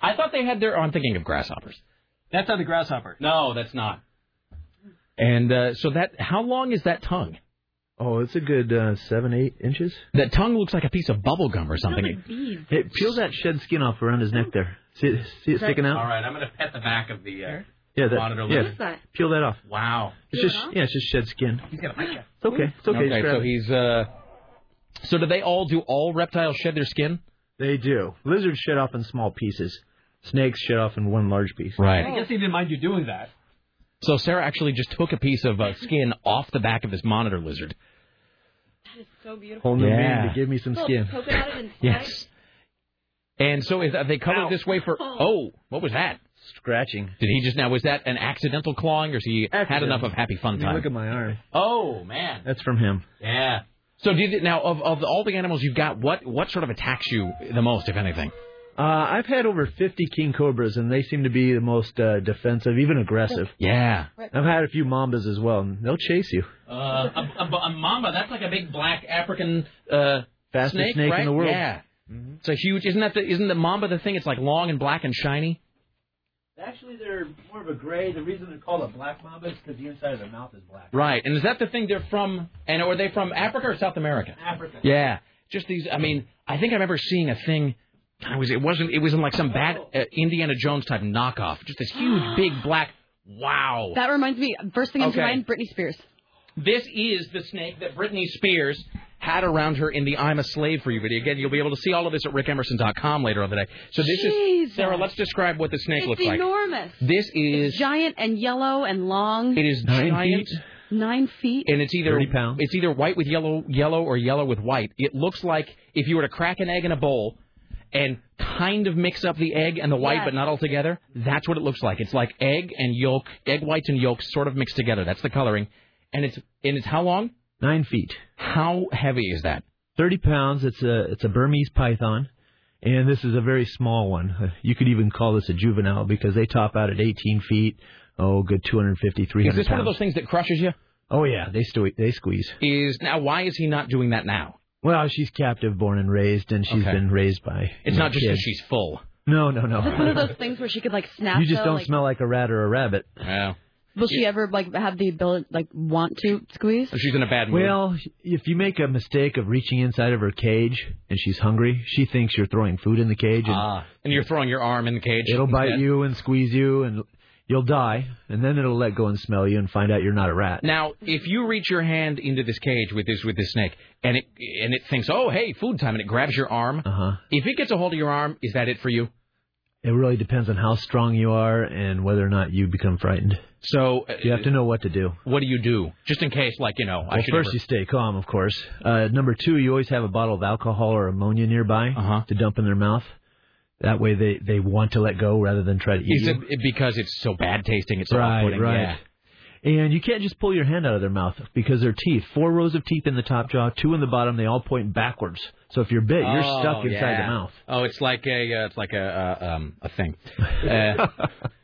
Speaker 2: I thought they had their. Oh, I'm thinking of grasshoppers.
Speaker 5: That's not a grasshopper.
Speaker 2: No, that's not. And uh, so that how long is that tongue?
Speaker 9: Oh, it's a good uh, seven, eight inches.
Speaker 2: That tongue looks like a piece of bubble gum or something.
Speaker 9: Hey, peel that shed skin off around his neck there. See it, see it sticking out?
Speaker 2: All right, I'm gonna pet the back of the. Uh,
Speaker 9: Yeah, that,
Speaker 2: monitor
Speaker 9: yeah.
Speaker 2: lizard.
Speaker 9: Peel that off.
Speaker 2: Wow.
Speaker 9: It's just yeah, it's just shed skin.
Speaker 5: He's gonna bite you.
Speaker 9: It's okay. It's okay. just grab
Speaker 2: so
Speaker 9: it.
Speaker 2: he's. Uh, so do they all do all reptiles shed their skin?
Speaker 9: They do. Lizards shed off in small pieces. Snakes shed off in one large piece.
Speaker 5: I guess he didn't mind you doing that.
Speaker 2: So Sarah actually just took a piece of uh, skin off the back of this monitor lizard.
Speaker 4: So beautiful.
Speaker 9: Whole new
Speaker 2: Yeah.
Speaker 9: meaning to give me some skin.
Speaker 4: Poke it out of inside.
Speaker 2: Yes. And so is, are they colored this way for? Oh, what was that?
Speaker 9: Scratching.
Speaker 2: Did he just now? Was that an accidental clawing, or has he had enough of happy
Speaker 9: I
Speaker 2: fun
Speaker 9: mean,
Speaker 2: time?
Speaker 9: Look at my arm.
Speaker 2: Oh man.
Speaker 9: That's from him.
Speaker 2: Yeah. So do you, now of of all the animals you've got, what what sort of attacks you the most, if anything?
Speaker 9: Uh, I've had over 50 king cobras, and they seem to be the most uh, defensive, even aggressive.
Speaker 2: [laughs] Yeah.
Speaker 9: I've had a few mambas as well, and they'll chase you.
Speaker 2: Uh, a, a, a mamba. That's like a big black African uh,
Speaker 9: Fastest snake in
Speaker 2: right? Mm-hmm.
Speaker 9: the world.
Speaker 2: Yeah. It's a huge. Isn't that the isn't the mamba the thing? It's like long and black and shiny.
Speaker 26: Actually, they're more of a gray. The reason they're called a black mamba is because the inside of their mouth is black.
Speaker 2: Right. And is that the thing they're from? And are they from Africa or South America?
Speaker 26: Africa.
Speaker 2: Yeah. Just these. I mean, I think I remember seeing a thing. I was. It wasn't. It was in like some bad uh, Indiana Jones type knockoff. Just this
Speaker 4: [gasps]
Speaker 2: huge, big black. Wow.
Speaker 4: That reminds me. First thing comes to
Speaker 2: Okay.
Speaker 4: mind: Britney Spears.
Speaker 2: This is the snake that Britney Spears had around her in the "I'm a Slave for You" video. Again, you'll be able to see all of this at rickemerson.com later on today. So this is Sarah. Let's describe what the snake
Speaker 4: It's
Speaker 2: looks like.
Speaker 4: enormous.
Speaker 2: This is
Speaker 4: Giant and yellow and long.
Speaker 2: It is Nine giant. feet?
Speaker 4: Nine feet.
Speaker 2: and it's either it's either white with yellow yellow or yellow with white. It looks like if you were to crack an egg in a bowl and kind of mix up the egg and the white
Speaker 4: Yes.
Speaker 2: but not all together, that's what it looks like. It's like egg and yolk, egg whites and yolks sort of mixed together. That's the coloring. And it's and it's how long?
Speaker 9: Nine feet.
Speaker 2: How heavy is that?
Speaker 9: 30 pounds. It's a it's a Burmese python, and this is a very small one. Uh, You could even call this a juvenile because they top out at 18 feet. Oh, good 250, 300
Speaker 2: Is this
Speaker 9: pounds.
Speaker 2: one of those things that crushes you?
Speaker 9: Oh yeah, they stu- they squeeze.
Speaker 2: Is now why is he not doing that now?
Speaker 9: Well, she's captive, born and raised, and she's
Speaker 2: Okay.
Speaker 9: been raised by.
Speaker 2: It's
Speaker 9: you know,
Speaker 2: not just
Speaker 9: kid.
Speaker 2: because she's full.
Speaker 9: No, no, no. [laughs]
Speaker 4: Is this one [laughs] of those things where she could like snap?
Speaker 9: Oh. you just
Speaker 4: though,
Speaker 9: don't
Speaker 4: like,
Speaker 9: smell like a rat or a rabbit.
Speaker 2: Yeah.
Speaker 4: Will she ever like have the ability like want to squeeze?
Speaker 9: Oh,
Speaker 2: She's in a bad mood.
Speaker 9: Well, if you make a mistake of reaching inside of her cage and she's hungry, she thinks you're throwing food in the cage, and
Speaker 2: Ah, and you're throwing your arm in the cage.
Speaker 9: it'll bite
Speaker 2: instead.
Speaker 9: you and squeeze you, and you'll die. And then it'll let go and smell you and find out you're not a rat.
Speaker 2: Now, if you reach your hand into this cage with this with this snake, and it and it thinks, oh hey, food time, and it grabs your arm.
Speaker 9: Uh-huh.
Speaker 2: If it gets a hold of your arm, is that it for you?
Speaker 9: It really depends on how strong you are and whether or not you become frightened.
Speaker 2: So uh,
Speaker 9: You have to know what to do.
Speaker 2: what do you do, just in case, like you know, I
Speaker 9: Well,
Speaker 2: should.
Speaker 9: first
Speaker 2: ever-
Speaker 9: you stay calm, of course. Uh, number two, you always have a bottle of alcohol or ammonia nearby
Speaker 2: Uh-huh.
Speaker 9: to dump in their mouth. That way, they they want to let go rather than try to eat
Speaker 2: Is
Speaker 9: you.
Speaker 2: it it- because it's so bad tasting? It's so
Speaker 9: right,
Speaker 2: off-putting?
Speaker 9: right. And you can't just pull your hand out of their mouth because their teeth, four rows of teeth in the top jaw, two in the bottom, they all point backwards. So if you're bit,
Speaker 2: Yeah.
Speaker 9: you're
Speaker 2: Oh,
Speaker 9: stuck inside
Speaker 2: yeah.
Speaker 9: the mouth.
Speaker 2: Oh, it's like a uh, it's like a uh, um, a
Speaker 9: [laughs]
Speaker 2: thing. Uh,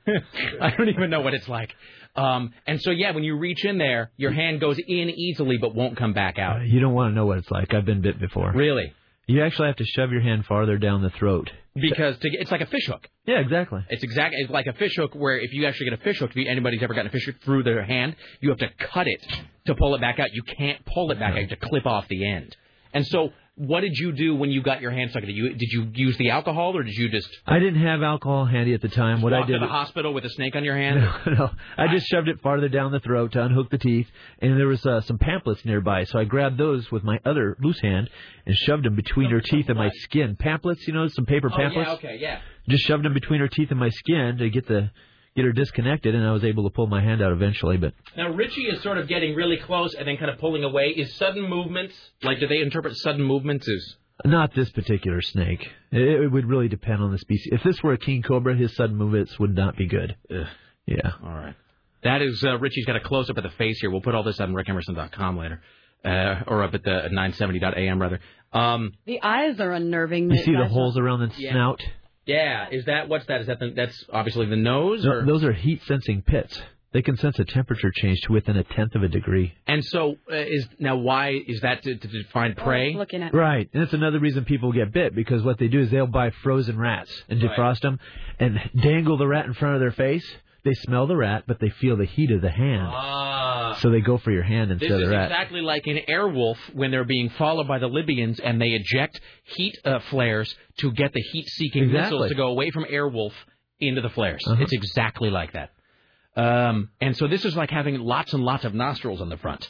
Speaker 2: [laughs] I don't even know what it's like. Um, and so yeah, when you reach in there, your hand goes in easily but won't come back out.
Speaker 9: You don't want to know what it's like. I've been bit before.
Speaker 2: Really?
Speaker 9: You actually have to shove your hand farther down the throat.
Speaker 2: because to get, it's like a fishhook.
Speaker 9: Yeah, exactly.
Speaker 2: It's exactly it's like a fishhook where if you actually get a fishhook, if you- anybody's ever gotten a fishhook through their hand, you have to cut it to pull it back out. You can't pull it back out. You have to clip off the end. And so, what did you do when you got your hand stuck? Did you did you use the alcohol or did you just
Speaker 9: I didn't have alcohol handy at the time. What
Speaker 2: walk
Speaker 9: I did
Speaker 2: to the hospital with a snake on your
Speaker 9: [laughs]
Speaker 2: hand?
Speaker 9: No, no. I just shoved it farther down the throat to unhook the teeth, and there was uh, some pamphlets nearby, so I grabbed those with my other loose hand and shoved them between her teeth and my skin. Pamphlets, you know, some paper pamphlets.
Speaker 2: Oh, yeah.
Speaker 9: Just shoved them between her teeth and my skin to get the get her disconnected, and I was able to pull my hand out eventually. But
Speaker 2: Now Richie is sort of getting really close and then kind of pulling away. Is sudden movements like do they interpret sudden movements as
Speaker 9: not this particular snake. It, it would really depend on the species. If this were a king cobra, his sudden movements would not be good. Yeah.
Speaker 2: All right. That is uh, Richie's got a close up of the face here. We'll put all this on rickemerson.com later, uh, or up at the 970.am rather. Um,
Speaker 4: The eyes are unnerving.
Speaker 9: You see the holes around the
Speaker 2: Yeah.
Speaker 9: snout?
Speaker 2: yeah, is that what's that? Is that the, that's obviously the nose,
Speaker 9: No,
Speaker 2: or
Speaker 9: those are heat sensing pits. They can sense a temperature change to within a tenth of a degree.
Speaker 2: and so uh, is now why is that to, to define prey?
Speaker 4: looking at
Speaker 9: Right, and that's another reason people get bit because what they do is they'll buy frozen rats and
Speaker 2: Right.
Speaker 9: defrost them, and dangle the rat in front of their face. They smell the rat, but they feel the heat of the hand,
Speaker 2: Ah.
Speaker 9: so they go for your hand
Speaker 2: This
Speaker 9: instead of
Speaker 2: is
Speaker 9: the rat.
Speaker 2: exactly like an airwolf when they're being followed by the Libyans and they eject heat uh, flares to get the heat-seeking missiles
Speaker 9: Exactly.
Speaker 2: to go away from airwolf into the flares.
Speaker 9: Uh-huh.
Speaker 2: It's exactly like that. Um, and so this is like having lots and lots of nostrils on the front.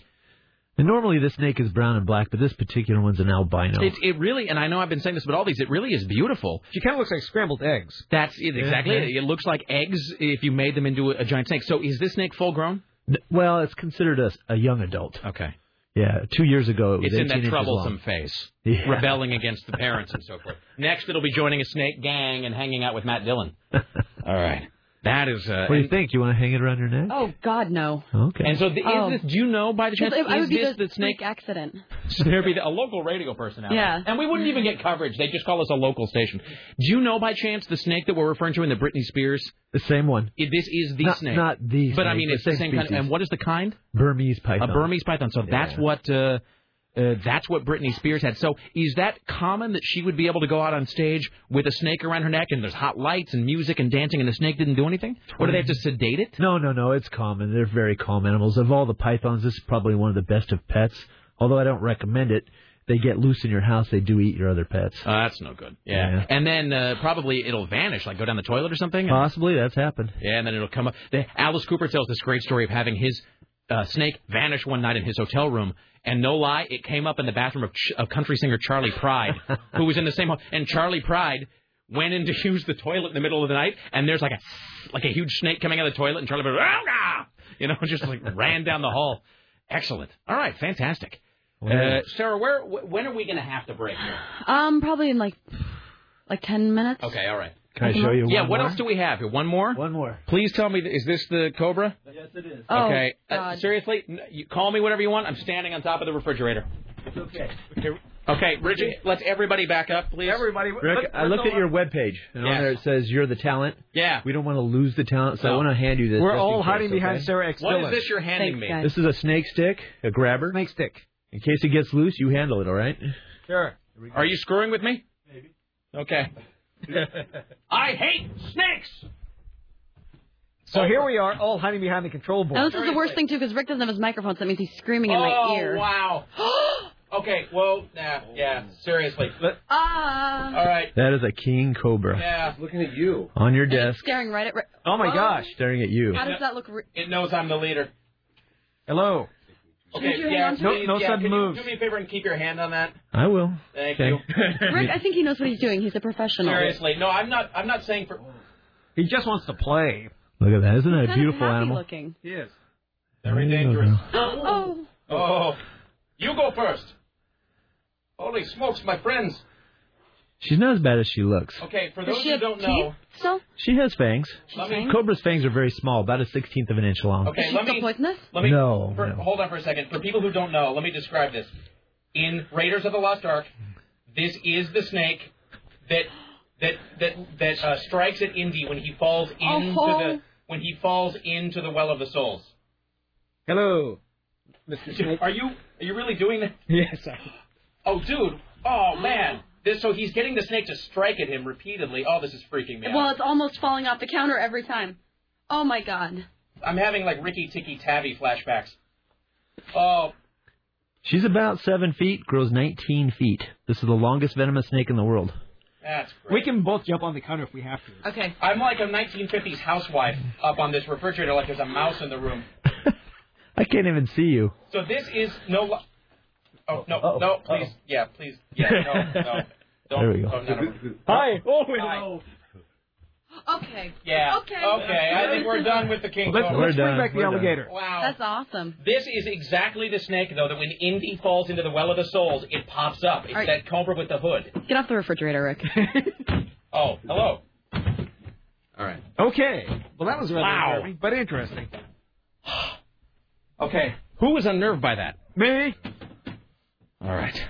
Speaker 9: And normally the snake is brown and black, but this particular one's an albino.
Speaker 2: It, it really, and I know I've been saying this, but all these, it really is beautiful.
Speaker 5: She kind of looks like scrambled eggs. Mm-hmm.
Speaker 2: That's it, exactly.
Speaker 5: Yeah.
Speaker 2: It. It looks like eggs if you made them into a, a giant snake. So is this snake full grown?
Speaker 9: N- well, it's considered a, a young adult.
Speaker 2: Okay.
Speaker 9: Yeah, two years ago it was
Speaker 2: It's in
Speaker 9: 18
Speaker 2: that
Speaker 9: inches
Speaker 2: troublesome
Speaker 9: long.
Speaker 2: phase,
Speaker 9: [laughs] Yeah.
Speaker 2: rebelling against the parents and so forth. Next, it'll be joining a snake gang and hanging out with Matt
Speaker 9: [laughs]
Speaker 2: Dillon. All right. That is. Uh,
Speaker 9: What do you think? You want to hang it around your neck?
Speaker 4: Oh God, no.
Speaker 9: Okay.
Speaker 2: And so, the, is
Speaker 4: Oh.
Speaker 2: this? Do you know by the chance?
Speaker 4: Because I
Speaker 2: is
Speaker 4: would be
Speaker 2: this
Speaker 4: the,
Speaker 2: the snake?
Speaker 4: accident.
Speaker 2: [laughs] There'd be the- a local radio personality.
Speaker 4: Yeah.
Speaker 2: And we wouldn't even get coverage. They just call us a local station. Do you know by chance the snake that we're referring to in the Britney Spears?
Speaker 9: The same one.
Speaker 2: It, this is the
Speaker 9: Not-
Speaker 2: snake.
Speaker 9: not the
Speaker 2: But I
Speaker 9: snake,
Speaker 2: mean,
Speaker 9: the
Speaker 2: it's the
Speaker 9: same
Speaker 2: same kind.
Speaker 9: species.
Speaker 2: and what is the kind?
Speaker 9: Burmese python.
Speaker 2: A Uh, Burmese python. So that's what uh, uh, that's what Britney Spears had. So is that common that she would be able to go out on stage with a snake around her neck and there's hot lights and music and dancing and the snake didn't do anything? Or do they have to sedate it?
Speaker 9: No, no, no. It's common. They're very calm animals. Of all the pythons, this is probably one of the best of pets. Although I don't recommend it. They get loose in your house. They do eat your other pets.
Speaker 2: Oh, that's no good. Yeah.
Speaker 9: Yeah.
Speaker 2: And then uh, probably it'll vanish, like go down the toilet or something. and-
Speaker 9: Possibly that's happened.
Speaker 2: Yeah, and then it'll come up. The, Alice Cooper tells this great story of having his uh, snake vanish one night in his hotel room, and no lie, it came up in the bathroom of, ch- of country singer Charlie
Speaker 9: [laughs]
Speaker 2: Pride, who was in the same home. And Charlie Pride went in to [laughs] use the toilet in the middle of the night, and there's like a like a huge snake coming out of the toilet, and Charlie Pride, "Oh, ah!" you know, [laughs] just like ran down the hall. Excellent. All right, fantastic. Uh, Sarah, where wh- when are we going to have to break here?
Speaker 4: Um, probably in like like ten minutes.
Speaker 2: Okay, all right.
Speaker 9: Can I show you
Speaker 2: Yeah,
Speaker 9: one
Speaker 2: what
Speaker 9: more?
Speaker 2: else do we have here? One more? One
Speaker 9: more.
Speaker 2: Please tell me, th- is this the Cobra?
Speaker 27: Yes, it is.
Speaker 2: Okay. Uh, seriously, n- you call me whenever you want. I'm standing on top of the refrigerator.
Speaker 27: It's okay.
Speaker 2: Okay, Richie, let's everybody back up, please. Everybody.
Speaker 9: Rick, I looked at your webpage, and
Speaker 2: Yeah.
Speaker 9: on there it says you're the talent.
Speaker 2: Yeah.
Speaker 9: We don't want to lose the talent, so I
Speaker 2: No.
Speaker 9: want to hand you this.
Speaker 5: We're
Speaker 9: just
Speaker 5: all
Speaker 9: in case,
Speaker 5: hiding behind
Speaker 9: okay?
Speaker 5: Sarah X.
Speaker 2: What is
Speaker 5: Dillon.
Speaker 2: this you're handing me?
Speaker 9: This is a snake stick, a grabber. Snake
Speaker 5: stick.
Speaker 9: In case it gets loose, you handle it, all right?
Speaker 5: Sure.
Speaker 2: Are you screwing with me? Maybe. Okay. I hate snakes.
Speaker 5: So here we are, all hiding behind the control board.
Speaker 4: Now Oh, this is the worst thing too, because Rick doesn't have his microphone, so that means he's screaming in
Speaker 2: oh
Speaker 4: my ear.
Speaker 2: wow. [gasps] okay. Well, nah, yeah. Seriously.
Speaker 4: Ah.
Speaker 2: All right.
Speaker 9: That is a king cobra
Speaker 2: Yeah.
Speaker 28: Looking at you.
Speaker 9: on your
Speaker 4: And it's
Speaker 9: desk,
Speaker 4: Staring right at. Rick.
Speaker 9: Oh
Speaker 4: Whoa.
Speaker 9: staring at you.
Speaker 4: How does that look? Re-
Speaker 2: It knows I'm the leader.
Speaker 5: Hello.
Speaker 2: Okay.
Speaker 4: Should you
Speaker 2: Yeah.
Speaker 4: hang on to
Speaker 5: No-
Speaker 2: please,
Speaker 5: no
Speaker 2: yeah,
Speaker 5: sudden
Speaker 2: can you
Speaker 5: moves.
Speaker 2: Do me a favor and keep your hand on that.
Speaker 9: I will.
Speaker 2: Thank
Speaker 9: Okay.
Speaker 2: you.
Speaker 4: Rick, I think he knows what he's doing. He's a professional.
Speaker 2: Seriously. No, I'm not. I'm not saying for.
Speaker 5: He just wants to play.
Speaker 9: Look at that. Isn't that
Speaker 4: Kind
Speaker 9: a
Speaker 4: of
Speaker 9: beautiful
Speaker 4: happy
Speaker 9: animal?
Speaker 4: Looking.
Speaker 5: Yes.
Speaker 9: Very dangerous.
Speaker 4: Oh.
Speaker 2: Oh, you go first. Holy smokes, my friends.
Speaker 9: She's not as bad as she looks.
Speaker 2: Okay, for
Speaker 4: Does
Speaker 2: those
Speaker 4: she
Speaker 2: who
Speaker 4: have
Speaker 2: don't
Speaker 4: teeth
Speaker 2: know,
Speaker 4: still?
Speaker 9: She has fangs.
Speaker 2: Let me-
Speaker 9: Cobra's fangs are very small, about a sixteenth of an inch long.
Speaker 2: okay,
Speaker 4: Is she
Speaker 2: let
Speaker 4: still
Speaker 2: me
Speaker 4: poisonous?
Speaker 2: let me
Speaker 9: No,
Speaker 2: for-
Speaker 9: no.
Speaker 2: hold on for a second. For people who don't know, let me describe this. In Raiders of the Lost Ark, this is the snake that that that that uh, strikes at Indy when he falls into
Speaker 4: Oh.
Speaker 2: the when he falls into the well of the souls.
Speaker 5: Hello, Mr. Snake.
Speaker 2: Are you are you really doing that?
Speaker 5: [laughs] Yes. I-
Speaker 2: Oh, dude, Oh man. This, so he's getting the snake to strike at him repeatedly. Oh, this is freaking me out.
Speaker 4: Well, it's almost falling off the counter every time. Oh my god.
Speaker 2: I'm having like Ricky Tikki Tavi flashbacks. Oh,
Speaker 9: She's about seven feet, grows 19 feet. This is the longest venomous snake in the world.
Speaker 2: that's
Speaker 5: We can both jump on the counter if we have to.
Speaker 4: Okay.
Speaker 2: I'm like a 1950s housewife up on this refrigerator, like there's a mouse in the room.
Speaker 9: I can't even see you.
Speaker 2: So this is no. Li- oh no, no, please, yeah, please, yeah, no, no. Don't,
Speaker 9: There we go.
Speaker 2: Oh, no, no.
Speaker 9: Hi.
Speaker 2: Oh,
Speaker 4: Okay.
Speaker 2: Yeah.
Speaker 4: Okay.
Speaker 2: Okay. [laughs] I think we're done with the king.
Speaker 5: Let's-
Speaker 2: cobra.
Speaker 5: let's We're bring done. back the We're done. alligator.
Speaker 2: Wow.
Speaker 4: That's awesome.
Speaker 2: This is exactly the snake, though, that when Indy falls into the well of the souls, it pops up. It's
Speaker 4: All right.
Speaker 2: that cobra with the hood.
Speaker 4: Get off the refrigerator, Rick. [laughs]
Speaker 2: Oh, hello.
Speaker 5: All right. Okay. Well, that was rather
Speaker 2: Wow.
Speaker 5: unnerving, but interesting.
Speaker 2: [sighs] Okay. Who was unnerved by that?
Speaker 5: Me?
Speaker 2: All right.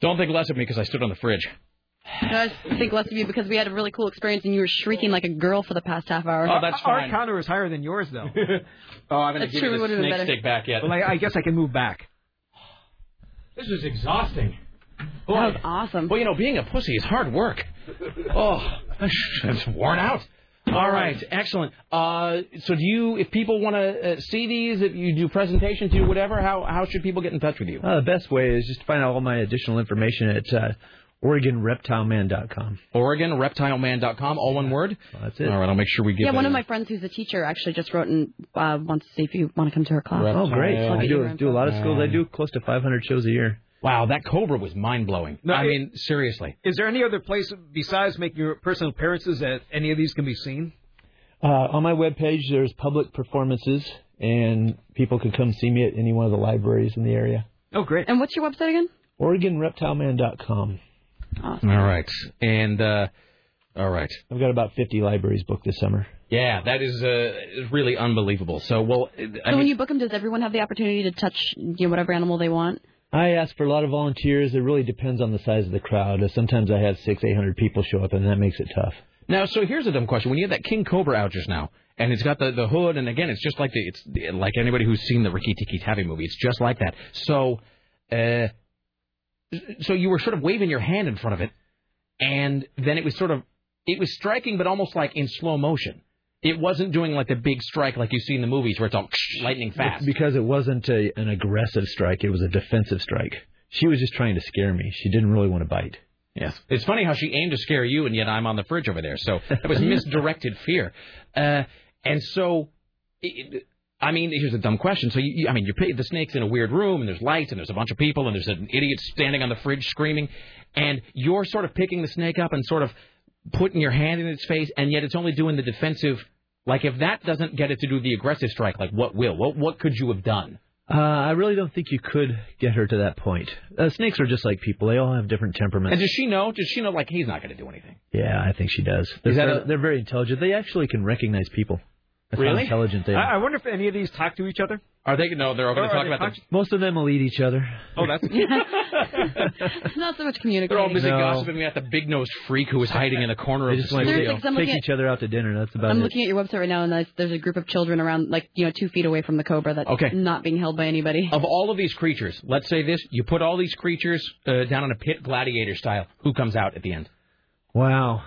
Speaker 2: Don't think less of me because I stood on the fridge.
Speaker 4: I think less of you because we had a really cool experience and you were shrieking like a girl for the past half hour.
Speaker 5: Our our counter is higher than yours, though.
Speaker 2: [laughs] oh, I
Speaker 4: haven't That's given true, the it would've been snake better. stick
Speaker 2: back yet.
Speaker 5: Well, I, I guess I can move back.
Speaker 2: This is exhausting. [laughs]
Speaker 4: That was awesome.
Speaker 2: Well, you know, being a pussy is hard work. Oh, it's worn out. All right, excellent. Uh, so, do you, if people want to uh, see these, if you do presentations, do whatever, how how should people get in touch with you?
Speaker 9: Uh, the best way is just to find out all my additional information at uh, OregonReptileMan.com.
Speaker 2: Oregon, reptileman.com, all one word.
Speaker 9: That's it.
Speaker 2: All right, I'll make sure we give
Speaker 4: yeah, one
Speaker 2: that-
Speaker 4: of my friends who's a teacher actually just wrote and uh, wants to see if you want to come to her class.
Speaker 9: Oh, great.
Speaker 2: Reptile.
Speaker 9: I do, do a lot of schools. I do close to 500 shows a year.
Speaker 2: Wow, that cobra was mind blowing.
Speaker 5: No,
Speaker 2: I
Speaker 5: it-
Speaker 2: mean, seriously.
Speaker 5: Is there any other place besides making your personal appearances that any of these can be seen?
Speaker 9: Uh, on my webpage, there's public performances, and people can come see me at any one of the libraries in the area.
Speaker 5: Oh, great.
Speaker 4: And what's your website again?
Speaker 9: OregonReptileMan.com.
Speaker 4: Awesome.
Speaker 2: All right, and uh, all right.
Speaker 9: I've got about 50 libraries booked this summer.
Speaker 2: Yeah, that is uh, really unbelievable. So, well, I
Speaker 4: So when you book them, does everyone have the opportunity to touch you know, whatever animal they want?
Speaker 9: I ask for a lot of volunteers. It really depends on the size of the crowd. Uh, Sometimes I have six, eight hundred people show up, and that makes it tough.
Speaker 2: Now, so here's a dumb question. When you have that King Cobra out just now, and it's got the, the hood, and again, it's just like the it's like anybody who's seen the Rikki Tikki Tavi movie. It's just like that. So, uh, so you were sort of waving your hand in front of it, and then it was sort of it was striking, but almost like in slow motion. It wasn't doing like the big strike like you see in the movies where it's all lightning fast.
Speaker 9: Because it wasn't a, an aggressive strike; it was a defensive strike. She was just trying to scare me. She didn't really want to bite.
Speaker 2: Yes. It's funny how she aimed to scare you, and yet I'm on the fridge over there. So that was misdirected fear. Uh, and so, it, it- I mean, here's a dumb question. So, you, you, I mean, you're, pa- the snake's in a weird room, and there's lights, and there's a bunch of people, and there's an idiot standing on the fridge screaming, and you're sort of picking the snake up and sort of putting your hand in its face, and yet it's only doing the defensive. Like, if that doesn't get it to do the aggressive strike, like, what will? What, what could you have done?
Speaker 9: Uh, I really don't think you could get her to that point. Uh, snakes are just like people; they all have different
Speaker 2: And
Speaker 9: temperaments.
Speaker 2: does she know? Does she know, like, he's not going to do anything?
Speaker 9: yeah, I think she does. They're,
Speaker 2: that
Speaker 9: very, they're very intelligent. They actually can recognize people. That's how
Speaker 2: Really?
Speaker 9: intelligent they are.
Speaker 5: I, I wonder if any of these talk to each other.
Speaker 2: Are they? No, they're going
Speaker 5: Or
Speaker 2: to
Speaker 5: are
Speaker 2: talk
Speaker 5: they
Speaker 2: about the
Speaker 9: Most of them will eat each other.
Speaker 5: Oh,
Speaker 4: [laughs]
Speaker 5: that's
Speaker 4: Not so much
Speaker 2: They're
Speaker 4: communicating.
Speaker 2: all busy
Speaker 9: No.
Speaker 2: gossiping at the big nosed freak who is hiding in the corner
Speaker 9: They
Speaker 2: of the
Speaker 9: just want
Speaker 4: There's,
Speaker 2: studio.
Speaker 4: like, some
Speaker 9: to take
Speaker 4: looking at-
Speaker 9: each other out to dinner. That's about
Speaker 4: I'm
Speaker 9: it.
Speaker 4: looking at your website right now, and there's- there's a group of children around, like you know, two feet away from the cobra that's
Speaker 2: Okay.
Speaker 4: not being held by anybody.
Speaker 2: Of all of these creatures, let's say this: you put all these creatures uh, down in a pit, gladiator style. Who comes out at the end?
Speaker 9: Wow.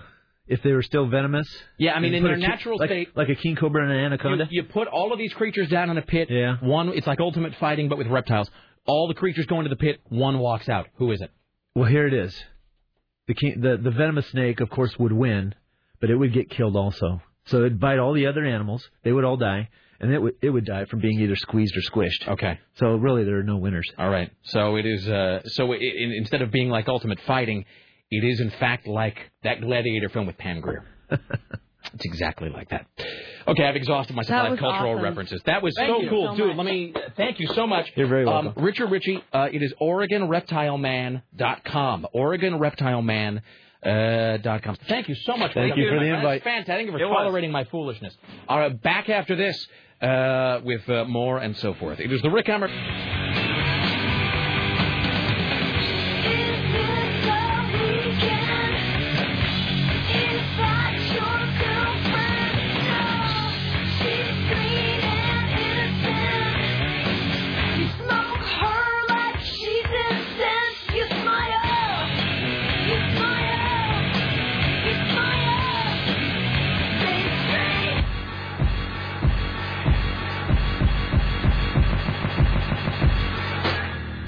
Speaker 9: If they were still venomous.
Speaker 2: Yeah, I mean,
Speaker 9: You
Speaker 2: in
Speaker 9: put
Speaker 2: their
Speaker 9: a ki-
Speaker 2: natural
Speaker 9: like,
Speaker 2: state-
Speaker 9: like a king cobra and an anaconda.
Speaker 2: You, you put all of these creatures down in a pit. Yeah. One, it's like ultimate fighting, but with reptiles. All the creatures go into the pit. One walks out. Who is it?
Speaker 9: Well, here it is. The, king, the the venomous snake, of course, would win, but it would get killed also. So it'd bite all the other animals. They would all die, and it would it would die from being either squeezed or squished.
Speaker 2: Okay.
Speaker 9: So really, there are no winners.
Speaker 2: All right. So it is. Uh, so i in, instead of being like ultimate fighting, it is in fact like that gladiator film with Pam
Speaker 9: [laughs]
Speaker 2: Grier. it's exactly like that. Okay, I've exhausted my
Speaker 29: That
Speaker 2: supply of
Speaker 29: was
Speaker 2: cultural
Speaker 29: awesome.
Speaker 2: references. That was
Speaker 29: Thank
Speaker 2: so
Speaker 29: you
Speaker 2: cool,
Speaker 29: so
Speaker 2: dude.
Speaker 29: much.
Speaker 2: Let me thank you so much.
Speaker 9: You're very
Speaker 2: Um, Richard Ritchie, uh, it is OregonReptileMan.com. OregonReptileMan. Uh, dot com. Thank you so much.
Speaker 9: Thank
Speaker 2: for
Speaker 9: you for the
Speaker 2: That's
Speaker 9: invite.
Speaker 2: fantastic. Thank you for
Speaker 9: It was.
Speaker 2: tolerating my foolishness. All right, back after this uh, with uh, more and so forth. It is the Rick Hammer.
Speaker 19: You smoke her like she's incense. You smile.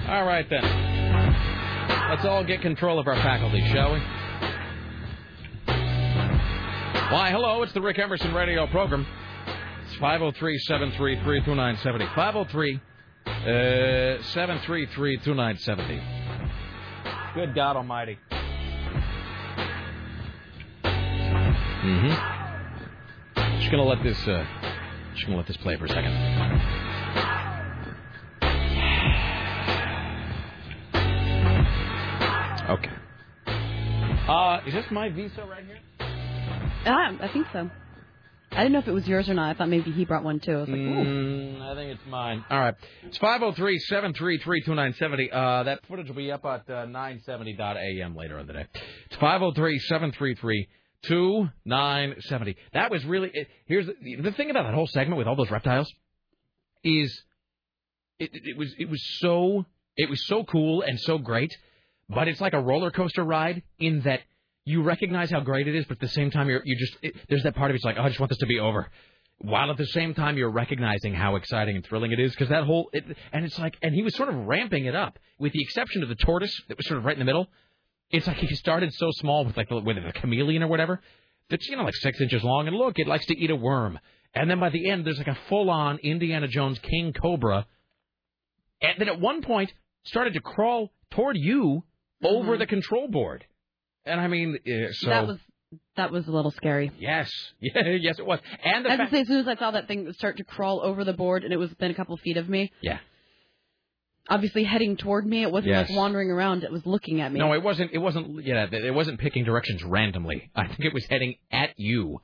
Speaker 2: right then. Let's all get control of our faculty, shall we? Why, hello, it's the Rick Emerson radio program. It's 503 733 2970. 503 uh, 733 2970. Good God Almighty. Mm-hmm. Just gonna let this. Uh, just gonna let this play for a second. Okay. Uh, is this my visa right here?
Speaker 4: Ah, I think so. I didn't know if it was yours or not. I thought maybe he brought one too. I was like, ooh.
Speaker 2: Mm, I think it's mine. All right. It's 503 733 2970. Uh, That footage will be up at uh, 970.am later on today. It's 503 733 2970. That was really. It, here's the, the thing about that whole segment with all those reptiles is it, it it was it was so it was so cool and so great, but it's like a roller coaster ride in that you recognize how great it is, but at the same time you're you just it, there's that part of it's like oh, I just want this to be over, while at the same time you're recognizing how exciting and thrilling it is because that whole it, and it's like and he was sort of ramping it up with the exception of the tortoise that was sort of right in the middle. It's like he started so small with like the, with the chameleon or whatever that's you know like six inches long and look it likes to eat a worm and then by the end there's like a full on Indiana Jones king cobra and then at one point started to crawl toward you over the control board. And I mean, uh, so
Speaker 4: Mm-hmm. That was that was a little scary.
Speaker 2: yes, [laughs] yeah, yes, it was. And the
Speaker 4: As I
Speaker 2: fact,
Speaker 4: say, as soon as I saw that thing start to crawl over the board, and it was within a couple feet of me,
Speaker 2: yeah,
Speaker 4: obviously heading toward me, it wasn't
Speaker 2: Yes.
Speaker 4: like wandering around. It was looking at me.
Speaker 2: no, it wasn't. It wasn't. Yeah, it wasn't picking directions randomly. [laughs] I think it was heading at you.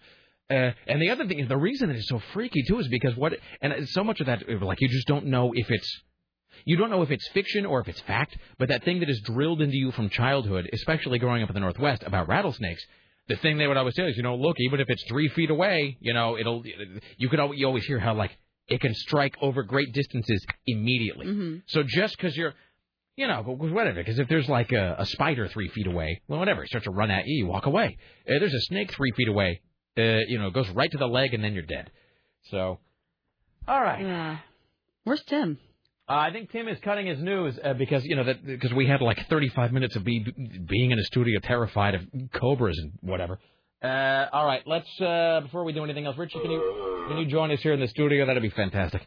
Speaker 2: Uh, and the other thing is the reason it is so freaky too is because what and so much of that like you just don't know if it's you don't know if it's fiction or if it's fact, but that thing that is drilled into you from childhood, especially growing up in the Northwest about rattlesnakes, the thing they would always say is, you know, look, even if it's three feet away, you know, it'll you could always, you always hear how like it can strike over great distances immediately.
Speaker 4: Mm-hmm.
Speaker 14: Mhm.
Speaker 2: So just because you're you know, but whatever. Because if there's like a, a spider three feet away, well, whatever. It starts to run at you, you walk away. Uh, there's a snake three feet away, uh, you know, it goes right to the leg, and then you're dead. So All right.
Speaker 4: Yeah. Where's Tim?
Speaker 2: Uh, I think Tim is cutting his news uh, because you know that because we had like 35 minutes of be, being in a studio terrified of cobras and whatever. Uh, all right, let's uh, before we do anything else, Richie, can you can you join us here in the studio? That'd be fantastic.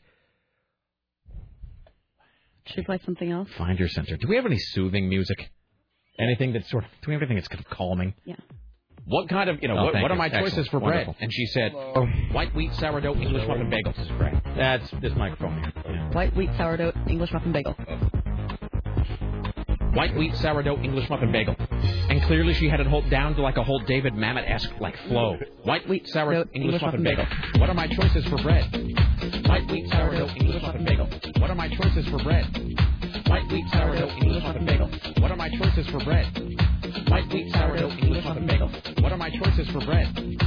Speaker 4: Should we play something else?
Speaker 2: Find your center. Do we have any soothing music? Anything that's sort of do we have anything that's kind of calming?
Speaker 4: Yeah.
Speaker 2: What kind of you know
Speaker 14: Oh,
Speaker 2: what,
Speaker 14: thank
Speaker 2: what are
Speaker 14: you.
Speaker 2: my choices
Speaker 14: Excellent.
Speaker 2: for bread?
Speaker 14: Wonderful.
Speaker 2: And she said "Oh, white wheat sourdough English muffin bagels is great. That's this microphone here.
Speaker 4: White wheat sourdough English muffin bagel.
Speaker 2: white wheat sourdough English muffin bagel. And clearly she had it hold down to like a whole David Mamet esque like flow. White wheat sourdough English muffin bagel. What are my choices for bread? White wheat sourdough English muffin bagel. What are my choices for bread? White wheat sourdough English muffin bagel. What are my choices for bread? White wheat sourdough English muffin bagel. What are my choices for bread?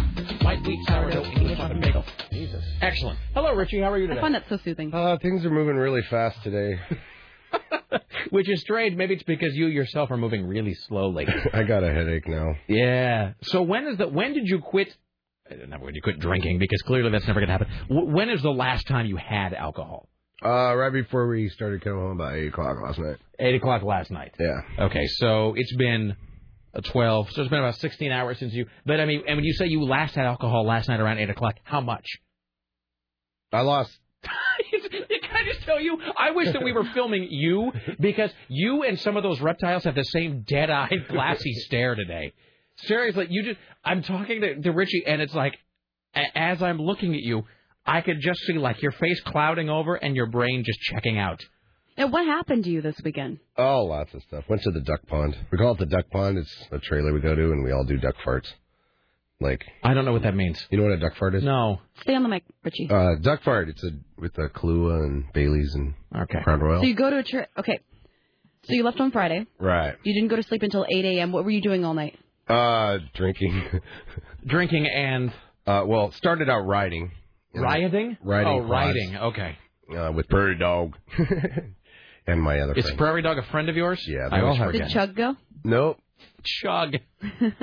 Speaker 2: White wheat sourdough English muffin bagel. Jesus. Excellent. Hello, Richie. How are you
Speaker 4: I
Speaker 2: today?
Speaker 4: find that so soothing.
Speaker 10: Uh, things are moving really fast today. [laughs]
Speaker 2: Which is strange. Maybe it's because you yourself are moving really slowly.
Speaker 10: I got a headache now.
Speaker 2: Yeah. So when is the when did you quit? uh, Not when you quit drinking because clearly that's never going to happen. W- When is the last time you had alcohol?
Speaker 10: Uh, right before we started coming home about eight o'clock last night.
Speaker 2: Eight o'clock last night.
Speaker 10: Yeah.
Speaker 2: Okay, so it's been a twelve. So it's been about sixteen hours since you. But I mean, and when you say you last had alcohol last night around eight o'clock, how much?
Speaker 10: I lost.
Speaker 2: Can I just tell you? I wish that we were filming you because you and some of those reptiles have the same dead-eyed, glassy stare today. Seriously, you just. I'm talking to, to Richie, and it's like, a- as I'm looking at you, I could just see like your face clouding over and your brain just checking out.
Speaker 4: Now, what happened to you this weekend?
Speaker 10: Oh, lots of stuff. Went to the duck pond. We call it the duck pond. It's a trailer we go to, and we all do duck farts. Like
Speaker 2: I don't know what that means.
Speaker 10: You know what a duck fart is?
Speaker 2: No.
Speaker 4: Stay on the mic, Richie.
Speaker 10: Uh, duck fart. It's a with a Kahlua and Bailey's and Crown Royal.
Speaker 4: so you go to a trip. Okay. So you left on Friday.
Speaker 10: right.
Speaker 4: You didn't go to sleep until 8 a.m. What were you doing all night?
Speaker 10: Uh, drinking. [laughs]
Speaker 2: drinking and.
Speaker 10: Uh, well, started out riding.
Speaker 2: Rioting?
Speaker 10: Riding.
Speaker 2: Oh,
Speaker 10: class,
Speaker 8: [laughs]
Speaker 2: riding. Okay.
Speaker 10: Uh, with Prairie Dog. [laughs] and my other
Speaker 2: Is
Speaker 10: friend.
Speaker 2: Prairie Dog a friend of yours? Yeah,
Speaker 10: they
Speaker 2: I
Speaker 10: all
Speaker 2: always
Speaker 10: have-
Speaker 2: forget.
Speaker 4: Did Chug go?
Speaker 10: Nope.
Speaker 2: Chug. I just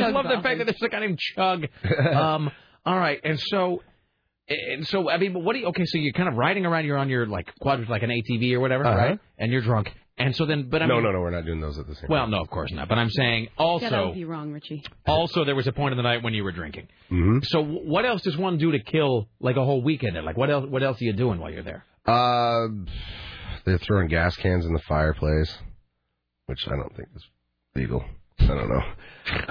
Speaker 4: Chug's
Speaker 2: love the
Speaker 4: awesome.
Speaker 2: fact that there's a guy named Chug. Um, all right, and so And so, I mean, but what do you, okay, so you're kind of riding around, you're on your, like, quad, like an ATV or whatever,
Speaker 8: Uh-huh.
Speaker 2: right? And you're drunk. And so then, but I
Speaker 8: no,
Speaker 2: mean.
Speaker 8: no, no, we're not doing those at the same.
Speaker 2: Well, no, of course not. But I'm saying
Speaker 4: yeah, that
Speaker 2: also,
Speaker 4: would be wrong, Richie.
Speaker 2: also there was a point in the night when you were drinking.
Speaker 5: Mm.
Speaker 8: Mhm.
Speaker 2: So wh- what else does one do to kill, like, a whole weekend? Like, what else, what else are you doing while you're there?
Speaker 8: Uh, they're throwing gas cans in the fireplace, which I don't think is legal. I don't know.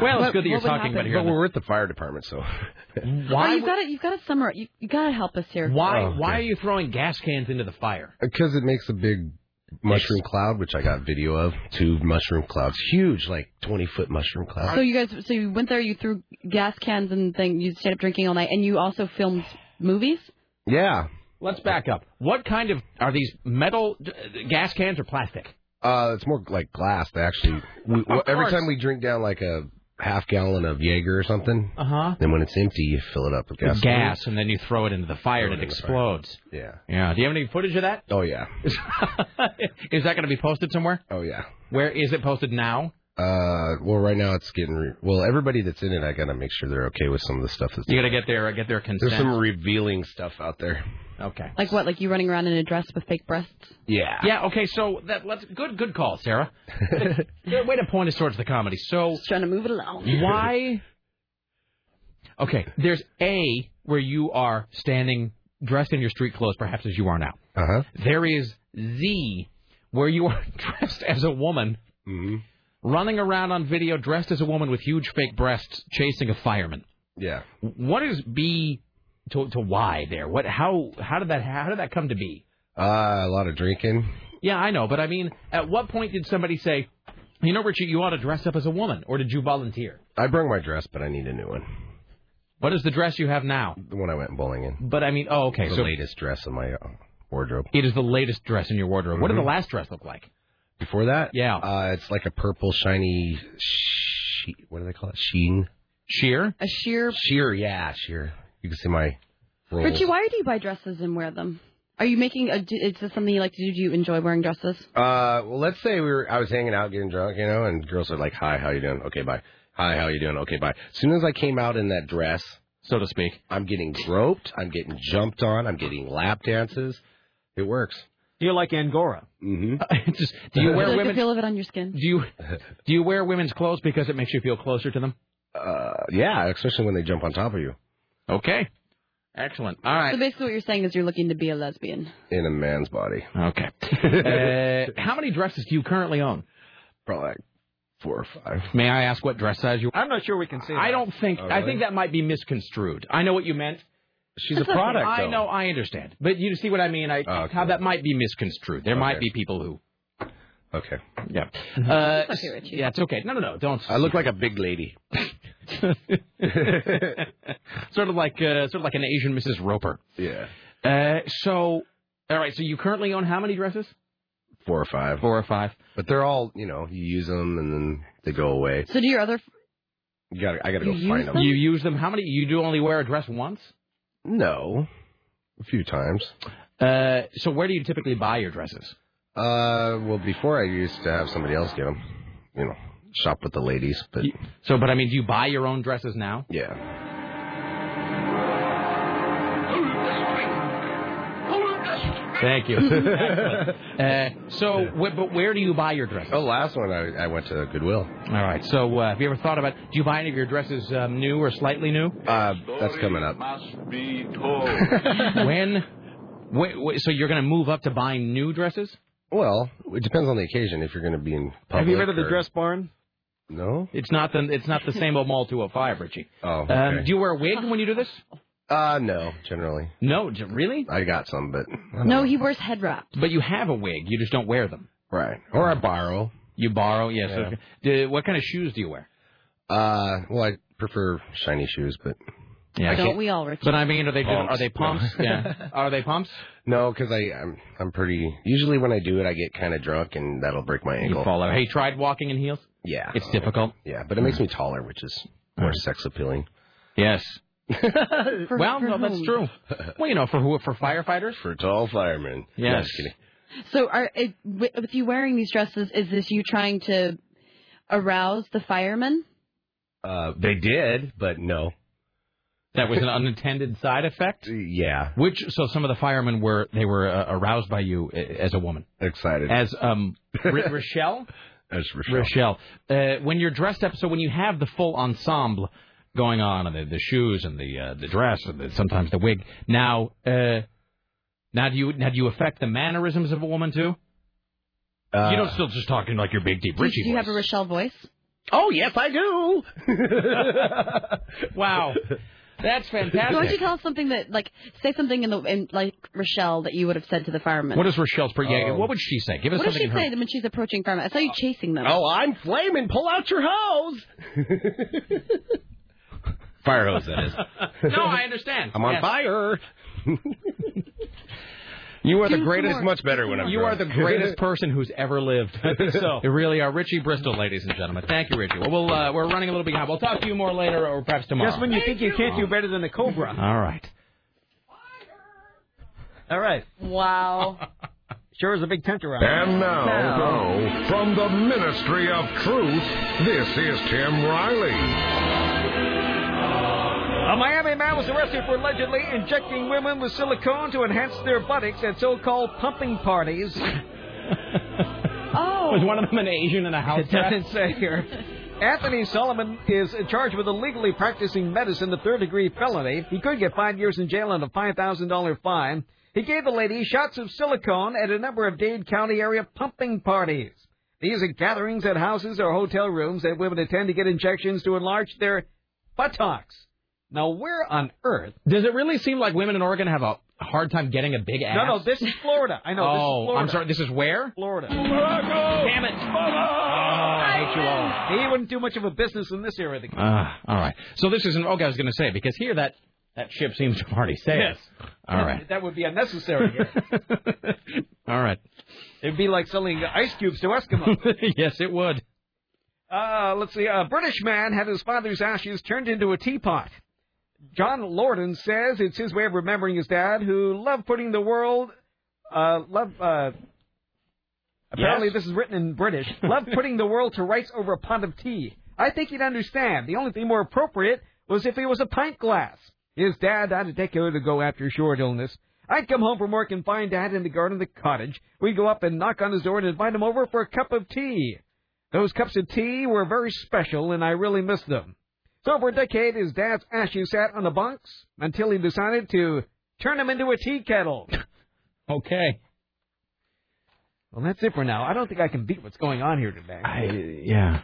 Speaker 2: Well, it's
Speaker 8: But-
Speaker 2: good that you're
Speaker 4: what would
Speaker 2: talking about
Speaker 4: happen?
Speaker 2: here.
Speaker 8: But we're at the fire department, so.
Speaker 4: Oh, you've got to you've got to summarize. You, you got to help us here.
Speaker 2: Why? Why are you throwing gas cans into the fire?
Speaker 8: Because it makes a big mushroom cloud, which I got video of. Two mushroom clouds, huge, like twenty foot mushroom
Speaker 2: Oh.
Speaker 8: clouds.
Speaker 4: So you guys, so you went there, you threw gas cans and thing. You stayed up drinking all night, and you also filmed movies.
Speaker 8: yeah.
Speaker 2: Let's back up. What kind of are these metal uh, gas cans or plastic?
Speaker 8: Uh, it's more like glass. They actually, we,
Speaker 2: Of
Speaker 8: every
Speaker 2: course.
Speaker 8: time we drink down like a half gallon of Jaeger or something,
Speaker 2: Uh huh.
Speaker 8: then when it's empty, you fill it up with
Speaker 2: Gas,
Speaker 8: gasoline.
Speaker 2: and then you throw it into the fire and it explodes.
Speaker 8: Yeah.
Speaker 2: Yeah. Do you have any footage of that?
Speaker 8: Oh yeah.
Speaker 2: Is that going to be posted somewhere?
Speaker 8: Oh yeah.
Speaker 2: Where is it posted now?
Speaker 8: Uh, well, right now it's getting re- well. Everybody that's in it, I gotta make sure they're okay with some of the stuff that's.
Speaker 2: You got to get their get their consent.
Speaker 8: There's some revealing stuff out there.
Speaker 2: Okay.
Speaker 4: Like what? Like you running around in a dress with fake breasts?
Speaker 8: Yeah.
Speaker 2: Yeah. Okay. So that let's good good call,
Speaker 8: [laughs]
Speaker 2: Sarah. Good way to point us towards the comedy. So
Speaker 4: trying to move it along.
Speaker 2: Why? Okay, there's A where you are standing dressed in your street clothes, perhaps as you are now.
Speaker 8: Uh-huh.
Speaker 2: There is Z where you are [laughs] dressed as a woman,
Speaker 8: Mm-hmm.
Speaker 2: running around on video dressed as a woman with huge fake breasts, chasing a fireman.
Speaker 8: Yeah.
Speaker 2: What is B to, to Y there? What how how did that how did that come to be?
Speaker 8: Uh, a lot of drinking.
Speaker 2: Yeah, I know, but I mean, at what point did somebody say, you know, Richard, you ought to dress up as a woman, or did you volunteer?
Speaker 8: I brung my dress, but I need a new one.
Speaker 2: What is the dress you have now?
Speaker 8: The one I went bowling in.
Speaker 2: But I mean, oh, okay,
Speaker 8: The
Speaker 2: so
Speaker 8: latest dress in my uh, wardrobe.
Speaker 2: It is the latest dress in your wardrobe. What did the
Speaker 8: Mhm.
Speaker 2: last dress look like?
Speaker 8: Before that,
Speaker 2: yeah,
Speaker 8: uh, it's like a purple shiny. She- what do they call it? Sheen.
Speaker 2: Sheer.
Speaker 4: A sheer.
Speaker 8: Sheer. Yeah, sheer. You can see my.
Speaker 2: Oh.
Speaker 8: Rolls.
Speaker 4: Richie, why do you buy dresses and wear them? Are you making a? Is this something you like to do? Do you enjoy wearing dresses?
Speaker 8: Uh, well, let's say we were. I was hanging out, getting drunk, you know, and girls are like, "Hi, how you doing? Okay, bye. Hi, how you doing? Okay, bye." As soon as I came out in that dress,
Speaker 2: so to speak,
Speaker 8: I'm getting groped. I'm getting jumped on. I'm getting lap dances. It works.
Speaker 22: You're like Angora.
Speaker 2: [laughs]
Speaker 8: Mm-hmm.
Speaker 2: Just, do you
Speaker 4: Do you
Speaker 8: [laughs]
Speaker 2: wear
Speaker 4: like the
Speaker 2: women?
Speaker 4: feel of it on your skin?
Speaker 2: Do you do you wear women's clothes because it makes you feel closer to them?
Speaker 8: Uh, yeah, especially when they jump on top of you.
Speaker 2: Okay. Excellent. All right.
Speaker 4: So basically, what you're saying is you're looking to be a lesbian.
Speaker 8: In a man's body.
Speaker 2: Okay.
Speaker 8: [laughs]
Speaker 2: Uh, how many dresses do you currently own?
Speaker 8: Probably like four or five.
Speaker 2: May I ask what dress size you?
Speaker 22: I'm not sure we can see.
Speaker 2: I don't think.
Speaker 22: Oh,
Speaker 2: I
Speaker 22: really?
Speaker 2: think that might be misconstrued. I know what you meant.
Speaker 8: She's
Speaker 22: a That's okay. product,
Speaker 2: I
Speaker 22: though.
Speaker 2: know. I understand. But you see what I mean?
Speaker 8: Oh,
Speaker 2: I how that might be misconstrued. There might be people who.
Speaker 8: Okay.
Speaker 2: Yeah. Uh,
Speaker 8: It's okay, Richie.
Speaker 2: yeah, it's okay. No, no, no. Don't.
Speaker 8: I look like a big lady.
Speaker 2: [laughs]
Speaker 8: [laughs]
Speaker 2: sort of like uh, sort of like an Asian Mrs. Roper.
Speaker 8: Yeah.
Speaker 2: Uh, so, all right. So you currently own how many dresses?
Speaker 8: Four or five.
Speaker 2: Four or five.
Speaker 8: But they're all, you know, you use them and then they go away.
Speaker 4: So do your other?
Speaker 8: You gotta, I gotta go
Speaker 4: You use
Speaker 8: find them.
Speaker 2: You use them. How many? You do only wear a dress once.
Speaker 8: No, a few times.
Speaker 2: Uh, so where do you typically buy your dresses?
Speaker 8: Uh, well, before I used to have somebody else get them. You know, shop with the ladies, but
Speaker 2: So, but I mean, do you buy your own dresses now?
Speaker 8: yeah.
Speaker 2: Thank
Speaker 8: [laughs]
Speaker 4: [laughs]
Speaker 2: you. [laughs] Excellent. uh, so, wh- but where do you buy your dresses?
Speaker 8: Oh, last one I, I went to Goodwill.
Speaker 2: All right. So, uh, have you ever thought about? Do you buy any of your dresses um, new or
Speaker 8: [laughs]
Speaker 2: slightly new?
Speaker 8: Uh, that's coming up.
Speaker 3: Must be told.
Speaker 2: when? Wait, wait, so you're going to move up to buying new dresses?
Speaker 8: Well, it depends on the occasion. If you're going to be in public,
Speaker 2: Have you heard of the
Speaker 8: or-
Speaker 2: dress
Speaker 22: barn?
Speaker 8: No.
Speaker 2: It's not the it's not the same old mall 205, Richie.
Speaker 8: Oh, okay.
Speaker 2: Um, do you wear a wig when you do this?
Speaker 8: Uh, no, generally.
Speaker 2: No, j- really?
Speaker 8: I got some, but
Speaker 2: Oh.
Speaker 4: No, he wears head wrap.
Speaker 2: But you have a wig. You just don't wear them.
Speaker 8: Right. Or I borrow.
Speaker 2: You borrow, yes.
Speaker 8: Yeah.
Speaker 2: Yeah. do- what kind of shoes do you wear?
Speaker 8: Uh, well, I prefer shiny shoes, but
Speaker 2: Yeah.
Speaker 8: I
Speaker 4: Don't
Speaker 8: can't-
Speaker 4: we all, Richie?
Speaker 2: But I mean, are they
Speaker 8: Pumps.
Speaker 2: are
Speaker 8: [laughs]
Speaker 2: they pumps?
Speaker 8: No.
Speaker 2: yeah. Are they pumps?
Speaker 8: No, because I I'm, I'm pretty. Usually when I do it, I get kind of drunk, and that'll break my ankle.
Speaker 2: You fall out. Hey, tried walking in heels?
Speaker 8: Yeah.
Speaker 2: It's difficult. Hmm.
Speaker 8: Yeah, but it makes me taller, which is more sex appealing.
Speaker 2: Yes.
Speaker 4: [laughs] For-
Speaker 2: well,
Speaker 4: for
Speaker 2: no, that's
Speaker 4: whom?
Speaker 2: true.
Speaker 8: [laughs]
Speaker 2: Well, you know, for who? For firefighters?
Speaker 8: For tall firemen.
Speaker 2: Yes.
Speaker 8: No, just kidding.
Speaker 4: So are it, wi- with you wearing these dresses, is this you trying to arouse the firemen?
Speaker 8: Uh, they did, but no.
Speaker 2: That
Speaker 10: [laughs]
Speaker 2: was an unintended side effect.
Speaker 10: Yeah.
Speaker 2: Which so some of the firemen were they were uh, aroused by you uh, as a woman.
Speaker 10: Excited.
Speaker 2: As
Speaker 10: [laughs]
Speaker 2: um R- Rochelle.
Speaker 10: As
Speaker 2: Rochelle. Uh, when you're dressed up, so when you have the full ensemble going on, and the, the shoes and the uh, the dress and the, sometimes the wig. Now, uh, now do you now do you affect the mannerisms of a woman too?
Speaker 10: Uh,
Speaker 2: you don't still just talking like your big deep
Speaker 4: Do
Speaker 2: Richie
Speaker 10: [laughs]
Speaker 4: you
Speaker 2: voice.
Speaker 4: have a Rochelle voice?
Speaker 2: Oh yes, I do. wow, that's fantastic.
Speaker 4: Why don't you tell us something that, like, say something in the in like Rochelle that you would have said to the firemen?
Speaker 2: What is Rochelle's? Per- yeah,
Speaker 4: Oh.
Speaker 2: what would she say? Give us
Speaker 4: What does
Speaker 2: something.
Speaker 4: she
Speaker 2: in her-
Speaker 4: say when she's approaching firemen? I saw you chasing them.
Speaker 10: Oh, I'm flaming. Pull out your
Speaker 2: [laughs]
Speaker 10: hose.
Speaker 2: Fire hose, that is. no, I understand.
Speaker 10: I'm on
Speaker 2: Yes.
Speaker 10: fire.
Speaker 2: You are
Speaker 10: the greatest. Much better when I'm.
Speaker 2: You are
Speaker 10: drunk.
Speaker 8: [laughs]
Speaker 2: the
Speaker 10: [laughs]
Speaker 2: greatest person who's ever lived. I think so. You really are. Richie Bristol, ladies and gentlemen. Thank you, Richie. Well, we'll uh, we're running a little behind. We'll talk to you more later or perhaps tomorrow.
Speaker 5: Just when you think you can't do better than a cobra.
Speaker 2: All right.
Speaker 5: All right.
Speaker 4: Wow.
Speaker 5: [laughs] Sure is a big tent around.
Speaker 14: And now, now, from the Ministry of Truth, this is Tim Riley.
Speaker 5: A Miami man was arrested for allegedly injecting women with silicone to enhance their buttocks at so-called pumping parties.
Speaker 4: oh.
Speaker 2: Was one of them an Asian and a house
Speaker 5: It doesn't say here. [laughs] Anthony Solomon is charged with illegally practicing medicine, a third-degree felony. He could get five years in jail and a $5,000 fine. He gave the lady shots of silicone at a number of Dade County area pumping parties. These are gatherings at houses or hotel rooms that women attend to get injections to enlarge their buttocks. Now, where on earth?
Speaker 2: Does it really seem like women in Oregon have a hard time getting a big ass?
Speaker 5: No, no, this is Florida. I know this
Speaker 2: oh,
Speaker 5: is Florida.
Speaker 2: I'm sorry. This is where?
Speaker 5: Florida.
Speaker 2: Damn it. Oh, I hate you all.
Speaker 5: He wouldn't do much of a business in this area of the country.
Speaker 2: Ah, all right. So this is an. Okay, I was going to say because here that that ship seems to have already sailed. All right.
Speaker 5: That would be unnecessary.
Speaker 2: [laughs]
Speaker 5: Here.
Speaker 2: All right.
Speaker 5: It'd be like selling ice cubes to Eskimos.
Speaker 2: [laughs] yes, it would.
Speaker 5: Uh, let's see. A British man had his father's ashes turned into a teapot. John Lorden says it's his way of remembering his dad, who loved putting the world. Uh, loved. Uh, apparently,
Speaker 2: Yes.
Speaker 5: this is written in British. Loved putting the world to rights over a pot of tea. I think he'd understand. The only thing more appropriate was if it was a pint glass. His dad died a decade ago after a short illness. I'd come home from work and find Dad in the garden of the cottage. We'd go up and knock on his door and invite him over for a cup of tea. Those cups of tea were very special, and I really miss them. So for a decade, his dad's ashes sat on the bunks until he decided to turn them into a tea kettle.
Speaker 2: [laughs] okay.
Speaker 5: Well, that's it for now. I don't think I can beat what's going on here today.
Speaker 2: Yeah.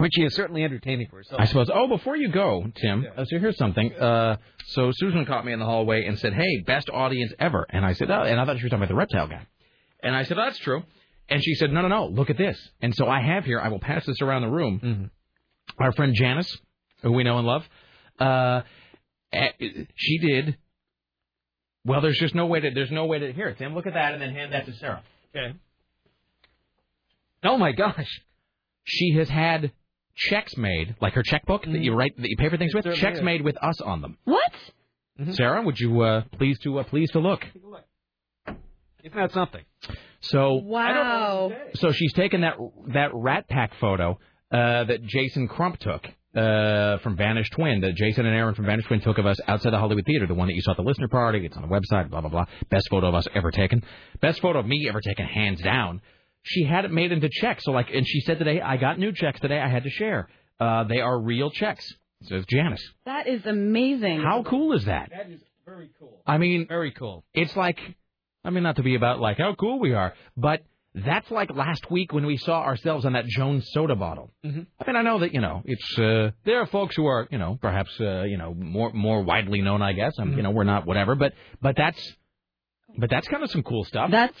Speaker 5: Richie is certainly entertaining for herself.
Speaker 2: I suppose. Oh, before you go, Tim, uh, so here's something. Uh, so Susan caught me in the hallway and said, "Hey, best audience ever." And I said, "Oh," and I thought she was talking about the reptile guy. And I said, "Oh, "That's true." And she said, "No, no, no. Look at this." And so I have here. I will pass this around the room. Our friend Janice, who we know and love, uh, eh, she did. Well, there's just no way to. There's no way to hear it. Tim, look at that, and then hand that to Sarah.
Speaker 5: Okay. Oh my gosh.
Speaker 2: She has had checks made, like her checkbook that you write, that you pay for things with.
Speaker 5: certainly
Speaker 2: Checks
Speaker 5: Mm-hmm. is.
Speaker 2: made
Speaker 5: Mm-hmm.
Speaker 2: with us on them.
Speaker 4: What?
Speaker 2: Sarah, would you uh, please to uh, please to look?
Speaker 5: Isn't that something?
Speaker 2: So
Speaker 4: Wow.
Speaker 2: so she's taken that that Rat Pack photo uh, that Jason Crump took uh, from Vanished Twin, that Jason and Aaron from Vanished Twin took of us outside the Hollywood Theater, the one that you saw at the listener party. It's on the website. Blah blah blah. Best photo of us ever taken. Best photo of me ever taken, hands down. She had it made into checks. So like, and she said today, I got new checks today. I had to share. Uh, they are real checks. Says Janice.
Speaker 4: That is amazing.
Speaker 2: How cool is that?
Speaker 11: That is very cool.
Speaker 2: I mean,
Speaker 5: very cool.
Speaker 2: It's like, I mean, not to be about like how cool we are, but that's like last week when we saw ourselves on that Jones soda bottle.
Speaker 5: Mhm.
Speaker 2: I mean, I know that you know it's uh, there are folks who are you know perhaps uh, you know more more widely known, I guess. I'm
Speaker 5: Mm-hmm.
Speaker 2: you know we're not whatever, but but that's but that's kind of some cool stuff.
Speaker 4: That's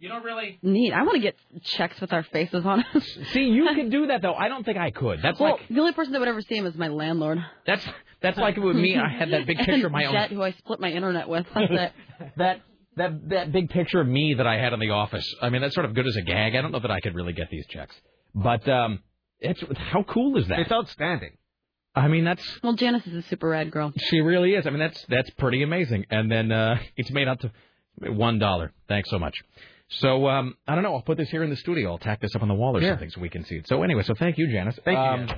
Speaker 2: you don't really
Speaker 4: neat. I want to get checks with our faces on us.
Speaker 2: [laughs] see you could do that though. I don't think I could. That's
Speaker 4: well,
Speaker 2: like
Speaker 4: the only person that would ever see him is my landlord.
Speaker 2: that's that's like with me. I had that big picture of my
Speaker 4: [laughs] and
Speaker 2: own
Speaker 4: Jet, who I split my internet with. That's it.
Speaker 2: [laughs] that that that big picture of me that I had in the office. I mean, that's sort of good as a gag. I don't know that I could really get these checks, but um, it's how cool is that? It's
Speaker 5: outstanding.
Speaker 2: I mean, that's
Speaker 4: Well, Janice is a super rad girl.
Speaker 2: she really is. I mean, that's that's pretty amazing. And then uh, [laughs] it's made out to one dollar. Thanks so much. So um, I don't know. I'll put this here in the studio. I'll tack this up on the wall or
Speaker 5: Yeah.
Speaker 2: something so we can see it. So anyway, so thank you, Janice.
Speaker 5: Thank you,
Speaker 2: Um,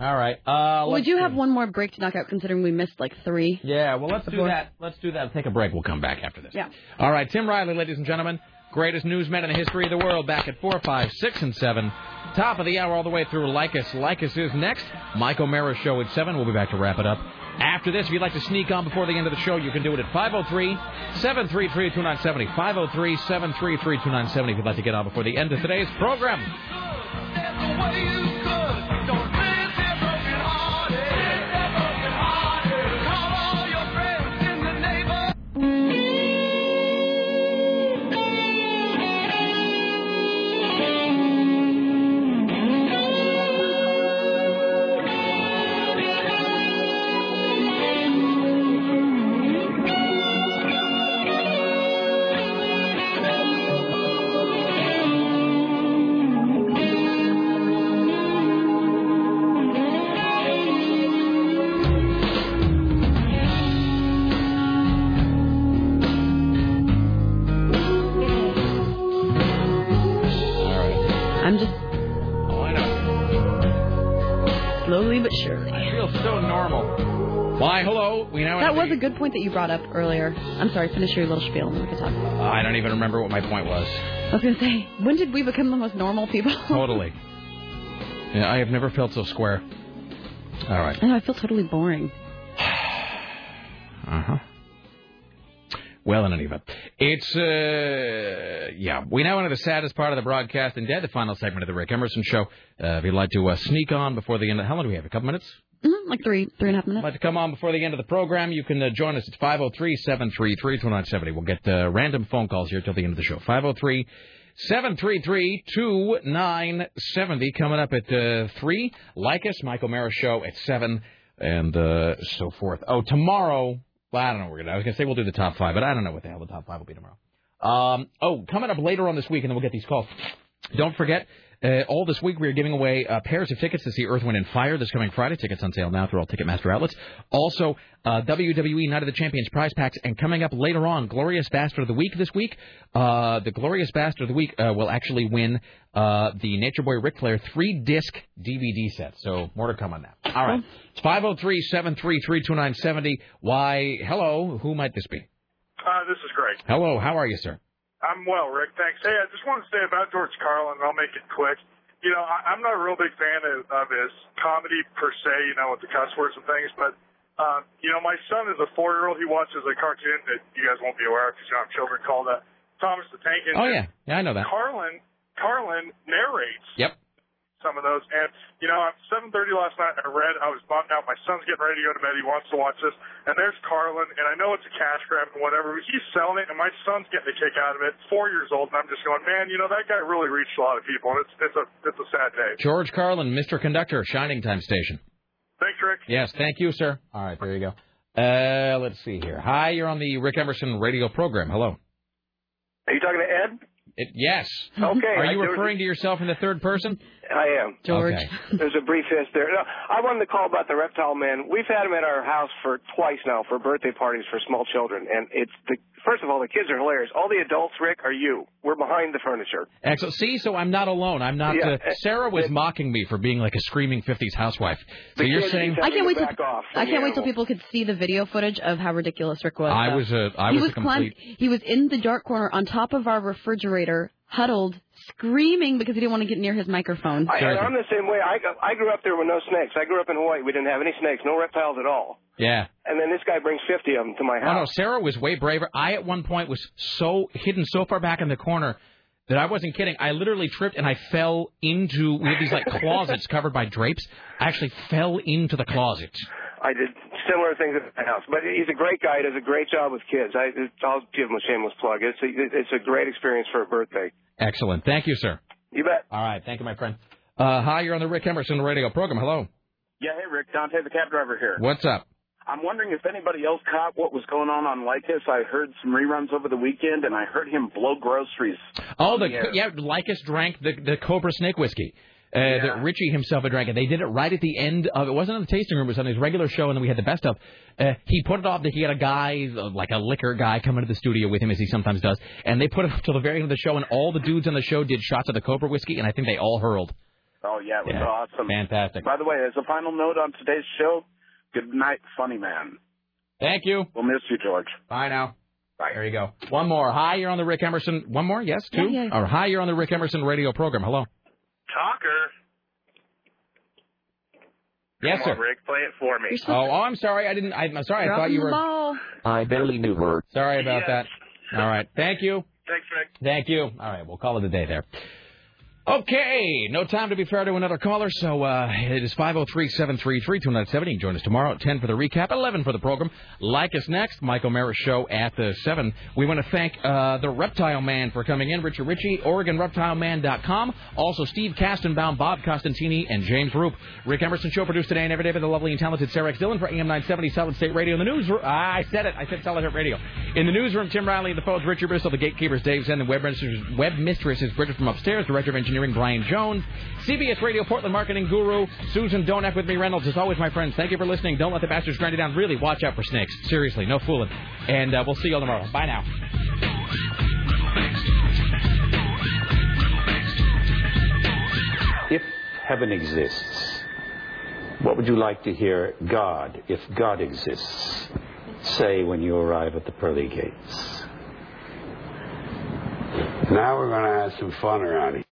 Speaker 2: All right. Uh,
Speaker 4: Would
Speaker 2: let's
Speaker 4: you have one more break to knock out, considering we missed like three?
Speaker 2: Yeah, well, let's do
Speaker 4: Before-
Speaker 2: that. Let's do that. Take a break. We'll come back after this.
Speaker 4: Yeah.
Speaker 2: All right, Tim Riley, ladies and gentlemen, greatest newsman in the history of the world, back at 4, 5, 6, and 7. Top of the hour all the way through Lycus. Lycus is next. Mike O'Mara's show at 7. We'll be back to wrap it up. After this, if you'd like to sneak on before the end of the show, you can do it at 503-733-2970. 503-733-2970 if you'd like to get on before the end of today's program.
Speaker 4: I'm just
Speaker 2: Oh, I know.
Speaker 4: slowly but surely.
Speaker 2: I feel so normal. Why, hello. We now
Speaker 4: That was a good point that you brought up earlier. I'm sorry, finish your little spiel and then we can talk.
Speaker 2: I don't even remember what my point was.
Speaker 4: I was going to say, when did we become the most normal people? [laughs]
Speaker 2: Totally. Yeah, I have never felt so square. All right.
Speaker 4: I know, I feel totally boring.
Speaker 2: Uh huh. Well, in any event, it's uh yeah. We now enter the saddest part of the broadcast and dead the final segment of the Rick Emerson Show. Uh, if you'd like to uh, sneak on before the end, of, how long do we have? A couple minutes.
Speaker 4: hmm like three, three and a half minutes.
Speaker 2: I'd like to come on before the end of the program. You can uh, join us at 503-733-2970. We'll get uh, random phone calls here till the end of the show. 503 733-2970 coming up at uh, 3. Like us, Michael Mara show at 7 and uh, so forth. Oh, tomorrow, well, I don't know what we're going to I was going to say we'll do the top 5, but I don't know what the hell the top 5 will be tomorrow. Um, oh, coming up later on this week and then we'll get these calls. Don't forget, uh, all this week we are giving away uh, pairs of tickets to see Earth, Wind, and Fire this coming Friday. Tickets on sale now through all Ticketmaster outlets. Also, uh, WWE Night of the Champions prize packs. And coming up later on, Glorious Bastard of the Week this week. Uh, the Glorious Bastard of the Week uh, will actually win uh, the Nature Boy Ric Flair three disc DVD set. So, more to come on that. All right. It's 503 733 2970. Why, hello, who might this be?
Speaker 15: Uh, this is Greg.
Speaker 2: Hello, how are you, sir?
Speaker 15: I'm well, Rick. Thanks. Hey, I just want to say about George Carlin, and I'll make it quick. You know, I, I'm not a real big fan of, of his comedy per se, you know, with the cuss words and things, but, uh, you know, my son is a four year old. He watches a cartoon that you guys won't be aware of because you don't have children called uh, Thomas the Tank
Speaker 2: Oh,
Speaker 15: Engine.
Speaker 2: yeah. Yeah, I know that.
Speaker 15: Carlin, Carlin narrates
Speaker 2: Yep.
Speaker 15: some of those. And you know, at 7:30 last night, I read I was bummed out. My son's getting ready to go to bed. He wants to watch this, and there's Carlin, and I know it's a cash grab and whatever, but he's selling it, and my son's getting a kick out of it. Four years old, and I'm just going, man, you know, that guy really reached a lot of people, and it's it's a it's a sad day.
Speaker 2: George Carlin, Mr. Conductor, Shining Time Station.
Speaker 15: Thanks, Rick.
Speaker 2: Yes, thank you, sir. All right, there you go. Uh, let's see here. Hi, you're on the Rick Emerson radio program. Hello.
Speaker 16: Are you talking to Ed?
Speaker 2: It, yes.
Speaker 16: Okay.
Speaker 2: Are
Speaker 16: I-
Speaker 2: you
Speaker 16: there was-
Speaker 2: referring to yourself in the third person?
Speaker 16: I am.
Speaker 2: George. Okay.
Speaker 16: [laughs] There's a brief hiss there. No, I wanted to call about the reptile man. We've had him at our house for twice now for birthday parties for small children, and it's the first of all the kids are hilarious. All the adults, Rick, are you? We're behind the furniture.
Speaker 2: Excellent. See, so I'm not alone. I'm not.
Speaker 16: Yeah,
Speaker 2: Uh,
Speaker 16: eh,
Speaker 2: Sarah was mocking me for being like a screaming 50s housewife. So
Speaker 16: The
Speaker 2: you're
Speaker 16: kids
Speaker 2: saying
Speaker 4: I can't wait till
Speaker 16: off
Speaker 4: I can't wait till
Speaker 16: animal.
Speaker 4: people could see the video footage of how ridiculous Rick was.
Speaker 2: I
Speaker 4: though.
Speaker 2: was a I
Speaker 4: he
Speaker 2: was,
Speaker 4: was
Speaker 2: a complete.
Speaker 4: climbed- He was in the dark corner on top of our refrigerator, huddled, screaming because he didn't want to get near his microphone.
Speaker 16: I, and I'm the same way. I I grew up there with no snakes. I grew up in Hawaii. We didn't have any snakes, no reptiles at all.
Speaker 2: Yeah.
Speaker 16: And then this guy brings 50 of them to my
Speaker 2: Oh no,
Speaker 16: house.
Speaker 2: Sarah was way braver. I at one point was so hidden so far back in the corner that I wasn't kidding. I literally tripped and I fell into we have these like closets covered by drapes. I actually fell into the closet.
Speaker 16: I did similar things at my house, but he's a great guy. He does a great job with kids. I, I'll give him a shameless plug. It's a, it's a great experience for a birthday.
Speaker 2: Excellent. Thank you, sir.
Speaker 16: You bet.
Speaker 2: All right. Thank you, my friend. Uh, hi, you're on the Rick Emerson radio program. Hello.
Speaker 23: Yeah, hey Rick, Dante the cab driver here.
Speaker 2: What's up?
Speaker 23: I'm wondering if anybody else caught what was going on on Lycus. I heard some reruns over the weekend, and I heard him blow groceries.
Speaker 2: Oh, the
Speaker 23: Yeah.
Speaker 2: yeah, Lycus drank the the Cobra Snake whiskey. Uh, That Richie himself had drank it. They did it right at the end of it. wasn't on the tasting room. It was on his regular show, and then we had the best of. Uh, he put it off that he had a guy, uh, like a liquor guy, come into the studio with him as he sometimes does, [laughs] and they put it up till the very end of the show. And all the dudes on the show did shots of the Cobra whiskey, and I think they all hurled.
Speaker 12: Oh yeah, it was
Speaker 30: Yeah.
Speaker 12: awesome.
Speaker 30: Fantastic.
Speaker 12: By the way, as a final note on today's show, good night, funny man.
Speaker 2: Thank you.
Speaker 12: We'll miss you, George.
Speaker 2: Bye now. There you go. One more. Hi, you're on the Rick Emerson. One more, yes, two.
Speaker 9: Yeah, yeah.
Speaker 2: Or hi, you're on the Rick Emerson radio program. Hello.
Speaker 9: Talker.
Speaker 2: Yes,
Speaker 9: Come on,
Speaker 2: sir.
Speaker 9: Rick, play it for me.
Speaker 2: Oh, oh, I'm sorry. I didn't. I, I'm sorry. I thought you were.
Speaker 21: I barely knew her.
Speaker 2: Sorry about that. All right. Thank you.
Speaker 9: Thanks, Rick.
Speaker 2: Thank you. All right. We'll call it a day there. Okay. No time to be fair to another caller, so uh, it is 503-733-2970. You can join us tomorrow at 10 for the recap, 11 for the program. Like us next, Michael Merritt Show at the 7. We want to thank uh, the Reptile Man for coming in, Richard Ritchie, OregonReptileMan.com. Also, Steve Castenbaum, Bob Costantini, and James Roop. Rick Emerson Show produced today and every day by the lovely and talented Sarah X. Dillon for AM 970 Solid State Radio in the newsroom. Ah, I said it. I said Solid State Radio. In the newsroom, Tim Riley, the phones, Richard Bristol, the gatekeepers, Dave Zen, the web mistress, web mistress is Bridget from upstairs, Director of Engineering, Brian Jones, CBS Radio, Portland Marketing Guru, Susan Donap with me, Reynolds. As always, my friends, thank you for listening. Don't let the bastards grind you down. Really, watch out for snakes. Seriously, no fooling. And uh, we'll see you all tomorrow. Bye now.
Speaker 1: If heaven exists, what would you like to hear God, if God exists, say when you arrive at the pearly gates?
Speaker 31: Now we're going to have some fun around here.